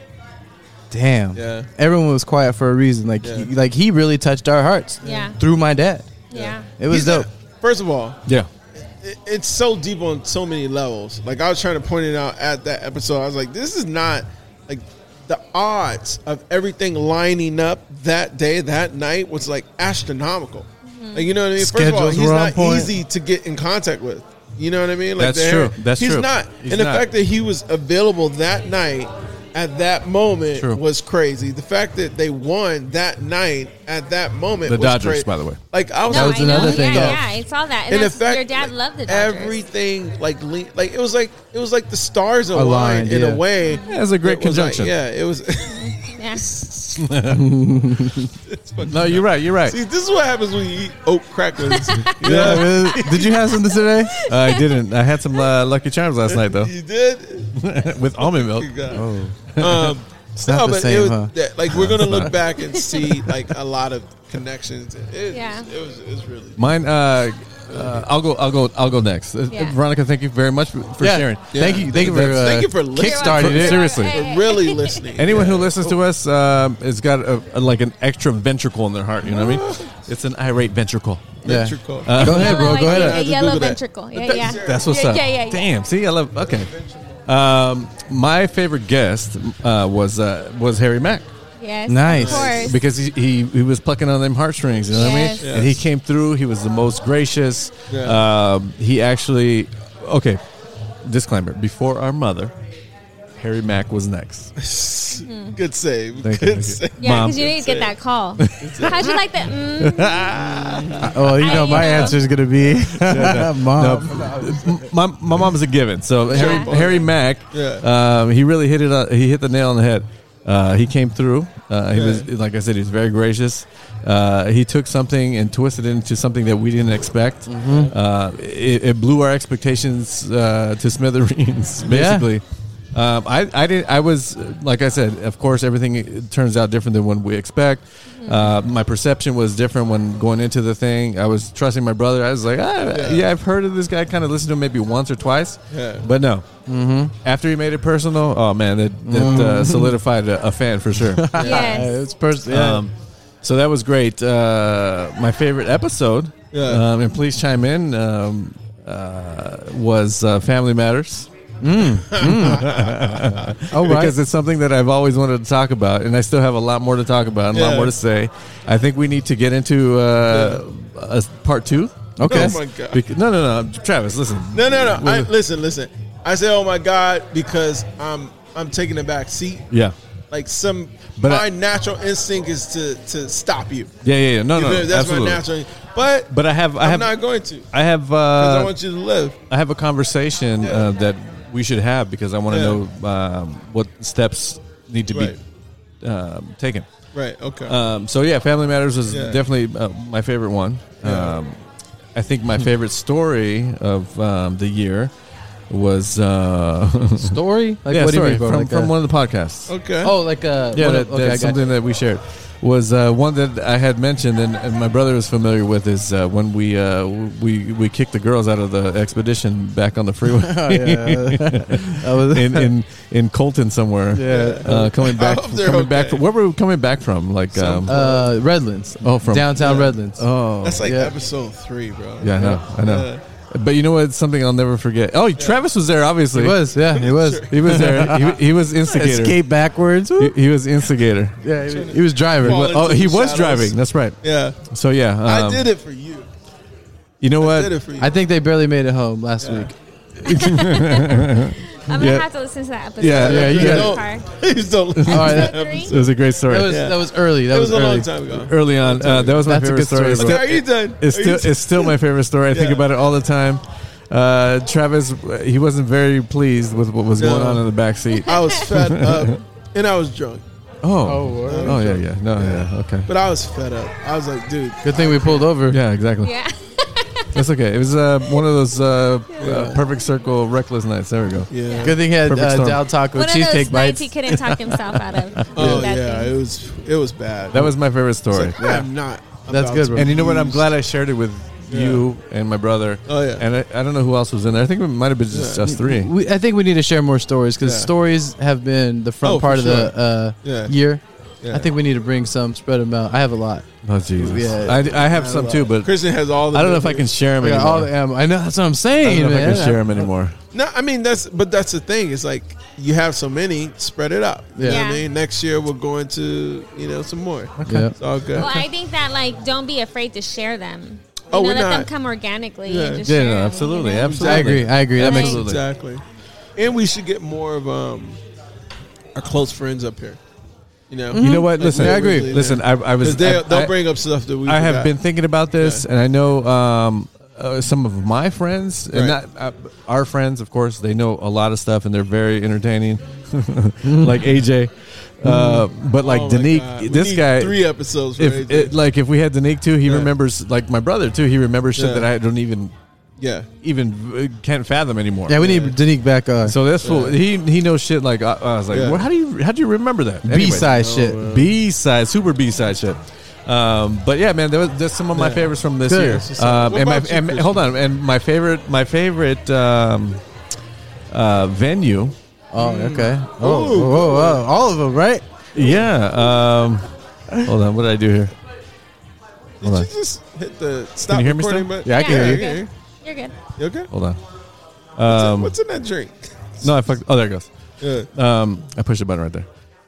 [SPEAKER 3] damn.
[SPEAKER 4] Yeah.
[SPEAKER 3] Everyone was quiet for a reason. Like
[SPEAKER 4] Yeah.
[SPEAKER 3] he, like he really touched our hearts.
[SPEAKER 2] Yeah.
[SPEAKER 3] Through my dad.
[SPEAKER 2] yeah.
[SPEAKER 3] It was
[SPEAKER 4] He's
[SPEAKER 3] dope.
[SPEAKER 4] not- First of all,
[SPEAKER 1] Yeah.
[SPEAKER 4] it- it's so deep on so many levels. Like I was trying to point it out at that episode. I was like, this is not like the odds of everything lining up that day, that night was like astronomical. Like you know what I mean? First of all,
[SPEAKER 3] Schedules
[SPEAKER 4] he's
[SPEAKER 3] were on
[SPEAKER 4] not
[SPEAKER 3] point.
[SPEAKER 4] easy to get in contact with. You know what I mean? Like
[SPEAKER 1] That's
[SPEAKER 4] the-
[SPEAKER 1] true. That's
[SPEAKER 4] he's
[SPEAKER 1] true.
[SPEAKER 4] Not.
[SPEAKER 1] He's
[SPEAKER 4] and the
[SPEAKER 1] not.
[SPEAKER 4] fact that he was available that night at that moment
[SPEAKER 1] True.
[SPEAKER 4] was crazy. The fact that they won that night at that moment.
[SPEAKER 1] The
[SPEAKER 4] was
[SPEAKER 1] Dodgers,
[SPEAKER 4] crazy.
[SPEAKER 1] by the way.
[SPEAKER 4] Like I was,
[SPEAKER 3] That was
[SPEAKER 2] I know.
[SPEAKER 3] another thing.
[SPEAKER 2] Yeah, yeah, I saw that. And,
[SPEAKER 4] and in
[SPEAKER 2] that's,
[SPEAKER 4] fact,
[SPEAKER 2] your dad
[SPEAKER 4] like,
[SPEAKER 2] loved the Dodgers.
[SPEAKER 4] everything like le- like it was like it was like the stars aligned,
[SPEAKER 3] Aligned,
[SPEAKER 4] in
[SPEAKER 3] yeah.
[SPEAKER 4] a way.
[SPEAKER 1] That's a great
[SPEAKER 4] It was like-
[SPEAKER 1] conjunction.
[SPEAKER 4] yeah, it was.
[SPEAKER 2] Yeah.
[SPEAKER 1] No, you're right. You're right.
[SPEAKER 4] See, this is what happens when you eat oat crackers. You know?
[SPEAKER 3] Yeah, Oh, really? Did you have something today?
[SPEAKER 1] I didn't. I had some uh, Lucky Charms last night though,
[SPEAKER 4] You did.
[SPEAKER 1] with almond milk.
[SPEAKER 4] You got it.
[SPEAKER 3] Oh,
[SPEAKER 4] Um,
[SPEAKER 3] it's not the same,
[SPEAKER 4] it was,
[SPEAKER 3] huh?
[SPEAKER 4] that- like we're gonna look back and see like a lot of connections. It,
[SPEAKER 2] Yeah.
[SPEAKER 4] it was it was really
[SPEAKER 1] Mine. Uh, uh, I'll go. I'll go. I'll go next. Uh,
[SPEAKER 2] Yeah.
[SPEAKER 1] Veronica, thank you very much for for
[SPEAKER 3] Yeah.
[SPEAKER 1] sharing.
[SPEAKER 3] Thank you. Thank you for.
[SPEAKER 1] That's-
[SPEAKER 3] Uh,
[SPEAKER 4] thank you for listening.
[SPEAKER 3] kickstarted it.
[SPEAKER 1] Seriously.
[SPEAKER 4] really listening.
[SPEAKER 1] Anyone who listens
[SPEAKER 3] Oh.
[SPEAKER 1] to us um, has got a, a- like an extra ventricle in their heart. You know what I mean? It's an irate ventricle.
[SPEAKER 3] Yeah. Uh,
[SPEAKER 4] Ventricle.
[SPEAKER 3] Go ahead, bro. Go
[SPEAKER 4] I
[SPEAKER 2] A
[SPEAKER 4] had
[SPEAKER 3] ahead.
[SPEAKER 4] to
[SPEAKER 2] yellow
[SPEAKER 4] Google that.
[SPEAKER 2] ventricle. Yeah, yeah.
[SPEAKER 1] That's what's
[SPEAKER 2] yeah,
[SPEAKER 1] up.
[SPEAKER 2] Yeah, yeah, yeah.
[SPEAKER 1] Damn. See, I love. Okay. Um, my favorite guest uh, was uh, was Harry Mack
[SPEAKER 2] Yes,
[SPEAKER 3] Nice.
[SPEAKER 2] Of course.
[SPEAKER 1] because he, he he was plucking on them heartstrings. You know what I mean?
[SPEAKER 2] Yes.
[SPEAKER 1] And he came through. He was the most gracious.
[SPEAKER 4] Yeah.
[SPEAKER 1] Um, he actually. Okay. Disclaimer: Before our mother, Harry Mack was next.
[SPEAKER 4] Good save.
[SPEAKER 1] Thank you,
[SPEAKER 4] Good
[SPEAKER 1] thank you.
[SPEAKER 4] save.
[SPEAKER 2] yeah,
[SPEAKER 1] Mom.
[SPEAKER 2] because you didn't get that call. How'd you like that? Mm,
[SPEAKER 3] Oh, you
[SPEAKER 2] I-
[SPEAKER 3] know
[SPEAKER 2] you
[SPEAKER 3] my
[SPEAKER 2] know.
[SPEAKER 3] answer is gonna be mom.
[SPEAKER 1] M- my, my mom's a given. So Harry, Harry Mack,
[SPEAKER 4] Yeah.
[SPEAKER 1] um, he really hit it. On, he hit the nail on the head. Uh, he came through. Uh, he
[SPEAKER 4] Yeah.
[SPEAKER 1] was, like I said, he was very gracious. Uh, he took something and twisted it into something that we didn't expect.
[SPEAKER 4] Mm-hmm.
[SPEAKER 1] Uh, it, it blew our expectations uh, to smithereens, basically. Um, I, I did I was like I said. Of course, everything turns out different than what we expect. Uh, my perception was different when going into the thing. I was trusting my brother. I was like, ah, yeah.
[SPEAKER 4] Yeah.
[SPEAKER 1] I've heard of this guy. Kind of listened to him maybe once or twice,
[SPEAKER 4] Yeah.
[SPEAKER 1] but no. Mm-hmm. After he made it personal, oh man, that, that uh, solidified a, a fan for sure.
[SPEAKER 2] yes.
[SPEAKER 3] It's person.
[SPEAKER 1] um, so that was great. Uh, my favorite episode,
[SPEAKER 4] Yeah.
[SPEAKER 1] um, and please chime in, um, uh, was uh, Family Matters. Mm.
[SPEAKER 3] oh, right.
[SPEAKER 1] because it's something that I've always wanted to talk about, and I still have a lot more to talk about and a lot
[SPEAKER 4] Yeah.
[SPEAKER 1] more to say. I think we need to get into uh, a part two.
[SPEAKER 3] Okay.
[SPEAKER 1] Because-
[SPEAKER 4] Oh my God.
[SPEAKER 1] bec- no, no, no, Travis, listen.
[SPEAKER 4] No, no, no. I,
[SPEAKER 1] Was it-
[SPEAKER 4] listen, listen. I say, oh my God, because I'm I'm taking a back seat.
[SPEAKER 1] Yeah,
[SPEAKER 4] Like some,
[SPEAKER 1] But
[SPEAKER 4] my
[SPEAKER 1] I-
[SPEAKER 4] natural instinct is to to stop you.
[SPEAKER 1] yeah, yeah, yeah. No,
[SPEAKER 4] You
[SPEAKER 1] no,
[SPEAKER 4] know,
[SPEAKER 1] no
[SPEAKER 4] that's
[SPEAKER 1] absolutely.
[SPEAKER 4] my natural. But
[SPEAKER 1] But I have, I
[SPEAKER 4] I'm
[SPEAKER 1] have,
[SPEAKER 4] not going to because
[SPEAKER 1] I have,
[SPEAKER 4] I
[SPEAKER 1] uh,
[SPEAKER 4] want you to live.
[SPEAKER 1] I have a conversation
[SPEAKER 4] Yeah.
[SPEAKER 1] uh, that we should have because I want to
[SPEAKER 4] Yeah.
[SPEAKER 1] know um, what steps need to
[SPEAKER 4] Right.
[SPEAKER 1] be um, taken.
[SPEAKER 4] Right. Okay.
[SPEAKER 1] Um, so yeah, Family Matters was
[SPEAKER 4] Yeah.
[SPEAKER 1] definitely uh, my favorite one.
[SPEAKER 4] Yeah.
[SPEAKER 1] Um, I think my favorite story of um, the year was uh,
[SPEAKER 3] story. Like
[SPEAKER 1] yeah, sorry,
[SPEAKER 3] what do you mean, bro?
[SPEAKER 1] from,
[SPEAKER 3] Like uh,
[SPEAKER 1] from
[SPEAKER 3] a-
[SPEAKER 1] one of the podcasts.
[SPEAKER 4] okay.
[SPEAKER 3] Oh, like uh,
[SPEAKER 1] Yeah,
[SPEAKER 3] one
[SPEAKER 1] that,
[SPEAKER 3] of- okay,
[SPEAKER 1] that's
[SPEAKER 3] I got
[SPEAKER 1] something
[SPEAKER 3] you.
[SPEAKER 1] that we shared was uh, one that I had mentioned, and, and my brother was familiar with. Is uh, when we uh, we we kicked the girls out of the expedition back on the freeway
[SPEAKER 3] That Oh, was-
[SPEAKER 1] in, in in Colton somewhere.
[SPEAKER 3] Yeah.
[SPEAKER 1] uh, coming back,
[SPEAKER 4] hope Oh, they're
[SPEAKER 1] coming back.
[SPEAKER 4] okay.
[SPEAKER 1] From, where were we coming back from? Like, um,
[SPEAKER 3] uh, Redlands.
[SPEAKER 1] oh, from
[SPEAKER 3] downtown Redlands.
[SPEAKER 1] Oh,
[SPEAKER 4] that's like
[SPEAKER 3] yeah.
[SPEAKER 4] episode three, bro.
[SPEAKER 1] Yeah, I know. I know. But you know what? Something I'll never forget. Oh, Travis was there. Obviously,
[SPEAKER 3] It was, yeah, it was.
[SPEAKER 1] He was there. He, he was instigator.
[SPEAKER 3] Escape backwards.
[SPEAKER 1] He, he was instigator.
[SPEAKER 3] Yeah, he, he was driving.
[SPEAKER 4] Fall
[SPEAKER 3] Well,
[SPEAKER 4] into
[SPEAKER 1] Oh, he
[SPEAKER 4] the
[SPEAKER 1] was
[SPEAKER 4] shadows.
[SPEAKER 1] driving. That's right.
[SPEAKER 4] Yeah.
[SPEAKER 1] So yeah, um,
[SPEAKER 4] I did it for you.
[SPEAKER 1] You know
[SPEAKER 4] I did it
[SPEAKER 1] what?
[SPEAKER 4] for you.
[SPEAKER 3] I think they barely made it home last week.
[SPEAKER 2] I'm
[SPEAKER 1] Yeah.
[SPEAKER 2] gonna have to listen to that episode.
[SPEAKER 1] Yeah, yeah, you
[SPEAKER 2] In
[SPEAKER 1] got
[SPEAKER 2] the
[SPEAKER 1] it.
[SPEAKER 2] car.
[SPEAKER 4] Please don't.
[SPEAKER 3] All right, that,
[SPEAKER 2] Episode three?
[SPEAKER 1] It was a great story.
[SPEAKER 3] that was that was early. That
[SPEAKER 4] It was a
[SPEAKER 3] early.
[SPEAKER 4] long time ago.
[SPEAKER 1] Early on, uh, that was my
[SPEAKER 3] That's a
[SPEAKER 1] favorite
[SPEAKER 3] good
[SPEAKER 1] story.
[SPEAKER 3] story, bro.
[SPEAKER 1] Still-
[SPEAKER 4] Are you done?
[SPEAKER 1] it's
[SPEAKER 4] Are
[SPEAKER 1] still
[SPEAKER 4] you done?
[SPEAKER 1] it's still my favorite story. I think
[SPEAKER 4] Yeah.
[SPEAKER 1] about it all the time. Uh, Travis, he wasn't very pleased with what was
[SPEAKER 4] No.
[SPEAKER 1] going on in the back seat.
[SPEAKER 4] I was fed up, and I was drunk,
[SPEAKER 1] Oh,
[SPEAKER 3] word.
[SPEAKER 1] oh yeah, yeah, no, yeah, okay,
[SPEAKER 4] but I was fed up. I was like, dude,
[SPEAKER 3] Good thing we pulled over.
[SPEAKER 1] yeah, exactly.
[SPEAKER 2] Yeah.
[SPEAKER 1] That's okay. It was uh, one of those uh, uh, perfect circle reckless nights. There we go.
[SPEAKER 4] yeah,
[SPEAKER 3] Good thing he had
[SPEAKER 1] Perfect
[SPEAKER 3] uh,
[SPEAKER 1] storm.
[SPEAKER 3] Dal Taco
[SPEAKER 2] One of those
[SPEAKER 3] cheesecake
[SPEAKER 2] nights
[SPEAKER 3] bites.
[SPEAKER 2] he couldn't talk himself out of.
[SPEAKER 4] oh
[SPEAKER 2] That
[SPEAKER 4] yeah,
[SPEAKER 2] thing.
[SPEAKER 4] it was it was bad.
[SPEAKER 1] That was my favorite
[SPEAKER 4] I
[SPEAKER 1] story.
[SPEAKER 4] was like, I'm not.
[SPEAKER 3] That's
[SPEAKER 4] about
[SPEAKER 3] good,
[SPEAKER 4] to
[SPEAKER 3] bro.
[SPEAKER 1] And you know what? I'm glad I shared it with you and my brother.
[SPEAKER 4] Oh, yeah.
[SPEAKER 1] And I, I don't know who else was in there. I think it might have been just us three.
[SPEAKER 3] We, I think we need to share more stories because
[SPEAKER 4] Yeah.
[SPEAKER 3] stories have been the front
[SPEAKER 4] Oh, for
[SPEAKER 3] part of
[SPEAKER 4] sure.
[SPEAKER 3] the uh,
[SPEAKER 4] Yeah.
[SPEAKER 3] year.
[SPEAKER 4] Yeah.
[SPEAKER 3] I think we need to bring some, spread them out. I have a lot.
[SPEAKER 1] Oh Jesus.
[SPEAKER 3] Yeah.
[SPEAKER 1] I, I have some too, but
[SPEAKER 4] Christian has all the.
[SPEAKER 1] I don't know if I can share them
[SPEAKER 3] I got
[SPEAKER 1] anymore.
[SPEAKER 3] all the ammo. I know that's what I'm
[SPEAKER 1] I
[SPEAKER 3] saying,
[SPEAKER 1] don't know
[SPEAKER 3] man.
[SPEAKER 1] if I can share them anymore.
[SPEAKER 4] No, I mean that's but that's the thing. It's like you have so many, spread it out. You know
[SPEAKER 2] Yeah.
[SPEAKER 4] what I mean, next year we're going to you know some more.
[SPEAKER 3] Yeah.
[SPEAKER 4] It's all good.
[SPEAKER 2] Well, I think that like don't be afraid to share them. You
[SPEAKER 4] Oh,
[SPEAKER 2] know,
[SPEAKER 4] we're
[SPEAKER 2] let them
[SPEAKER 4] not.
[SPEAKER 2] come organically.
[SPEAKER 4] Yeah.
[SPEAKER 2] and just
[SPEAKER 1] Yeah,
[SPEAKER 2] share
[SPEAKER 1] no,
[SPEAKER 2] 'em,
[SPEAKER 1] absolutely,
[SPEAKER 2] you know?
[SPEAKER 1] absolutely.
[SPEAKER 3] I agree. I agree. That makes
[SPEAKER 2] Absolutely.
[SPEAKER 4] Exactly. And we should get more of um our close friends up here. You know,
[SPEAKER 1] You know what? Listen,
[SPEAKER 4] I agree.
[SPEAKER 1] Listen, I, I was.
[SPEAKER 4] because they
[SPEAKER 1] I-
[SPEAKER 4] they'll
[SPEAKER 1] I-
[SPEAKER 4] bring up stuff that we.
[SPEAKER 1] I have
[SPEAKER 4] forgot.
[SPEAKER 1] been thinking about this, and I know um, uh, some of my friends, and
[SPEAKER 4] Right.
[SPEAKER 1] not uh, our friends, of course. They know a lot of stuff, and they're very entertaining, like AJ. Uh, but like
[SPEAKER 4] Oh my God. We
[SPEAKER 1] Danique, this
[SPEAKER 4] need
[SPEAKER 1] guy,
[SPEAKER 4] three episodes. For
[SPEAKER 1] if
[SPEAKER 4] AJ.
[SPEAKER 1] it, like if we had Danique too, he
[SPEAKER 4] Yeah.
[SPEAKER 1] remembers like my brother too. He remembers shit
[SPEAKER 4] Yeah.
[SPEAKER 1] that I don't even
[SPEAKER 4] yeah,
[SPEAKER 1] even uh, can't fathom anymore.
[SPEAKER 3] Yeah, we need Danique back uh, on.
[SPEAKER 1] so this fool, he he knows shit like uh, I, I was like,
[SPEAKER 4] Yeah.
[SPEAKER 1] well, how do you how do you remember that Anyway.
[SPEAKER 3] B side
[SPEAKER 4] Oh,
[SPEAKER 3] shit.
[SPEAKER 1] B side, super B side shit. Um, but yeah, man, there was, there's some of my
[SPEAKER 4] Yeah.
[SPEAKER 1] favorites from this
[SPEAKER 3] Good.
[SPEAKER 1] year. Um,
[SPEAKER 4] What
[SPEAKER 1] and my
[SPEAKER 4] about you,
[SPEAKER 1] and,
[SPEAKER 4] Christian?
[SPEAKER 1] hold on, and my favorite, my favorite um, uh, venue.
[SPEAKER 4] uh,
[SPEAKER 3] Oh, okay. Oh, oh, oh, oh, all of them, right?
[SPEAKER 1] Yeah. Um, hold on, what did I do here?
[SPEAKER 4] did
[SPEAKER 1] Hold on.
[SPEAKER 4] you just hit the stop
[SPEAKER 1] you hear me
[SPEAKER 4] recording
[SPEAKER 1] still?
[SPEAKER 4] button?
[SPEAKER 3] Yeah, I can
[SPEAKER 4] yeah,
[SPEAKER 3] hear
[SPEAKER 2] you're
[SPEAKER 3] you.
[SPEAKER 4] I can hear
[SPEAKER 2] good. You're good.
[SPEAKER 4] you. You okay?
[SPEAKER 1] Hold on.
[SPEAKER 4] Um, What's in that drink? Uh,
[SPEAKER 1] No, I fucked. Oh, there it goes.
[SPEAKER 4] Yeah.
[SPEAKER 3] uh,
[SPEAKER 1] Um, I pushed the button right there.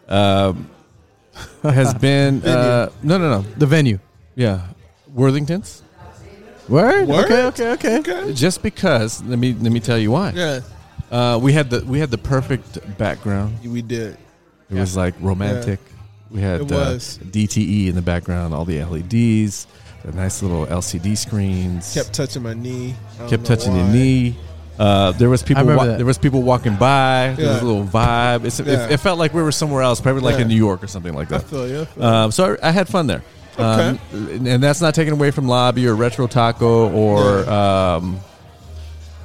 [SPEAKER 1] Um, has been uh, no, no, no.
[SPEAKER 3] The venue.
[SPEAKER 1] Yeah, Worthingtons.
[SPEAKER 3] Word?
[SPEAKER 4] Word?
[SPEAKER 3] Okay, okay, okay.
[SPEAKER 4] Okay.
[SPEAKER 1] Just because, let me let me tell you why.
[SPEAKER 4] Yeah,
[SPEAKER 1] Uh, we had the we had the perfect background.
[SPEAKER 4] we did.
[SPEAKER 1] It was like romantic. We had
[SPEAKER 4] It was.
[SPEAKER 1] Uh, DTE in the background, all the LEDs, the nice little LCD screens.
[SPEAKER 4] Kept touching my knee. I don't
[SPEAKER 1] kept
[SPEAKER 4] know
[SPEAKER 1] touching your
[SPEAKER 4] why.
[SPEAKER 1] knee. Uh, there was people.
[SPEAKER 3] remember
[SPEAKER 1] Wa-
[SPEAKER 3] that.
[SPEAKER 1] there was people walking by. There was a
[SPEAKER 4] Yeah.
[SPEAKER 1] little vibe. It's,
[SPEAKER 4] Yeah.
[SPEAKER 1] it, it felt like we were somewhere else, probably like
[SPEAKER 4] Yeah.
[SPEAKER 1] in New York or something like
[SPEAKER 4] I
[SPEAKER 1] that.
[SPEAKER 4] feel you.
[SPEAKER 1] Um, so I, I had fun there. Um, and that's not taken away from Lobby or Retro Taco or um,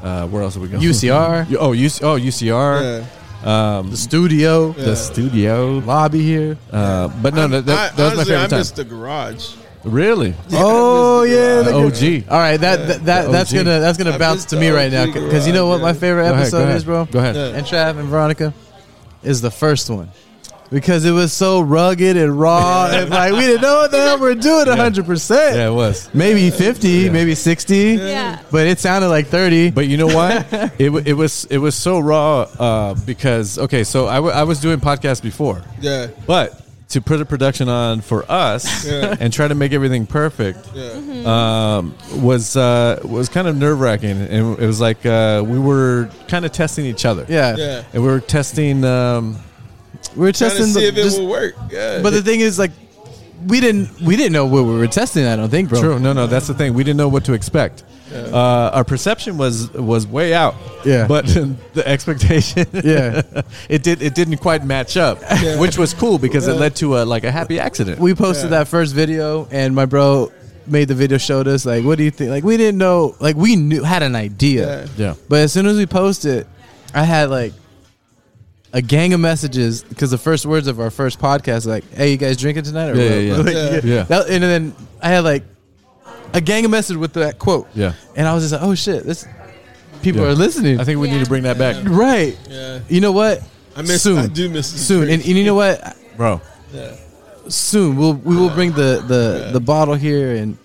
[SPEAKER 1] uh, where else are we going?
[SPEAKER 3] UCR,
[SPEAKER 1] oh, UC, oh, UCR.
[SPEAKER 3] Uh,
[SPEAKER 4] Yeah.
[SPEAKER 1] Um,
[SPEAKER 3] the studio,
[SPEAKER 1] The studio.
[SPEAKER 3] lobby here.
[SPEAKER 1] Uh, but no, no, that,
[SPEAKER 4] I,
[SPEAKER 1] that was
[SPEAKER 4] honestly,
[SPEAKER 1] my favorite
[SPEAKER 4] I
[SPEAKER 1] time.
[SPEAKER 4] missed the garage.
[SPEAKER 1] Really?
[SPEAKER 4] I
[SPEAKER 3] Oh,
[SPEAKER 4] missed
[SPEAKER 3] yeah,
[SPEAKER 4] garage.
[SPEAKER 3] the
[SPEAKER 1] OG.
[SPEAKER 3] All right, that that, that
[SPEAKER 1] The
[SPEAKER 3] that's
[SPEAKER 1] OG.
[SPEAKER 3] gonna that's gonna
[SPEAKER 4] I
[SPEAKER 3] bounce
[SPEAKER 4] missed
[SPEAKER 3] to
[SPEAKER 4] the
[SPEAKER 3] me right now
[SPEAKER 4] OG
[SPEAKER 3] because you know what my
[SPEAKER 1] Go
[SPEAKER 4] garage, yeah.
[SPEAKER 3] favorite
[SPEAKER 1] ahead,
[SPEAKER 3] episode
[SPEAKER 1] go ahead.
[SPEAKER 3] is, bro.
[SPEAKER 1] Go ahead.
[SPEAKER 4] Yeah.
[SPEAKER 3] And Trav and Veronica is the first one because it was so rugged and raw and like we didn't know what the hell we're doing. hundred percent.
[SPEAKER 1] Yeah, it was.
[SPEAKER 3] Maybe fifty, maybe sixty.
[SPEAKER 2] Yeah.
[SPEAKER 3] But it sounded like thirty.
[SPEAKER 1] But you know why? it, wa- it was it was so raw uh, because okay, so I, w- I was doing podcasts before,
[SPEAKER 4] Yeah,
[SPEAKER 1] but to put a production on for us
[SPEAKER 4] Yeah.
[SPEAKER 1] and try to make everything perfect
[SPEAKER 4] yeah.
[SPEAKER 2] Mm-hmm.
[SPEAKER 1] um, was uh, was kind of nerve wracking, and it was like uh, we were kind of testing each other.
[SPEAKER 3] yeah.
[SPEAKER 4] Yeah.
[SPEAKER 1] and we were testing. Um,
[SPEAKER 3] we were
[SPEAKER 4] Trying to
[SPEAKER 3] testing
[SPEAKER 4] see
[SPEAKER 3] the,
[SPEAKER 4] if it
[SPEAKER 3] just-
[SPEAKER 4] will work. Yeah,
[SPEAKER 3] But the thing is, like, we didn't we didn't know what we were testing. I don't think, bro.
[SPEAKER 1] True. No, no, that's the thing. We didn't know what to expect. Uh, our perception was was way out.
[SPEAKER 3] Yeah.
[SPEAKER 1] But the expectation.
[SPEAKER 3] Yeah.
[SPEAKER 1] it did. It didn't quite match up, which was cool because it led to a like a happy accident.
[SPEAKER 3] We posted that first video, and my bro made the video showed us like, what do you think? Like, we didn't know. Like, we knew had an idea.
[SPEAKER 4] Yeah.
[SPEAKER 1] Yeah.
[SPEAKER 3] But as soon as we posted, I had like a gang of messages because the first words of our first podcast like, "Hey, you guys drinking tonight?" Or
[SPEAKER 1] Yeah,
[SPEAKER 3] what?
[SPEAKER 1] yeah, yeah.
[SPEAKER 3] Like,
[SPEAKER 1] Yeah. Yeah.
[SPEAKER 3] That- and then I had like a gang of messages with that quote.
[SPEAKER 1] Yeah.
[SPEAKER 3] And I was just like, "Oh shit, this people
[SPEAKER 1] Yeah.
[SPEAKER 3] are listening."
[SPEAKER 1] I think we need
[SPEAKER 2] Yeah.
[SPEAKER 1] to bring that back,
[SPEAKER 3] right.
[SPEAKER 4] yeah.
[SPEAKER 3] You know what?
[SPEAKER 4] I miss.
[SPEAKER 3] soon.
[SPEAKER 4] I do miss the
[SPEAKER 3] soon, and,
[SPEAKER 4] drinks.
[SPEAKER 3] and you know what?
[SPEAKER 1] bro.
[SPEAKER 4] yeah.
[SPEAKER 3] Soon we'll we will bring the the the bottle here and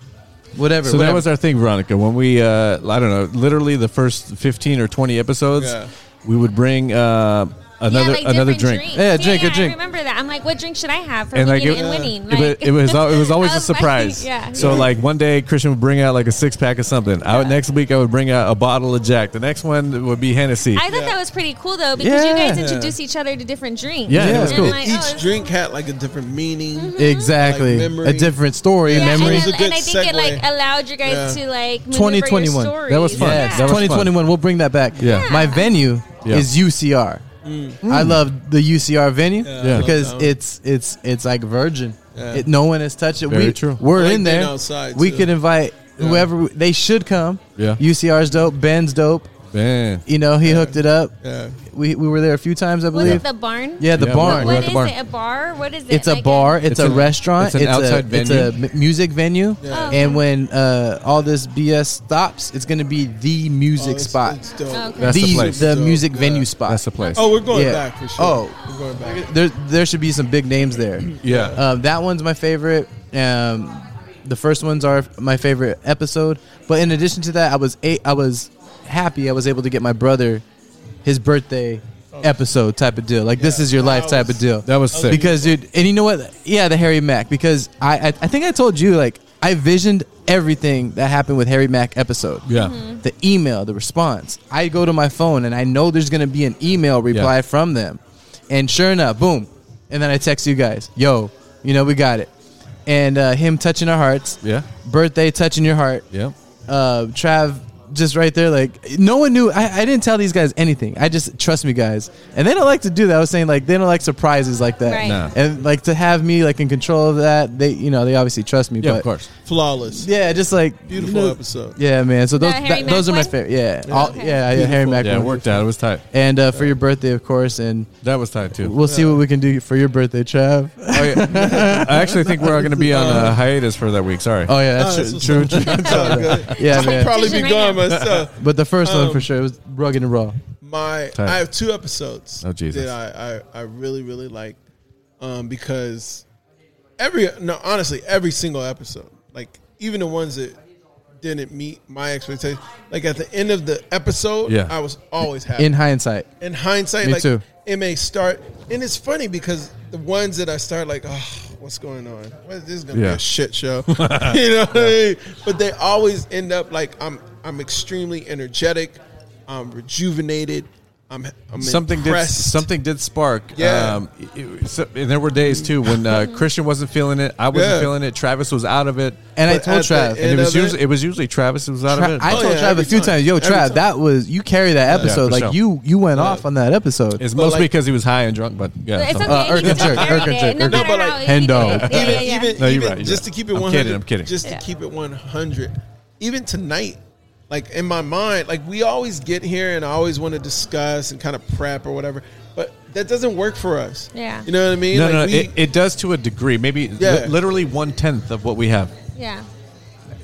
[SPEAKER 3] whatever.
[SPEAKER 1] So that
[SPEAKER 3] whatever.
[SPEAKER 1] was our thing, Veronica. When we, uh, I don't know, literally the first fifteen or twenty episodes,
[SPEAKER 4] Yeah.
[SPEAKER 1] we would bring uh, another
[SPEAKER 2] yeah, like
[SPEAKER 1] another
[SPEAKER 2] different
[SPEAKER 1] drink.
[SPEAKER 2] drinks.
[SPEAKER 3] Yeah, drink, a drink.
[SPEAKER 2] I remember that. I'm like, what drink should I have for
[SPEAKER 1] And, like,
[SPEAKER 2] winning
[SPEAKER 1] it-
[SPEAKER 2] and winning?
[SPEAKER 1] It,
[SPEAKER 2] Like,
[SPEAKER 1] wa- it was al- it was always
[SPEAKER 2] I
[SPEAKER 1] a
[SPEAKER 2] was like,
[SPEAKER 1] surprise.
[SPEAKER 2] yeah.
[SPEAKER 1] So
[SPEAKER 2] Yeah.
[SPEAKER 1] like one day Christian would bring out like a six pack of something. I would,
[SPEAKER 2] Yeah.
[SPEAKER 1] next week I would bring out a bottle of Jack. The next one would be Hennessy.
[SPEAKER 2] I thought
[SPEAKER 4] Yeah.
[SPEAKER 2] that was pretty cool though because you guys
[SPEAKER 3] Yeah.
[SPEAKER 2] introduced each other to different drinks.
[SPEAKER 1] Yeah, it was
[SPEAKER 2] And
[SPEAKER 1] cool.
[SPEAKER 2] I'm like, oh,
[SPEAKER 4] Each
[SPEAKER 2] it's- Mm-hmm.
[SPEAKER 4] drink had like a different meaning. Like
[SPEAKER 3] exactly
[SPEAKER 4] memory.
[SPEAKER 3] a different story,
[SPEAKER 2] yeah,
[SPEAKER 3] memory.
[SPEAKER 4] It was
[SPEAKER 2] And,
[SPEAKER 4] a
[SPEAKER 2] I-
[SPEAKER 4] good
[SPEAKER 2] and I think it like
[SPEAKER 4] segue.
[SPEAKER 2] allowed you guys
[SPEAKER 4] Yeah.
[SPEAKER 2] to like maneuver
[SPEAKER 3] 2021.
[SPEAKER 2] Your stories.
[SPEAKER 1] That was fun.
[SPEAKER 2] Yeah.
[SPEAKER 1] That was fun.
[SPEAKER 3] 2021. We'll bring that back.
[SPEAKER 1] Yeah. Yeah.
[SPEAKER 3] My venue
[SPEAKER 1] Yeah.
[SPEAKER 3] is UCR. I love the UCR venue
[SPEAKER 4] Mm. Yeah, I love
[SPEAKER 3] because
[SPEAKER 4] that one.
[SPEAKER 3] it's it's it's like virgin.
[SPEAKER 4] Yeah.
[SPEAKER 3] It, no one has touched it.
[SPEAKER 1] Very
[SPEAKER 3] we,
[SPEAKER 1] true.
[SPEAKER 3] We're
[SPEAKER 4] I like being
[SPEAKER 3] in there.
[SPEAKER 4] outside,
[SPEAKER 3] we
[SPEAKER 4] too.
[SPEAKER 3] could invite whoever we- they should come.
[SPEAKER 1] Yeah.
[SPEAKER 3] UCR's dope. Ben's dope.
[SPEAKER 1] Man.
[SPEAKER 3] You know he hooked it up.
[SPEAKER 4] Yeah.
[SPEAKER 3] We, we were there a few times, I
[SPEAKER 2] Was
[SPEAKER 3] believe.
[SPEAKER 2] it the barn?
[SPEAKER 3] yeah, the
[SPEAKER 1] Yeah,
[SPEAKER 3] barn.
[SPEAKER 1] we were
[SPEAKER 2] What
[SPEAKER 1] at the
[SPEAKER 2] is
[SPEAKER 1] barn.
[SPEAKER 2] it? A bar? What is it?
[SPEAKER 3] It's a
[SPEAKER 2] Like
[SPEAKER 3] bar. It's,
[SPEAKER 1] It's
[SPEAKER 3] a
[SPEAKER 1] an-
[SPEAKER 3] restaurant.
[SPEAKER 1] it's an outside
[SPEAKER 3] a, It's
[SPEAKER 1] venue.
[SPEAKER 3] a m- music venue.
[SPEAKER 4] Yeah.
[SPEAKER 2] Oh.
[SPEAKER 3] And when uh, all this BS stops, it's going to be the
[SPEAKER 4] Oh,
[SPEAKER 3] music
[SPEAKER 4] it's-
[SPEAKER 3] spot.
[SPEAKER 4] it's dope.
[SPEAKER 2] Okay.
[SPEAKER 1] That's
[SPEAKER 3] the
[SPEAKER 1] the place.
[SPEAKER 3] the
[SPEAKER 4] So,
[SPEAKER 3] music
[SPEAKER 4] yeah.
[SPEAKER 3] venue spot.
[SPEAKER 1] That's the place.
[SPEAKER 4] Oh, we're going
[SPEAKER 3] Yeah.
[SPEAKER 4] back for sure.
[SPEAKER 3] Oh.
[SPEAKER 4] we're going back.
[SPEAKER 3] there there should be some big names there.
[SPEAKER 1] yeah.
[SPEAKER 3] Um, that one's my favorite. Um, the first ones are my favorite episode. But in addition to that, I was eight, I was happy. I was able to get my brother his birthday episode type of deal. Like this
[SPEAKER 4] Yeah.
[SPEAKER 3] is your
[SPEAKER 4] That
[SPEAKER 3] life type
[SPEAKER 4] was-
[SPEAKER 3] of deal.
[SPEAKER 1] Oh. that was sick.
[SPEAKER 3] because dude. And you know what? Yeah, the Harry Mack. Because I I, I think I told you like I visioned everything that happened with Harry Mack episode
[SPEAKER 1] yeah.
[SPEAKER 3] the email, the response. I go to my phone and I know there's going to be an email reply
[SPEAKER 1] Yeah.
[SPEAKER 3] from them. And sure enough, boom. and then I text you guys, yo, you know we got it, and uh, him touching our hearts,
[SPEAKER 1] Yeah.
[SPEAKER 3] birthday touching your heart,
[SPEAKER 1] Yeah.
[SPEAKER 3] uh, Trav just right there, like no one knew. I, I didn't tell these guys anything. I just trust me, guys, and they don't like to do that. I was saying like they don't like surprises like that,
[SPEAKER 2] Right. No.
[SPEAKER 3] and like to have me like in control of that. They you know they obviously trust me,
[SPEAKER 1] Yeah,
[SPEAKER 3] but
[SPEAKER 1] of course.
[SPEAKER 4] Flawless.
[SPEAKER 3] yeah, just like you
[SPEAKER 4] Beautiful
[SPEAKER 3] know-
[SPEAKER 4] episode.
[SPEAKER 3] Yeah, man. So those
[SPEAKER 2] That Harry
[SPEAKER 3] that, those are
[SPEAKER 2] Mack
[SPEAKER 3] my
[SPEAKER 2] one?
[SPEAKER 3] favorite. Yeah, yeah, All,
[SPEAKER 2] Okay.
[SPEAKER 3] yeah, yeah, Harry Mack.
[SPEAKER 1] Yeah, it
[SPEAKER 3] one.
[SPEAKER 1] worked out. It was tight.
[SPEAKER 3] And uh, for your birthday, of course, and
[SPEAKER 1] That was tight too.
[SPEAKER 3] we'll see what we can do for your birthday, Trav.
[SPEAKER 1] Oh, yeah. I actually think we're going to be on a hiatus for that week. Sorry.
[SPEAKER 3] Oh yeah, that's
[SPEAKER 4] Oh, that's
[SPEAKER 3] true.
[SPEAKER 4] what's
[SPEAKER 3] true, true.
[SPEAKER 4] It's all good.
[SPEAKER 3] Yeah, man.
[SPEAKER 4] I'll probably be
[SPEAKER 2] Right
[SPEAKER 4] gone
[SPEAKER 2] now.
[SPEAKER 4] myself.
[SPEAKER 3] But the first one
[SPEAKER 4] Um,
[SPEAKER 3] for sure it was rugged and raw.
[SPEAKER 4] my
[SPEAKER 1] Tight.
[SPEAKER 4] I have two episodes
[SPEAKER 1] Oh, Jesus.
[SPEAKER 4] that I, I, I really really like um, because every no honestly every single episode like even the ones that didn't meet my expectations like at the end of the episode
[SPEAKER 1] Yeah.
[SPEAKER 4] I was always happy
[SPEAKER 3] In hindsight,
[SPEAKER 4] in hindsight,
[SPEAKER 3] Me
[SPEAKER 4] like
[SPEAKER 3] too.
[SPEAKER 4] it may start, and it's funny because the ones that I start like, oh, what's going on? What is this is gonna be
[SPEAKER 1] Yeah.
[SPEAKER 4] a shit show? you know, what I mean? but they always end up like I'm. I'm extremely energetic. I'm rejuvenated. I'm. I'm
[SPEAKER 1] something did
[SPEAKER 4] impressed.
[SPEAKER 1] something did spark.
[SPEAKER 4] Yeah.
[SPEAKER 1] Um, it- it- so- and there were days too when uh, Christian wasn't feeling it. I wasn't
[SPEAKER 4] Yeah.
[SPEAKER 1] feeling it. Travis was out of it.
[SPEAKER 3] and I
[SPEAKER 4] But
[SPEAKER 3] told
[SPEAKER 4] at the
[SPEAKER 3] Trav,
[SPEAKER 1] And it
[SPEAKER 4] end
[SPEAKER 1] was
[SPEAKER 4] of it-
[SPEAKER 1] usually it was usually Travis who was out
[SPEAKER 3] Tra-
[SPEAKER 1] of it.
[SPEAKER 3] I
[SPEAKER 4] Oh,
[SPEAKER 3] told
[SPEAKER 4] yeah,
[SPEAKER 3] Trav a
[SPEAKER 4] every
[SPEAKER 3] few
[SPEAKER 4] time.
[SPEAKER 3] times, "Yo,
[SPEAKER 4] Every
[SPEAKER 3] Trav,
[SPEAKER 4] time.
[SPEAKER 3] that was you carry that episode
[SPEAKER 1] for
[SPEAKER 3] like
[SPEAKER 1] sure.
[SPEAKER 3] you you went off on that episode."
[SPEAKER 1] it's
[SPEAKER 4] but
[SPEAKER 1] mostly
[SPEAKER 4] like-
[SPEAKER 1] because he was high and drunk, but yeah.
[SPEAKER 2] But it's
[SPEAKER 1] so-
[SPEAKER 2] okay.
[SPEAKER 3] Uh,
[SPEAKER 2] you
[SPEAKER 3] Erkin
[SPEAKER 2] can still
[SPEAKER 3] jerk,
[SPEAKER 2] carry
[SPEAKER 3] Erkin
[SPEAKER 2] it,
[SPEAKER 3] jerk,
[SPEAKER 2] no
[SPEAKER 4] Erkin
[SPEAKER 2] matter
[SPEAKER 4] jerk.
[SPEAKER 2] how
[SPEAKER 4] No,
[SPEAKER 2] you do
[SPEAKER 3] but
[SPEAKER 2] it.
[SPEAKER 3] like-
[SPEAKER 2] Yeah,
[SPEAKER 4] even
[SPEAKER 2] yeah, yeah.
[SPEAKER 4] even,
[SPEAKER 1] No, you're
[SPEAKER 4] even
[SPEAKER 1] right, you're
[SPEAKER 4] just
[SPEAKER 1] right.
[SPEAKER 4] to keep it
[SPEAKER 1] I'm
[SPEAKER 4] one
[SPEAKER 1] kidding,
[SPEAKER 4] hundred.
[SPEAKER 1] I'm kidding.
[SPEAKER 4] Just
[SPEAKER 2] Yeah.
[SPEAKER 4] to keep it one hundred. Even tonight, like in my mind, like we always get here and I always want to discuss and kind of prep or whatever, but that doesn't work for us.
[SPEAKER 2] Yeah.
[SPEAKER 4] you know what I mean?
[SPEAKER 1] no,
[SPEAKER 4] Like,
[SPEAKER 1] no, no,
[SPEAKER 4] we-
[SPEAKER 1] it, it does to a degree. Maybe li-
[SPEAKER 4] Yeah.
[SPEAKER 1] literally one tenth of what we have.
[SPEAKER 2] yeah.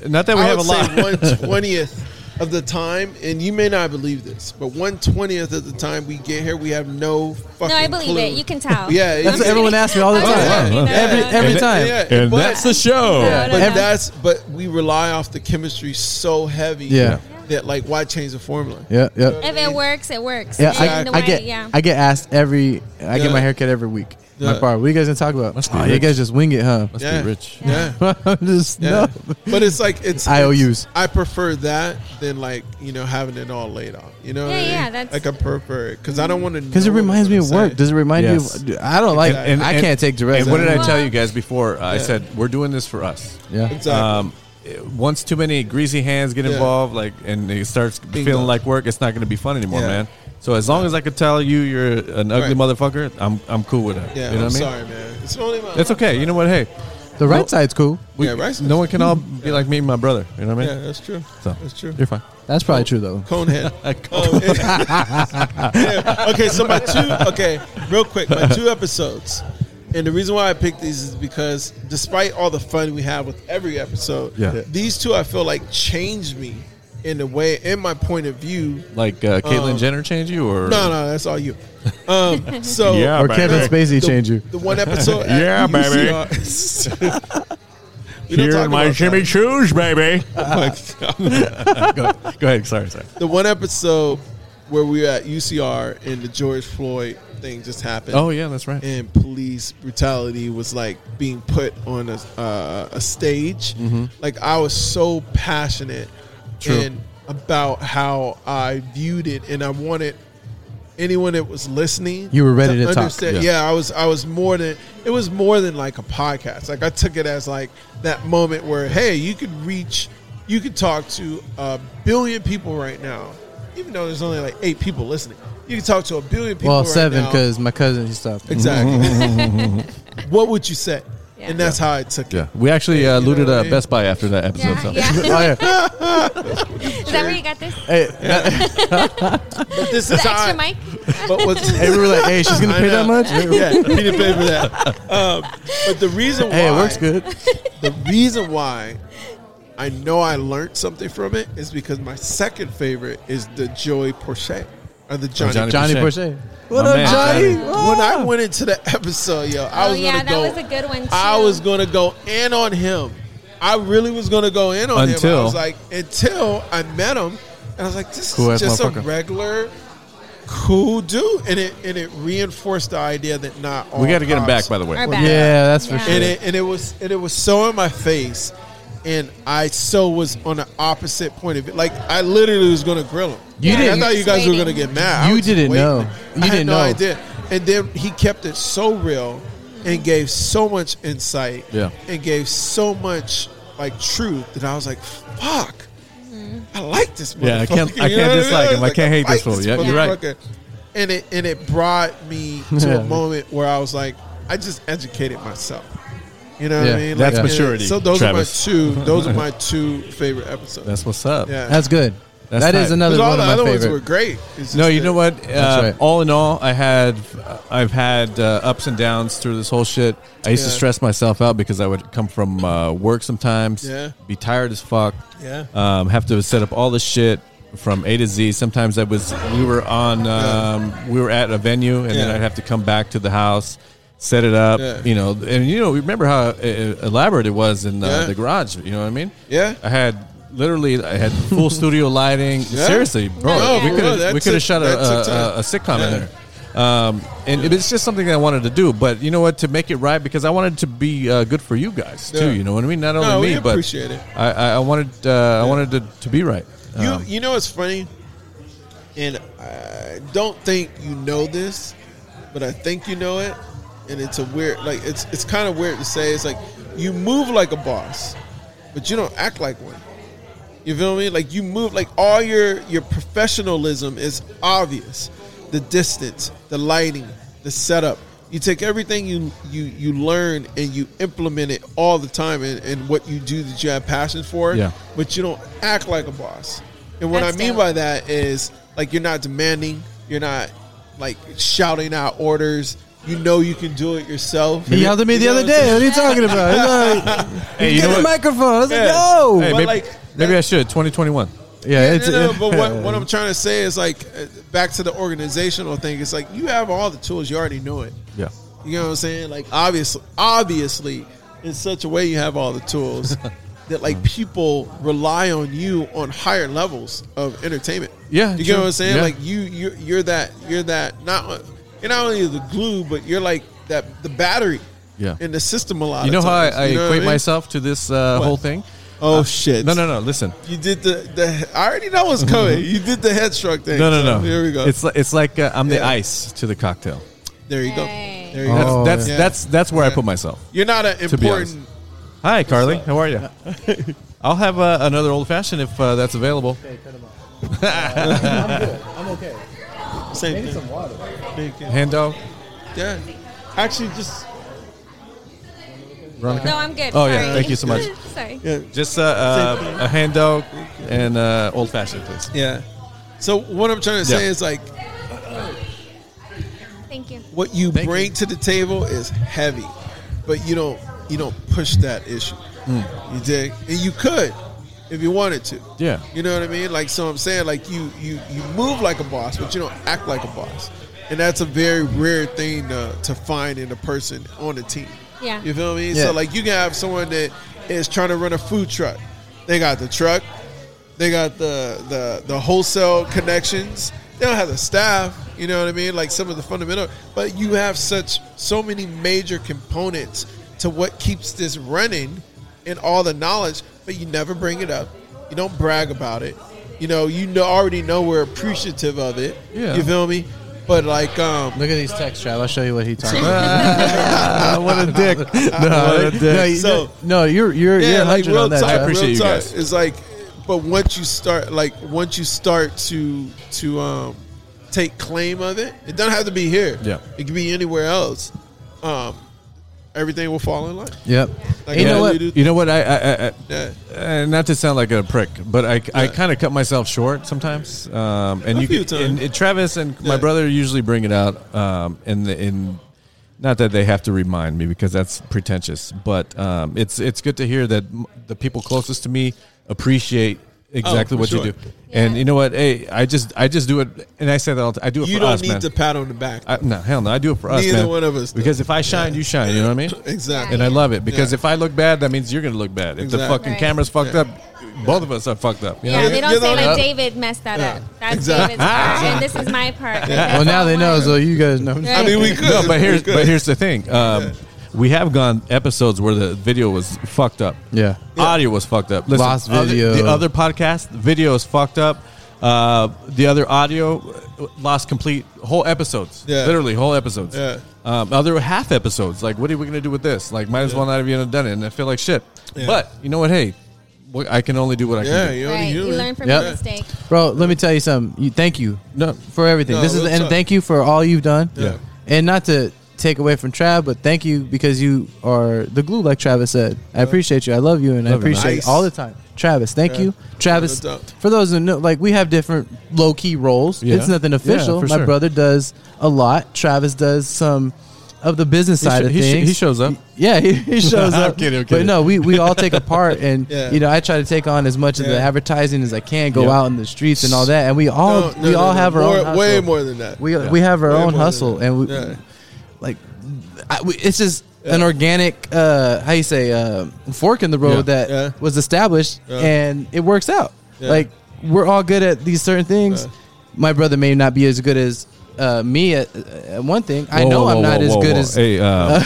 [SPEAKER 1] Not that we
[SPEAKER 4] I
[SPEAKER 1] have a
[SPEAKER 4] would
[SPEAKER 1] lot.
[SPEAKER 4] say one twentieth of the time, and you may not believe this, but one twentieth of the time we get here, we have no fucking.
[SPEAKER 2] No, I believe
[SPEAKER 4] clue.
[SPEAKER 2] it. You can tell.
[SPEAKER 4] Yeah,
[SPEAKER 3] That's
[SPEAKER 4] you
[SPEAKER 3] what
[SPEAKER 4] can-
[SPEAKER 3] everyone asks me all the
[SPEAKER 2] Oh,
[SPEAKER 3] time.
[SPEAKER 1] yeah.
[SPEAKER 3] Every
[SPEAKER 2] Yeah.
[SPEAKER 3] every
[SPEAKER 1] And-
[SPEAKER 3] time.
[SPEAKER 4] Yeah, And but- that's the
[SPEAKER 1] show.
[SPEAKER 2] Yeah.
[SPEAKER 4] But
[SPEAKER 2] Yeah.
[SPEAKER 4] that's but we rely off the chemistry so heavy.
[SPEAKER 3] Yeah.
[SPEAKER 4] that like why change the formula?
[SPEAKER 3] Yeah, yeah.
[SPEAKER 2] If it works, it works.
[SPEAKER 3] Yeah,
[SPEAKER 2] And the
[SPEAKER 3] I, I
[SPEAKER 2] way-
[SPEAKER 3] get
[SPEAKER 2] Yeah.
[SPEAKER 3] I get asked every I get
[SPEAKER 4] Yeah.
[SPEAKER 3] my haircut every week. My
[SPEAKER 4] Yeah.
[SPEAKER 3] bar. What you guys gonna talk about?
[SPEAKER 1] Must be
[SPEAKER 3] Oh, you
[SPEAKER 1] rich.
[SPEAKER 3] guys just wing it, huh?
[SPEAKER 4] Yeah.
[SPEAKER 1] rich.
[SPEAKER 4] Yeah.
[SPEAKER 3] I'm just
[SPEAKER 4] Yeah.
[SPEAKER 3] no.
[SPEAKER 4] But it's like it's
[SPEAKER 3] IOUs.
[SPEAKER 4] it's- I prefer that than like you know having it all laid out. You know, what I
[SPEAKER 2] Yeah,
[SPEAKER 4] mean?
[SPEAKER 2] yeah, that's-
[SPEAKER 4] like I prefer it because I don't want to.
[SPEAKER 3] Because it reminds me of work. Does it remind
[SPEAKER 1] Yes.
[SPEAKER 3] you? Of, I don't like.
[SPEAKER 1] And-
[SPEAKER 3] I
[SPEAKER 1] and-
[SPEAKER 3] can't take direct.
[SPEAKER 1] And what did I
[SPEAKER 2] Well-
[SPEAKER 1] tell you guys before? I said we're doing this for us.
[SPEAKER 3] Yeah.
[SPEAKER 4] Exactly.
[SPEAKER 1] Um, it- once too many greasy hands get
[SPEAKER 4] Yeah.
[SPEAKER 1] involved, like, and it starts feeling
[SPEAKER 4] Bingo.
[SPEAKER 1] like work, it's not going to be fun anymore,
[SPEAKER 4] Yeah.
[SPEAKER 1] man. So as long as I could tell you you're an ugly
[SPEAKER 4] Right.
[SPEAKER 1] motherfucker, I'm I'm cool with it.
[SPEAKER 4] yeah,
[SPEAKER 1] you know
[SPEAKER 4] I'm
[SPEAKER 1] what I mean?
[SPEAKER 4] sorry, man. It's only my.
[SPEAKER 1] It's okay. You know what? Hey,
[SPEAKER 3] The right side's cool.
[SPEAKER 1] we,
[SPEAKER 4] Yeah, right?
[SPEAKER 1] no one can all be like me and my brother. You know what I
[SPEAKER 4] Yeah,
[SPEAKER 1] mean?
[SPEAKER 4] that's true.
[SPEAKER 1] So
[SPEAKER 4] That's true.
[SPEAKER 1] you're fine.
[SPEAKER 3] That's probably true though.
[SPEAKER 4] Conehead. Um, yeah. Okay, so my two. Okay, real quick, my two episodes, and the reason why I picked these is because despite all the fun we have with every episode,
[SPEAKER 1] Yeah.
[SPEAKER 4] these two I feel like changed me in the way in my point of view.
[SPEAKER 1] Like uh, Caitlyn
[SPEAKER 4] Um,
[SPEAKER 1] Jenner change you or
[SPEAKER 4] No, no, that's all you. Um, so
[SPEAKER 1] Yeah,
[SPEAKER 3] Or
[SPEAKER 1] Right.
[SPEAKER 3] Kevin
[SPEAKER 1] Yeah.
[SPEAKER 4] the,
[SPEAKER 3] Spacey change you.
[SPEAKER 4] the one episode.
[SPEAKER 1] Yeah,
[SPEAKER 4] at E
[SPEAKER 1] baby.
[SPEAKER 4] UCR. We don't talk about that.
[SPEAKER 1] shoes, baby. go, go ahead. Sorry, sorry.
[SPEAKER 4] The one episode where we were at UCR and the George Floyd thing just happened.
[SPEAKER 1] Oh yeah, that's right.
[SPEAKER 4] and police brutality was like being put on a, uh, a stage.
[SPEAKER 3] Mm-hmm.
[SPEAKER 4] Like I was so passionate
[SPEAKER 1] True.
[SPEAKER 4] and about how I viewed it, and I wanted anyone that was listening.
[SPEAKER 3] You were ready to talk.
[SPEAKER 4] understand-
[SPEAKER 1] Yeah.
[SPEAKER 4] Yeah. I was. I was more than. It was more than like a podcast. Like I took it as like that moment where hey, you could reach, you could talk to a billion people right now, even though there's only like eight people listening. You could talk to a billion people.
[SPEAKER 3] Well,
[SPEAKER 4] right
[SPEAKER 3] seven
[SPEAKER 4] now.
[SPEAKER 3] because my cousin he stopped.
[SPEAKER 4] Exactly. what would you say?
[SPEAKER 2] Yeah.
[SPEAKER 4] And that's how I took
[SPEAKER 1] Yeah,
[SPEAKER 4] it.
[SPEAKER 1] we actually uh,
[SPEAKER 4] You know
[SPEAKER 1] looted
[SPEAKER 4] what I
[SPEAKER 1] uh,
[SPEAKER 4] mean?
[SPEAKER 1] Best Buy after that episode.
[SPEAKER 2] Yeah,
[SPEAKER 1] so.
[SPEAKER 3] oh,
[SPEAKER 2] yeah.
[SPEAKER 3] yeah.
[SPEAKER 2] Is that where you got this?
[SPEAKER 3] Hey,
[SPEAKER 4] But this is
[SPEAKER 2] The
[SPEAKER 4] how.
[SPEAKER 2] extra
[SPEAKER 4] I,
[SPEAKER 2] mic?
[SPEAKER 4] but what's,
[SPEAKER 3] hey, we were like, hey, she's gonna
[SPEAKER 4] I
[SPEAKER 3] pay that
[SPEAKER 4] know.
[SPEAKER 3] much.
[SPEAKER 4] yeah, he didn't pay for that. Um, but the reason
[SPEAKER 3] Hey, it
[SPEAKER 4] why
[SPEAKER 3] works good.
[SPEAKER 4] The reason why I know I learned something from it is because my second favorite is the Joey Porche or the Johnny.
[SPEAKER 1] Johnny
[SPEAKER 3] Johnny
[SPEAKER 1] Porchet.
[SPEAKER 3] Porchet. What
[SPEAKER 1] My
[SPEAKER 3] up,
[SPEAKER 1] man,
[SPEAKER 3] Johnny? Oh.
[SPEAKER 1] Johnny.
[SPEAKER 3] Whoa.
[SPEAKER 4] When I went into the episode, yo, I
[SPEAKER 2] Oh,
[SPEAKER 4] was
[SPEAKER 2] yeah,
[SPEAKER 4] gonna
[SPEAKER 2] that
[SPEAKER 4] go.
[SPEAKER 2] was a good one, too.
[SPEAKER 4] I was gonna go in on him. I really was gonna go in on him.
[SPEAKER 1] Until-
[SPEAKER 4] I was like, until I met him, and I was like, this
[SPEAKER 3] Cool ass
[SPEAKER 4] is just a
[SPEAKER 3] motherfucker.
[SPEAKER 4] regular, cool dude, and it and it reinforced the idea that not all
[SPEAKER 1] We got to get him back,
[SPEAKER 4] cops-
[SPEAKER 1] by the way.
[SPEAKER 2] Our bad.
[SPEAKER 3] Yeah, that's for
[SPEAKER 2] Yeah.
[SPEAKER 3] sure.
[SPEAKER 4] and it and it was and it was so in my face, and I so was on the opposite point of it. Like I literally was gonna grill him.
[SPEAKER 3] You
[SPEAKER 4] Like,
[SPEAKER 3] didn't-
[SPEAKER 4] I thought you guys were
[SPEAKER 2] Waiting.
[SPEAKER 4] gonna get mad. I
[SPEAKER 3] You
[SPEAKER 4] was just
[SPEAKER 3] didn't
[SPEAKER 4] waiting.
[SPEAKER 3] know. You
[SPEAKER 4] I had
[SPEAKER 3] didn't
[SPEAKER 4] no
[SPEAKER 3] know.
[SPEAKER 4] idea. And then he kept it so real and gave so much insight.
[SPEAKER 1] Yeah.
[SPEAKER 4] And gave so much like truth that I was like, fuck. I like this motherfucker.
[SPEAKER 1] Yeah, I can't- I
[SPEAKER 4] You
[SPEAKER 1] can't
[SPEAKER 4] know what mean?
[SPEAKER 1] dislike him.
[SPEAKER 4] It's
[SPEAKER 1] I can't hate this
[SPEAKER 4] like,
[SPEAKER 1] fool. Yeah, you're right.
[SPEAKER 4] motherfucker. And it and it brought me to
[SPEAKER 1] Yeah.
[SPEAKER 4] a moment where I was like, I just educated myself. You know what
[SPEAKER 3] Yeah,
[SPEAKER 4] I mean?
[SPEAKER 1] that's
[SPEAKER 4] Like, and
[SPEAKER 1] maturity,
[SPEAKER 4] So those
[SPEAKER 1] Travis.
[SPEAKER 4] are my two. Those are my two favorite episodes.
[SPEAKER 1] That's what's up.
[SPEAKER 4] yeah.
[SPEAKER 3] That's good.
[SPEAKER 1] That's
[SPEAKER 3] That's
[SPEAKER 1] tight.
[SPEAKER 3] another
[SPEAKER 4] 'Cause all
[SPEAKER 3] one
[SPEAKER 4] the
[SPEAKER 3] of my
[SPEAKER 4] other
[SPEAKER 3] favorite.
[SPEAKER 4] ones were great. It's
[SPEAKER 1] No,
[SPEAKER 4] just
[SPEAKER 1] you
[SPEAKER 4] that-
[SPEAKER 1] know what? Uh,
[SPEAKER 3] That's right.
[SPEAKER 1] All in all, I had, I've had uh, ups and downs through this whole shit. I used to
[SPEAKER 4] Yeah.
[SPEAKER 1] stress myself out because I would come from uh, work sometimes,
[SPEAKER 4] Yeah.
[SPEAKER 1] be tired as fuck,
[SPEAKER 4] Yeah.
[SPEAKER 1] um, have to set up all this shit from A to Z. Sometimes I was, we were on, um, we were at a venue, and then
[SPEAKER 4] Yeah.
[SPEAKER 1] I'd have to come back to the house, set it up,
[SPEAKER 4] Yeah.
[SPEAKER 1] you know, and you know, remember how uh, elaborate it was in uh,
[SPEAKER 4] Yeah.
[SPEAKER 1] the garage. You know what I mean?
[SPEAKER 4] Yeah.
[SPEAKER 1] I had. Literally, I had full studio lighting.
[SPEAKER 4] Yeah.
[SPEAKER 1] Seriously, bro,
[SPEAKER 2] No,
[SPEAKER 1] Oh, we
[SPEAKER 2] bro,
[SPEAKER 1] could have
[SPEAKER 4] that
[SPEAKER 1] we could have
[SPEAKER 4] took-
[SPEAKER 1] shot
[SPEAKER 4] that took
[SPEAKER 1] a,
[SPEAKER 4] time.
[SPEAKER 1] a, a sitcom in
[SPEAKER 4] Yeah.
[SPEAKER 1] there. Um, and it it's just something that I wanted to do, but you know what? To make it right, because I wanted to be uh, good for you guys too.
[SPEAKER 4] Yeah.
[SPEAKER 1] You know what I mean? Not only
[SPEAKER 4] No,
[SPEAKER 1] me,
[SPEAKER 4] we
[SPEAKER 1] but
[SPEAKER 4] appreciate it.
[SPEAKER 1] I, I, I wanted uh, I wanted to, to be right.
[SPEAKER 4] You
[SPEAKER 1] Um,
[SPEAKER 4] you know what's funny, and I don't think you know this, but I think you know it, and it's a weird like it's it's kind of weird to say. It's like you move like a boss, but you don't act like one. You feel me? Like you move like all your your professionalism is obvious. The distance, the lighting, the setup. You take everything you you you learn and you implement it all the time and, and what you do that you have passion for,
[SPEAKER 1] Yeah.
[SPEAKER 4] but you don't act like a boss. And what
[SPEAKER 2] That's
[SPEAKER 4] I mean
[SPEAKER 2] dope.
[SPEAKER 4] by that is like you're not demanding, you're not like shouting out orders. You know you can do it yourself.
[SPEAKER 3] He yelled at me
[SPEAKER 4] You
[SPEAKER 3] the
[SPEAKER 4] know
[SPEAKER 3] other
[SPEAKER 4] what I'm
[SPEAKER 3] day.
[SPEAKER 4] saying?
[SPEAKER 3] What are you talking about? He's like,
[SPEAKER 1] hey, you
[SPEAKER 3] get
[SPEAKER 1] know what?
[SPEAKER 3] the microphone. I was like,
[SPEAKER 4] Yeah.
[SPEAKER 3] no.
[SPEAKER 1] Hey,
[SPEAKER 4] But
[SPEAKER 1] maybe,
[SPEAKER 4] like,
[SPEAKER 1] maybe I should. Twenty twenty one.
[SPEAKER 3] yeah, it's,
[SPEAKER 4] no, no, but what, what I'm trying to say is like uh, back to the organizational thing. It's like you have all the tools. You already know it.
[SPEAKER 1] Yeah.
[SPEAKER 4] You know what I'm saying? Like obviously, obviously, in such a way, you have all the tools that like people rely on you on higher levels of entertainment.
[SPEAKER 1] Yeah,
[SPEAKER 4] you
[SPEAKER 1] true.
[SPEAKER 4] get what I'm saying?
[SPEAKER 1] Yeah.
[SPEAKER 4] Like you, you, you're that, you're that. Not you're not only the glue, but you're like that the battery.
[SPEAKER 1] Yeah.
[SPEAKER 4] in the system a lot.
[SPEAKER 1] You know
[SPEAKER 4] of
[SPEAKER 1] how I,
[SPEAKER 4] times,
[SPEAKER 1] I
[SPEAKER 4] you know what
[SPEAKER 1] equate
[SPEAKER 4] mean?
[SPEAKER 1] myself to this uh,
[SPEAKER 4] What?
[SPEAKER 1] whole thing?
[SPEAKER 4] Oh shit!
[SPEAKER 1] No, no, no. Listen.
[SPEAKER 4] You did the the. I already know what's coming. you did the head stroke thing.
[SPEAKER 1] Mm-hmm. No, no,
[SPEAKER 4] so
[SPEAKER 1] no.
[SPEAKER 4] Here we go.
[SPEAKER 1] It's li- it's like uh, I'm the
[SPEAKER 4] Yeah.
[SPEAKER 1] ice to the cocktail.
[SPEAKER 4] there you go.
[SPEAKER 2] Hey.
[SPEAKER 4] There you
[SPEAKER 1] That's
[SPEAKER 4] go.
[SPEAKER 3] Oh,
[SPEAKER 1] that's,
[SPEAKER 4] yeah.
[SPEAKER 1] that's that's where I
[SPEAKER 4] Yeah.
[SPEAKER 1] put myself.
[SPEAKER 4] You're not an
[SPEAKER 1] be honest.
[SPEAKER 4] important.
[SPEAKER 1] Hi, Carly. How are you? I'll have uh, another old fashioned if uh, that's available.
[SPEAKER 4] Same thing.
[SPEAKER 1] Hando,
[SPEAKER 4] Yeah. Actually, just
[SPEAKER 1] Veronica.
[SPEAKER 2] No, I'm good.
[SPEAKER 1] Oh, yeah.
[SPEAKER 2] Sorry.
[SPEAKER 1] Thank you so much.
[SPEAKER 2] Sorry.
[SPEAKER 4] yeah.
[SPEAKER 1] Just uh, uh, a hand dog and uh, old fashioned, please.
[SPEAKER 4] Yeah. So what I'm trying to say
[SPEAKER 1] Yeah.
[SPEAKER 4] is like
[SPEAKER 2] Thank you.
[SPEAKER 4] what you
[SPEAKER 1] Thank
[SPEAKER 4] bring to the table is heavy, but you don't you don't push that issue.
[SPEAKER 1] Mm.
[SPEAKER 4] You dig? And you could if you wanted to.
[SPEAKER 1] Yeah.
[SPEAKER 4] You know what I mean? Like so I'm saying like you you you move like a boss, but you don't act like a boss. And that's a very rare thing to, to find in a person on a team.
[SPEAKER 2] Yeah.
[SPEAKER 4] You feel me?
[SPEAKER 3] Yeah.
[SPEAKER 4] So like you can have someone that is trying to run a food truck. They got the truck, they got the the the wholesale connections. They don't have the staff. You know what I mean? Like some of the fundamental, but you have such so many major components to what keeps this running, and all the knowledge. But you never bring it up. You don't brag about it. You know, you know, already know we're appreciative of it.
[SPEAKER 1] Yeah.
[SPEAKER 4] You feel me? But like, um,
[SPEAKER 3] Look at these texts, Trav. I'll show you what he talked about.
[SPEAKER 1] what a dick.
[SPEAKER 3] No, no, you-
[SPEAKER 4] So-
[SPEAKER 3] no, you're you're
[SPEAKER 4] yeah,
[SPEAKER 3] you're
[SPEAKER 4] like
[SPEAKER 3] 100
[SPEAKER 4] real
[SPEAKER 3] on that.
[SPEAKER 4] talk.
[SPEAKER 1] I
[SPEAKER 3] Trav.
[SPEAKER 1] appreciate
[SPEAKER 4] real
[SPEAKER 1] you
[SPEAKER 4] talk.
[SPEAKER 1] guys.
[SPEAKER 4] It's like, but once you start, like once you start to to um, take claim of it, it doesn't have to be here.
[SPEAKER 1] Yeah.
[SPEAKER 4] it can be anywhere else. Um, everything will fall in line.
[SPEAKER 3] Yep.
[SPEAKER 4] Like,
[SPEAKER 3] you
[SPEAKER 4] yeah,
[SPEAKER 3] know what?
[SPEAKER 4] dude.
[SPEAKER 1] You know what? I, I, I
[SPEAKER 4] Yeah.
[SPEAKER 1] uh, not to sound like a prick, but I, I kind of cut myself short sometimes. Um, and
[SPEAKER 4] A
[SPEAKER 1] you,
[SPEAKER 4] few
[SPEAKER 1] can-
[SPEAKER 4] times.
[SPEAKER 1] And, and Travis and my
[SPEAKER 4] Yeah.
[SPEAKER 1] brother usually bring it out. Um, in the, in not that they have to remind me because that's pretentious, but um, it's it's good to hear that m- the people closest to me appreciate exactly
[SPEAKER 4] Oh, for
[SPEAKER 1] what
[SPEAKER 4] sure.
[SPEAKER 1] you do. And you know what? Hey, I just I just do it, and I say that all the time. I do it
[SPEAKER 4] You
[SPEAKER 1] for
[SPEAKER 4] don't
[SPEAKER 1] us,
[SPEAKER 4] need
[SPEAKER 1] man.
[SPEAKER 4] the pat on the back.
[SPEAKER 1] I, no, hell no. I do it for us,
[SPEAKER 4] Neither
[SPEAKER 1] man.
[SPEAKER 4] one of us do.
[SPEAKER 1] Because if I shine, you shine. You know what I mean?
[SPEAKER 4] Exactly.
[SPEAKER 1] And I love it because
[SPEAKER 4] Yeah.
[SPEAKER 1] if I look bad, that means you're going to look bad. If the
[SPEAKER 4] Exactly.
[SPEAKER 1] fucking
[SPEAKER 2] Right.
[SPEAKER 1] camera's fucked
[SPEAKER 4] Yeah.
[SPEAKER 1] up, both of us are fucked up. You know?
[SPEAKER 2] Yeah, they don't
[SPEAKER 4] You
[SPEAKER 2] say
[SPEAKER 4] know-
[SPEAKER 2] like David messed that
[SPEAKER 4] Yeah.
[SPEAKER 2] up. That's
[SPEAKER 4] Exactly.
[SPEAKER 2] David's part, and this is my part. Like, that's
[SPEAKER 3] Ah. Well, now
[SPEAKER 2] all
[SPEAKER 3] they know,
[SPEAKER 2] mine.
[SPEAKER 3] so you guys know.
[SPEAKER 4] I mean, we could.
[SPEAKER 1] No, but here's
[SPEAKER 4] we could.
[SPEAKER 1] but here's the thing. Um, We have gone episodes where the video was fucked up.
[SPEAKER 3] Yeah.
[SPEAKER 1] Audio was fucked up. Listen,
[SPEAKER 3] Lost
[SPEAKER 1] other-
[SPEAKER 3] video.
[SPEAKER 1] the other podcast, video is fucked up. Uh, the other audio uh, lost complete whole episodes.
[SPEAKER 4] Yeah.
[SPEAKER 1] Literally whole episodes.
[SPEAKER 4] Yeah.
[SPEAKER 1] Um, now there were half episodes. Like, what are we going to do with this? Like, might as well not have even done it. And I feel like shit.
[SPEAKER 4] Yeah.
[SPEAKER 1] But you know what? Hey, what, I can only do what I
[SPEAKER 4] yeah,
[SPEAKER 1] can do.
[SPEAKER 4] you
[SPEAKER 2] Right.
[SPEAKER 4] only
[SPEAKER 2] You
[SPEAKER 4] human.
[SPEAKER 2] learn from
[SPEAKER 3] Yep.
[SPEAKER 2] your mistake.
[SPEAKER 3] bro. Let me tell you something. You, thank you
[SPEAKER 1] No,
[SPEAKER 3] for everything.
[SPEAKER 4] No,
[SPEAKER 3] this is
[SPEAKER 4] it's
[SPEAKER 3] and
[SPEAKER 4] up.
[SPEAKER 3] thank you for all you've done.
[SPEAKER 1] Yeah.
[SPEAKER 3] And not to take away from Trav, but thank you because you are the glue, like Travis said. I appreciate you. I love you, and I
[SPEAKER 1] Love you, man.
[SPEAKER 3] appreciate
[SPEAKER 4] Nice.
[SPEAKER 3] you all the time. Travis, thank
[SPEAKER 4] Yeah.
[SPEAKER 3] you, Travis.
[SPEAKER 4] No doubt.
[SPEAKER 3] For those who know, like we have different low key roles.
[SPEAKER 1] Yeah.
[SPEAKER 3] It's nothing
[SPEAKER 1] Yeah,
[SPEAKER 3] official.
[SPEAKER 1] for
[SPEAKER 3] My
[SPEAKER 1] sure.
[SPEAKER 3] brother does a lot. Travis does some of the business
[SPEAKER 1] He,
[SPEAKER 3] side
[SPEAKER 1] sho-
[SPEAKER 3] of
[SPEAKER 1] he, sh-
[SPEAKER 3] things.
[SPEAKER 1] he shows up.
[SPEAKER 3] Yeah, he, he shows
[SPEAKER 1] I'm
[SPEAKER 3] up.
[SPEAKER 1] kidding, I'm
[SPEAKER 3] But
[SPEAKER 1] kidding.
[SPEAKER 3] no, we, we all take a part, and
[SPEAKER 4] Yeah.
[SPEAKER 3] you know, I try to take on as much of the
[SPEAKER 4] Yeah.
[SPEAKER 3] advertising as I can, go
[SPEAKER 1] Yeah.
[SPEAKER 3] out in the streets and all that, and we all
[SPEAKER 4] No, no,
[SPEAKER 3] we
[SPEAKER 4] no,
[SPEAKER 3] all
[SPEAKER 4] no.
[SPEAKER 3] have our
[SPEAKER 4] More-
[SPEAKER 3] own hustle.
[SPEAKER 4] Way more than that.
[SPEAKER 3] We we have our
[SPEAKER 4] Way more
[SPEAKER 3] own
[SPEAKER 4] than
[SPEAKER 3] hustle,
[SPEAKER 4] that.
[SPEAKER 3] and we
[SPEAKER 4] Yeah.
[SPEAKER 3] like I, we, it's just an organic uh, how you say uh, fork in the road
[SPEAKER 1] Yeah.
[SPEAKER 3] that
[SPEAKER 4] Yeah.
[SPEAKER 3] was established,
[SPEAKER 4] Yeah.
[SPEAKER 3] and it works out.
[SPEAKER 4] Yeah.
[SPEAKER 3] Like we're all good at these certain things.
[SPEAKER 4] Yeah.
[SPEAKER 3] My brother may not be as good as uh, me at, at one thing. I
[SPEAKER 1] Whoa,
[SPEAKER 3] know
[SPEAKER 1] whoa,
[SPEAKER 3] I'm
[SPEAKER 1] whoa,
[SPEAKER 3] not
[SPEAKER 1] whoa,
[SPEAKER 3] as
[SPEAKER 1] whoa,
[SPEAKER 3] good
[SPEAKER 1] whoa.
[SPEAKER 3] as
[SPEAKER 1] Hey, uh,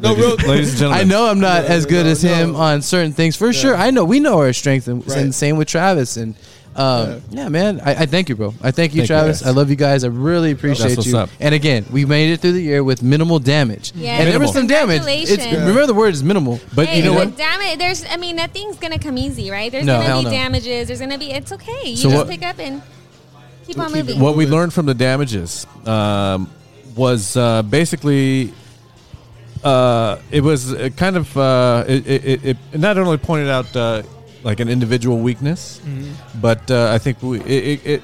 [SPEAKER 4] No, real,
[SPEAKER 1] ladies, ladies and gentlemen.
[SPEAKER 3] I know I'm not
[SPEAKER 4] Yeah,
[SPEAKER 3] as good
[SPEAKER 4] no,
[SPEAKER 3] as him
[SPEAKER 4] no.
[SPEAKER 3] on certain things for sure. I know we know our strength, and,
[SPEAKER 4] Right.
[SPEAKER 3] and same with Travis. And um, yeah. man, I, I thank you, bro. I thank you,
[SPEAKER 1] Thank you,
[SPEAKER 3] Travis.
[SPEAKER 1] guys.
[SPEAKER 3] I love you guys. I really appreciate
[SPEAKER 1] what's
[SPEAKER 3] you.
[SPEAKER 1] up.
[SPEAKER 3] And again, we made it through the year with minimal damage.
[SPEAKER 2] Yeah.
[SPEAKER 3] and there
[SPEAKER 1] Minimal.
[SPEAKER 3] was some damage. It's,
[SPEAKER 2] Congratulations.
[SPEAKER 3] Remember the word is minimal.
[SPEAKER 1] But
[SPEAKER 2] hey,
[SPEAKER 1] you know
[SPEAKER 2] but
[SPEAKER 1] what?
[SPEAKER 2] Damn it! There's, I mean, nothing's gonna come easy, right? There's
[SPEAKER 3] No,
[SPEAKER 2] gonna
[SPEAKER 3] hell
[SPEAKER 2] be
[SPEAKER 3] no.
[SPEAKER 2] damages. There's gonna be. It's okay. You
[SPEAKER 1] So
[SPEAKER 2] just
[SPEAKER 1] what-
[SPEAKER 2] pick up and keep on moving.
[SPEAKER 1] What we learned from the damages um, was uh, basically uh, it was uh, kind of uh, it, it, it, it not only pointed out uh, like an individual weakness,
[SPEAKER 4] Mm-hmm.
[SPEAKER 1] but uh, I think we it, it, it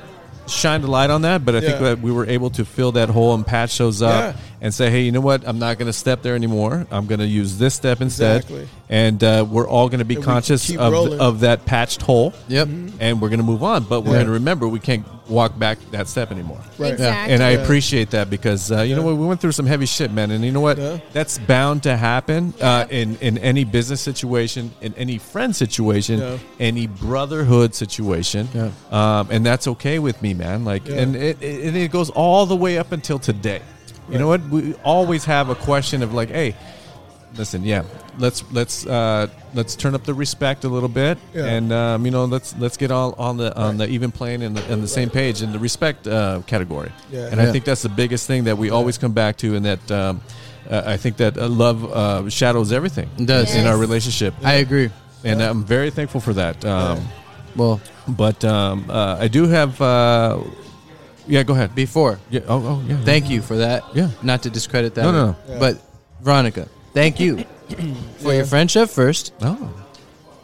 [SPEAKER 1] shined a light on that. But I think
[SPEAKER 4] Yeah.
[SPEAKER 1] that we were able to fill that hole and patch those up
[SPEAKER 4] Yeah.
[SPEAKER 1] and say, hey, you know what? I'm not going to step there anymore. I'm going to use this step instead.
[SPEAKER 4] Exactly.
[SPEAKER 1] And uh, we're all going to be
[SPEAKER 4] And we
[SPEAKER 1] conscious
[SPEAKER 4] keep
[SPEAKER 1] of,
[SPEAKER 4] rolling.
[SPEAKER 1] of that patched hole
[SPEAKER 3] Yep.
[SPEAKER 1] and we're going to move on. But we're
[SPEAKER 4] Yeah.
[SPEAKER 1] going to remember we can't walk back that step anymore.
[SPEAKER 4] Right.
[SPEAKER 2] Exactly.
[SPEAKER 1] And I
[SPEAKER 4] Yeah.
[SPEAKER 1] appreciate that because uh, you know
[SPEAKER 4] Yeah.
[SPEAKER 1] what we went through some heavy shit, man. And you know what,
[SPEAKER 4] Yeah.
[SPEAKER 1] that's bound to happen uh,
[SPEAKER 2] Yeah.
[SPEAKER 1] in in any business situation, in any friend situation,
[SPEAKER 4] Yeah.
[SPEAKER 1] any brotherhood situation.
[SPEAKER 3] Yeah.
[SPEAKER 1] Um, and that's okay with me, man. Like,
[SPEAKER 4] Yeah.
[SPEAKER 1] and it, it and it goes all the way up until today. You know what? We always have a question of like, hey, listen, yeah, let's let's uh, let's turn up the respect a little bit,
[SPEAKER 4] Yeah.
[SPEAKER 1] and um, you know, let's let's get all on the on the even plane and the, and the same page in the respect uh, category.
[SPEAKER 4] Yeah.
[SPEAKER 1] And I
[SPEAKER 3] Yeah.
[SPEAKER 1] think that's the biggest thing that we always come back to, and that um, uh, I think that uh, love uh, shadows everything
[SPEAKER 3] It does.
[SPEAKER 1] in our
[SPEAKER 2] Yes.
[SPEAKER 1] relationship,
[SPEAKER 3] I agree.
[SPEAKER 1] and I'm very thankful for that. Um,
[SPEAKER 3] Well,
[SPEAKER 1] But um, uh, I do have, uh, yeah, go ahead.
[SPEAKER 3] before
[SPEAKER 1] Yeah, oh, oh, yeah.
[SPEAKER 3] Thank you for that.
[SPEAKER 1] Yeah.
[SPEAKER 3] Not to discredit that.
[SPEAKER 1] No, no, no.
[SPEAKER 4] Yeah.
[SPEAKER 3] But Veronica, thank you for
[SPEAKER 4] Yeah.
[SPEAKER 3] your friendship first.
[SPEAKER 1] Oh,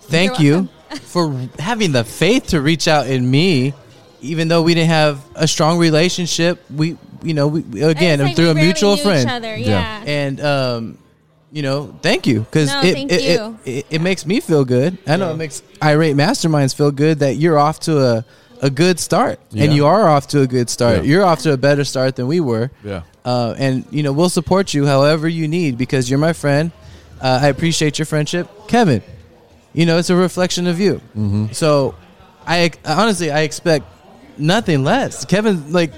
[SPEAKER 3] Thank
[SPEAKER 2] You're
[SPEAKER 3] you for having the faith to reach out in me, even though we didn't have a strong relationship. We, you know, we- we
[SPEAKER 2] And it's
[SPEAKER 3] again
[SPEAKER 2] like we
[SPEAKER 3] through a
[SPEAKER 2] barely
[SPEAKER 3] mutual
[SPEAKER 2] knew
[SPEAKER 3] friend,
[SPEAKER 2] Each other.
[SPEAKER 1] Yeah.
[SPEAKER 2] Yeah.
[SPEAKER 3] and um, you know, thank you because
[SPEAKER 2] No,
[SPEAKER 3] it,
[SPEAKER 2] thank
[SPEAKER 3] it, it-
[SPEAKER 2] you.
[SPEAKER 3] it, it makes me feel good. I know
[SPEAKER 4] Yeah.
[SPEAKER 3] it makes irate masterminds feel good that you're off to a a good start,
[SPEAKER 1] Yeah.
[SPEAKER 3] and you are off to a good start.
[SPEAKER 1] Yeah.
[SPEAKER 3] You're off to a better start than we were.
[SPEAKER 1] Yeah.
[SPEAKER 3] Uh, and you know we'll support you however you need because you're my friend. Uh, I appreciate your friendship, Kevin. You know it's a reflection of you.
[SPEAKER 1] Mm-hmm.
[SPEAKER 3] So, I honestly I expect nothing less. Kevin, like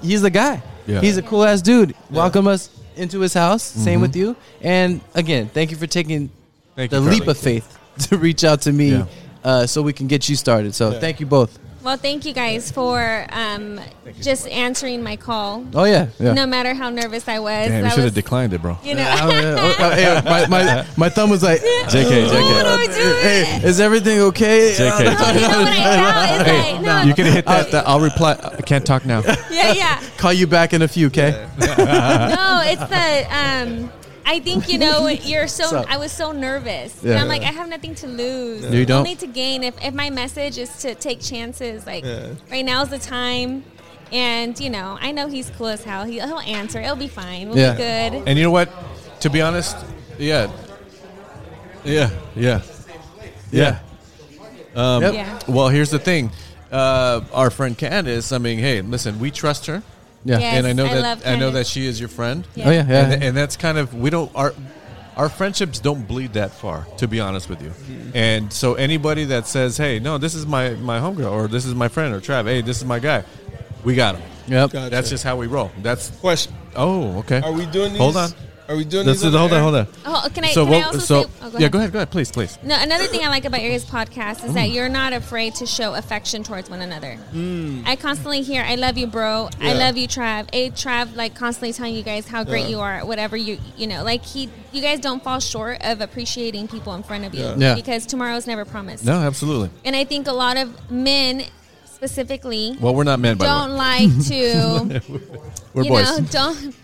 [SPEAKER 3] he's the guy.
[SPEAKER 1] Yeah. Mm-hmm.
[SPEAKER 3] He's a cool ass dude. Welcome us into his house. Same with you. And again, thank you for taking
[SPEAKER 1] Thank
[SPEAKER 3] the
[SPEAKER 1] you,
[SPEAKER 3] leap
[SPEAKER 1] Carly.
[SPEAKER 3] of faith to reach out to me.
[SPEAKER 1] Yeah.
[SPEAKER 3] Uh, so we can get you started. So
[SPEAKER 4] Yeah.
[SPEAKER 3] thank you both.
[SPEAKER 2] Well, thank you guys for um, just answering my call.
[SPEAKER 3] Oh yeah, yeah.
[SPEAKER 2] No matter how nervous I was,
[SPEAKER 1] Damn,
[SPEAKER 2] I
[SPEAKER 1] you should
[SPEAKER 2] was-
[SPEAKER 1] have declined it, bro.
[SPEAKER 2] you
[SPEAKER 3] Uh,
[SPEAKER 2] know.
[SPEAKER 3] oh, oh, yeah, my, my, my thumb was like,
[SPEAKER 1] JK,
[SPEAKER 2] What do
[SPEAKER 1] JK.
[SPEAKER 2] I do?
[SPEAKER 3] hey, is everything okay?
[SPEAKER 1] JK.
[SPEAKER 3] Uh,
[SPEAKER 2] You know what I felt? It's like, no,
[SPEAKER 1] You can hit that. I'll reply. I can't talk now.
[SPEAKER 2] yeah, yeah.
[SPEAKER 3] Call you back in a few, okay?
[SPEAKER 2] No, it's the. Um, I think you know you're so.
[SPEAKER 3] Sup?
[SPEAKER 2] I was so nervous.
[SPEAKER 3] Yeah.
[SPEAKER 2] And I'm like, I have nothing to lose.
[SPEAKER 3] You don't?
[SPEAKER 2] Only to gain. If if my message is to take chances, like
[SPEAKER 4] Yeah.
[SPEAKER 2] right now's the time. And you know, I know he's cool as hell. He, he'll answer. It'll be fine. We'll
[SPEAKER 3] Yeah.
[SPEAKER 2] be good.
[SPEAKER 1] And you know what? To be honest, yeah, yeah, yeah, yeah. Oh.
[SPEAKER 3] Yep.
[SPEAKER 2] Yeah.
[SPEAKER 1] Well, here's the thing. Uh, our friend Candace. I mean, hey, listen, we trust her,
[SPEAKER 3] Yeah.
[SPEAKER 2] Yeah.
[SPEAKER 1] and I know
[SPEAKER 2] Yes, I love
[SPEAKER 1] that I know that
[SPEAKER 2] Candace.
[SPEAKER 1] she is your friend.
[SPEAKER 3] Oh yeah, yeah.
[SPEAKER 1] And, and that's kind of we don't our our friendships don't bleed that far, to be honest with you. And so anybody that says, "Hey, no, this is my my homegirl," or "This is my friend," or "Trav," "Hey, this is my guy," we got him.
[SPEAKER 3] yep.
[SPEAKER 4] Gotcha.
[SPEAKER 1] That's just how we roll. That's
[SPEAKER 4] Question:
[SPEAKER 1] oh okay.
[SPEAKER 4] Are we doing these?
[SPEAKER 1] Hold on.
[SPEAKER 4] Are we doing
[SPEAKER 1] That's
[SPEAKER 4] this?
[SPEAKER 1] it. Hold on, hold on.
[SPEAKER 2] Oh, can I?
[SPEAKER 1] so
[SPEAKER 2] can
[SPEAKER 1] what?
[SPEAKER 2] I also
[SPEAKER 1] so
[SPEAKER 2] say, oh,
[SPEAKER 1] yeah, go ahead, go ahead, please, please.
[SPEAKER 2] No, another thing I like about Aries podcast is that you're not afraid to show affection towards one another. I constantly hear, "I love you, bro. I
[SPEAKER 4] Yeah.
[SPEAKER 2] love you, Trav." A Trav like constantly telling you guys how great
[SPEAKER 4] Yeah.
[SPEAKER 2] you are, whatever you you know. Like he, you guys don't fall short of appreciating people in front of you
[SPEAKER 4] Yeah.
[SPEAKER 3] Yeah.
[SPEAKER 2] because tomorrow's never promised.
[SPEAKER 1] No, absolutely.
[SPEAKER 2] And I think a lot of men, specifically,
[SPEAKER 1] Well, we're not men, by the
[SPEAKER 2] don't
[SPEAKER 1] way.
[SPEAKER 2] like to
[SPEAKER 1] We're
[SPEAKER 2] you
[SPEAKER 1] boys.
[SPEAKER 2] know don't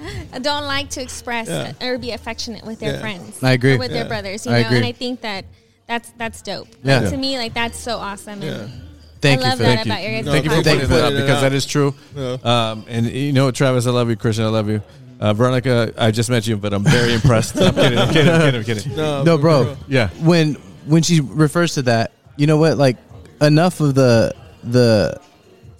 [SPEAKER 2] don't like to express
[SPEAKER 4] Yeah.
[SPEAKER 2] or be affectionate with their
[SPEAKER 4] Yeah.
[SPEAKER 2] friends.
[SPEAKER 3] I agree.
[SPEAKER 2] or with
[SPEAKER 4] Yeah.
[SPEAKER 2] their brothers, you
[SPEAKER 3] I
[SPEAKER 2] know,
[SPEAKER 3] agree.
[SPEAKER 2] and I think that that's that's dope.
[SPEAKER 3] Yeah.
[SPEAKER 2] Like, to me, like that's so awesome.
[SPEAKER 4] Yeah.
[SPEAKER 2] And
[SPEAKER 3] Thank
[SPEAKER 2] I
[SPEAKER 3] you
[SPEAKER 2] love
[SPEAKER 3] for
[SPEAKER 2] that
[SPEAKER 3] that.
[SPEAKER 2] about your guys'
[SPEAKER 4] No,
[SPEAKER 1] Thank you for
[SPEAKER 2] podcast.
[SPEAKER 4] thank you
[SPEAKER 1] pointing that out
[SPEAKER 4] for
[SPEAKER 1] because
[SPEAKER 4] pointing it
[SPEAKER 1] that is true.
[SPEAKER 4] Yeah.
[SPEAKER 1] Um, and you know what, Travis, I love you. Christian, I love you. Uh, Veronica, I just met you, but I'm very impressed. I'm kidding. I'm kidding. I'm kidding. I'm kidding.
[SPEAKER 4] No,
[SPEAKER 3] No, bro.
[SPEAKER 1] Yeah.
[SPEAKER 3] When when she refers to that, you know what? Like enough of the the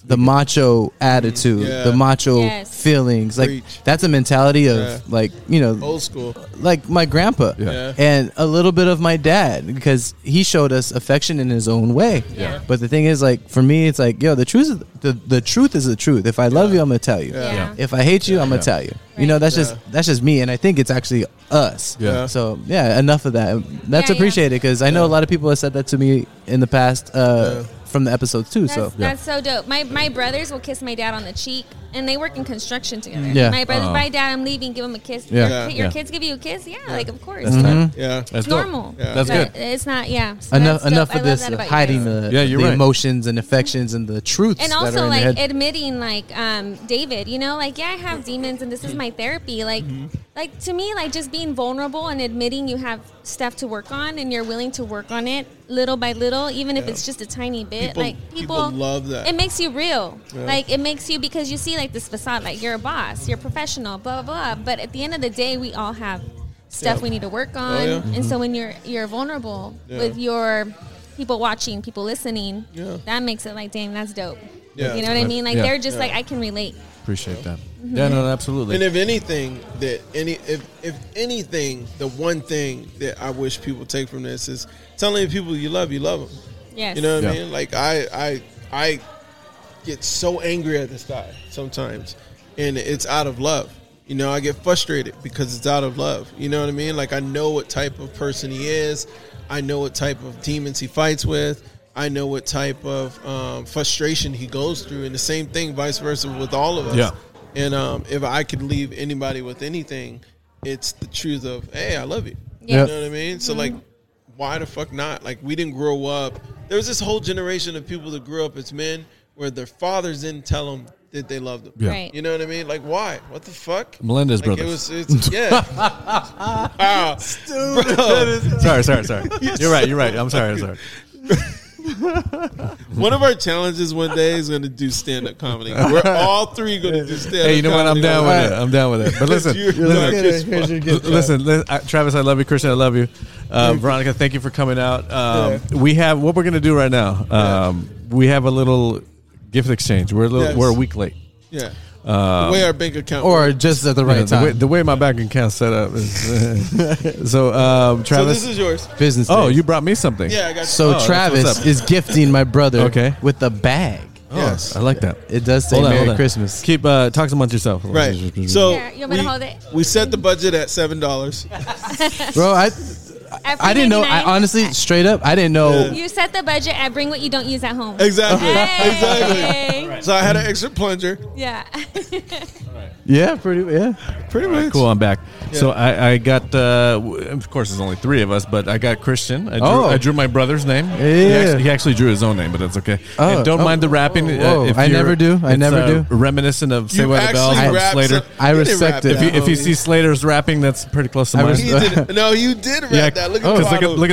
[SPEAKER 3] the macho attitude,
[SPEAKER 4] Yeah.
[SPEAKER 3] the macho
[SPEAKER 2] Yes.
[SPEAKER 3] feelings. Like
[SPEAKER 4] Preach.
[SPEAKER 3] that's a mentality of
[SPEAKER 4] Yeah.
[SPEAKER 3] like you know
[SPEAKER 4] Old school.
[SPEAKER 3] like my grandpa
[SPEAKER 1] Yeah.
[SPEAKER 4] Yeah.
[SPEAKER 3] and a little bit of my dad because he showed us affection in his own way.
[SPEAKER 2] Yeah.
[SPEAKER 3] But the thing is, like for me, it's like yo, the truth, is, the the truth is the truth. If I love you, I'm gonna tell you.
[SPEAKER 2] Yeah. Yeah.
[SPEAKER 3] If I hate you, I'm gonna tell you. You know, that's
[SPEAKER 4] Yeah.
[SPEAKER 3] just that's just me, and I think it's actually us.
[SPEAKER 1] Yeah.
[SPEAKER 3] So yeah, enough of that. Um, That's
[SPEAKER 2] Yeah, yeah.
[SPEAKER 3] appreciated because I know a lot of people have said that to me in the past uh, from the episodes too.
[SPEAKER 2] That's,
[SPEAKER 3] so
[SPEAKER 2] that's so dope. My my brothers will kiss my dad on the cheek, and they work in construction together.
[SPEAKER 3] Yeah.
[SPEAKER 2] My brother's
[SPEAKER 1] Oh.
[SPEAKER 2] my dad. I'm leaving. Give him a kiss.
[SPEAKER 3] Yeah.
[SPEAKER 2] Your-
[SPEAKER 4] Yeah.
[SPEAKER 2] Your,
[SPEAKER 1] Yeah.
[SPEAKER 2] kids give you a kiss. Yeah, like of course.
[SPEAKER 1] That's
[SPEAKER 4] Mm-hmm.
[SPEAKER 2] It's
[SPEAKER 1] tight.
[SPEAKER 4] Yeah.
[SPEAKER 1] That's dope.
[SPEAKER 2] normal.
[SPEAKER 4] Yeah.
[SPEAKER 1] That's
[SPEAKER 2] But
[SPEAKER 1] good.
[SPEAKER 2] It's not. Yeah. So
[SPEAKER 3] enough
[SPEAKER 2] that's
[SPEAKER 3] enough
[SPEAKER 2] dope.
[SPEAKER 3] of
[SPEAKER 2] I love
[SPEAKER 3] this
[SPEAKER 2] that about you
[SPEAKER 3] hiding
[SPEAKER 2] guys.
[SPEAKER 3] the,
[SPEAKER 1] Yeah, you're
[SPEAKER 3] the
[SPEAKER 1] right.
[SPEAKER 3] emotions and affections and the truths
[SPEAKER 2] and
[SPEAKER 3] that are
[SPEAKER 2] also
[SPEAKER 3] in your
[SPEAKER 2] like
[SPEAKER 3] head.
[SPEAKER 2] admitting like um, david you know like yeah i have demons and this is my therapy like
[SPEAKER 4] Mm-hmm.
[SPEAKER 2] like to me like just being vulnerable and admitting you have stuff to work on and you're willing to work on it little by little even if it's just a tiny bit
[SPEAKER 4] People-
[SPEAKER 2] like
[SPEAKER 4] people love that.
[SPEAKER 2] it makes you real
[SPEAKER 4] Yeah.
[SPEAKER 2] like it makes you because you see like this facade like you're a boss you're professional blah blah blah but at the end of the day we all have stuff
[SPEAKER 4] Yeah. Oh,
[SPEAKER 2] we need to work on
[SPEAKER 4] yeah. Mm-hmm.
[SPEAKER 2] and so when you're you're vulnerable
[SPEAKER 4] Yeah.
[SPEAKER 2] with your people watching people listening
[SPEAKER 4] Yeah.
[SPEAKER 2] that makes it like dang that's dope
[SPEAKER 4] Yeah.
[SPEAKER 2] you know what I mean? Like
[SPEAKER 1] Yeah.
[SPEAKER 2] they're just
[SPEAKER 4] Yeah.
[SPEAKER 2] like I can relate.
[SPEAKER 1] Appreciate that. Yeah, no, absolutely.
[SPEAKER 4] And if anything, that any if if anything, the one thing that I wish people take from this is telling people you love, you love them.
[SPEAKER 2] Yes.
[SPEAKER 4] You know what I
[SPEAKER 1] Yeah.
[SPEAKER 4] mean? Like I I I get so angry at this guy sometimes, and it's out of love. You know, I get frustrated because it's out of love. You know what I mean? Like I know what type of person he is. I know what type of demons he fights with. I know what type of um, frustration he goes through, and the same thing, vice versa, with all of us.
[SPEAKER 1] Yeah.
[SPEAKER 4] And um, if I could leave anybody with anything, it's the truth of, hey, I love you.
[SPEAKER 2] Yeah.
[SPEAKER 4] You know what I mean? So like,
[SPEAKER 1] Mm-hmm.
[SPEAKER 4] why the fuck not? Like we didn't grow up. There was this whole generation of people that grew up as men where their fathers didn't tell them that they loved them.
[SPEAKER 1] Yeah.
[SPEAKER 2] Right.
[SPEAKER 4] You know what I mean? Like why? What the fuck?
[SPEAKER 1] Melendez
[SPEAKER 4] like, It
[SPEAKER 1] brothers.
[SPEAKER 4] was, it's, yeah. wow. Bro,
[SPEAKER 1] sorry, sorry, sorry. You're right. You're right. I'm sorry. I'm sorry.
[SPEAKER 4] one of our challenges one day is going to do stand up comedy. We're all three going to do stand up.
[SPEAKER 1] Hey, you know what? I'm down with it.
[SPEAKER 3] right.
[SPEAKER 1] I'm down with it. But listen,
[SPEAKER 4] You're
[SPEAKER 1] listen,
[SPEAKER 4] like-
[SPEAKER 3] Here's your- here's your gift.
[SPEAKER 1] L- Listen, li- I- Travis, I love you. Christian, I love you. Uh, Veronica, thank you for coming out. Um, We have what we're going to do right now. Um, We have a little gift exchange. We're a little,
[SPEAKER 4] Yes.
[SPEAKER 1] we're a week late.
[SPEAKER 4] Yeah.
[SPEAKER 1] Uh,
[SPEAKER 4] the way our bank account
[SPEAKER 3] or just at the right
[SPEAKER 1] You know, the,
[SPEAKER 3] time.
[SPEAKER 1] way, the way my bank account's set up is so. Um,
[SPEAKER 4] So
[SPEAKER 1] Travis,
[SPEAKER 4] this is yours.
[SPEAKER 3] Business.
[SPEAKER 1] oh,
[SPEAKER 3] days.
[SPEAKER 1] you brought me something.
[SPEAKER 4] Yeah, I got
[SPEAKER 3] So
[SPEAKER 1] Oh, that's what's
[SPEAKER 3] Travis
[SPEAKER 1] up.
[SPEAKER 3] is gifting my brother
[SPEAKER 1] Okay.
[SPEAKER 3] with a bag.
[SPEAKER 1] Oh,
[SPEAKER 4] Yes.
[SPEAKER 1] I like that.
[SPEAKER 3] It does say
[SPEAKER 1] Hold on,
[SPEAKER 3] Merry
[SPEAKER 1] hold on.
[SPEAKER 3] Christmas.
[SPEAKER 1] Keep uh, talk amongst yourself.
[SPEAKER 4] Right. So
[SPEAKER 2] Yeah, you want me to
[SPEAKER 4] we-
[SPEAKER 2] hold it?
[SPEAKER 4] we set the budget at seven dollars.
[SPEAKER 3] Bro, I
[SPEAKER 2] At
[SPEAKER 3] I didn't know. I
[SPEAKER 2] $3.99,
[SPEAKER 3] honestly straight up I didn't know.
[SPEAKER 2] you set the budget at bring what you don't use at home.
[SPEAKER 4] Exactly.
[SPEAKER 2] Hey.
[SPEAKER 4] Exactly. So I had an extra plunger.
[SPEAKER 2] Yeah.
[SPEAKER 3] Yeah, pretty yeah.
[SPEAKER 4] Pretty
[SPEAKER 1] All right,
[SPEAKER 4] much.
[SPEAKER 1] cool, I'm back. So I, I got, uh, w- of course, there's only three of us, but I got Christian. I drew,
[SPEAKER 3] Oh.
[SPEAKER 1] I drew my brother's name. He,
[SPEAKER 3] Yeah.
[SPEAKER 1] actually, he actually drew his own name, but that's okay.
[SPEAKER 3] Oh.
[SPEAKER 1] and don't
[SPEAKER 3] Oh.
[SPEAKER 1] mind the rapping. uh,
[SPEAKER 3] Whoa. I
[SPEAKER 1] you're-
[SPEAKER 3] never do. I
[SPEAKER 1] it's,
[SPEAKER 3] never
[SPEAKER 1] uh,
[SPEAKER 3] do.
[SPEAKER 1] Reminiscent of Say
[SPEAKER 4] You
[SPEAKER 1] What the Bell
[SPEAKER 4] actually
[SPEAKER 1] from
[SPEAKER 4] wrapped
[SPEAKER 1] Slater.
[SPEAKER 4] some-
[SPEAKER 3] I
[SPEAKER 4] you didn't
[SPEAKER 3] respect
[SPEAKER 4] wrap
[SPEAKER 3] it.
[SPEAKER 1] if, you, if you
[SPEAKER 4] homie.
[SPEAKER 1] see uh, Slater's rapping, that's pretty close to
[SPEAKER 3] Oh. I
[SPEAKER 1] mine. oh,
[SPEAKER 3] res-
[SPEAKER 4] He did- no, you did wrap that. Look at the
[SPEAKER 1] cause look at
[SPEAKER 4] bottle.
[SPEAKER 1] look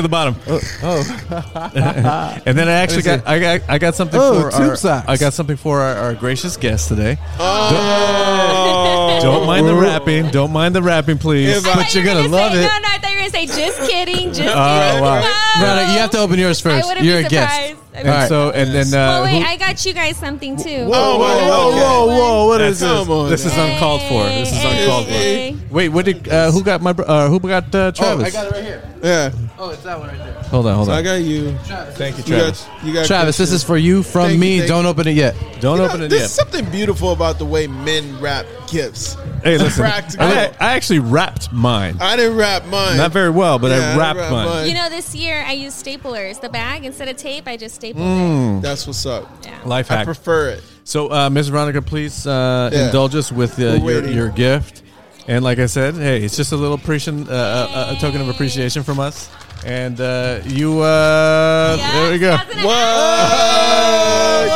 [SPEAKER 1] at the bottom. and then I actually
[SPEAKER 3] Oh, Let me
[SPEAKER 1] got I got I got something
[SPEAKER 3] Oh,
[SPEAKER 1] for
[SPEAKER 3] tube
[SPEAKER 1] our,
[SPEAKER 3] socks.
[SPEAKER 1] I got something for our, our gracious guest today.
[SPEAKER 4] oh,
[SPEAKER 1] Don't mind the
[SPEAKER 3] Oh.
[SPEAKER 1] rapping. Don't mind the rapping, please.
[SPEAKER 4] If I-
[SPEAKER 2] I
[SPEAKER 3] But
[SPEAKER 2] thought
[SPEAKER 3] you're
[SPEAKER 2] you were
[SPEAKER 3] gonna love
[SPEAKER 2] say,
[SPEAKER 3] it.
[SPEAKER 2] No, no, I thought you were gonna say just kidding, just
[SPEAKER 1] Oh,
[SPEAKER 2] kidding.
[SPEAKER 1] wow.
[SPEAKER 2] No.
[SPEAKER 3] Brother, you have to open yours first.
[SPEAKER 2] wouldn't be
[SPEAKER 3] You're a guest.
[SPEAKER 2] surprised. I
[SPEAKER 1] And
[SPEAKER 2] mean-
[SPEAKER 3] All right.
[SPEAKER 1] so and then uh,
[SPEAKER 2] Oh
[SPEAKER 1] who-
[SPEAKER 2] wait, I got you guys something too.
[SPEAKER 4] whoa, whoa,
[SPEAKER 1] What
[SPEAKER 4] is this?
[SPEAKER 1] This is
[SPEAKER 2] Hey,
[SPEAKER 1] uncalled for. This is
[SPEAKER 2] hey,
[SPEAKER 1] uncalled
[SPEAKER 2] hey.
[SPEAKER 1] for. Wait, what did uh, who got my br- uh, who got
[SPEAKER 4] Oh,
[SPEAKER 1] uh, Travis?
[SPEAKER 3] it right here.
[SPEAKER 4] yeah.
[SPEAKER 3] Oh, it's that one right there.
[SPEAKER 1] Hold on, hold
[SPEAKER 4] So I
[SPEAKER 1] on.
[SPEAKER 4] got you.
[SPEAKER 1] Thank you,
[SPEAKER 4] You
[SPEAKER 1] Travis.
[SPEAKER 4] got, you got
[SPEAKER 3] Travis, this is for you from
[SPEAKER 4] Thank you,
[SPEAKER 3] me.
[SPEAKER 4] thank
[SPEAKER 3] Don't open it yet.
[SPEAKER 1] Don't
[SPEAKER 4] You know,
[SPEAKER 1] open it
[SPEAKER 4] There's
[SPEAKER 1] yet.
[SPEAKER 4] something beautiful about the way men rap gifts.
[SPEAKER 1] Hey, listen.
[SPEAKER 4] Practical.
[SPEAKER 1] I, I actually wrapped mine.
[SPEAKER 4] I didn't wrap mine.
[SPEAKER 1] Not very well, but
[SPEAKER 4] Yeah,
[SPEAKER 1] I wrapped mine.
[SPEAKER 2] You know, this year I used staplers. The bag instead of tape, I just stapled
[SPEAKER 3] Mm,
[SPEAKER 4] That's what's up.
[SPEAKER 2] it. Yeah.
[SPEAKER 1] Life
[SPEAKER 4] I
[SPEAKER 1] hack.
[SPEAKER 4] prefer it.
[SPEAKER 1] so, uh, Ms. Veronica, please uh,
[SPEAKER 4] Yeah.
[SPEAKER 1] indulge us with uh,
[SPEAKER 4] We're
[SPEAKER 1] your,
[SPEAKER 4] waiting.
[SPEAKER 1] your gift. And like I said, hey, it's just a little appreciation, uh, uh, a token of appreciation from us. And uh, you, uh,
[SPEAKER 2] Yes,
[SPEAKER 1] there we go.
[SPEAKER 2] that's an
[SPEAKER 4] Whoa!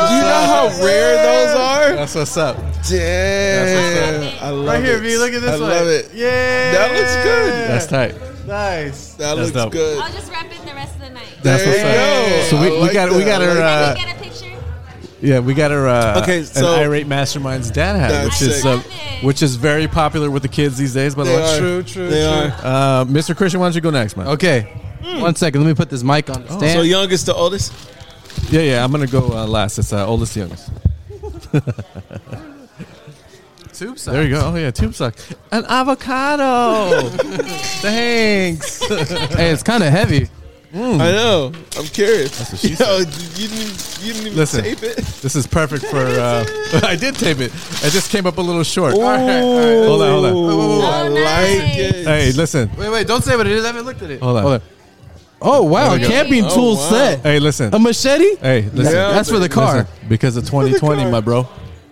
[SPEAKER 4] Do you know how rare those are?
[SPEAKER 1] That's what's up.
[SPEAKER 4] Damn!
[SPEAKER 2] what's up.
[SPEAKER 4] I love
[SPEAKER 3] Right here,
[SPEAKER 4] it.
[SPEAKER 3] V. Look at this
[SPEAKER 4] I
[SPEAKER 3] one.
[SPEAKER 4] love it.
[SPEAKER 3] Yeah.
[SPEAKER 4] That looks good.
[SPEAKER 1] That's tight.
[SPEAKER 3] nice.
[SPEAKER 4] That
[SPEAKER 1] That's
[SPEAKER 4] looks
[SPEAKER 1] dope.
[SPEAKER 4] good.
[SPEAKER 2] I'll just wrap in the rest of the night.
[SPEAKER 4] There
[SPEAKER 1] That's what's
[SPEAKER 4] you
[SPEAKER 1] up.
[SPEAKER 4] go.
[SPEAKER 1] So we,
[SPEAKER 4] I
[SPEAKER 1] we
[SPEAKER 4] like
[SPEAKER 1] got
[SPEAKER 4] that.
[SPEAKER 1] we got
[SPEAKER 4] I
[SPEAKER 1] her.
[SPEAKER 4] like
[SPEAKER 1] Uh,
[SPEAKER 2] Can we get a picture?
[SPEAKER 1] yeah, we got her. Uh,
[SPEAKER 4] Okay,
[SPEAKER 1] an
[SPEAKER 4] so-
[SPEAKER 1] irate mastermind's dad hat,
[SPEAKER 4] That's
[SPEAKER 1] which is
[SPEAKER 4] sick.
[SPEAKER 1] uh,
[SPEAKER 2] Love it.
[SPEAKER 1] which is very popular with the kids these days. By the
[SPEAKER 4] They
[SPEAKER 1] way,
[SPEAKER 4] are.
[SPEAKER 1] true, true,
[SPEAKER 4] They
[SPEAKER 1] true.
[SPEAKER 4] are. Uh,
[SPEAKER 1] Uh, Mr. Christian, why don't you go next, man?
[SPEAKER 3] Okay.
[SPEAKER 2] Mm.
[SPEAKER 3] One second. Let me put this mic on the stand.
[SPEAKER 4] So youngest to oldest.
[SPEAKER 1] Yeah, yeah, I'm gonna go uh, last. It's uh, oldest to youngest.
[SPEAKER 3] tube size.
[SPEAKER 1] There you go. Oh yeah, tube sock. An avocado. Thanks.
[SPEAKER 3] Hey, it's kind of heavy.
[SPEAKER 4] I know. I'm curious. That's
[SPEAKER 1] Hmm. what she
[SPEAKER 4] Yo, you didn't. You didn't even
[SPEAKER 1] Listen.
[SPEAKER 4] tape it.
[SPEAKER 1] this is perfect for. Uh, I did tape it. I just came up a little short.
[SPEAKER 4] Ooh.
[SPEAKER 1] Hold on, hold on. Whoa,
[SPEAKER 2] whoa.
[SPEAKER 4] I
[SPEAKER 2] Oh,
[SPEAKER 4] like
[SPEAKER 2] nice.
[SPEAKER 4] it.
[SPEAKER 1] Hey, listen.
[SPEAKER 3] Wait, wait. Don't say what it is. I haven't looked at it.
[SPEAKER 1] Hold on.
[SPEAKER 3] Hold on. Oh wow,
[SPEAKER 1] There
[SPEAKER 3] a
[SPEAKER 1] we go.
[SPEAKER 3] camping
[SPEAKER 4] Oh,
[SPEAKER 3] tool
[SPEAKER 4] wow.
[SPEAKER 3] set.
[SPEAKER 1] Hey, listen.
[SPEAKER 3] A machete.
[SPEAKER 1] Hey, listen.
[SPEAKER 4] Yeah,
[SPEAKER 3] That's for the
[SPEAKER 4] baby.
[SPEAKER 3] car.
[SPEAKER 1] Listen, because of 2020,
[SPEAKER 4] car.
[SPEAKER 1] my bro.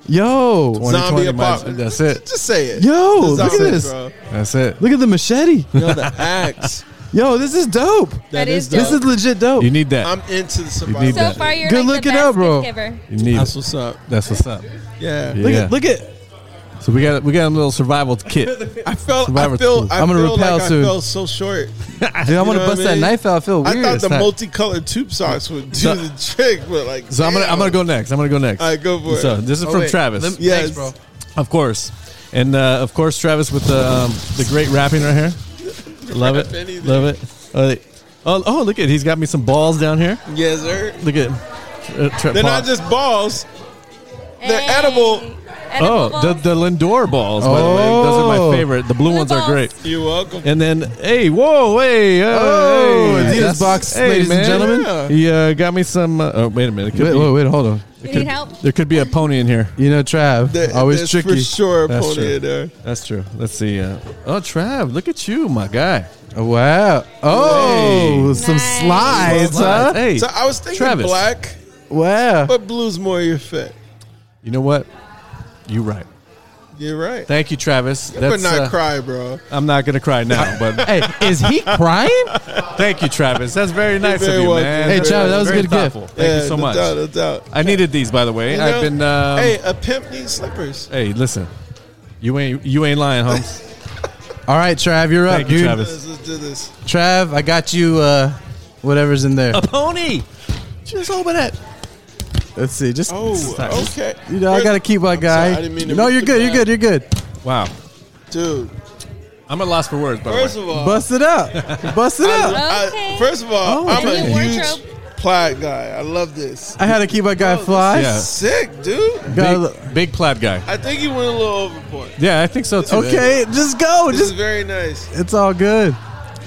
[SPEAKER 3] Yo.
[SPEAKER 1] 2020,
[SPEAKER 4] Zombie
[SPEAKER 1] mine's-
[SPEAKER 4] apocalypse.
[SPEAKER 1] that's it.
[SPEAKER 4] Just say it. Just
[SPEAKER 3] Yo, look at
[SPEAKER 4] say it,
[SPEAKER 3] this.
[SPEAKER 4] bro.
[SPEAKER 1] That's it.
[SPEAKER 3] Look at the machete.
[SPEAKER 4] Yo, the axe.
[SPEAKER 3] Yo, this is dope.
[SPEAKER 2] That is
[SPEAKER 4] dope.
[SPEAKER 3] This is legit dope.
[SPEAKER 1] You need that.
[SPEAKER 4] I'm into the
[SPEAKER 1] need
[SPEAKER 4] survival.
[SPEAKER 2] So
[SPEAKER 1] that.
[SPEAKER 2] far, you're
[SPEAKER 3] Good
[SPEAKER 2] like
[SPEAKER 3] looking
[SPEAKER 2] the best
[SPEAKER 3] out, bro.
[SPEAKER 2] gift giver.
[SPEAKER 1] You need
[SPEAKER 4] That's
[SPEAKER 1] it.
[SPEAKER 4] what's up.
[SPEAKER 1] That's what's up.
[SPEAKER 4] Yeah.
[SPEAKER 1] Yeah.
[SPEAKER 3] look at look at.
[SPEAKER 1] So we got we got a little survival kit.
[SPEAKER 4] I felt.
[SPEAKER 1] Survivor
[SPEAKER 4] I feel.
[SPEAKER 1] tools.
[SPEAKER 4] I
[SPEAKER 3] I'm gonna
[SPEAKER 4] feel
[SPEAKER 3] repel
[SPEAKER 4] like
[SPEAKER 3] soon.
[SPEAKER 4] I fell so short.
[SPEAKER 3] Dude, I'm
[SPEAKER 4] You
[SPEAKER 3] gonna
[SPEAKER 4] know what
[SPEAKER 3] bust
[SPEAKER 4] I
[SPEAKER 3] that
[SPEAKER 4] mean?
[SPEAKER 3] knife out. I feel
[SPEAKER 4] I
[SPEAKER 3] weird.
[SPEAKER 4] thought the
[SPEAKER 1] not-
[SPEAKER 4] multicolored tube socks would do
[SPEAKER 1] So-
[SPEAKER 4] the trick, but like.
[SPEAKER 1] So I'm gonna I'm gonna
[SPEAKER 4] damn.
[SPEAKER 1] go next. I'm gonna go next.
[SPEAKER 4] All right, go for it.
[SPEAKER 1] So this is
[SPEAKER 3] Oh,
[SPEAKER 1] from
[SPEAKER 3] wait.
[SPEAKER 1] Travis.
[SPEAKER 3] Lem-
[SPEAKER 4] Yes.
[SPEAKER 3] Thanks, bro.
[SPEAKER 1] Of course, and uh, of course Travis with the um, the great wrapping right here. Love
[SPEAKER 4] Wrap
[SPEAKER 1] it,
[SPEAKER 4] anything.
[SPEAKER 1] love it. Uh, oh, oh, look at he's got me some balls down here.
[SPEAKER 4] Yes, sir.
[SPEAKER 1] Look at uh, tra-
[SPEAKER 4] They're not
[SPEAKER 1] ball-
[SPEAKER 4] just balls. They're
[SPEAKER 2] Hey.
[SPEAKER 4] edible.
[SPEAKER 2] Edible
[SPEAKER 1] Oh, the,
[SPEAKER 2] balls.
[SPEAKER 1] the Lindor balls. By the way, those are
[SPEAKER 3] Oh.
[SPEAKER 1] my favorite. The blue
[SPEAKER 2] Blue
[SPEAKER 1] ones are
[SPEAKER 2] balls.
[SPEAKER 1] great.
[SPEAKER 4] You're welcome.
[SPEAKER 1] And then, hey, whoa, hey,
[SPEAKER 3] Oh,
[SPEAKER 1] hey,
[SPEAKER 3] Adidas
[SPEAKER 1] that's-
[SPEAKER 3] box, ladies and gentlemen.
[SPEAKER 1] Yeah. He uh, got me some. Uh, oh, wait a minute. it could
[SPEAKER 3] Wait,
[SPEAKER 1] be-
[SPEAKER 3] wait, wait, hold on.
[SPEAKER 2] you
[SPEAKER 1] could-
[SPEAKER 2] need help?
[SPEAKER 1] There could be a pony in here.
[SPEAKER 3] You know, Trav,
[SPEAKER 4] There-
[SPEAKER 3] always
[SPEAKER 4] there's
[SPEAKER 3] Oh, tricky.
[SPEAKER 4] For sure, a
[SPEAKER 1] That's
[SPEAKER 4] pony
[SPEAKER 1] true.
[SPEAKER 4] in there.
[SPEAKER 1] That's true. Let's see. Uh, oh, Trav, look at you, my guy.
[SPEAKER 3] Wow. Oh,
[SPEAKER 1] Hey.
[SPEAKER 3] some
[SPEAKER 2] Nice.
[SPEAKER 3] slides, huh?
[SPEAKER 1] uh, Hey,
[SPEAKER 4] uh, So I was thinking
[SPEAKER 1] Travis.
[SPEAKER 4] black,
[SPEAKER 3] Wow.
[SPEAKER 4] but blue's more your fit.
[SPEAKER 1] you know what? You right.
[SPEAKER 4] You're right.
[SPEAKER 1] Thank you, Travis.
[SPEAKER 4] but not
[SPEAKER 1] uh,
[SPEAKER 4] cry, bro.
[SPEAKER 1] I'm not gonna cry now, but
[SPEAKER 3] hey, is he crying?
[SPEAKER 1] thank you, Travis. That's very nice
[SPEAKER 4] very
[SPEAKER 1] of you,
[SPEAKER 4] welcome.
[SPEAKER 1] man.
[SPEAKER 4] Hey,
[SPEAKER 1] That's
[SPEAKER 3] Travis, that was a
[SPEAKER 1] very
[SPEAKER 3] good gift.
[SPEAKER 1] thoughtful. Thank
[SPEAKER 4] yeah,
[SPEAKER 1] you so
[SPEAKER 4] no
[SPEAKER 1] much.
[SPEAKER 4] Doubt, no doubt.
[SPEAKER 1] I needed these, by the way.
[SPEAKER 4] You know,
[SPEAKER 1] I've been. Um,
[SPEAKER 4] hey, a pimp needs slippers.
[SPEAKER 1] hey, listen. You ain't you ain't lying, Holmes.
[SPEAKER 3] All right, Trav, you're up,
[SPEAKER 1] Thank you,
[SPEAKER 3] dude.
[SPEAKER 1] Travis.
[SPEAKER 4] Let's just do this.
[SPEAKER 3] Trav, I got you. Uh, whatever's in there.
[SPEAKER 1] a pony. Just open it.
[SPEAKER 3] Let's see. Just
[SPEAKER 4] Oh, okay.
[SPEAKER 3] you know, I gotta keep my
[SPEAKER 4] I'm
[SPEAKER 3] guy.
[SPEAKER 4] sorry, I didn't mean to
[SPEAKER 3] no,
[SPEAKER 4] rip
[SPEAKER 3] you're
[SPEAKER 4] the
[SPEAKER 3] good. You're
[SPEAKER 4] crap.
[SPEAKER 3] good. You're good.
[SPEAKER 1] Wow.
[SPEAKER 4] dude.
[SPEAKER 1] I'm at loss for words, by
[SPEAKER 4] First
[SPEAKER 1] the way.
[SPEAKER 4] of all,
[SPEAKER 3] Bust it up. Bust it
[SPEAKER 4] Oh. I-
[SPEAKER 3] up.
[SPEAKER 4] I-
[SPEAKER 2] Okay.
[SPEAKER 4] first of all,
[SPEAKER 3] Oh,
[SPEAKER 4] I'm a
[SPEAKER 2] And your
[SPEAKER 4] huge
[SPEAKER 2] wardrobe.
[SPEAKER 4] plaid guy. I love Oh, this.
[SPEAKER 3] I had to keep my guy fly.
[SPEAKER 1] Yeah.
[SPEAKER 4] Sick, dude.
[SPEAKER 3] Got a
[SPEAKER 1] Big,
[SPEAKER 3] little-
[SPEAKER 1] big plaid guy.
[SPEAKER 4] I think he went a little overboard.
[SPEAKER 1] Yeah, I think so too.
[SPEAKER 3] Okay, just go.
[SPEAKER 4] This is
[SPEAKER 3] Just
[SPEAKER 4] very nice.
[SPEAKER 3] it's all good.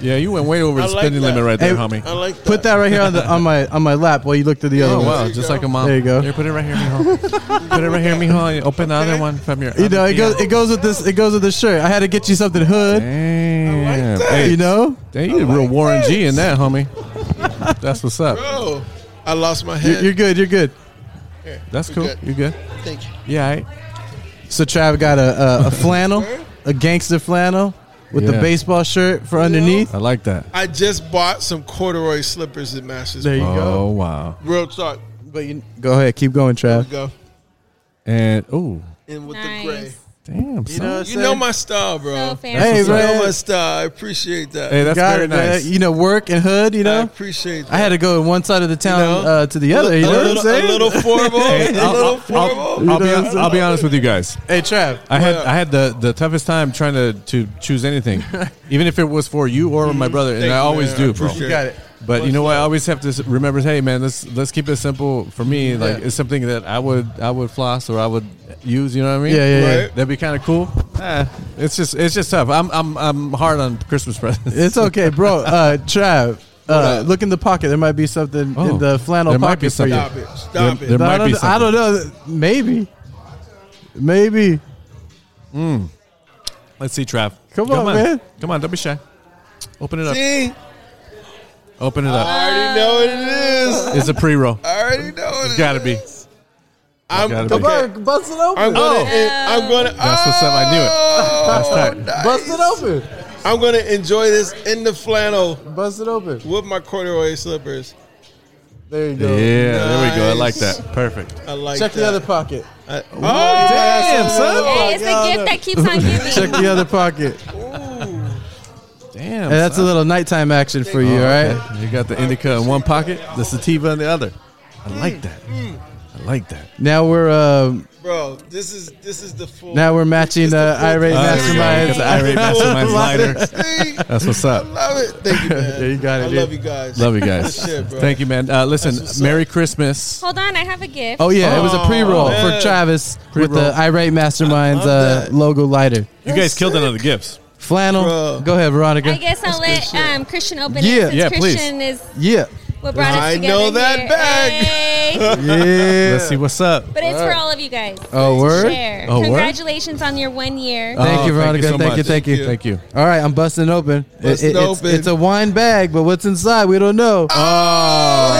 [SPEAKER 1] Yeah, you went way over
[SPEAKER 4] I
[SPEAKER 1] the
[SPEAKER 4] like
[SPEAKER 1] spending
[SPEAKER 4] that.
[SPEAKER 1] limit right there,
[SPEAKER 3] Hey,
[SPEAKER 1] homie.
[SPEAKER 4] I like that.
[SPEAKER 3] Put that right here on the on my on my lap while you look through the other
[SPEAKER 1] Oh
[SPEAKER 3] one.
[SPEAKER 1] wow,
[SPEAKER 4] There you
[SPEAKER 1] just
[SPEAKER 4] go.
[SPEAKER 1] like a mom.
[SPEAKER 3] There you go.
[SPEAKER 1] Here, put it right here, mijo. put it right here, mijo. and Open the other
[SPEAKER 4] Okay.
[SPEAKER 1] one from your.
[SPEAKER 3] You know,
[SPEAKER 1] other
[SPEAKER 3] it goes
[SPEAKER 1] hand.
[SPEAKER 3] it goes with this it goes with the shirt. I had to get you something hood.
[SPEAKER 1] Damn.
[SPEAKER 4] I like
[SPEAKER 1] Hey,
[SPEAKER 3] You know?
[SPEAKER 1] damn, you did real Warren G in that, homie. That's what's up.
[SPEAKER 4] Bro, I lost my
[SPEAKER 3] You're,
[SPEAKER 4] head.
[SPEAKER 3] you're good, you're good.
[SPEAKER 4] Here,
[SPEAKER 1] That's
[SPEAKER 4] we
[SPEAKER 1] cool.
[SPEAKER 4] good.
[SPEAKER 1] You good?
[SPEAKER 4] Thank you.
[SPEAKER 1] Yeah. all right.
[SPEAKER 3] So Trav got a a, a flannel, a gangster flannel with the
[SPEAKER 1] Yeah.
[SPEAKER 3] baseball shirt for underneath.
[SPEAKER 1] I like that.
[SPEAKER 4] I just bought some corduroy slippers that matches.
[SPEAKER 3] There you
[SPEAKER 1] Oh wow.
[SPEAKER 4] Real talk.
[SPEAKER 3] But you go ahead, keep going,
[SPEAKER 4] There
[SPEAKER 3] Trav.
[SPEAKER 4] we go.
[SPEAKER 1] And oh,
[SPEAKER 4] And with
[SPEAKER 2] Nice.
[SPEAKER 4] the gray. Oh.
[SPEAKER 1] damn.
[SPEAKER 3] You
[SPEAKER 1] son.
[SPEAKER 3] know,
[SPEAKER 4] You know my style, bro.
[SPEAKER 2] So fancy.
[SPEAKER 3] Hey,
[SPEAKER 1] what's
[SPEAKER 4] you
[SPEAKER 1] up.
[SPEAKER 4] know
[SPEAKER 3] man.
[SPEAKER 4] my style. I appreciate that.
[SPEAKER 1] Hey, that's
[SPEAKER 3] Got
[SPEAKER 1] very
[SPEAKER 3] it, man.
[SPEAKER 1] nice.
[SPEAKER 3] You know, work and hood, you
[SPEAKER 4] I
[SPEAKER 3] know?
[SPEAKER 4] appreciate that.
[SPEAKER 3] I had to go in one side of the town
[SPEAKER 4] You know?
[SPEAKER 3] uh, to the other, you
[SPEAKER 4] a,
[SPEAKER 3] know what I'm
[SPEAKER 4] little, a
[SPEAKER 3] saying?
[SPEAKER 4] little formal.
[SPEAKER 1] Hey,
[SPEAKER 4] a
[SPEAKER 1] I'll- I'll-
[SPEAKER 4] little
[SPEAKER 1] I'll-
[SPEAKER 4] formal.
[SPEAKER 1] I'll be
[SPEAKER 3] You know,
[SPEAKER 1] hon- I'll be honest with you guys.
[SPEAKER 3] hey, Trav.
[SPEAKER 1] I had
[SPEAKER 4] Yeah.
[SPEAKER 1] I had the, the toughest time trying to, to choose anything, even if it was for you or my brother, and
[SPEAKER 4] Thank
[SPEAKER 1] I
[SPEAKER 4] you,
[SPEAKER 1] always
[SPEAKER 4] man. I
[SPEAKER 1] do, bro.
[SPEAKER 4] appreciate
[SPEAKER 3] You got it.
[SPEAKER 1] But you know what? I always have to s- remember. Hey, man, let's let's keep it simple for me. Like
[SPEAKER 3] Yeah.
[SPEAKER 1] it's something that I would I would floss or I would use. You know what I mean?
[SPEAKER 3] Yeah, yeah, yeah.
[SPEAKER 4] Right.
[SPEAKER 1] That'd be kind of cool. Eh, it's just it's just tough. I'm I'm I'm hard on Christmas presents.
[SPEAKER 3] It's okay, bro. Uh, Trav, uh, look in the pocket. There might be something
[SPEAKER 1] Oh,
[SPEAKER 3] in the flannel
[SPEAKER 1] there
[SPEAKER 3] pocket
[SPEAKER 1] might be
[SPEAKER 3] for you.
[SPEAKER 1] something.
[SPEAKER 4] Stop it. Stop
[SPEAKER 1] There-
[SPEAKER 4] it.
[SPEAKER 1] there
[SPEAKER 3] No, I,
[SPEAKER 1] might
[SPEAKER 3] don't,
[SPEAKER 1] be
[SPEAKER 3] I don't know. Maybe, maybe.
[SPEAKER 1] Let's see, Trav.
[SPEAKER 3] Come on, man.
[SPEAKER 1] Come on, don't be shy. Open it up.
[SPEAKER 4] See,
[SPEAKER 1] Open it up.
[SPEAKER 4] I already know what it is.
[SPEAKER 1] It's a pre-roll.
[SPEAKER 4] I already know what
[SPEAKER 1] It's gotta be.
[SPEAKER 4] I'm,
[SPEAKER 1] gotta be. Oh.
[SPEAKER 4] okay.
[SPEAKER 3] bust it open.
[SPEAKER 4] I'm gonna. I'm gonna. uh,
[SPEAKER 1] That's what's up. I knew it. Last
[SPEAKER 4] Oh,
[SPEAKER 1] time.
[SPEAKER 3] bust it open.
[SPEAKER 4] I'm gonna enjoy this in the flannel
[SPEAKER 3] Bust it open.
[SPEAKER 4] with my corduroy slippers.
[SPEAKER 3] There you
[SPEAKER 1] Yeah,
[SPEAKER 3] go.
[SPEAKER 1] there we go. I like
[SPEAKER 4] Nice.
[SPEAKER 1] that. Perfect.
[SPEAKER 4] I like
[SPEAKER 3] Check
[SPEAKER 4] that.
[SPEAKER 3] the other pocket.
[SPEAKER 4] I, oh,
[SPEAKER 1] Damn, son.
[SPEAKER 2] Hey, it's the gift that keeps on
[SPEAKER 3] Check
[SPEAKER 2] giving.
[SPEAKER 3] the other pocket. Hey,
[SPEAKER 1] Damn.
[SPEAKER 3] that's a little nighttime action
[SPEAKER 1] Oh,
[SPEAKER 3] for you, all right?
[SPEAKER 1] You got the indica in one pocket, the sativa in the other. I like that.
[SPEAKER 4] Mm,
[SPEAKER 1] I like that.
[SPEAKER 3] Now we're uh,
[SPEAKER 4] bro, this is this is the full.
[SPEAKER 3] now we're matching
[SPEAKER 4] It's
[SPEAKER 3] the
[SPEAKER 4] the
[SPEAKER 3] irate
[SPEAKER 4] full-
[SPEAKER 3] masterminds.
[SPEAKER 1] Uh, Irate Masterminds lighter.
[SPEAKER 4] See?
[SPEAKER 1] That's what's
[SPEAKER 4] I
[SPEAKER 1] up.
[SPEAKER 4] love it. Thank you, man.
[SPEAKER 3] Yeah, you got it,
[SPEAKER 4] I
[SPEAKER 3] dude.
[SPEAKER 4] love you guys.
[SPEAKER 1] Love you guys.
[SPEAKER 4] Good shit, bro.
[SPEAKER 1] Thank you, man. Uh, listen, Merry Christmas.
[SPEAKER 2] Hold on, I have a gift.
[SPEAKER 3] Oh yeah, it was a
[SPEAKER 4] Oh,
[SPEAKER 3] pre-roll
[SPEAKER 4] man.
[SPEAKER 3] for Travis with
[SPEAKER 1] Pre-roll.
[SPEAKER 3] the irate masterminds
[SPEAKER 4] I love
[SPEAKER 3] uh,
[SPEAKER 4] that.
[SPEAKER 3] logo lighter.
[SPEAKER 1] You guys killed another gifts.
[SPEAKER 3] Flannel.
[SPEAKER 4] Bro.
[SPEAKER 3] Go ahead, Veronica.
[SPEAKER 2] I guess I'll let
[SPEAKER 4] That's good shit.
[SPEAKER 2] um, Christian open
[SPEAKER 3] Yeah,
[SPEAKER 2] it since
[SPEAKER 1] yeah, please.
[SPEAKER 2] Christian is
[SPEAKER 3] yeah.
[SPEAKER 2] what brought us
[SPEAKER 4] I
[SPEAKER 2] together.
[SPEAKER 4] know that
[SPEAKER 2] here.
[SPEAKER 4] bag.
[SPEAKER 2] Hey.
[SPEAKER 3] Yeah.
[SPEAKER 1] Let's see what's up.
[SPEAKER 2] But it's for all of you guys.
[SPEAKER 3] Oh, word? Uh,
[SPEAKER 2] Share.
[SPEAKER 1] Oh, word?
[SPEAKER 2] Congratulations on your one year.
[SPEAKER 1] Oh,
[SPEAKER 3] Thank you, Veronica.
[SPEAKER 1] so
[SPEAKER 3] Thank you,
[SPEAKER 1] much.
[SPEAKER 3] thank you.
[SPEAKER 1] Thank you.
[SPEAKER 3] All right, I'm busting open. It-
[SPEAKER 4] Busting
[SPEAKER 3] it- it's,
[SPEAKER 4] open.
[SPEAKER 3] it's a wine bag, but what's inside? We don't know.
[SPEAKER 1] Oh,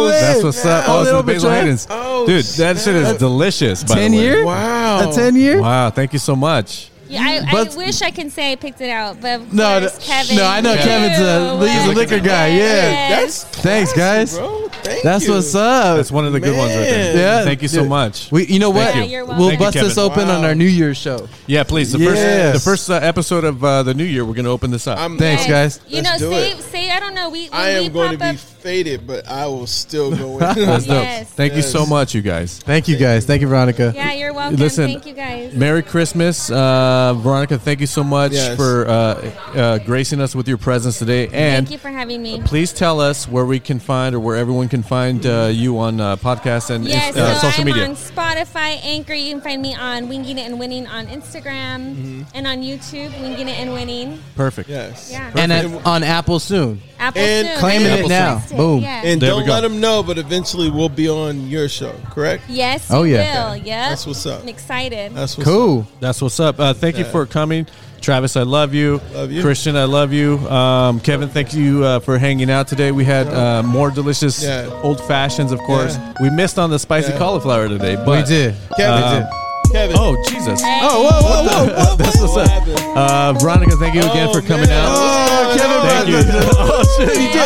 [SPEAKER 1] yeah. That's what's up.
[SPEAKER 3] Oh,
[SPEAKER 1] Oh, it's
[SPEAKER 3] little
[SPEAKER 1] the
[SPEAKER 3] bit,
[SPEAKER 1] Basil
[SPEAKER 3] Trav.
[SPEAKER 1] Hayden's.
[SPEAKER 4] Oh,
[SPEAKER 1] Dude, that shit is delicious. By
[SPEAKER 3] Ten
[SPEAKER 1] the way.
[SPEAKER 3] year?
[SPEAKER 4] Wow.
[SPEAKER 3] A ten year?
[SPEAKER 1] Wow, thank you so much.
[SPEAKER 2] Yeah, I,
[SPEAKER 3] But-
[SPEAKER 2] I wish I can say I picked it out, but of
[SPEAKER 3] No,
[SPEAKER 2] course,
[SPEAKER 3] no,
[SPEAKER 2] Kevin.
[SPEAKER 3] no, I know
[SPEAKER 2] knew
[SPEAKER 3] Kevin's a-
[SPEAKER 2] what
[SPEAKER 3] he's a liquor
[SPEAKER 2] it
[SPEAKER 3] guy, yeah.
[SPEAKER 2] was.
[SPEAKER 4] That's
[SPEAKER 3] Thanks, guys.
[SPEAKER 4] bro. Thank
[SPEAKER 3] That's
[SPEAKER 4] you.
[SPEAKER 3] what's up.
[SPEAKER 1] That's one of the good ones right there.
[SPEAKER 3] Man. Yeah.
[SPEAKER 1] Thank you so
[SPEAKER 3] Dude.
[SPEAKER 1] much.
[SPEAKER 3] we, you know what?
[SPEAKER 1] Thank
[SPEAKER 2] Yeah, you're welcome.
[SPEAKER 3] we'll
[SPEAKER 1] Thank you,
[SPEAKER 3] bust this
[SPEAKER 1] Kevin.
[SPEAKER 3] open on
[SPEAKER 4] Wow.
[SPEAKER 3] our New Year's show.
[SPEAKER 1] Yeah, please. The
[SPEAKER 3] Yes.
[SPEAKER 1] first the first uh, episode of uh, the new year, we're going to open this up.
[SPEAKER 4] I'm,
[SPEAKER 3] Thanks, guys.
[SPEAKER 2] You
[SPEAKER 4] Let's
[SPEAKER 2] know,
[SPEAKER 4] do
[SPEAKER 2] say,
[SPEAKER 4] it.
[SPEAKER 2] say, I don't know. We, when
[SPEAKER 4] I
[SPEAKER 2] we
[SPEAKER 4] am going to
[SPEAKER 2] pop
[SPEAKER 4] be faded, but I will still go in.
[SPEAKER 1] That's dope.
[SPEAKER 2] Yes.
[SPEAKER 1] Thank you
[SPEAKER 4] Yes.
[SPEAKER 1] so much, you guys.
[SPEAKER 3] Thank you, guys. Thank you, Veronica.
[SPEAKER 2] up, yeah, you're welcome.
[SPEAKER 1] Listen,
[SPEAKER 2] Thank you guys.
[SPEAKER 1] Merry Christmas, uh, Veronica. Thank you so much
[SPEAKER 4] Yes.
[SPEAKER 1] for uh, uh, gracing us with your presence today. And
[SPEAKER 2] Thank you for having me.
[SPEAKER 1] please tell us where we can find or where everyone can find uh, you on uh, podcasts and
[SPEAKER 2] Yes,
[SPEAKER 1] inst- uh,
[SPEAKER 2] so
[SPEAKER 1] social
[SPEAKER 2] I'm
[SPEAKER 1] media.
[SPEAKER 2] on Spotify, Anchor. You can find me on Winging It and Winning on Instagram
[SPEAKER 4] Mm-hmm.
[SPEAKER 2] and on YouTube, Winging It and Winning.
[SPEAKER 1] Perfect.
[SPEAKER 4] yes.
[SPEAKER 2] Yeah. uh,
[SPEAKER 3] And
[SPEAKER 1] uh,
[SPEAKER 3] at, on Apple soon.
[SPEAKER 2] Apple
[SPEAKER 4] And
[SPEAKER 2] soon.
[SPEAKER 3] claiming
[SPEAKER 2] Apple
[SPEAKER 3] it now.
[SPEAKER 2] soon.
[SPEAKER 3] Boom.
[SPEAKER 2] Yeah.
[SPEAKER 4] And
[SPEAKER 1] There we
[SPEAKER 4] don't
[SPEAKER 1] go.
[SPEAKER 4] let them know, but eventually we'll be on your show, correct?
[SPEAKER 2] yes,
[SPEAKER 3] Oh,
[SPEAKER 2] oh,
[SPEAKER 3] yeah.
[SPEAKER 2] yeah. will. Yep.
[SPEAKER 4] That's what's up.
[SPEAKER 2] I'm excited.
[SPEAKER 4] That's what's up.
[SPEAKER 3] Cool.
[SPEAKER 1] That's what's up. Uh, thank you for coming. Travis, I love you.
[SPEAKER 4] Love you.
[SPEAKER 1] Christian, I love you. Um, Kevin, thank you uh, for hanging out today. We had uh, more delicious
[SPEAKER 4] Yeah.
[SPEAKER 1] old fashions, of course.
[SPEAKER 4] Yeah.
[SPEAKER 1] We missed on the spicy
[SPEAKER 4] Yeah.
[SPEAKER 1] cauliflower today,
[SPEAKER 3] We
[SPEAKER 1] but
[SPEAKER 3] did.
[SPEAKER 4] Kevin.
[SPEAKER 3] we did.
[SPEAKER 4] Kevin.
[SPEAKER 1] Oh Jesus!
[SPEAKER 2] Oh,
[SPEAKER 1] whoa, whoa, whoa! That's what's
[SPEAKER 4] What
[SPEAKER 1] up.
[SPEAKER 4] happened?
[SPEAKER 1] Uh, Veronica, thank you again
[SPEAKER 4] Oh,
[SPEAKER 1] for coming
[SPEAKER 4] man.
[SPEAKER 1] out.
[SPEAKER 4] Oh, Kevin
[SPEAKER 1] Thank you.
[SPEAKER 4] Bryant.
[SPEAKER 1] oh shit, he did.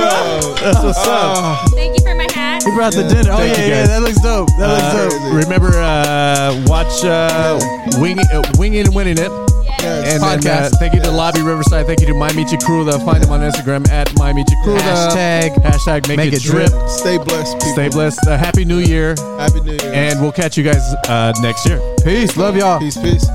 [SPEAKER 4] Bro.
[SPEAKER 1] That's what's up.
[SPEAKER 2] Thank you for my hat.
[SPEAKER 3] He brought the
[SPEAKER 4] Yeah.
[SPEAKER 3] dinner. Oh
[SPEAKER 1] Thank you,
[SPEAKER 3] yeah, yeah.
[SPEAKER 1] guys.
[SPEAKER 3] That looks dope. That
[SPEAKER 1] Uh,
[SPEAKER 3] looks dope.
[SPEAKER 4] Crazy.
[SPEAKER 1] remember, uh, watch uh, Wing uh, Winging and Winning It.
[SPEAKER 2] Yes.
[SPEAKER 1] And then, uh,
[SPEAKER 3] Podcast.
[SPEAKER 1] thank you to Lobby Riverside. Thank you to My Michi Cruda. Find him on Instagram at My Michi Cruda.
[SPEAKER 3] Hashtag-
[SPEAKER 1] hashtag make, it, drip.
[SPEAKER 4] Stay blessed, people.
[SPEAKER 1] Stay blessed. Uh, Happy New Year.
[SPEAKER 4] Happy New Year.
[SPEAKER 1] And we'll catch you guys uh, next year.
[SPEAKER 3] Peace. Love y'all.
[SPEAKER 4] peace, peace.